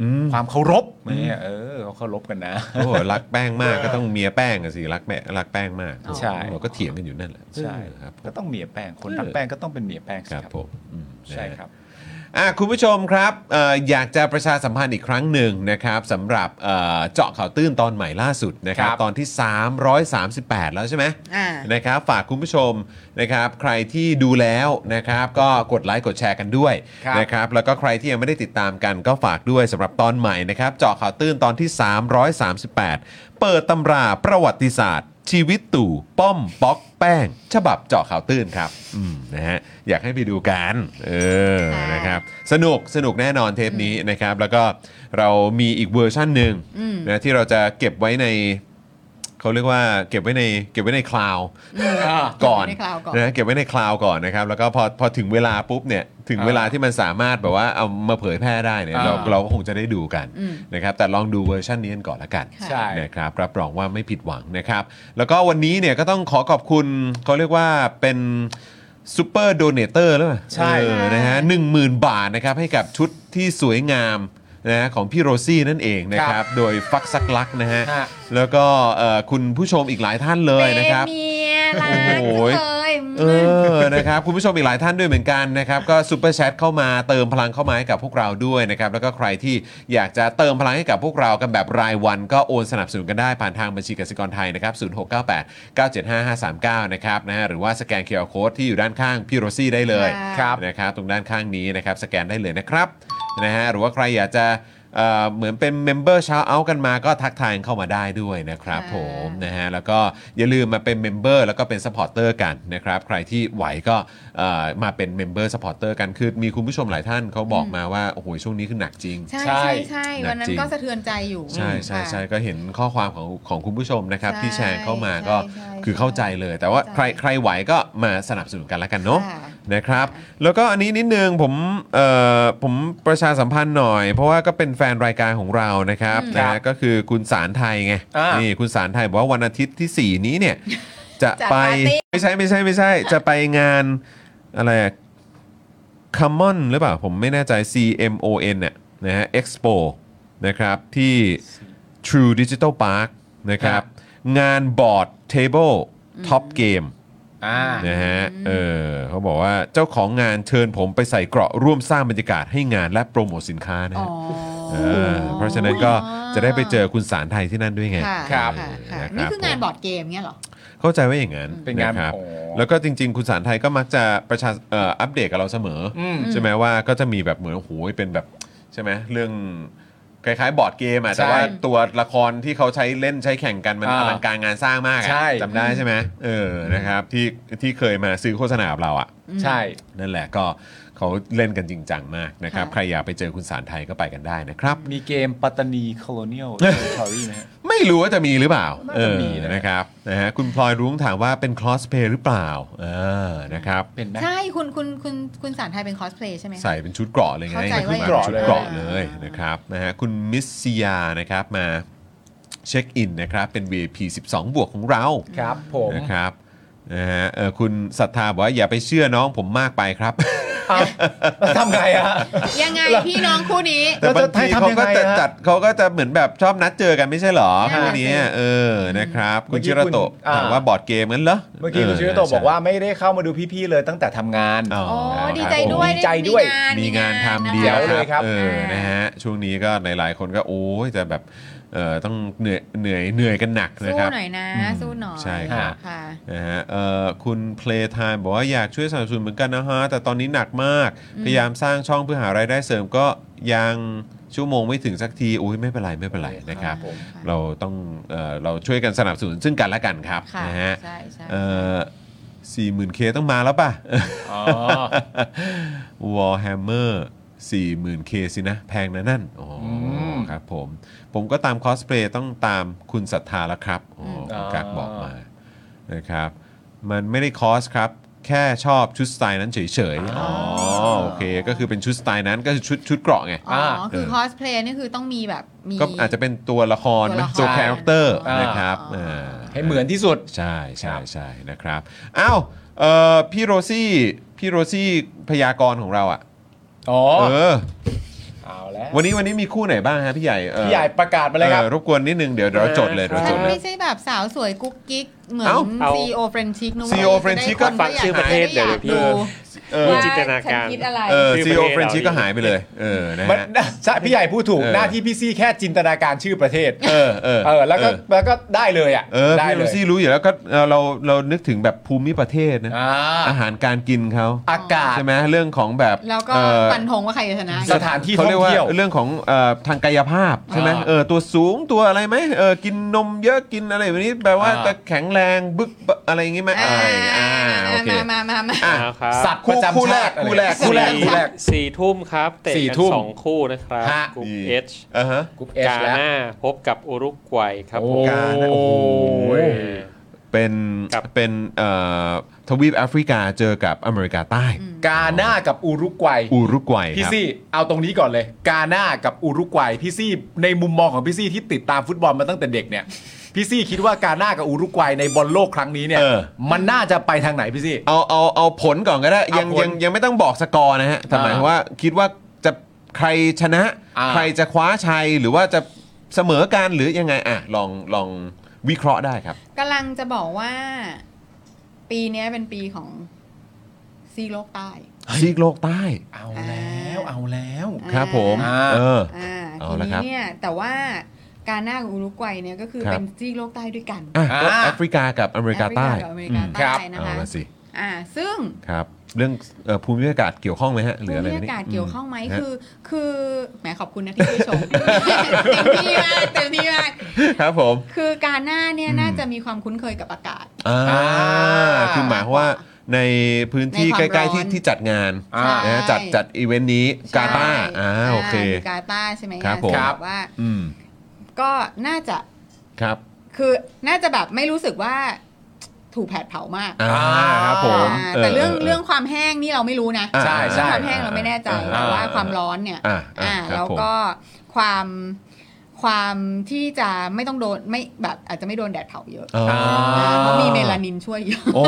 S3: อืม
S4: ความเคารพเนี่ยเออเขาเคารพกันนะ
S3: โอ้โหรักแป้งมากก็ต้องเมียแป้งอะสิรักแม่รักแป้งมาก
S6: อ๋อ
S4: ใช่
S3: เราก็เถียงกันอยู่นั่นแหละ
S4: ใช่
S3: เออครับผ
S4: ก็
S3: ม
S4: ต้องเมียแป้งคนรักแป้งก็ต้องเป็นเมียแป้งสิ
S3: ครับผมอืม
S4: ใช่ครับ
S3: อ่ะคุณผู้ชมครับเอ่ออยากจะประชาสัมพันธ์อีกครั้งหนึ่งนะครับสำหรับเอ่อเจาะข่าวตื้นตอนใหม่ล่าสุดนะครับ
S4: ครับ
S3: ตอนที่ 338 แล้วใช่ไหม
S6: อ่า
S3: นะครับฝากคุณผู้ชมนะครับใครที่ดูแล้วนะครับก็กดไลค์กดแชร์กันด้วย
S4: ครับ
S3: นะครับแล้วก็ใครที่ยังไม่ได้ติดตามกันก็ฝากด้วยสำหรับตอนใหม่นะครับเจาะข่าวตื้นตอนที่ 338 เปิดตำราประวัติศาสตร์ ชีวิตตู่ป้อมป๊อกแป้ง ฉบับเจาะข่าวตื้นครับอืมนะฮะอยากให้ไปดูกันเออ
S6: ค่ะ
S3: นะครับสนุกสนุกแน่นอนเทปนี้นะครับแล้วก็เรามีอีกเวอร์ชั่นหนึ่ง
S6: อืม
S3: นะที่เราจะเก็บไว้ในเขาเรียกว่าเก็บไว้ในเก็บไว้ในคลาว
S4: า
S3: ก่อน
S6: ในคลาวก่อน
S3: นะเก็บไว้ในคลาวก่อนนะครับ แล้วก็พอพอถึงเวลาปุ๊บเนี่ยถึง
S4: อ่า
S3: เวลาที่มันสามารถแบบว่าเอามาเผยแพร่ได้เนี่ย
S4: อ่า
S3: เราเราก็คงจะได้ดูกัน
S6: อืม
S3: นะครับแต่ลองดูเวอร์ชันนี้กันก่อนละกัน
S6: ค่ะ
S4: ใช่
S3: นะครับรับรองว่าไม่ผิดหวังนะครับ แล้วก็วันนี้เนี่ยก็ต้องขอขอบคุณเขาเรียกว่าเป็นซูเปอร์โดเนเตอร์หรือเปล่า
S4: ใช่
S3: เออนะฮะหนึ่งหมื่นบาทนะครับให้กับชุดที่สวยงามนะฮะของพี่โรซี่นั่นเองนะครับโดยฟักซักลักนะฮะ
S4: ฮะ
S3: แล้วก็เอ่อคุณผู้ชมอีกหลายท่านเลยนะครับ
S6: เมียรัก
S3: โอ้โห
S6: เลย
S3: เออ นะครับ คุณผู้ชมอีกหลายท่านด้วยเหมือนกันนะครับ ก็ซูเปอร์แชทเข้ามาเติมพลังเข้ามาให้กับพวกเราด้วยนะครับ แล้วก็ใครที่อยากจะเติมพลังให้กับพวกเรากันแบบรายวัน ก็โอนสนับสนุนกันได้ผ่านทางบัญชีกสิกรไทยนะครับ 0698 975 539 นะครับ นะฮะ หรือว่าสแกนเคอร์โค้ดที่อยู่ด้านข้างพี่โรซี่ได้เลย
S6: ครับ
S3: นะครับ ตรงด้านข้างนี้นะครับ สแกนได้เลยนะครับ นะฮะ หรือว่าใครอยากจะเอ่อเหมือนเป็นเมมเบอร์ชาวเอากันมาก็ทักทายเข้ามาได้ด้วยนะครับ
S6: อ่า
S3: ผม นะฮะแล้วก็อย่าลืมมาเป็นเมมเบอร์แล้วก็เป็นสปอร์เตอร์กันนะครับ ใครที่ไหวก็เอ่อมาเป็นเมมเบอร์สปอร์เตอร์กัน คือมีคุณผู้ชมหลายท่านเขาบอกมาว่า โอ้โห ช่วงนี้คือหนักจริง
S6: ใช่
S4: ใช่
S6: ใช่ใช่
S3: หนักจริง
S6: วันนั้นก็สะเทือนใจอยู่
S3: ใช่ใช่ใช่
S6: ค่ะ
S3: ก็เห็นข้อความของของคุณผู้ชมนะครับ
S6: ใช่
S3: ที่แชร์เข้ามา
S6: ใช่
S3: ก็
S6: ใช่
S3: คือเข้าใจเลย แต่ว่า
S6: เข้าใจ
S3: ใครใครไหวก็มาสนับสนุนกันแล้วกันเนาะ
S6: ค่ะ
S3: นะครับ แล้วก็อันนี้นิดนึงผมเอ่อผมประชาสัมพันธ์หน่อย เพราะว่าก็เป็นแฟนรายการของเรานะครับนะฮะก็คือคุณสารไทยไง
S4: อ่านี่
S3: นี่คุณสารไทยบอกว่าวันอาทิตย์ที่ 4 นี้เนี่ย จะ
S6: จัด
S3: ไป
S6: ปาร์ตี้
S3: ไม่ใช่ไม่ใช่ไม่ใช่ จะไปงานอะไรค o มมอนหรือเปล่า ผมไม่แน่ใจ CMON เนี่ยนะฮะ Expo นะครับที่ True Digital Park นะครับ งานบอร์ดเทเบิลท็อปเกม
S4: อ่า
S3: นะฮะเออเขาบอกว่าเจ้าของงานเชิญผมไปใส่เกราะร่วมสร้างบรรยากาศให้งานและโปรโมทสินค้านะ
S6: อ๋อ
S3: ฮะเออเพราะฉะนั้นก็จะได้ไปเจอคุณสารไทยที่นั่นด้วยไง
S6: ค่ะ
S4: ครับ
S6: ะค่ะ
S3: เออะรับ
S6: นี่คืองานบอร์ดเกมเงี้ยเหรอ
S3: เข้าใจว่าอย่างนั้น
S4: เป็นงาน
S3: นะครับ
S4: อ๋อ
S3: แล้วก็จริง ๆ คุณสารไทยก็มักจะประชาเอ่ออัปเดตกับเราเสมออ
S4: อืม
S3: ใช่ไหมว่าก็จะมีแบบเหมือนโอ้โหเป็นแบบใช่ไหมเรื่องคล้ายๆบอร์ดเกมอะ
S4: ใช่
S3: แต่ว่าตัวละครที่เขาใช้เล่นใช้แข่งกันมัน
S4: อ่า
S3: อลังการงานสร้างมากอะ
S4: ใช่
S3: จำได้ใช่ไหมเออนะครับที่ที่เคยมาซื้อโฆษณากับเราอะ
S4: ใช่
S3: นั่นแหละก็เขาเล่นกันจริงจังมากนะครับ
S6: ค่ะ
S3: ใครอยากไปเจอคุณสารไทยก็ไปกันได้นะครับ
S4: มีเกมปัตตานี colonial territory ไหมฮะ
S3: ไม่รู้ว่าจะมีหรือเปล่า
S4: น่า
S3: เอ
S4: จะ
S3: อ
S4: มีนะ
S3: นะครับนะฮะคุณพลอยรุ้งถามว่าเป็นคลอสเพย์หรือเปล่าเออนะครับ
S4: เป็นไหม
S6: ใช่ คุณคุณคุณคุณสารไทยเป็นคอสเพลย์ใช่ไหมคะ
S3: ใส่เป็นชุดเกราะเลยไง
S6: เข้าใจ
S3: มันคือมา
S6: ว่า
S4: เกราะ
S3: ชุด
S4: เลย
S3: เกราะเลยนะครับนะฮะคุณมิสซิยานะครับมาเช็คอินนะครับเป็น VIP 12 บวกของเรา
S4: ครับผม
S3: นะครับนะฮะเออคุณศรัทธาบอกว่าอย่าไปเชื่อน้องผมมากไปครับ
S4: เอาแล้วทำไงอะ
S6: ยังไงพี่น้องคู่นี้
S3: แต่บางทีเขาก็จะจัดเขาก็จะเหมือนแบบชอบนัดเจอกันไม่ใช่เหรอ
S6: ใช่
S3: คู่เนี้ยเออนะครับ
S4: เมื่
S3: คุ
S4: อ
S3: ณ
S4: กี้
S3: ชิระโตะ
S4: คุณอ่า
S3: ถามว่าบอร์ดเกมนั้นเหรอ
S4: เมื่อกี้คุณชิโรโตะบอกว่าไม่ได้เข้ามาดูพี่ๆเลยตั้งแต่ทำงาน
S3: อ๋อ
S6: อ๋อดีใจ
S3: ครับผม
S6: ด้วย
S4: ดีใจด้วย
S3: มีงานทำเดี
S4: แจ๋
S3: ยว
S4: วเลย
S3: ค
S4: ค
S3: รั
S4: รั
S3: บบ เออนะฮะช่วงนี้ก็หลายๆ คนก็โอ้ยจะแบบเออต้องเหนื่อยเหนื่อยเหนื่อยกันหนักนะ
S6: สู้
S3: ครับ
S6: หน่อยนะ
S3: อืม
S6: สู้หน่อย
S3: ใช่ครับ
S6: ค่ะ
S3: นะฮะเอ่อคุณเพลท i m มบอกว่าอยากช่วยสนับสนุนเหมือนกันนะฮะ แต่ตอนนี้หนักมาก พยายามสร้างช่องเพื่อหารายได้เสริมก็ยังชั่วโมงไม่ถึงสักทีอุ้ยไม่เป็นไรไม่เป็นไรนะครับ
S6: ครับผมค่ะ
S3: เราต้องเอ่อเราช่วยกันสนับสนุนซึ่งกันและกันครับ
S6: ค่ะ
S3: นะฮะ
S6: ใช่ใช่
S3: สี่หมื่นเคต้องมาแล้วป่ะ
S4: อ๋อ
S3: วอลแฮมเมอร์สี่หมื่นเคสินะ แพงนะนั่น อ๋ออ
S4: ม
S3: ครับผม ผมก็ตามคอสเพลย์ต้องตามคุณศรัทธาแล้วครับ อ๋ออ
S4: ม
S3: คุณกักบอกมานะครับ มันไม่ได้คอสครับ แค่ชอบชุดสไตล์นั้นเฉยๆ อ๋ออโอเค ก็คือเป็นชุดสไตล์นั้นก็คือชุดชุดเกราะไง
S6: อ๋อ
S3: เออ
S6: คือคอสเพลย์นี่คือต้องมีแบบมี
S3: ก็อาจจะเป็นตัวละครไหม
S6: ตัวละ
S3: ตัว
S6: คร
S3: คาแรคเตอร์
S4: อ่าน
S3: นะครับ
S6: อ่า
S3: า
S4: ให้เหมือนที่สุด
S3: ใช่ใช่
S4: ครับ
S3: ใช่นะครับอ้าวเอ่อพี่โรซี่พี่โรซี่พยากรณ์ของเราอ่ะ
S4: อ๋อ
S3: เออ
S4: เอาแล้ว
S3: วันนี้วันนี้มีคู่ไหนบ้างฮะพี่ใหญ่เอ่อ
S4: พี่ใหญ่ประกาศมาเลยครับ
S3: เอ่อรบกวนนิดนึงเดี๋ยวเดี๋ยวเราจดเลยเดี๋ยวเรา
S6: ฉั
S3: จด
S6: น
S3: เลย
S6: ไม่ใช่แบบสาวสวยกุ๊กกิ๊ก เหมือน
S3: เอ้า
S5: เอา
S6: ซีโอเฟรนชิกนู้น
S3: CEO Frenchick ก็
S5: ฟังชื่อประเทศเดี๋ยวพี่
S3: เออ
S5: มีจิตนาการ
S13: ฉัคิดอะไร
S3: เออ
S5: ชื่
S3: ซี
S5: อ
S3: โอ
S5: ประเทศ
S3: เฟรนชิ
S5: เรา
S3: ก็หายไปเลยเออนะ
S4: มัน
S3: ฮะ
S4: ใช่พี่ใหญ่พูดถูก
S3: เออ
S4: หน้าที่พี่ซี่แค่จินตนาการชื่อประเทศ
S3: เออเออ
S4: เออ แล้วก็แล้วก็ได้เลยอ่ะ
S3: เออ
S4: ได้
S3: พี่
S4: เล
S3: โร
S4: ย
S3: ซี่รู้อยู่แล้วก็เอ่อเราเรานึกถึงแบบภูมิประเทศนะ
S4: อ่า
S3: อาหารการกินเขา
S4: อากาศ
S3: ใช่ไหมเรื่องของแบบ
S6: แล้วก็
S3: เอ่อ
S6: ฟันธงว่าใครจะชนะ
S4: สถานที่
S3: เขา
S4: ท่อ
S3: เรีย
S4: ง
S3: กว่า
S4: เที่ยว
S3: เรื่องของเออทางกายภาพใช่ไหม
S4: อ่า
S3: เออตัวสูงตัวอะไรไหมเออกินนมเยอะกินอะไรแบบนี้แปลว่า
S4: อ่า
S3: จะแข็งแรงบึกบะอะไรอย่างงี้ไหมอ่าอ่าโอเค
S6: มามามามา
S3: อ่ะ
S5: เอาครับ
S4: สัตว์ประจำ
S3: คู่แร
S4: ชาก ติอะไร
S3: คู่แรก
S4: คู่แรกคู่แรก
S5: สี่ทุ่มครับ เตะ
S4: สี่
S5: กัน
S4: ทุ่ม
S5: สองคู่นะครับ
S4: ฮะ
S5: กลุ่ม
S3: ดี
S5: เอช
S3: อ่าฮะ
S4: กรุ๊ปเอส
S5: กา
S4: แล้ว
S5: หน้าพบกับอุรุกวัยครับผ
S4: โอ้
S5: ม
S3: กาหน้าโอ้โห
S5: เออ
S3: เป็น
S5: ครับ
S3: เป็นเอ่อทวีปแอฟริกาเจอกับอเมริกาใต้
S4: กาหน้ากับอุรุกวัย
S3: อุรุกวัย
S4: พี่
S3: ครับ
S4: ซี่เอาตรงนี้ก่อนเลย กาหน้ากับอุรุกวัยพี่ซี่ในมุมมองของพี่ซี่ที่ติดตามฟุตบอลมาตั้งแต่เด็กเนี่ยพี่ซี่คิดว่ากาหน้ากับอุรุกวัยในบอลโลกครั้งนี้เนี่ย
S3: เออ
S4: มันน่าจะไปทางไหนพี่ซี่
S3: เอาเอาเอาผลก่อนก็ได้
S4: เอา
S3: ยัง
S4: ผล
S3: ยังยังไม่ต้องบอกสกอร์นะฮะแต่หมายค
S4: อ่า
S3: วามว่าคิดว่าจะใครชนะ
S4: อ่า
S3: ใครจะคว้าชัยหรือว่าจะเสมอกันหรือยังไงอ่ะลองลองวิเคราะห์ได้ครับ
S6: กำลังจะบอกว่า ปีเนี้ยเป็นปีของซีโลกใต้
S3: ซีกโลกใต้
S4: เอาแล้วเอาแล้ว
S3: ครับผม
S4: อ่า
S3: เออ
S6: อ่า
S3: เอา
S6: ที
S3: ละ
S6: นี้
S3: ครับ
S6: เนี่ยแต่ว่าการหน้ากับอุรุกวัยเนี่ยก็คือ
S3: ครับ
S6: เป็นซีกโลกใต้ด้วยกัน
S3: อ่ะก็
S4: อ่า
S3: แอฟริกากับอเมริกาใต้
S6: แอฟริกับอเมริกา
S4: ครั
S6: ใต้
S4: บ
S6: นะ
S3: เอา
S6: คะ
S3: ละสิ
S6: อ่าซึ่ง
S3: ครับ เรื่องเอ่อภูมิอากาศเกี่ยวข้องไหมฮะหรืออะไร
S6: ภูมิ
S3: นี่
S6: อากาศเกี่ยวข้องไหม
S3: ฮะ
S6: คือ คือแหมขอบคุณนะที่ช่วย ชมเต็มที่มากเต็มที่มาก
S3: ครับผม
S6: คือการหน้าเนี่ย
S3: อืม
S6: น่าจะมีความคุ้นเคยกับอากาศ
S3: อ่าคือหมายความว่าในพื้นที่
S6: ในค
S3: ใก
S6: วาม
S3: ล้ ๆ
S6: ร้
S3: ที่
S6: อน
S3: ที่จัดงาน
S6: ใช่
S3: นะฮะจัดจัดอีเวนต์นี้กาตาร์
S6: ใช่
S3: อ่าโอเค
S6: มีกาตาร์ใช่ไหม
S3: ครับผม
S6: ซึ่งแบบว่า
S3: อืม
S6: ก็น่าจะ
S3: ครับ
S6: คือน่าจะแบบไม่รู้สึกว่าถูกแผดเผามาก
S3: อ่าครับผม
S6: อ่าแต่เรื่องเรื่องความแห้งนี่เราไม่รู้นะ
S3: อ่า
S4: ใช่ใช่
S6: ความแห้งเราไม่แน่ใจ
S3: อ่า
S6: แต่ว่าความร้อนเนี่ย
S3: อ่าอ่า
S6: อ่า
S3: ครับ
S6: แล้วก็ความความที่จะไม่ต้องโดนไม่แบบอาจจะไม่โดนแดดเผาเยอะ
S3: อ๋ออ่
S6: าเพราะมีเมลานินช่วยเยอะ
S3: โอ้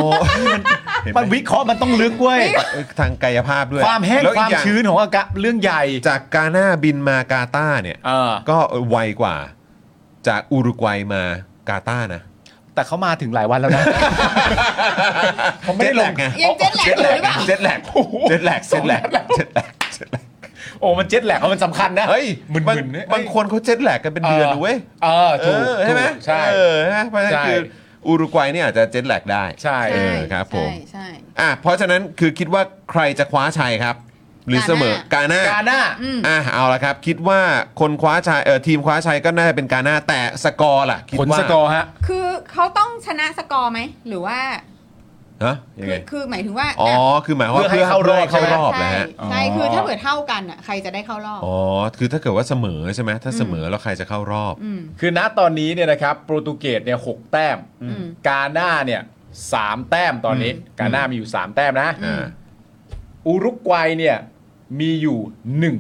S3: มันเห็นไหม
S4: มันวิเคราะห์มันต้องลึกเว้ย
S3: เออทางกายภาพด้วย
S4: ความแห้ง
S3: ล้ว
S4: ค
S3: อี
S4: วาม
S3: กอย่
S4: ชื้นของอากาศเรื่องใหญ่
S3: จากกาหน้าบินมากาตาร์เนี่ย
S4: เออ
S3: ก็ไวกว่า จากอุรุกวัยมากาตาร์นะ
S4: แต่เขามาถึงหลายวั นแล้วนะ เขาไม่ได้ลง
S3: จ็แกไง
S6: ยังเจ็ตแลกอยู่หรือเปล่า
S3: เจ็ตแลกเจ็ตแลกเจ็ตแลกเจ็ตแลก
S4: โอ้มันเจ็ตแหลกเขามันสำคัญนะ
S3: เฮ้ย
S4: มึน
S3: บาง
S4: ๆเนี่ย
S3: บางคนเขาเจ็ตแลกกันเป็นเดือนนะเว้ย
S4: เออถูก
S3: เออใช่ไหม
S4: ถูกใช่
S3: เออนะเพราะฉะนั้น
S4: ใช่
S3: คืออุรุกวัยเนี่ยอาจจะเจ็ตแลกได้
S4: ใช่
S6: ใช่
S3: เออครับผม
S6: ใช่ใช่
S3: อ่ะเพราะฉะนั้นคือคิดว่าใครจะคว้าชัยครับ หรือเสมอกาหน้าก
S4: าหน้า
S6: อืม
S3: อ่ะเอาละครับ คิดว่าคนคว้าชัยเออทีมคว้าชัยก็น่าจะเป็นกาหน้าแต่สกอร์ล่ะคิด
S4: ผล
S3: ว่า
S4: สกอร์ฮะ
S6: คือเขาต้องชนะสกอร์ไหมหรือว่า
S3: ฮะยัง
S6: คื
S3: ไง
S6: อคือหมายถึงว่า
S3: อ๋อคือหมายว่า
S4: เพื่อให้เข้ารอบ
S3: เพื่ให้เข้ารอบ
S6: ใช่
S3: นะฮะ
S6: ใช่คือถ้าเกิดเท่ากันอ่ะใครจะได้เข้ารอบ
S3: อ๋อคือถ้าเกิดว่าเสมอใช่ไหมถ้าเสมอแล้วใครจะเข้ารอบ
S6: อืม
S4: คือณตอนนี้เนี่ยนะครับโปรตุเกสเนี่ยหกแต้ม
S6: อืม
S4: กาหน้าเนี่ยสามแต้มตอนนี้ กาหน้ามีอยู่ 3 แต้มนะ
S6: อืม
S4: อุรุกวัยเนี่ยมีอยู่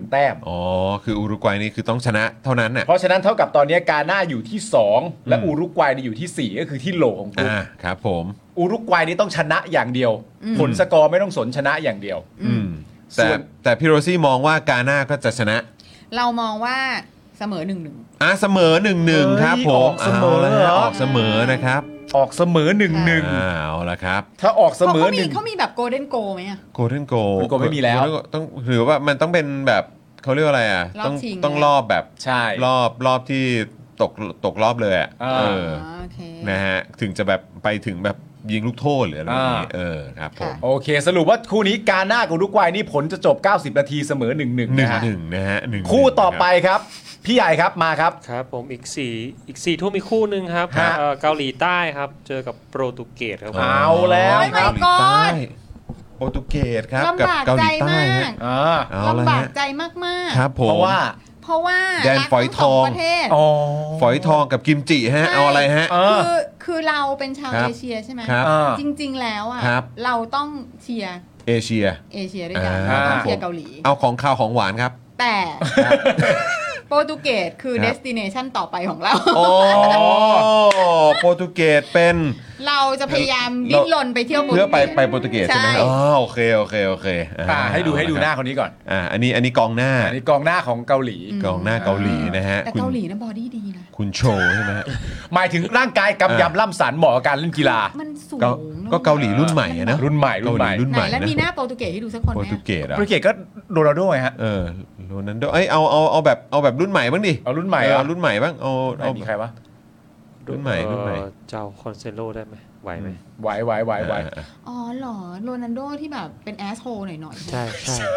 S4: 1 แต้ม
S3: อ๋อ คืออุรุกวัยนี่คือต้องชนะเท่านั้นน่ะ
S4: เพราะฉะนั้นเท่ากับตอนนี้กาหน้าอยู่ที่ 2 และอุรุกวัยเนี่ยอยู่ทีสี่ 4 ก็คือที่โหลของกลุ่ม
S3: อ่า ครับผม
S4: อุรุกวัยนี่ต้องชนะอย่างเดียว
S6: อืม
S4: ผลสกอร์ไม่ต้องสนชนะอย่างเดียว
S3: อืม แต่
S4: ส่วน
S3: แต่พี่โรซี่มองว่ากาหน้าก็จะชนะ
S6: เรามองว่าเสมอหนึ่งหนึ่ง
S3: อ่ะเสมอ1นหนึ่ง
S4: เฮ้ย
S3: ครับผ
S4: อ
S3: ม
S4: อกเสมอ
S3: ละ
S4: เหรอ
S3: ออกเสมอนะครับ
S4: ออกเสมอ1นึ่งหนึ่ง
S3: อ่าเอาละครับ
S4: ถ้าออกเสมอ
S6: เขา
S4: ห
S6: มี
S4: นึ่ง
S6: เขามีแบบโกลเด้นโกไหมอะ
S3: โกลเด้นโก
S4: Golden Goal ไม่มีแล้ว
S3: ต้องหรือว่ามันต้องเป็นแบบเขาเรียกว่าอะไรอ่ะ
S6: รอบ
S3: ต้อง
S6: ชิง
S3: ต้องรอบแบบ
S4: ใช่
S3: รอบรอบที่ตกตกรอบเลยอ่ะ
S4: อ่า
S3: เออ
S6: โอเค
S3: นะฮะ ถึงจะแบบไปถึงแบบยิงลูกโทษหรืออะไรแบบนี้
S4: อ่า
S3: เออครับผม
S6: ค่ะ
S4: โอเค สรุปว่าคู่นี้กาหน้ากับอุรุกวัยนี่ผลจะจบ 90 นาทีเสมอ1นึ่งหนึ่ง
S3: หนึ่ง
S4: นะฮะ
S3: หนึ่งนะฮะหนึ่งหนึ่ง
S4: คู่ต่อ
S3: นะรับ
S4: ไปครับ พี่ใหญ่ครับมาครับ
S5: ครับผมอีกสี่อีกสี่ทุ่มอีกคู่หนึ่งครับ
S4: ฮะ
S5: เอ่อเกาหลีใต้ครับ เจอกับโปรตุเกสครับผม
S4: เอาแล้วครับ
S6: Oh my god
S3: โปรตุเกสครับ
S6: ลำบากใจมาก
S3: ฮะ
S4: อ่า
S3: เอาละ
S6: ลำบา
S3: ฮะ
S6: กใจมาก
S3: ครับผม
S4: เพราะว่า
S6: ๆ เพราะว่า
S3: แดน
S6: รัก
S3: ฝอย
S6: ทั้ส
S3: ทอง
S6: ประเทศ
S4: อ๋อ
S3: ฝอยทองกับกิมจิฮะ
S6: ใช่
S3: เอาอะไรฮะ
S4: เออ
S6: คือคือเราเป็นชาว
S3: ครับ
S6: เอเชียใช่ไหม
S3: ครับ
S4: อ่า
S6: จริงๆแล้วอ่ะ
S3: ครับ
S6: เราต้องเชียร์
S3: เอเชีย
S6: เอเชียด้วยกัน
S3: อ่า
S6: ต้องเชียร์เกาหลี
S3: เอาของข้าวของหวานครับ
S6: แต่โปรตุเกสคือ
S3: ครับ
S6: เดสติเนชันต่อไปของเรา
S3: โอ้โปรตุเกสเป็น
S6: เราจะพยายามดิ้นรนไปเที่ยวโปรตุ
S3: เพื่
S6: เก
S3: อ
S6: ส
S3: ไปไปโปรตุเกสใช่ไหม
S6: ใช่
S3: อ๋อโอเคโอเคโอเค
S4: อ่าให้ดูให้ดูหน้า
S3: เอละครับ
S4: คนนี้ก่อน
S3: อ่าอันนี้อันนี้กองหน้า
S4: อันนี้กองหน้าของเกาหลี
S3: กองหน้าเกาหลีนะฮะ
S6: แต่
S3: คุณ
S6: เกาหลีนะบอดี้ดีนะ
S3: คุณโช ว์ใช่ไหมฮะ
S4: หมายถึงร่างกายกำยำล่ำสันเหมาะกับการเล่นกีฬา
S6: มันสูง
S3: ก็
S6: นอะ
S3: ก็เกาหลีรุ่นใหม่อะนะ
S4: รุ่นใหม่รุ่นให
S3: เกา
S4: ม่
S3: ลีรุ่น
S6: ไห
S3: ใหม่
S6: นแล้ว
S3: นะ
S6: มีหน้าโปรตุเกสให้ดูสักคน
S3: โปร
S6: ไหม
S3: ตุเกสอะ
S4: โปรตุเกสก็โรนัลโดไงฮะ
S3: เออโรนันโดเอ้ยเอาเอาเอาแบบเอาแบบรุ่นใหม่บ้างดิ
S4: เอารุ่นใหม่
S3: เออ
S4: เหรอ
S3: เอารุ่นใหม่บ้างเอา
S4: ไหน
S3: เอา
S4: มีใครวะ
S3: รุ่นใหม่
S5: เอ่อ
S3: รุ่นใหม่
S5: เจ้าคอนเซโลได้ไหมไหวไหม
S4: ไหวไหวไหวไหว
S3: อ่า
S6: อ๋อเหรอโรนันโดที่แบบเป็นแอสโฮหน่อยๆ
S5: ใช่ใช่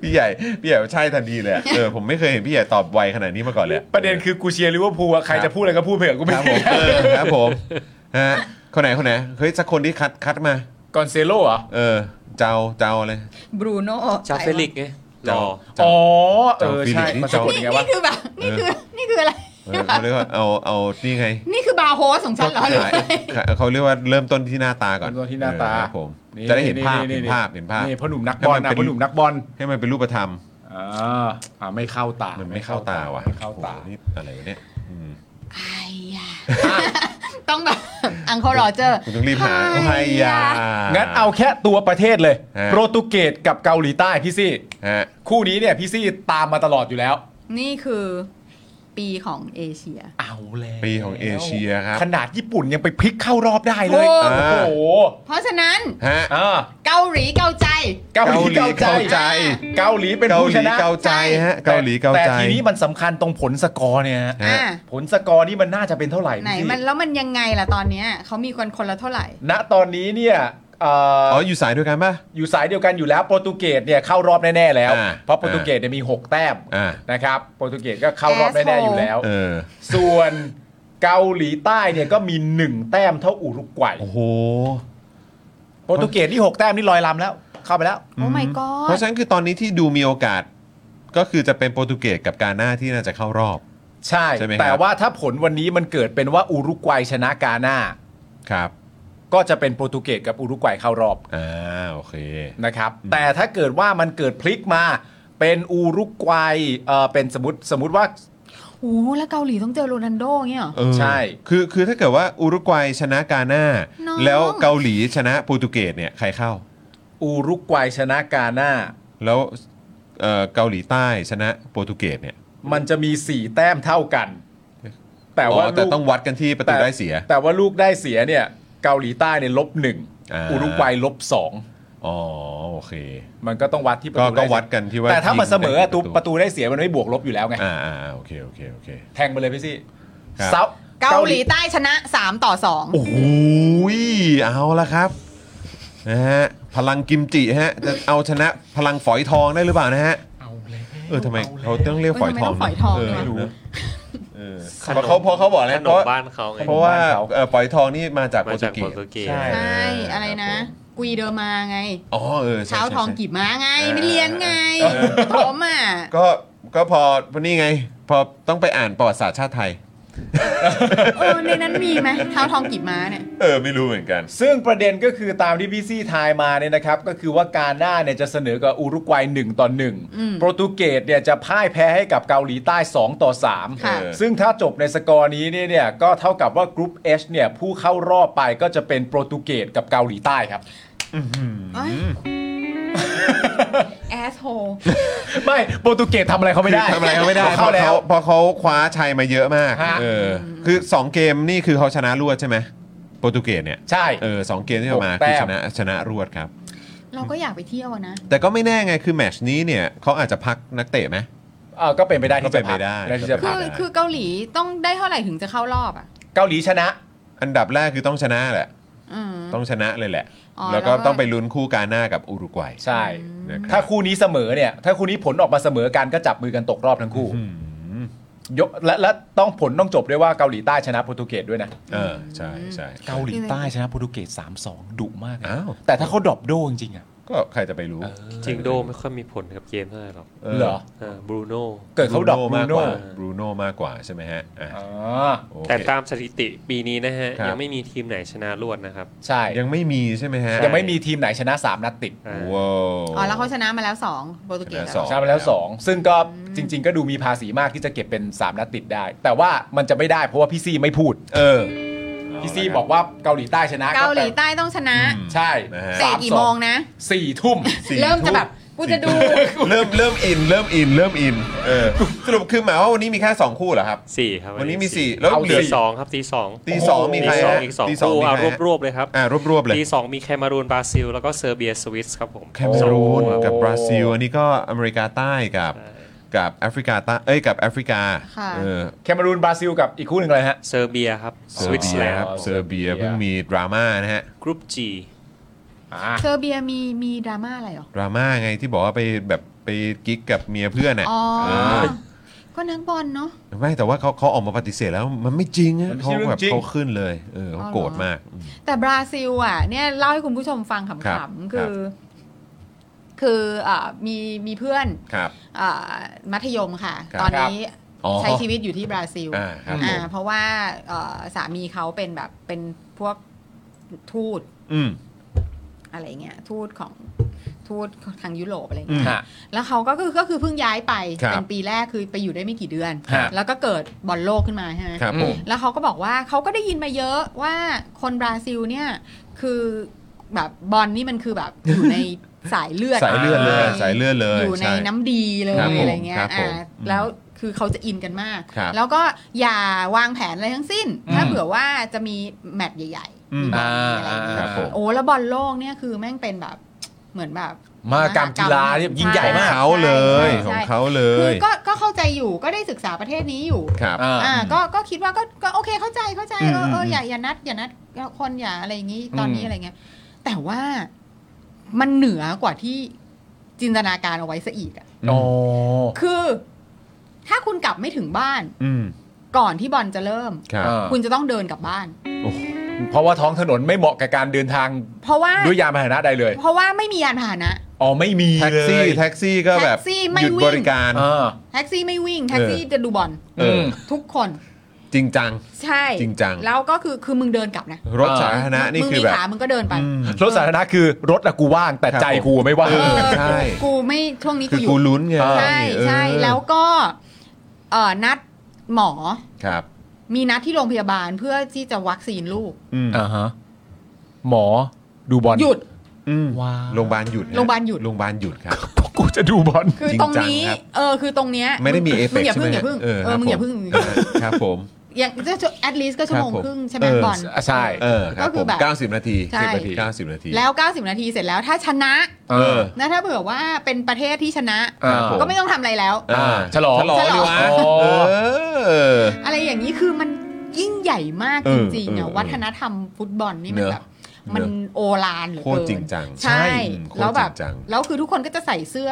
S3: พี่ใหญ่พี่ใหญ่ใช่ทันทีเลย อะเออผมไม่เคยเห็นพี่ใหญ่ตอบไวขนาดนี้มาก่อนเลยอ
S4: ประเด็นคือกูเชียร์ลิเวอร์พูลอะใครจะพูดอะไรก็พูดเผื่อะกู
S3: ค
S4: ไม่
S3: รับผมเออครับผมฮะคนไหนคนไหนเฮ้ยสักคนที่คัดคัดมา
S4: กอนเซโลเหรอ
S3: เออเจ้าเจ้าอะไร
S6: บรูโน่
S5: จาเฟลิกไงร
S3: เจ้า
S5: อ
S4: อ๋อเออใช่
S3: เจ้าฟิลิป
S4: มันสะกดยัง
S6: นี่
S4: ไงวะ
S6: นี่คือแบบนี่คือนี่คืออะไร
S3: เออเขาเรียกว่าเอาเอานี่ไง
S6: นี่คือบาร์โฮสของฉันเหรอหรืออะไร
S3: ขายเขาเรียกว่าเริ่มต้นที่หน้าตาก่อน
S4: ตัวที่หน้าตา
S3: เออครับผมจะได้เห็นภาพเห็นภาพเห็นภาพ
S4: นี่พ่อหนุ่มนักบอลนะพ่อหนุ่มนักบอล
S3: ให้มันเป็นรูปธรรม
S4: อ่าอ่าไม่เข้าตา
S3: มั
S4: มัน
S3: ไม่เข้าตาว่ะ
S4: ไม่เข้าตา
S3: โอ้โหนี่อะไรวะเนี่ยอืม
S6: ไอ้ยาต้องแบบอังเคอร์โรเจอร์
S3: คุณต้องรีบหา
S6: ไอ้ยา
S3: ไอ้ยา
S4: งั้นเอาแค่ตัวประเทศเลย
S3: ฮะ
S4: โปรตุเกสกับเกาหลีใต้พี่ซี่
S3: ฮะ
S4: คู่นี้เนี่ยพี่ซี่ตามมาตลอดอยู่แล้ว
S6: นี่คือ ปีของเอเชีย
S4: เอาแล้ว
S3: ปีของเอเชียครับ
S4: ขนาดญี่ปุ่นยังไปพลิกเข้ารอบได้เลย
S6: โอ้
S4: โอ้โห
S6: เพราะฉะนั้น
S3: ฮะ
S4: อ่า
S6: เกาหลีเกาใจ
S4: เกาหลี
S3: เกาหลี
S4: เกาใจ
S3: เกาใจ
S4: เกาหลีเป็น
S3: เกา
S4: ผู้
S3: ห
S4: ช
S3: ลี
S4: นะ
S3: เกาใจฮะ เกาหลีเกา
S4: แต่
S3: ใจ
S4: ทีนี้มันสำคัญตรงผลสกอร์เนี่ยฮะ
S6: อ่า
S4: ผลสกอร์นี่มันน่าจะเป็นเท่าไหร่
S6: ไหน
S4: พี่
S6: มันแล้วมันยังไงล่ะตอนเนี้ยเขามีคนคนละเท่าไหร่
S4: ณตอนนี้เนี่ยเอ่อ
S3: อ๋
S4: อ
S3: อ อยู่สายด้วยกันป่ะ
S4: อยู่สายเดียวกันอยู่แล้วโปรตุเกสเนี่ยเข้ารอบแน่ๆแล้ว
S3: อ่า
S4: เพราะโปรตุเกสเนี่ยมี 6 แต้ม
S3: อ่า
S4: นะครับโปรตุเกสก็เข้ารอบแน่ๆอยู่แล้ว
S3: เออ
S4: ส่วนเกาหลีใต้เนี่ยก็มี 1 แต้มเท่าอุรุกวัย
S3: โอ้โห
S4: โปรตุเกสนี่ 6 แต้มนี่ลอยลำแล้ว เข้าไปแล้ว
S6: โอ้ my
S3: เพ
S6: god
S3: ราะฉะนั้นคือตอนนี้ที่ดูมีโอกาส ก็คือจะเป็นโปรตุเกสกับกาหน้าที่น่าจะเข้ารอบ
S4: ใช่
S3: ใช่ไหมครับ
S4: แต่ว่าถ้าผลวันนี้มันเกิดเป็นว่าอุรุกวัยชนะกาหน้า
S3: ครับ
S4: ก็จะเป็นโปรตุเกสกับอุรุกวัยเข้ารอบ
S3: อ่า โอเค
S4: นะครับ แต่ถ้าเกิดว่ามันเกิดพลิกมาเป็นอุรุกวัยเออเป็นสมมติสมมติว่า
S6: โอ้แล้วเกาหลีต้องเจอโรนัลโดเงี้ยเหรอ
S3: เออ
S4: ใช่
S3: คือคือถ้าเกิดว่าอุรุกวัยชนะกาหน้า
S6: น้อง
S3: แล้วเกาหลีชนะโปรตุเกสเนี่ยใครเข้า
S4: อุรุกวัยชนะกาหน้า
S3: แล้วเอ่อเกาหลีใต้ชนะโปรตุเกสเนี่ย
S4: มันจะมีสี่แต้มเท่ากัน แต่
S3: อ๋
S4: ว่า
S3: อแต่
S4: ลูก
S3: ต้องวัดกันที่ประตูได้เสีย
S4: แต่ว่าลูกได้เสียเนี่ยเกาหลีใต้เนี่ยลบหนึ่ง
S3: อ่า
S4: อุรุกวัยลบสอง
S3: อ๋อโอเค
S4: มันก็ต้องวัดที่ประ
S3: ก็
S4: ตู
S3: ก็
S4: ไเสีย
S3: วัดกันที่ว่า
S4: แต่ถ้ามันเสมออะ
S3: ยิ
S4: ตั
S3: ง
S4: วประตูได้เสียมันไม่บวกลบอยู่แล้วไง
S3: อ่าอ่าโอเคโอเคโอเค
S4: แทงไปเลยพี่ซี่
S3: ครับ
S4: เซา
S6: เกาหลีใต้ชนะ 3 ต่อ
S3: โอ้โหเอาละครับนะฮะพลังกิมจิฮะจะเอาชนะพลังฝอยทองได้หรือเปล่านะฮะ
S4: เอาเลย
S3: เออทำไมเขาต้องเรียกฝอยทอง
S6: เออทำไมต้องฝอยทอง
S3: เออ
S6: ด้วย
S3: รู้เออ
S5: ข
S3: เพ
S5: น
S3: ราะ
S5: ม
S3: เขาเพราะเขาบอก
S5: ข
S3: นะ
S5: น
S3: เพราะ
S5: มบ้านเขาไง
S3: เพราะว่าเอ่อฝอยทองนี่มาจากโป
S5: มาร
S3: ตุ
S5: จาก
S3: เก
S5: โปร
S3: ส
S5: ตุเกส
S3: ใช่
S6: 2 ใช่อะไรนะ กุยเดอร์มาไง
S3: อ๋อเออใช่
S6: เช้า
S3: ใช่
S6: ทอง
S3: ใช่
S6: กี่ม้าไง
S3: เออ
S6: ไม่เรียนไงผมอ่ะ
S3: ก็ก็พอพอนี่ไง พอต้องไปอ่านประวัติศาสตร์ชาติไทย
S6: เออในนั้นมีไหมเท้าทองกี่ม้าเนี่ย
S3: เออไม่รู้เหมือนกัน
S4: ซึ่งประเด็นก็คือตามที่พี่ซี่ทายมาเนี่ยนะครับ ก็คือว่าการหน้าเนี่ยจะเสนอกับอุรุกวัย1ต่อ
S6: อืม
S4: 1โปรตุเกสเนี่ยจะพ่ายแพ้ให้กับเกาหลีใต้ 2 ต่อ
S6: ค่ะ
S4: 3 ซึ่งถ้าจบในสกอร์นี้เนี่ยเนี่ยก็เท่ากับว่ากรุ๊ป H เนี่ยผู้เข้ารอบไปก็จะเป็นโปรตุเกสกับเกาหลีใต้ครับ
S6: เอ้ย
S13: แอสโฮ
S4: ไม่โปรตุเกสทำอะไรเขาไม่ได้
S3: ทำอะไรเขาไม่ได้เพ
S4: เข้า
S3: ราะ
S4: แล้
S3: เขา
S4: ว
S3: เพราะเขาคว้าชัยมาเยอะมาก
S4: ฮะ
S3: เออคือ 2 เกมนี่คือเขาชนะรวดใช่ไหมโปรตุเกสเนี่ย
S4: ใช่
S3: เออสองเกมที่ออกมา
S4: หกแต้
S3: คือช
S4: ม
S3: นะชนะรวดครับ
S6: เราก็อยากไปเที่ยวอะนะ
S3: แต่ก็ไม่แน่ไงคือแมตชนี้เนี่ยเขาอาจจะพักนักเตะไหม
S4: เออก็เป็นไปได้ที่
S3: ก็เป็
S4: จะ
S3: น
S4: พั
S3: ไปได้
S4: และที่จะ
S6: คื
S4: พัก
S6: อ
S3: ได้
S6: คือเกาหลีต้องได้เท่าไหร่ถึงจะเข้ารอบอ่ะ
S4: เกาหลีชนะ
S3: อันดับแรกคือต้องชนะแหละ
S6: อืม
S3: ต้องชนะเลยแหละ
S6: อ๋อ
S3: แล้วก็
S6: แล้วก็
S3: ต้องไปลุ้นคู่กาหน้ากับอุรุกวัย
S4: ใช่
S3: นะค
S4: ถ้า
S3: รับ
S4: คู่นี้เสมอเนี่ย ถ้าคู่นี้ผลออกมาเสมอกันก็จับมือกันตกรอบทั้งคู่
S3: อืม
S4: ยกและและต้องผลต้องจบด้วยว่าเกาหลีใต้ชนะโปรตุเกสด้วยนะ
S3: เออใช่ใช่
S4: เกาหลีใต้ชนะโปรตุเกส3 2 ดุมากนะ
S3: อ้าว
S4: แต่ถ้าเขาดรอปโดจริงๆอ่ะ
S3: ก็ใครจะไปรู้
S4: เออ
S5: จริงโดไม่ค่อยมีผลกับเกมเท่าไหร่หรอก
S4: เหรอ
S5: เออบรูโน่
S4: เกิดเขาดรอป
S3: มาม
S4: าก โน
S3: กว่าบรูโน่มากกว่าใช่ไหมฮะอ่ะ
S4: อ่า
S3: โอเค
S5: แต่ตามสถิติปีนี้นะฮะ
S3: ครับ
S5: ยังไม่มีทีมไหนชนะรวดนะครับ
S4: ใช่
S3: ยังไม่มีใช่ไหมฮะ
S4: ยังไม่มีทีมไหนชนะ 3 นัดติด
S5: อ่า
S3: ว้าว
S6: อ๋อแล้วเขาชนะมาแล้ว 2 โปรตุเก
S3: ช
S6: ส
S3: นะ
S6: อะ
S3: สอง
S4: ชนะมาแล้ว 2 ซึ่งก็จริง ๆ ก็ดูมีภาษีมากที่จะเก็บเป็น 3 นัดติดได้ แต่ว่ามันจะไม่ได้เพราะว่าพี่ซีไม่พูด
S3: เออ
S4: พี่ซีบอกว่าเกาหลีใต้ชนะ
S6: เกาหลีใต้ต้องชนะ
S4: ใช่
S3: นะฮะ
S6: เตะกี่โมงนะ
S4: สี่ทุ่ม
S3: สี่
S6: เริ่มจะแบบ กูจะดู
S3: ทุ่มเริ่มเริ่มอินเริ่มอินเริ่มอินเออสรุปคือหมายว่าวันนี้มีแค่สองคู่เหรอครับ
S5: สี่ครับ
S3: วันนี้มีสี่แล้ว
S5: เอา
S3: เหลื
S5: ตี
S3: อ
S5: สองครับตีสอง
S3: ตีสองมีใคร
S5: ตีสอง
S3: ฮะ
S5: อีกสอง
S3: ตีสอง
S5: คู่
S3: มีใคร
S5: เอา
S3: ฮะ
S5: รวบๆเลยครับ
S3: อ่ารวบรวบๆเลย
S5: ตีสองมีแคมารูนบราซิล แล้วก็เซอร์เบียสวิสครับผม
S3: แคเมารูน
S5: สองคู่
S3: กับ
S5: ค
S3: บราซิล อันนี้ก็อเมริกาใต้กับกับแอฟริกาใต้เอ้ยกับแอฟริกา
S6: ค่ะ
S3: เออ
S4: แคเมารูนบราซิลกับอีกคู่หนึ่งอะไรฮะ
S5: เซอร์เบียครับ
S3: เซ
S5: ส
S3: อ
S5: วิ
S3: ร์
S5: ตเซอ
S3: เบียค
S5: ร์แลนด์
S3: รับเซอร์เบีย
S4: เซอร์เบีย
S3: เพิ่งมีดราม่านะฮะ
S5: กรุ๊ปจี
S4: อ่า
S6: เซอร์เบียมีมีดราม่าอะไรเหรอ
S3: ดราม่าไงที่บอกว่าไปแบบไปกิ๊กกับเมียเพื่อนอ่ะ
S6: อ๋อ
S3: เออ
S6: ก็นักบอลเนาะ
S3: ไม่แต่ว่าเขาเขาออกมาปฏิเสธแล้วมันไม่จริงอะเขาแบบเขาขึ้นเลยเออเขาโกรธมาก
S6: แต่บราซิลอ่ะเนี่ยเล่าให้คุณผู้ชมฟังข
S3: ครับ
S6: ำๆคือ คือเอ่อมีมีเพื่อน
S3: ครับ
S6: เอ่อมัธยมค่ะ
S3: ครับ
S6: ตอนนี้
S3: อ๋อ
S6: ใช้ชีวิตอยู่ที่บราซิล
S3: อ่าครับผม
S6: อ่าเพราะว่าเอ่อสามีเขาเป็นแบบเป็นพวกทูต
S3: อืม
S6: อะไรเงี้ยทูตของทูตทางยุโรปอะไร
S3: อื
S6: เงี้
S3: ม
S6: ย
S4: ฮะ
S6: แล้วเขาก็คือก็คือเพิ่งย้ายไป
S3: ครับ
S6: เป็นปีแรกคือไปอยู่ได้ไม่กี่เดือน
S3: ครับ
S6: แล้วก็เกิดบอลโลกขึ้นมาใช่ไหม
S3: ครับผม
S6: แล้วเขาก็บอกว่าเขาก็ได้ยินมาเยอะว่าคนบราซิลเนี่ยคือแบบบอลนี่มันคือแบบอยู่ใน สายเลือด
S3: สายเลือดเลย
S6: ะไร
S3: สายเลือดเลย
S6: อยู่ใน
S3: ช่
S6: น้ำดีเลย
S3: ครับผม
S6: อะไรเงี้ย
S3: ครับผม
S6: อ่าแล้ว คือเขาจะอินกันมาก
S3: ครับ
S6: แล้วก็อย่าวางแผนอะไรทั้งสิ้น
S4: อืม
S6: ถ้าเผื่อว่าจะมีแมตช์ใหญ่
S3: อืม
S6: ๆมีบอล
S4: อ่า
S6: มีอะไรอย่างเงี้ย
S3: ครับผม
S6: โอ้แล้วบอลโลกเนี่ยคือแม่งเป็นแบบเหมือนแบบ
S4: มหากรรมกีฬาเนี่ยยิ่งใหญ่มาก
S3: เขาเลยข
S6: ใช่
S3: อง
S6: ใช่
S3: เขาเล
S6: คือย ก็ก็เข้าใจอยู่ก็ได้ศึกษาประเทศนี้อยู่
S3: ครับ
S6: อ่าก็ก็คิดว่าก็ก็โอเคเข้าใจเข้าใจเอออ
S3: ม
S6: เออ
S3: ม
S6: อย่าอย่านัดอย่านัดคนอย่าอะไรอย่างนี้ตอน
S4: อื
S6: นี้
S4: ม
S6: อะไรเงี้ยแต่ว่ามันเหนือกว่าที่จินตนาการเอาไว้ซะอีกอะ
S4: โอ้
S6: คือ ถ้าคุณกลับไม่ถึงบ้าน
S3: ืม
S6: ก่อนที่บอลจะเริ่ม
S3: ครับ
S4: อ่า
S6: คุณจะต้องเดินกลับบ้าน
S4: เพราะว่าท้องถนนไม่เหมาะกับการเดินทาง
S6: เพราะว่า
S4: ด้วยยานพาหนะใดเลย
S6: เพราะว่าไม่มียานพาหนะ
S4: อ๋อไม่มี
S3: แท็ก
S4: เลย
S3: ซี่แท็กซี่ก็แบบ
S6: แท็กซี่
S3: ห
S6: ไม่
S3: ยุดบ
S6: วิ่ง
S3: ริการ
S4: อ่า
S6: แท็กซี่ไม่วิ่งแท็กซี่จะดูบอล
S3: เออ
S6: ทุกคน
S3: จริงจัง
S6: ใช่
S3: จริงจัง
S6: แล้วก็คือคือมึงเดินกลับนะ
S3: รถสาธารณะนี่
S6: มึง
S3: คือ
S6: มี
S3: แบบ
S6: ขามึงก็เดินไป
S4: รถสาธารณะคือรถอะกูว่างแต่
S3: ครับ
S4: ใจกูไม่ว่าง
S3: เออ ใช่
S6: กูไม่ช่วงนี้
S3: คื
S6: กู
S3: อ
S6: อ
S3: กู
S6: ยู่
S3: ลุ้นไง
S6: ใช่
S3: เออ
S6: ใช่แล้วก็เอ่อนัดหมอ
S3: ครับ
S6: มีนัดที่โรงพยาบาลเพื่อที่จะวัคซีนลูก
S3: อืม
S4: อ่าฮะหมอดูบอล
S6: หยุด
S3: อืม
S4: ว้าว
S3: โรงพยาบาลหยุดนะ
S6: โรงพยาบาลหยุด
S3: โรงพยาบาลหยุดครับ
S4: เพราะกูจะดูบอล
S6: คือตรงนี้
S3: จริงจังครับ
S6: เออคือตรงเนี้ย
S3: ไม่ได้มีเอฟเฟ
S6: มึ
S3: ก
S6: งอย่า
S3: ใช่
S6: พึ่
S3: ไหม
S6: งอ
S3: ฮะ
S6: ย่าพึ่ง
S3: เออ
S6: เออมึงอย่าพึ่ง
S3: ครับผม
S6: อย่างจะ at least ก็ชั่วโมง
S3: ครับผม
S6: ครึ่งใช่ไหมบอล
S4: ใช่
S3: เออครับ
S6: ก็คื
S3: ผ
S6: อ
S3: ม
S6: แบบ
S3: เก้าสิบนาที
S6: ใช่
S3: สิบนาทีเก้าสิบนาที
S6: แล้ว 90 นาทีเสร็จแล้วถ้าชนะ
S4: เออ
S6: นะถ้าเผื่อว่าเป็นประเทศที่ชนะ
S4: อ่า
S3: ครับผม
S6: ก็ไม่ต้องทำอะไรแล้ว
S3: อ่า
S4: ฉลอง
S3: ฉลอง
S6: ฉลอง
S3: ดีวะ
S4: อ๋อ
S3: เออ
S6: อะไรอย่างนี้คือมันยิ่งใหญ่มาก
S3: เออ
S6: จริงๆ
S3: เออ
S6: อ่ะ
S3: เออ
S6: วัฒนธรรมฟุตบอลนี่มัน
S3: เนอะ
S6: แบบมันโอฬารเหลือ
S3: โคต
S6: เกิ
S3: ร
S6: น
S3: จริงจัง
S6: ใช่
S3: อืมโคตร
S6: แล้วแบบ
S3: จริงจัง
S6: แล้วคือทุกคนก็จะใส่เสื้อ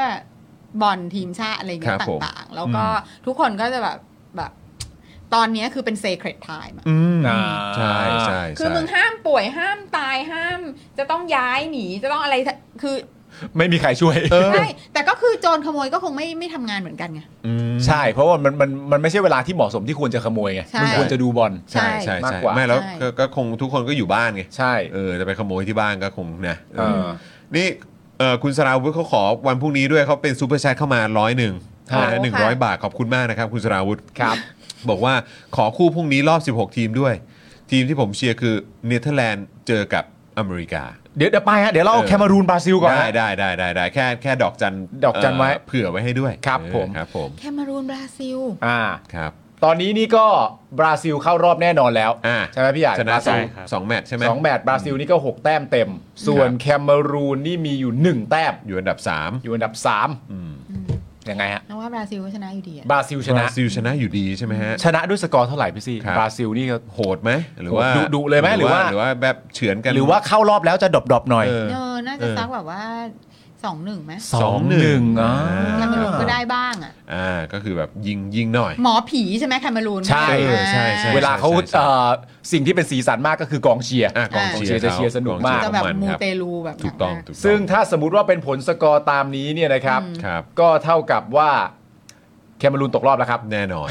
S6: บอลทีมชาติอะไรเงี้
S3: ครับ
S6: ย
S3: ผม
S6: ต่างๆ แล้วก็
S3: อื
S6: ทุกคนก็จะแบบแบบตอนเนี้ยคือเป็น sacred time อะ
S3: อืม
S4: อ่า
S3: ใช่ใช่
S6: คือ
S3: ใช่
S6: มึงห้ามป่วยห้ามตายห้าม จะต้องย้ายหนีจะต้องอะไรคือ
S4: ไม่มีใครช่วย
S3: เออ
S6: ใช่แต่ก็คือโจรขโมยก็คงไม่ไม่ทำงานเหมือนกันไง
S3: อืม
S4: ใช่ เพราะว่ามันมันมันไม่ใช่เวลาที่เหมาะสมที่ควรจะขโมยไง
S6: ใช่
S4: มันควรจะดูบอล
S6: ใช่
S3: ใช่ใช่
S4: มาก
S3: ใช่
S4: กว่า
S3: ไม่แล้ว
S6: ใช่
S3: ก็ก็คงทุกคนก็อยู่บ้านไง
S4: ใช่
S3: เออจะไปขโมยที่บ้านก็คงนะเอ
S4: เอ
S3: อ
S4: อ
S3: นี่เออคุณสราวุธเขาขอวันพรุ่งนี้ด้วยเขาเป็นซูเปอร์แชทเข้ามาร้อยหนึ่ง
S4: ครับ
S3: หนึ่งร้อยบาทขอบคุณมากนะครับคุณสราวุธ
S4: ครับ
S3: บอกว่าขอคู่พรุ่งนี้รอบ 16 ทีมด้วย ทีมที่ผมเชียร์คือเนเธอร์แลนด์เจอกับอเมริกา
S4: เดี๋ยวเดี๋ยวไปฮะ เดี๋ยวเราเอา
S3: เออ
S4: แคมารูนบราซิลก่อน
S3: ได้
S4: นะ
S3: ได้ได้ได้ได้แค่แค่ดอกจัน
S4: ดอกจันไว้
S3: เเผื่อไว้ให้ด้วย
S4: ครับ
S3: เออ
S4: ผม
S3: ครับผม
S6: แคมารูนบราซิล
S4: อ่า
S3: ครับ
S4: ตอนนี้นี่ก็บราซิลเข้ารอบแน่นอนแล้ว
S3: อ่า
S4: ใช่ไหมพี่ใหญ่
S3: ชนะ
S4: บรา
S3: สอ
S4: ซิ
S3: ง
S4: ล
S5: ครับ
S3: สองแมตช์ใช่ไหม
S4: สองแมตช์บราซิลนี่ก็ 6 แต้มเต็ม ส่วนแคมารูนนี่มีอยู่ 1 แต้ม
S3: อยู่อันดับสาม
S4: อยู่อันดับ
S3: อืม
S4: 3 ยังไงฮะ
S6: นึกว่าบราซิลก็ชนะอยู่ดีอะ
S4: บราซิลช
S3: บ
S4: นะ
S3: ราซิลชนะอยู่ดีใช่ไหมฮะ
S4: ชนะด้วยสกอร์เท่าไหร่พี่ซี
S3: ครับ
S4: บราซิลนี่ก็
S3: โหดไหมหรือว่า
S4: ดุดุเลยไหม
S3: ห
S4: หรื
S3: รือ
S4: อ
S3: ว่า
S4: ว่า
S3: แบบเฉือนกัน
S4: หรือว่าเข้ารอบแล้วจะดรอปๆหน่อย
S3: เออ
S6: เออน่าจะ
S3: เออ
S6: ซักแบบว่าสองหนึ่งไหม
S3: สองหนึ่ง
S4: อ่า
S6: แค
S3: ล้ว
S6: มารูน
S3: บ
S6: ก็ได้บ้างอ่ะ
S3: อ่าก็คือแบบยิงยิงหน่อย
S6: หมอผีใช่ไหมแคมารูน
S4: ใช่
S3: เออใช่ใช่
S4: เวลาเขา
S3: ใช่ใช่
S4: เอ่อสิ่งที่เป็นสีสันมากก็คือกองเชียร์
S3: อ่ะกอง
S4: กองเชี
S3: เชียร์
S4: ยร์จะเชียร์
S3: ขา
S4: สนุกมาก
S6: จะแบบ
S3: องเชียร์ของ
S6: มู
S3: นครับ
S6: เตลูแบบ
S3: ถูกต้อง
S6: หนัมา
S3: ถูกต้อง
S4: ซึ่งถ้าสมมติว่าเป็นผลสกอร์ตามนี้เนี่ยนะครับ
S6: อืม
S3: ครับ
S4: ก็เท่ากับว่าแคเมารูนตกรอบแล้วครับ
S3: แน่น อน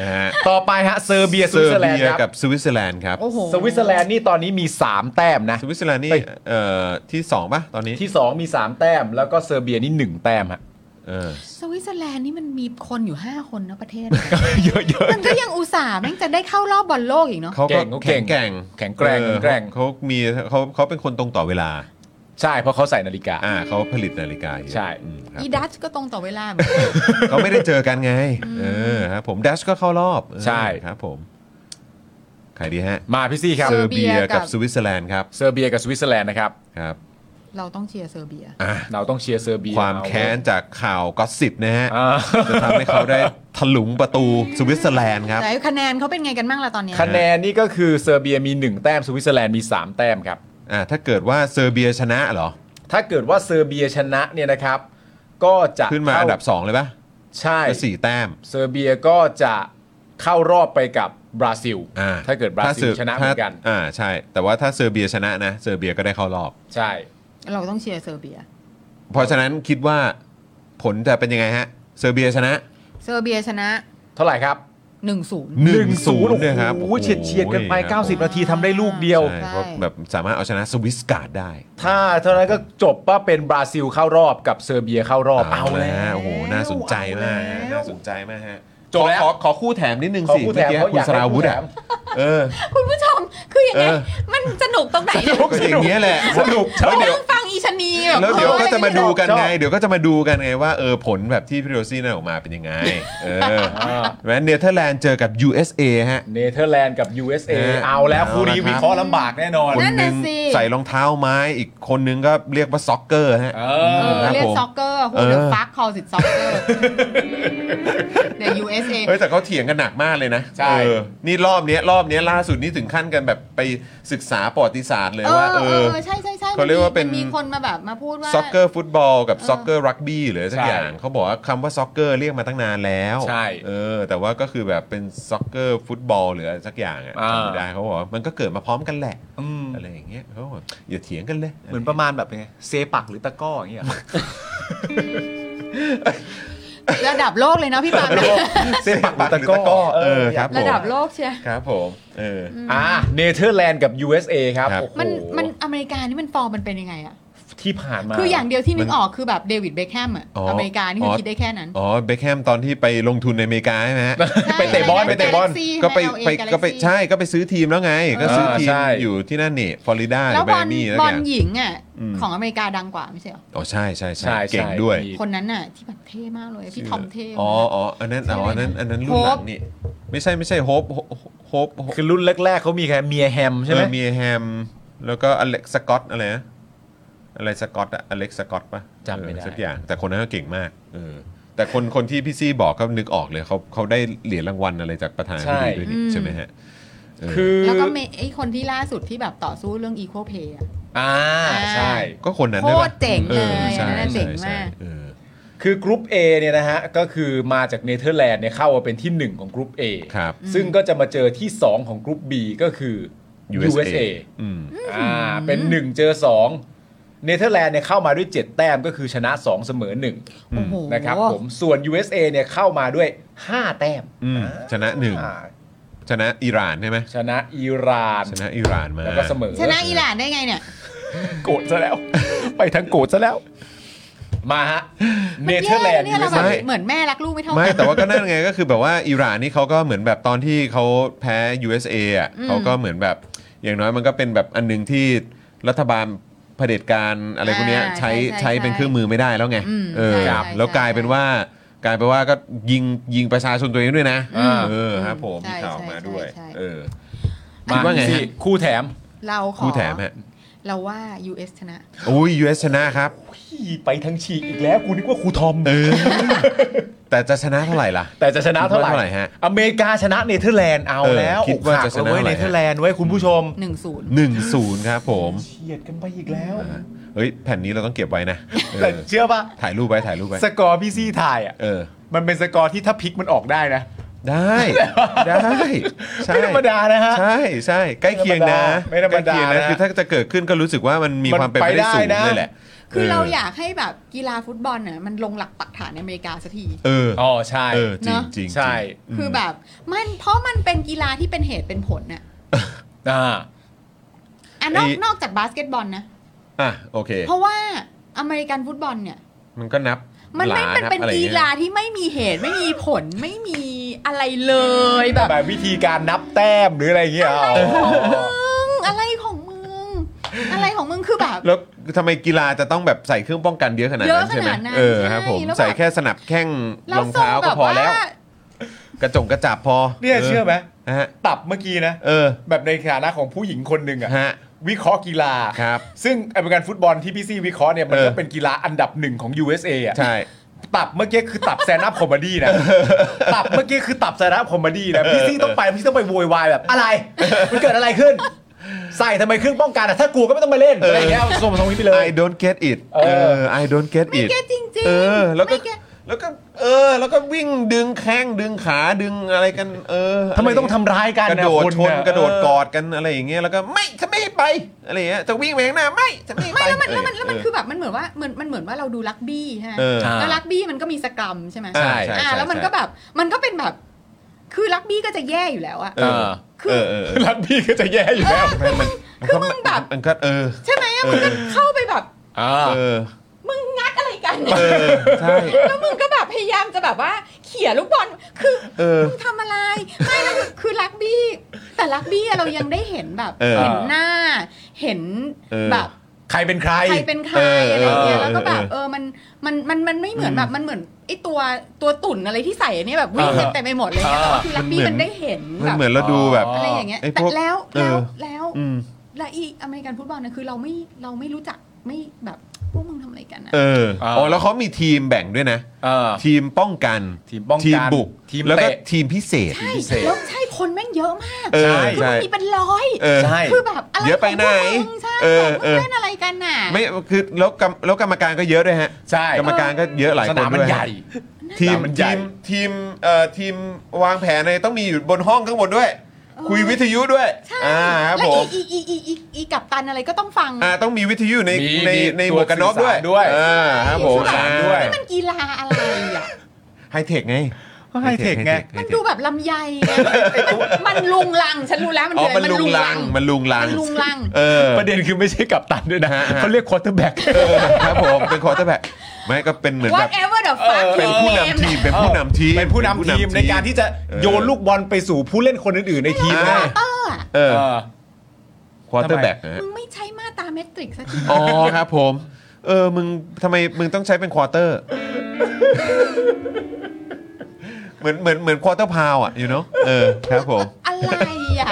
S3: นะฮะ
S4: ต่อไปฮะเซอร์เบียส
S3: เซ
S4: วิ
S3: อ
S4: ตเซอ
S3: ร์
S4: ร์แลน
S3: เบี
S4: ด์
S3: ย
S4: ค
S3: กั
S4: รั
S3: บบ สวิตเซอร์แลนด์ครับ
S6: โอ้โห
S4: สวิตเซอร์แลนด์นี่ตอนนี้มี 3 แต้มนะ
S3: สวิตเซอร์แลนด์นี่
S4: ไป
S3: เอ่อที่สองป่ะตอนนี้
S4: ที่ 2 มี 3 แต้ม แล้วก็เซอร์เบียนี่ 1 แต้มฮะ
S3: เออ
S6: สวิตเซอร์แลนด์นี่มันมีคนอยู่ 5 คนนะประเทศ
S4: เยอะเยอะ
S6: มันก็ยังอุตส่าห์แม่งจะได้เข้ารอบบอลโลกอีกเนาะ
S3: เขา
S4: เก่
S3: ก็
S4: งเขา
S3: แข็
S4: เก่
S3: ง
S4: ง
S3: แกร่ง
S4: แข็งแกร่ง
S3: เออ
S4: แข็งแกร่ง
S3: เขาเขามีเขาเขาเป็นคนตรงต่อเวลา
S4: ใช่เพราะเขาใส่นาฬิกา
S3: อ่าเขาผลิตนาฬิกาเยอะ
S4: ใช่
S3: อืมครับ
S6: อีดัชก็ตรงต่อเวลาเหมือนกัน
S3: เขาไม่ได้เจอกันไง เออครับผมดัชก็เข้ารอบเออ
S4: ใช่
S3: ครับผมใครดีฮะ
S4: มาพี่ซี่ครับ
S3: เซอร์เบียกับสวิตเซอร์แลนด์ครับ
S4: เซอร์เบียกับสวิตเซอร์แลนด์นะครับ
S3: ครับ
S6: เราต้องเชียร์เซอร์เบีย
S3: อ่ะ
S4: เราต้องเชียร์เซอร์เบีย
S3: ความแค้นจากข่าวก็สิบนะฮะ
S4: อ่า
S3: จะทำให้เขาได้ถลุงประตูสวิตเซอร์แลนด์ครับ
S6: แต่คะแนนเขาเป็นไงกันบ้างล่ะตอนเนี้ย
S4: คะแนนนี่ก็คือเซอร์เบียมี 1 แต้มสวิตเซอร์แลนด์มี 3 แต้มครับ
S3: อ่ะถ้าเกิดว่าเซอร์เบียชนะเหรอ
S4: ถ้าเกิดว่าเซอร์เบียชนะเนี่ยนะครับ ก็จะ
S3: ขึ้นมาอันดับ 2 เลยปะ
S4: ใช่
S3: ก็สี่แต้ม
S4: เซอร์เบียก็จะเข้ารอบไปกับบราซิล
S3: อ่ะ
S4: ถ้าเกิดบราซิ
S3: ซ
S4: ล
S3: อ
S4: ชนะเหมือนกัน
S3: ถ้าอ่าใช่ แต่ว่าถ้าเซอร์เบียชนะนะเซอร์เบียก็ได้เข้ารอบ
S4: ใช่
S6: เราต้องเชียร์เซอร์เบีย
S3: เพราะฉะนั้นคิดว่าผลจะเป็นยังไงฮะ เซอร์เบียชนะ
S6: เซอร์เบียชนะ
S4: เท่าไหร่ครับ
S6: 1-0
S3: 1-0เนี่ยครับ
S4: โอ้โหเฉียดเฉียดกันไป
S3: โอ้โห
S4: 90 นาทีทำได้ลูกเดียว
S3: ใช่เพราะแบบสามารถเอาชนะสวิสการ์ดได้
S4: ถ้าเท่านั้นก็จบว่าเป็นบราซิลเข้ารอบกับเซอร์เบียเข้ารอบเอา
S3: แล้
S4: แล้วว
S3: โอ้โห น่าสนใจมากฮะน่าสนใจมากฮะ
S4: จบแล้ว
S3: ขอขอขอคู่แถมนิดนึง
S4: ขอ
S3: สิ
S4: คู่แถม
S3: เอ
S4: เพ
S3: กี้คุณ
S4: ราะอยาก
S3: สราวุธ
S4: ได้
S3: อ่ะ
S4: คู่แถม
S3: เออ
S6: คุณผู้ชมคืออย่างไง
S3: เออ
S6: มันสนุกตรงไหน
S3: ก็อย่างเงี้ยแหละ
S4: สนุก
S3: สนุก
S6: ฟัง อีชะนีแบบ
S3: แล้วเดี๋ยวก็จะมาดูกันไง
S4: ชอบ
S3: เดี๋ยวก็จะมาดูกันไงว่าเออผลแบบที่พี่โรซี่นั่นออกมาเป็นยังไง เออแม้เนเธอร์แลนด์เจอกับ USA ฮะ
S4: เนเธอร์แลนด์กับ USA
S3: เออ
S4: เอาแล้ว
S3: เอา
S4: คู่นี้
S3: นะครับ
S4: วิเคราะห์ลำบากแน่นอน
S3: คนห
S6: นน่ะ
S3: นึ่ง
S6: สิ
S3: ใส่รองเท้าไม้อีกคนนึงก็เรียกว่าซ็อกเกอร์ฮะ
S4: เอ
S6: เอ
S4: อ
S6: อ
S3: ครับ
S6: เรียก
S3: ผม
S6: ซ็อกเกอร์
S3: เอ
S6: ฮูเด
S3: อ
S6: ฟักคอสิตซ็อกเกอร์ใน USA
S3: เฮ้ยแต่เขาเถียงกันหนักมากเลยนะ
S4: ใช่
S3: เออนี่รอบเนี้ยรอบเนี้ยล่าสุดนี่ถึงขั้นกันแบบไปศึกษาประวัติศาสตร์เลย
S6: เออ
S3: ว่า เอ
S6: เอ
S3: อ
S6: อใช่ใช่ใช่
S3: เขาเรียกว่าเป็น
S6: มันมีคนมาแบบมาพูดว่า
S3: ซ็อกเกอร์ฟุตบอลกับซ็อกเกอร์รักบี้หรือสัก
S4: ใช่
S3: อย่างเขาบอกว่าคำว่าซ็อกเกอร์เรียกมาตั้งนานแล้ว
S4: ใช่
S3: เออ แต่ว่าก็คือแบบเป็นซ็อกเกอร์ฟุตบอลหรืออะไรสักอย่างอ่ะ
S4: อ่า
S3: จำไม่ได้เขาบอกว่ามันก็เกิดมาพร้อมกันแหละ
S4: อืม
S3: อะไรอย่างเงี้ยเขาบอกอย่าเถียงกันเลย
S4: เหมือนประมาณแบบไงเซปักหรือตะกร้ออย่างเงี้ยเหรอ
S6: ระดับโลกเลยนะพี่ปาล์มนะ
S3: เส้นปักปักหรือตะกร้อเออครับผม
S6: ระดับโลกเชีย
S3: ครับผมเออ
S4: อ่าเนเธอร์แลนด์กับ USA ครับ
S3: ครับ
S4: โอ้โห
S6: มันมันอเมริกานี่มันฟอร์มมันเป็นยังไงอะ
S4: ที่ผ่านมา
S6: คืออย่างเดียวที่นึ
S3: มั
S6: ก
S3: น
S6: ออกคือแบบเดวิดเบคแฮมอะ
S3: อ๋ออ
S6: อเมริกานี่คือ
S3: อ
S6: อคิดได้แค่นั้น
S3: อ๋อเบคแฮมตอนที่ไปลงทุนในอเมริกาใช่ไหมฮะ
S4: ไปเตะบอลไปเตะบอล
S3: ก็ไปไปก็ไปใช่ก็ไปซื้อทีมแล้วไง ก็ซื้อทีม
S4: อ่าใช่
S3: อยู่ที่นั่นนี่ฟลอริดาหรื
S6: แล้ว
S3: อแม
S6: บอล
S3: มี่แล้ว
S6: บอ
S3: แก
S6: ลหญิงอะ
S3: อืม
S6: ของอเมริกาดังกว่าไม่ใช่เหรอ
S3: อ๋อใช่ใช่ใช่
S4: ใช่
S3: เก่งด้วย
S4: ใช่
S6: คนนั้นน่ะที่แบบเท่มากเลยพี่ทอมเท่มาก
S3: อ๋ออ๋ออันนั้นอ๋ออันนั้นอันนั้นรุ่น
S6: โฮป
S3: หลังนี่ไม่ใช่ไม่ใช่โฮปโฮปโฮปโฮป
S4: คือรุ่นแรกๆเขามีแค่เมียแฮมใช่ไหม
S3: เออมีแฮม แล้วก็อเล็กสกอตอะไรนะอะไรสกอตอะอเล็กสกอตปะ
S4: จำไม่ได้
S3: เออสักอย่าง แต่คนนั้นก็เก่งมากเออแต่คนคนที่พี่ซี่บอกก็นึกออกเลยเขาเขาได้เหรียญรางวัลอะไรจากประธานาธิบดีด้วยนี่ใช่ไหมฮะเออ
S4: คือ
S6: แล้วก็เมไอคนที่ล่าสุดที่แบบต่อสู้เรื่อง equal pay อะ
S4: อ่าใช่
S3: ก็คนนั้น
S6: โค
S3: ด้วยปะ
S6: ตรเจ๋งเลย
S3: ออใช่
S6: อันนั้น
S3: ใช่
S6: เจ๋ง
S3: ใช่
S6: มาก
S3: เออ
S4: คือกรุ๊ป A เนี่ยนะฮะ ก็คือมาจากเนเธอร์แลนด์เนี่ยเข้ามาเป็นที่ 1 ของกรุ๊ป A
S3: ครับ
S4: ซึ่งก็จะมาเจอที่ 2 ของกรุ๊ป B ก็คือ USA
S3: อืม
S4: อ่าเป็น 1 เจอ 2 เนเธอร์แลนด์เนี่ยเข้ามาด้วย 7 แต้มก็คือชนะ 2 เสมอ
S6: โอ้โห
S4: 1 นะครับผมส่วน USA เนี่ยเข้ามาด้วย 5 แต้ม
S3: อืมชนะหนึ่ง
S4: อ่า
S3: ชนะอิหร่านใช่ไหม
S4: ชนะอิหร่าน
S3: ชนะอิหร่านมา
S4: แล้วก็เสมอ
S6: ชนะอิหร่านได้ไงเนี่ย
S4: โกรธซะ แล้ว ไปทั้งโกรธซะแล้ว มาฮะเน
S6: มั
S4: เธอร์แลนด์
S6: เนี่ยเราแบบ
S4: USA
S6: เหมือนแม่รักลูกไม่เท่า
S3: ไม่
S6: กัน
S3: แต่ว่าก็นั่นไงก็คือแบบว่าอิหร่านนี่เขาก็เหมือนแบบตอนที่เขาแพ้ USA อ่ะ
S6: อืม
S3: เขาก็เหมือนแบบอย่างน้อยมันก็เป็นแบบอันหนึงที่รัฐบาลเผด็จการอะไรพวกเนี้ยใช้ใช้เป็นเครื่องมือไม่ได้แล้วไง
S6: อืม
S3: เออ
S6: ใช่
S4: ครับ
S6: ใช่
S3: แล้วกลายเป็นว่ากลายเป็นว่าก็ยิงยิงประชาชนตัวเองด้วยนะ
S6: อืม
S3: เออครับผมมี
S6: ใช่
S3: ข่าวออก
S6: ใช่
S3: มาด้วย
S6: ใช่ใช่
S3: เออ คิ
S4: มา
S3: ดว่าไงฮะ
S4: ที่คู่แถม
S6: เราขอ
S3: คู่แถมฮะ
S6: เราว่า US ชนะ
S3: อุ้ย US ชนะครับ
S4: พี่ไปทั้งฉีกอีกแล้วกูนึกว่าครูทอม
S3: เออ แต่จะชนะเท่าไหร่ล่ะ
S4: แต่จะชนะเท่าไหร่
S3: เท่าไหร่ฮะ
S4: อเมริกาชนะเนเธอร์แลนด์เอา
S3: เออ
S4: แล้ว
S3: คิดว่า
S4: อกหัก
S3: จะชนะ
S4: แล้วเว้ย
S3: เท่าไหร่
S4: เน
S3: ฮะ
S4: เธอร์แลนด์ไว้ยคุณผู้ชม
S6: 1-0
S3: 1-0 ครับผม
S4: เฉียดกันไปอีกแล้ว
S3: อ่ะเฮ้ย แผ่นนี้เราต้องเก็บไว้นะเออ
S4: แต่เชื่อป่ะ
S3: ถ่ายรูปไว้ ถ่ายรูปไว้
S4: สกอร์พี่ซี่ถ่ายอ่ะ
S3: เออ
S4: มันเป็นสกอร์ที่ถ้าพลิกมันออกได้นะ
S3: ได้ ได้ ใช่
S4: ไม่ธรรมดานะฮะ
S3: ใช่ใช่ใกล้เคียงนะ
S4: ไม่ธรรมดา
S3: ใกล้เคียงนะ
S4: นะ
S3: คือถ้าจะเกิดขึ้นก็รู้สึกว่ามันมี
S4: มัน
S3: ความเป็นไปได้
S4: ไปได้
S3: สูง
S4: นะ
S3: เลยแหละ
S6: คือเราอยากให้แบบกีฬาฟุตบอลน่ะมันลงหลักปักฐานในอเมริกาสักที
S3: เออ
S4: อ๋อใช่
S3: เออ จริง
S6: เนอะ
S3: จริงจ
S4: ใช่
S3: ริง
S6: คือแบบมันเพราะมันเป็นกีฬาที่เป็นเหตุเป็นผลน่ะ
S4: อ่า
S6: อ่ะนอกนอกจากบาสเกตบอลนะ
S3: อ่ะ โอเค
S6: เพราะว่าอเมริกันฟุตบอลเนี่ย
S3: มันก็นับ
S6: มันไม่
S3: หลา
S6: มันเป็น
S3: บอะไรอย่
S6: กี
S3: งงี้ย
S6: ฬาที่ไม่มีเหตุไม่มีผลไม่มีอะไรเลยแบบ
S4: แบบวิธีการนับแต้มหรืออะไรอย่างเงี้ยเหรอ
S6: มึงอะไรของมึง อะไรของมึงคือแบบ
S3: แล้วทำไมกีฬาจะต้องแบบใส่เครื่องป้องกันเยอะขนาด
S6: เย
S3: นั้น
S6: อะ
S3: ใช่ไหม
S6: ขนาดนั้น
S3: เออครับผม
S6: ใช่แล้วแบบ
S3: ใส่แค่สนับแข้ง
S6: แล้ว
S3: รองเท้า
S6: ท
S3: ก็
S6: แบบ
S3: พอแล้ว
S6: าก
S3: ระจงกระจับพอ
S4: เนี่ยเชื่อไหม
S3: นะฮะ
S4: ตับเมื่อกี้นะ
S3: เออ
S4: แบบในฐานะของผู้หญิงคนหนึ่งอะ
S3: ฮะ
S4: วิเคราะห์กีฬา
S3: ครับ
S4: ซึ่งอเมริกันฟุตบอลที่พี่ซีวิเคราะห์เนี่ยมัน
S3: เอ
S4: ก็
S3: อ
S4: เป็นกีฬาอันดับหนึ่งของ USA อ่ะ
S3: ใช่
S4: ตับเมื่อกี้คือตับแซนด์อัพคอมเมดี้นะ ตับเมื่อกี้คือตับแซนด์อัพคอมเมดี้นะ พี่ซี่ต้องไปพี่ซี่ต้องไปโวยวายแบบอะไร มันเกิดอะไรขึ้น ใส่ทำไมเครื่องป้องกันอะถ้ากลัวก็ไม่ต้องมาเล่น
S3: เอออ
S4: อะไรอย่างเงี้ยส่งมาส่งนี้ไปเลย
S3: I don't get it
S4: เออ
S3: เออ I don't get
S6: ไม่
S3: it
S6: แกจริงๆ
S3: เออ แล้วก็
S6: ไม่เต
S3: แล้วก็เออ แล้วก็วิ่งดึงแข้งดึงขาดึงอะไรกัน เออ
S4: ทำไมต้องทำร้ายกัน
S3: กระโดด
S4: ค
S3: ชน
S4: เย
S3: กระโดดกอดกันอะไรอย่างเงี้ยแล้วก็ไม่ฉันไม่ให้ไปอะไรอย่างเงี้ยจะวิ่งไปข้างหน้าไม่ฉันไม่ให้ไป
S6: ไม่แล้วมันแล้วมัน
S3: เ
S6: แล้วมันคือแบบมันเหมือนว่าเหมือนมันเหมือนว่าเราดูรักบี้ใช่ไหม
S3: เออ
S4: อ่า
S6: แล้วรักบี้มันก็มีสกรัมใช่ไหม
S3: ใช่ใช่
S6: อ่าแล้วมัน
S3: ใช่
S6: ก็แบบมันก็เป็นแบบ คือรักบี้ก็จะแย่อยู่แล้วอะ
S3: เออ
S6: คื
S3: เอ
S6: อ
S3: อเออเออ
S4: รักพี่ก็จะแย่อยู่แล้ว
S3: ไม่มัน
S6: คือมึงแบบ
S3: มันก็เออ
S6: ใช่ไหมอะมึงก็เข้าไปแบบ
S4: อ่า
S3: เออ
S6: มึงงัดอะไรกัน
S3: เออ ใช่
S6: แล้วมึงก็แบบพยายามจะแบบว่าเขี่ยลูกบอลคือ
S3: เออ
S6: มึงทำอะไร ไม่แล้วคือคือรักบี้ แต่รักบี้อะเรายังได้เห็นแบบ
S3: เออ
S6: เห็นหน้า เห็น
S3: เออ
S6: แบบ
S4: ใครเป็นใคร
S6: ใครเป็นใคร
S3: เอออ
S6: อะไรเงี้ย
S3: เออ
S6: แล้วก็แบบ
S3: เออ
S6: เออมันมันมันมันไม่เหมือนแบบมันเหมือนไอตัวตัวตุ่นอะไรที่ใส่เนี่ยแบบวิ่ง
S4: อ่าฮะ
S6: เต็มไปหมดเลยนะแต่ว่าคือลักบี้
S3: มันเหมือน
S6: มันได้เห็น
S3: มัน
S6: แบบ
S3: เหมือนเราดูแบบ
S6: อะไรอย่างเงี้ย
S3: ไอ้
S6: แต่
S3: พวก
S6: แล้ว
S3: เอ
S6: แล้ว
S3: อ
S6: แล้ว
S3: อืม
S6: และอีอเมริกันฟุตบอลเนี่ยคือเราไม่เราไม่รู้จักไม่แบบพวกมึงทำอะไรกันนะ
S3: เออ
S4: อ่า
S3: อ๋อแล้วเขามีทีมแบ่งด้วยนะ
S4: เออ
S3: ทีมป้องกัน
S4: ทีมป้องกัน
S3: บุก
S4: ทีม
S3: แล้วก็
S4: เตะ
S3: ทีมพิเศษ
S6: ใช่
S4: พิเศษ
S6: แล้วใช่คนแม่งเยอะมาก
S3: เออ
S6: คือ
S3: ใช่
S6: มันมีเป็นร้อย
S3: เออ
S4: ใช่
S6: คือแบบอะไร
S3: เยอะไปไหน
S6: ของพวกมึงใช่
S3: เออ
S6: แบบ
S3: เอ
S6: มึ
S3: อ
S6: งเล่นอะไรกันน่ะ
S3: ไม่คือแล้วกรรมแล้วกรรมการก็เยอะด้วยฮะ
S4: ใช่
S3: กรรมการก็เยอะหลาย
S4: ส
S3: คน
S4: นามมัน
S3: ด้วย
S4: ใหญ่
S3: ทีม
S4: สนามมันใหญ่
S3: ทีมทีมเอ่อทีมวางแผนเลยต้องมีอยู่บนห้องข้างบนด้วย คุยวิทยุด้วย
S6: ใช่
S3: อ่าครับ
S6: และ
S3: ผ
S6: อี
S3: ม
S6: อีอีอีอีอีกับตันอะไรก็ต้องฟัง
S3: อ่าต้องมีวิทยุใน
S4: มี
S3: ใน
S4: มี
S3: ในหม
S4: ตัว
S3: วกกันน็อกด้วย
S4: สื่อสารด้วย
S3: อ่าครับผม
S4: สื่อสารด้วย
S6: นี่มันกีฬาอะไรอ่ะ
S3: ไฮเทคไง
S4: ไฮเทคไง
S6: มันดูแบบลำไยไงมันลุงลัง ฉันรู้แล้วมัน
S3: อ๋อ
S6: คือ
S3: มัน
S6: อะไร
S3: ลุงลัง มันลุงลั
S6: มั
S3: ง
S6: นลุงลัง
S3: เออ
S4: ประเด็นคือไม่ใช่กับตันด้วยนะ
S3: ฮะฮะ
S4: เขาเรียกควอเตอร์แบ็ก
S3: เออครับผม เป็นคอร์เตอร์แบ็กไม่ก็เป็นเหมือนแบบ
S6: whatever the fuck
S3: เป็น
S6: your
S3: ผู้
S6: name
S3: นำทีม เป็นผู้นำทีม
S4: เป็นผู้นำทีมในการที่จะโยนลูกบอลไปสู่ผู้เล่นคนอื่นๆในทีม
S3: อ่า
S4: ได้
S6: เตอร์อะ
S3: เออ
S4: เออ
S3: ควอเตอร์แบ็กนะ
S6: มึ
S3: ฮะ
S6: งไม่ใช้มาตราเมตริกสักที
S3: อ๋อครับผม เออ มึงทำไมมึงต้องใช้เป็นควอเตอร์ เหมือนเหมือนเหมือนควอเตอร์พาวอ่ะ you know เออ ครับผม
S6: อะไรอ่ะ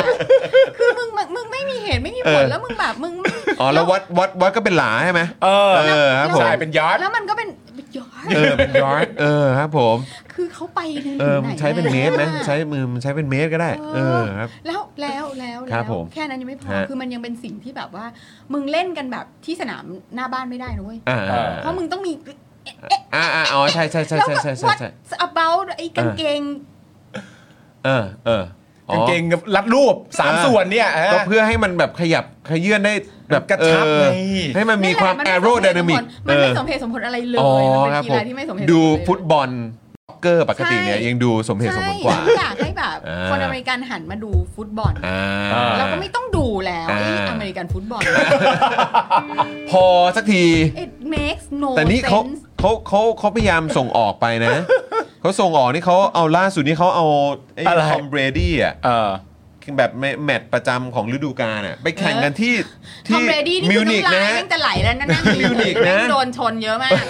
S6: คือมึงมึงมึงไม่มีเหตุไม่มี
S3: เอ
S6: ผ
S3: อ
S6: ลแล้วมึงแบบมึงไม่
S3: อ๋อ แล้ววัดวัดวัดก็เป็นหลาใช่ไหม
S4: เออ
S3: เออ ครับผม
S4: ใช่เป็นยาร์ด
S6: แล้วมันก็เป็นย้อน
S3: เอ อ เป็นยอร์ดเออ ครับผม
S6: คือเขาไปถึง
S3: เออ
S6: ไห
S3: มัน นใช้เป็นเมตรนะ
S6: แล้วอะ
S3: ใช้มือมันใช้เป็นเมตรก็ได้ เออ ครับ
S6: แล้วแล้วแล้ว
S3: ครั
S6: แล้
S3: บผ
S6: ว
S3: ม
S6: แค่นั้นยังไม่พอ
S3: ฮะ
S6: คือมันยังเป็นสิ่งที่แบบว่า มึงเล่นกันแบบที่สนามหน้าบ้านไม่ได้นะเว้ย
S3: อ่า
S4: เออ
S6: เพราะมึงต้องมี
S3: อ่าอ่าอ๋อใช่ใช่ใช่
S6: แล้ว
S3: ใช่
S6: ก็
S3: ใช่ใช่
S6: what
S3: ใช่
S6: about ไอ้กางเกง
S3: เออเอออ๋อ
S4: กางเกงกับรัดรูปสาม
S3: อ่า
S4: ส่วนเนี่ยฮะ
S3: ก็เพื่อให้มันแบบขยับขยื่นได้แบบ
S4: กระชับ
S3: เออ
S4: ไง
S3: ให้มันมีความ
S6: นั่น
S3: แอ
S6: แหละ
S3: โรไดนามิก
S6: มันไม่สมเหตุสมผลอะไรเลย
S3: อ๋อ
S6: มัน
S3: ค
S6: เป็
S3: รับ
S6: นกี
S3: ผม
S6: ฬาที่ไม่สมเหตุ
S3: ดู
S6: สมผล
S3: ฟุตบอลสเกอร์ปกติเนี่ยยังดูสมเหตุสม
S6: ใช่
S3: ผลกว่า
S6: อยากให้แบบ
S3: อ่า
S6: คนอเมริกันหันมาดูฟุตบอล
S3: อ่า
S6: เราก็ไม่ต้องดูแล้ว
S3: อ่า
S6: ไอ้อเมริกันฟุตบอล
S3: พอสักที
S6: it makes no
S3: แต่นี่เขา
S6: sense
S3: เขาเขาเขาพยายามส่งออกไป นะ เขาส่งออกนี่เขาเอาล่าสุดนี่เขาเอาไอ้
S4: อะไร
S3: ทอมเบรดี้อ่ะ
S4: เออ
S3: แบบแมแมตช์ประจำของฤดูกาลน่ะไปแข่งกันที่
S6: ทอม
S3: ที่
S6: เบรดี้นี่
S3: มิ
S6: คื
S3: ว
S6: อ
S3: นิก
S6: น้ำ
S3: นะ
S6: ลายแม่งจะไหลแล้วนั่นนั่ง
S3: มิวนิกนะ
S6: โดนชนเยอะมากอะ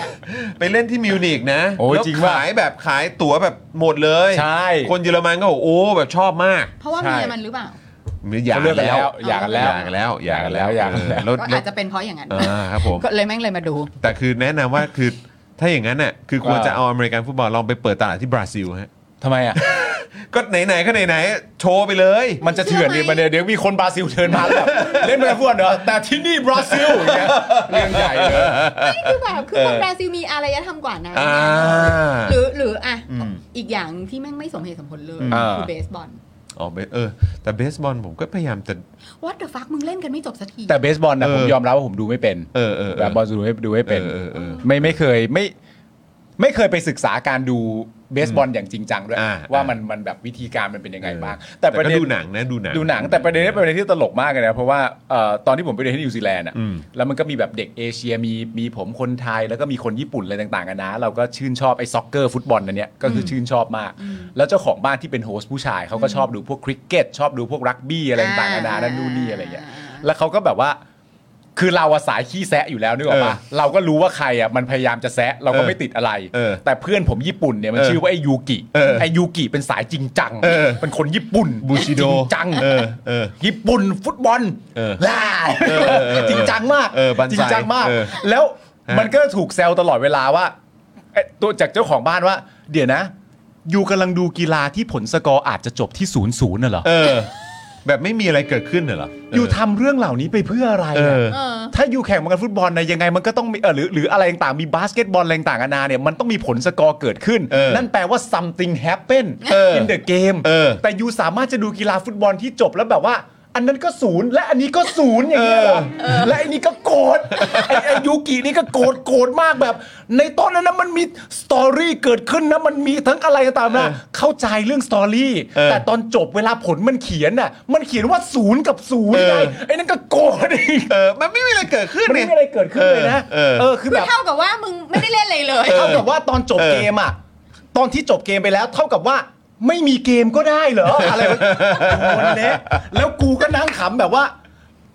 S3: ไปเล่นที่มิวนิกนะ
S4: โอ้ย
S3: แล้ว
S4: จริงว่ะ
S3: ขายแบบขายตั๋วแบบหมดเลย
S4: ใช่
S3: คนเยอรมันก็บอกโอ้แบบชอบมาก
S6: เพราะว่า
S4: ใช่
S6: เมียมันหรือเปล่า
S3: มีอยาก
S4: เขาเลือกกัน
S3: แล้ว
S4: แล้วอยากกันแล้ว
S3: อยากกันแล้วอยากกันแล้ว
S4: อยากกันแล้ว
S3: เออ
S6: ก็
S3: แล้
S6: อาว จจะเป็นเพราะอย่างนั้น
S3: อ่าครับผม
S6: ก็เลยแม่งเลยมาดู
S3: แต่คือแนะนำว่าคือถ้าอย่างนั้นน่ะคือควร
S4: ว่า
S3: จะเอาอเมริกันฟุตบอลลองไปเปิดตลาดที่บราซิลฮะ
S4: ทำไมอ่ะ
S3: ก็ไหนๆก็ไหนๆโชว์ไปเลย
S4: มันจะเถื่อนดิมันเดี๋ยวเดี๋ยวมีคนบราซิลเดินมาแล้วแบบ เล่นเมือฟุตบอลเหรอแต่ที่นี่บราซิลอย่างเงี้ยเรื่องใหญ่เลย
S6: ไม่คือแบบคือคนบราซิลมีอารยธรรมกว่านะ
S3: อ่า
S6: หรือหรืออ่ะ
S3: อืม
S6: อีกอย่างที่แม่งไม่สมเหตุสมผลเลย
S3: อ่า
S6: คือเบสบอล
S3: อ๋อเบเออ แต่เบสบอลผมก็พยายามจะ
S6: วัดเดอะฟักมึงเล่นกันไม่จบสักที
S4: แต่เบสบอลนะ
S3: เออ
S4: ผมยอมรับว่าผมดูไม่เป็น
S3: เออเออเอ
S4: แบ
S3: อ
S4: บบอลดูไม่ดูไม่เป็น
S3: เออเออเออ
S4: ไม่ไม่เคยไม่ไม่เคยไปศึกษาการดูเบสบอลอย่างจริงจังด้วย
S3: อ่า
S4: ว่ามันมันแบบวิธีการมันเป็นยังไงบ้าง
S3: แต่
S4: แต่ประ
S3: ก็
S4: เด็น
S3: ดูหนังนะดูหนัง
S4: ดูหนังแต่ประเด็นนี้เป็นประเด็นที่ตลกมากเลยนะ เพราะว่าเอ่อตอนที่ผมไปเรียนที่นิวซีแลนด์อ่ะ
S3: อืม
S4: แล้วมันก็มีแบบเด็กเอเชียมีมีผมคนไทยแล้วก็มีคนญี่ปุ่นอะไรต่างๆกันนะ เราก็ชื่นชอบไอ้ซ็อกเกอร์ฟุตบอลอันเนี้ยก็คือชื่นชอบมาก แล้วเจ้าของบ้านที่เป็นโฮสต์ผู้ชายเขาก็ชอบดูพวกคริกเก็ตชอบดูพวกรักบี้อะไรต่างๆกันานานั่นนู่นนี่อะไรอย่างเงี้ยแล้วเขาก็แบบว่า คือเราอะสายขี้แซะอยู่แล้วนึกออกปะเราก็รู้ว่าใครอะมันพยายามจะแซะเราก็ไม่ติดอะไร
S3: เออ
S4: แต่เพื่อนผมญี่ปุ่นเนี่ยมัน
S3: เออ
S4: ชื่อว่าไอ้ยูกิ
S3: เออ
S4: ไอ้ยูกิเป็นสายจริงจัง
S3: เออ
S4: เป็นคนญี่ปุ่น
S3: บูชิโด
S4: จริงจัง
S3: เออเออ
S4: ญี่ปุ่นฟุตบอล
S3: เออ
S4: ล่า
S3: เออเออ
S4: จริงจังมาก
S3: เออบันไซ
S4: จริงจังมาก
S3: เออ
S4: แล้ว
S3: ฮะ
S4: มันก็ถูกแซวตลอดเวลาว่าเอ๊ะตัวจากเจ้าของบ้านว่า เดี๋ยวนะ อยู่กำลังดูกีฬาที่ผลสกอร์อาจจะจบที่ศูนย์ศูนย์น่ะเหรอ
S3: เออ แบบไม่มีอะไรเกิดขึ้นเหรอ
S4: อยู่ทำเรื่องเหล่านี้ไปเพื่ออะไร
S3: เอ
S4: อะ
S3: อ
S6: เออ
S4: ถ้าอยู่แข่งกันฟุตบอลนะยังไงมันก็ต้องมีเออหรือหรืออะไรต่างๆมีบาสเกตบอลอะไรต่างๆนานาเนี่ยมันต้องมีผลสกอร์เกิดขึ้น
S3: เออ
S4: นั่นแปลว่า something happen
S3: เออ
S4: in the game
S3: เออ
S4: แต่ยูสามารถจะดูกีฬาฟุตบอลที่จบแล้วแบบว่า อันนั้นก็ศูนย์และอันนี้ก็ศูนย์อย่างเงี้ยเหรอและไอันนี้ก็โกรธไอ้ไอ้ยูกินี่ก็โกรธโกรธมากแบบ ในตอนนั้นนะมันมีสตอรี่เกิดขึ้นนะมันมีทั้งอะไรต่างๆนะเข้าใจเรื่องสตอรี่
S3: เออ
S4: แต่ตอนจบเวลาผลมันเขียนน่ะมันเขียนว่าศูนย์กับศูนย์
S3: เออ
S4: ไงไอ้นั่นก็โกรธอีก
S3: เออ มันไม่มีอะไรเกิดขึ้น
S4: มันไม่
S3: เนี่ย
S4: มีอะไรเกิดขึ้นเลยนะ
S3: เออเออ
S4: เออคือ
S6: คือ
S4: แบบ
S6: เท่ากับว่ามึงไม่ได้เล่นอะไรเลย
S4: เท่ากับว่าตอนจบเกมอ่ะ ตอนที่จบเกมไปแล้ว เท่ากับว่าไม่มีเกมก็ได้เหรออะไรวะโดนเละแล้วกูก็นั่งขำแบบว่า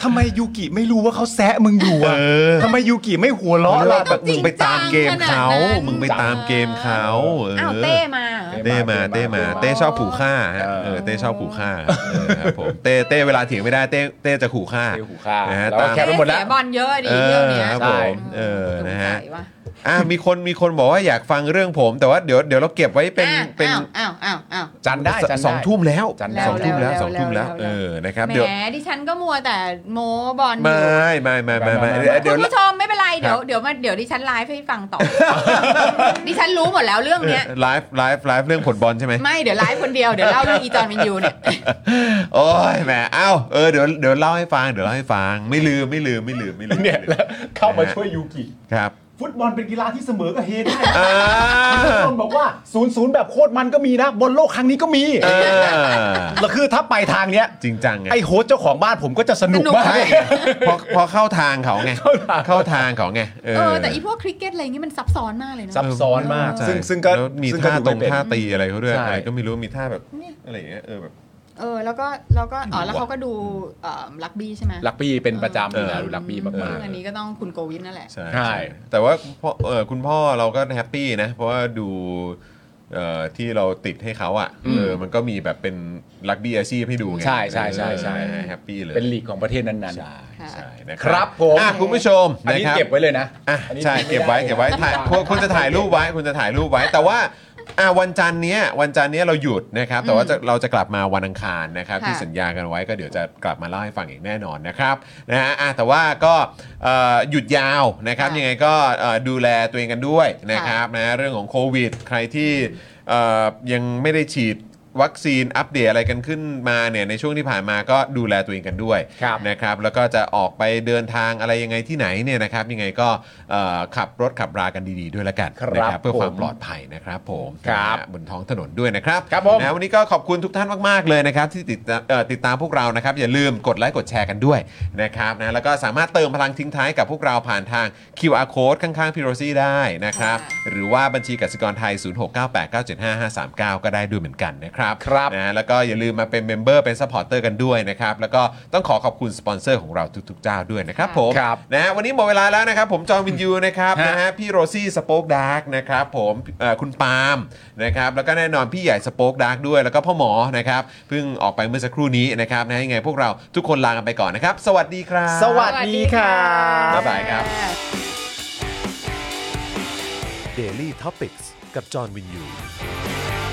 S4: ทำไมยูกิไม่รู้ว่าเขาแซะมึงอยู่อะ
S3: เออ
S4: ทำไมยูกิไม่หัวเราะล่ะแบบ
S3: มึงไปตามเกมเขา
S6: จริงจังขนาดนั้น
S3: มึงไปตามเกมเขาเออ
S13: อ้า
S3: อ
S13: วเต้มา
S3: เต้มาเต้มา เต้ชอบขู่ฆ่าฮะ
S4: เออ
S3: เออเต้ชอบขู่ฆ่าเออครับผมเต้เต้เวลาเถียงไม่ได้เต้เต้จะขู่ฆ่า
S4: เต้หูข้า
S3: นะฮะ
S4: แล้วก็แคปไปหมดแล้ว
S12: เสียบอลเยอะดี
S3: เอ
S12: เรื่อง
S3: อ
S12: เนี้ย
S3: ครับ
S4: ใช่
S3: ผมเออ
S12: สง
S3: นะฮะ
S12: สัยว่
S3: อ่ะมีคนมีคนบอกว่าอยากฟังเรื่องผม แต่ว่าเดี๋ยวเดี๋ยวเราเก็บไว้เป็น
S6: อ้าว
S3: เป็น
S6: อ้าวอ้าวอ้าวอ้าว
S4: จันได้จันได้
S3: สองทุ่มแล้ว
S4: จันได้
S3: สองทุ่มแล้ว
S6: แล้ว
S3: สองทุ่มแล้ว
S6: แล้ว
S3: เอ
S6: แล้ว
S3: อนะครับ
S12: แห
S3: เดี๋ยว
S12: มดิฉันก็มัวแต่โมบอลอ
S3: ไม่
S12: ยู่
S3: ไม่ไม่ไม่ไม่
S12: คุ
S3: เดี๋ยว
S12: ณผู้ชมไม่เป็นไรเดี๋ยวเดี๋ยวมาเดี๋ยวดิฉันไลฟ์ให้ฟังต่อ ดิฉันรู้หมดแล้วเรื่องเนี้ย
S3: ไลฟ์ไลฟ์ไลฟ์เรื่องผลบอลใช่ไหม
S12: ไม่เดี๋ยวไลฟ์คนเดียวเดี๋ยวเล่าเรื่องอีจอนวินยูเนี่ย
S3: โอ้ยแหมเอ้าเออเดี๋ยวเดี๋ยวเล่าให้ฟังเดี๋ยวเล่าให้ฟังไม่ลืมไม่ลืมไม่ลืมไม่ลืม
S4: เนี่ย
S3: ไม่ลืม
S4: แล้วเข้ามาช่วยยูกิ
S3: ครับ
S4: ฟุตบอลเป็นกีฬาที่เสมอก็เฮได้
S3: อ่า
S4: คนนบอกว่า0ูนย์แบบโคตรมันก็มีนะ บนโลกครั้งนี้ก็มี
S3: เออ
S4: แล้วคือถ้าไปทางเนี้ย
S3: จริงจังไง
S4: ไอ้โฮสต์เจ้าของบ้านผมก็จะสนุกมาก
S3: ใช่พอพอเข้าทางเขาไง เข้าทางเขาไงเออ
S6: เออแต่อีพวกคริกเก็ตอะไรเงี้ยมันซับซ้อนมากเลยเนอะ
S4: ซับซ้อนมาก
S3: ใช่
S4: ซึ่งซึ่งก็
S3: แล้วมี
S4: ซึ่
S3: ท่า
S4: ดู
S3: ตรง
S4: ไม่เป็น
S3: ท่าตีอะไรเขาด้วย
S4: ใช่
S3: อะไรก็ไม่รู้มีท่าแบบอะไรอย่างเงี้ยเออแบบ
S6: เออแล้วก็แล้วก็อ๋อแล้วเขาก็ดูเอ่อลักบี้ใช่ไหม
S4: ลักบี้เป็นประจำอยู่แล้ว
S3: เออ
S4: ดูลักบี้
S6: อื
S4: มาก
S6: อันนี้ก็ต้องคุณโกวิทนั่นแหละ
S3: ใช่
S4: ใช่
S3: ใช่แต่ว่าพ่อเออคุณพ่อเราก็แฮปปี้นะ เพราะว่าดูเอ่อที่เราติดให้เขาอ่ะเออมันก็มีแบบเป็นลักบี้อาชีพให้ดูไง
S4: ใช่ใช่ใช่ใช่
S3: เออแฮปปี้เลย
S4: ๆ เป็นลีกของประเทศนั้น
S3: ใช่ใช่นะค
S4: ครั
S3: รับบ
S4: ผม
S3: อ่ะคุณผู้ชม
S4: ๆ อันนี้
S3: ะครับ
S4: เก็บไว้เลยนะ
S3: อ่ะ
S4: อันนี้
S3: ใช่เก็บไว้เก็บไว้ถ่ายคุณคุณจะถ่ายรูปไว้คุณจะถ่ายรูปไว้ แต่ว่าอ่ะวันจันทร์เนี้ยวันจันทร์เนี้ยเราหยุดนะครับ แต่ว่าจะเราจะกลับมาวันอังคารนะครับ
S6: ค่ะ
S3: ที่สัญญากันไว้ก็เดี๋ยวจะกลับมาเล่าให้ฟังอีกแน่นอนนะครับนะฮะอ่ะแต่ว่าก็เอ่อหยุดยาวนะครับ
S6: ค่ะ
S3: ยังไงก็เอ่อดูแลตัวเองกันด้วยนะครับนะเรื่องของโควิด ใครที่เอ่อยังไม่ได้ฉีดวัคซีนอัปเดตอะไรกันขึ้นมาเนี่ยในช่วงที่ผ่านมาก็ดูแลตัวเองกันด้วย
S4: ครับ
S3: นะครับแล้วก็จะออกไปเดินทางอะไรยังไงที่ไหนเนี่ยนะครับยังไงก็เอ่อขับรถขับรากันดีๆด้วยละกัน
S4: ครับ
S3: นะเพื่อ
S4: ผม
S3: ความปลอดภัยนะครับผม
S4: ครับ
S3: นะฮะบนท้องถนนด้วยนะครับ
S4: ครับผม
S3: นะวันนี้ก็ขอบคุณทุกท่านมากๆเลยนะครับที่ติดตามเอ่อติดตามพวกเรานะครับอย่าลืมกดไลค์กดแชร์กันด้วยนะครับนะแล้วก็สามารถเติมพลังทิ้งท้ายกับพวกเราผ่านทาง QR code ข้างๆพี่โรซี่ได้นะครับ
S12: ค่ะ
S3: หรือว่าบัญชีกสิกรไทย 0698975539 ก็ได้ด้วยเหมือนกันนะครับ
S4: ครับ
S3: นะ นะแล้วก็อย่าลืมมาเป็นเมมเบอร์เป็นซัพพอร์เตอร์กันด้วยนะครับ แล้วก็ต้องขอขอบคุณสปอนเซอร์ของเราทุกๆเจ้าด้วยนะครับผม
S4: ครับ
S3: นะฮะวันนี้หมดเวลาแล้วนะครับ ผมจอห์นวินยูนะครับ
S4: ฮะ
S3: นะฮะพี่โรซี่สป็อกดาร์กนะครับผมเอ่อคุณปาล์มนะครับแล้วก็แน่นอนพี่ใหญ่สป็อกดาร์กด้วย แล้วก็พ่อหมอนะครับเพิ่งออกไปเมื่อสักครู่นี้นะครับนะยังไงพวกเราทุกคนลากันไปก่อนนะครับ สวัสดีครับ
S4: สวัสดีครับ
S3: บ๊ายบายครับ
S1: Daily Topics กับจอห์นวินยู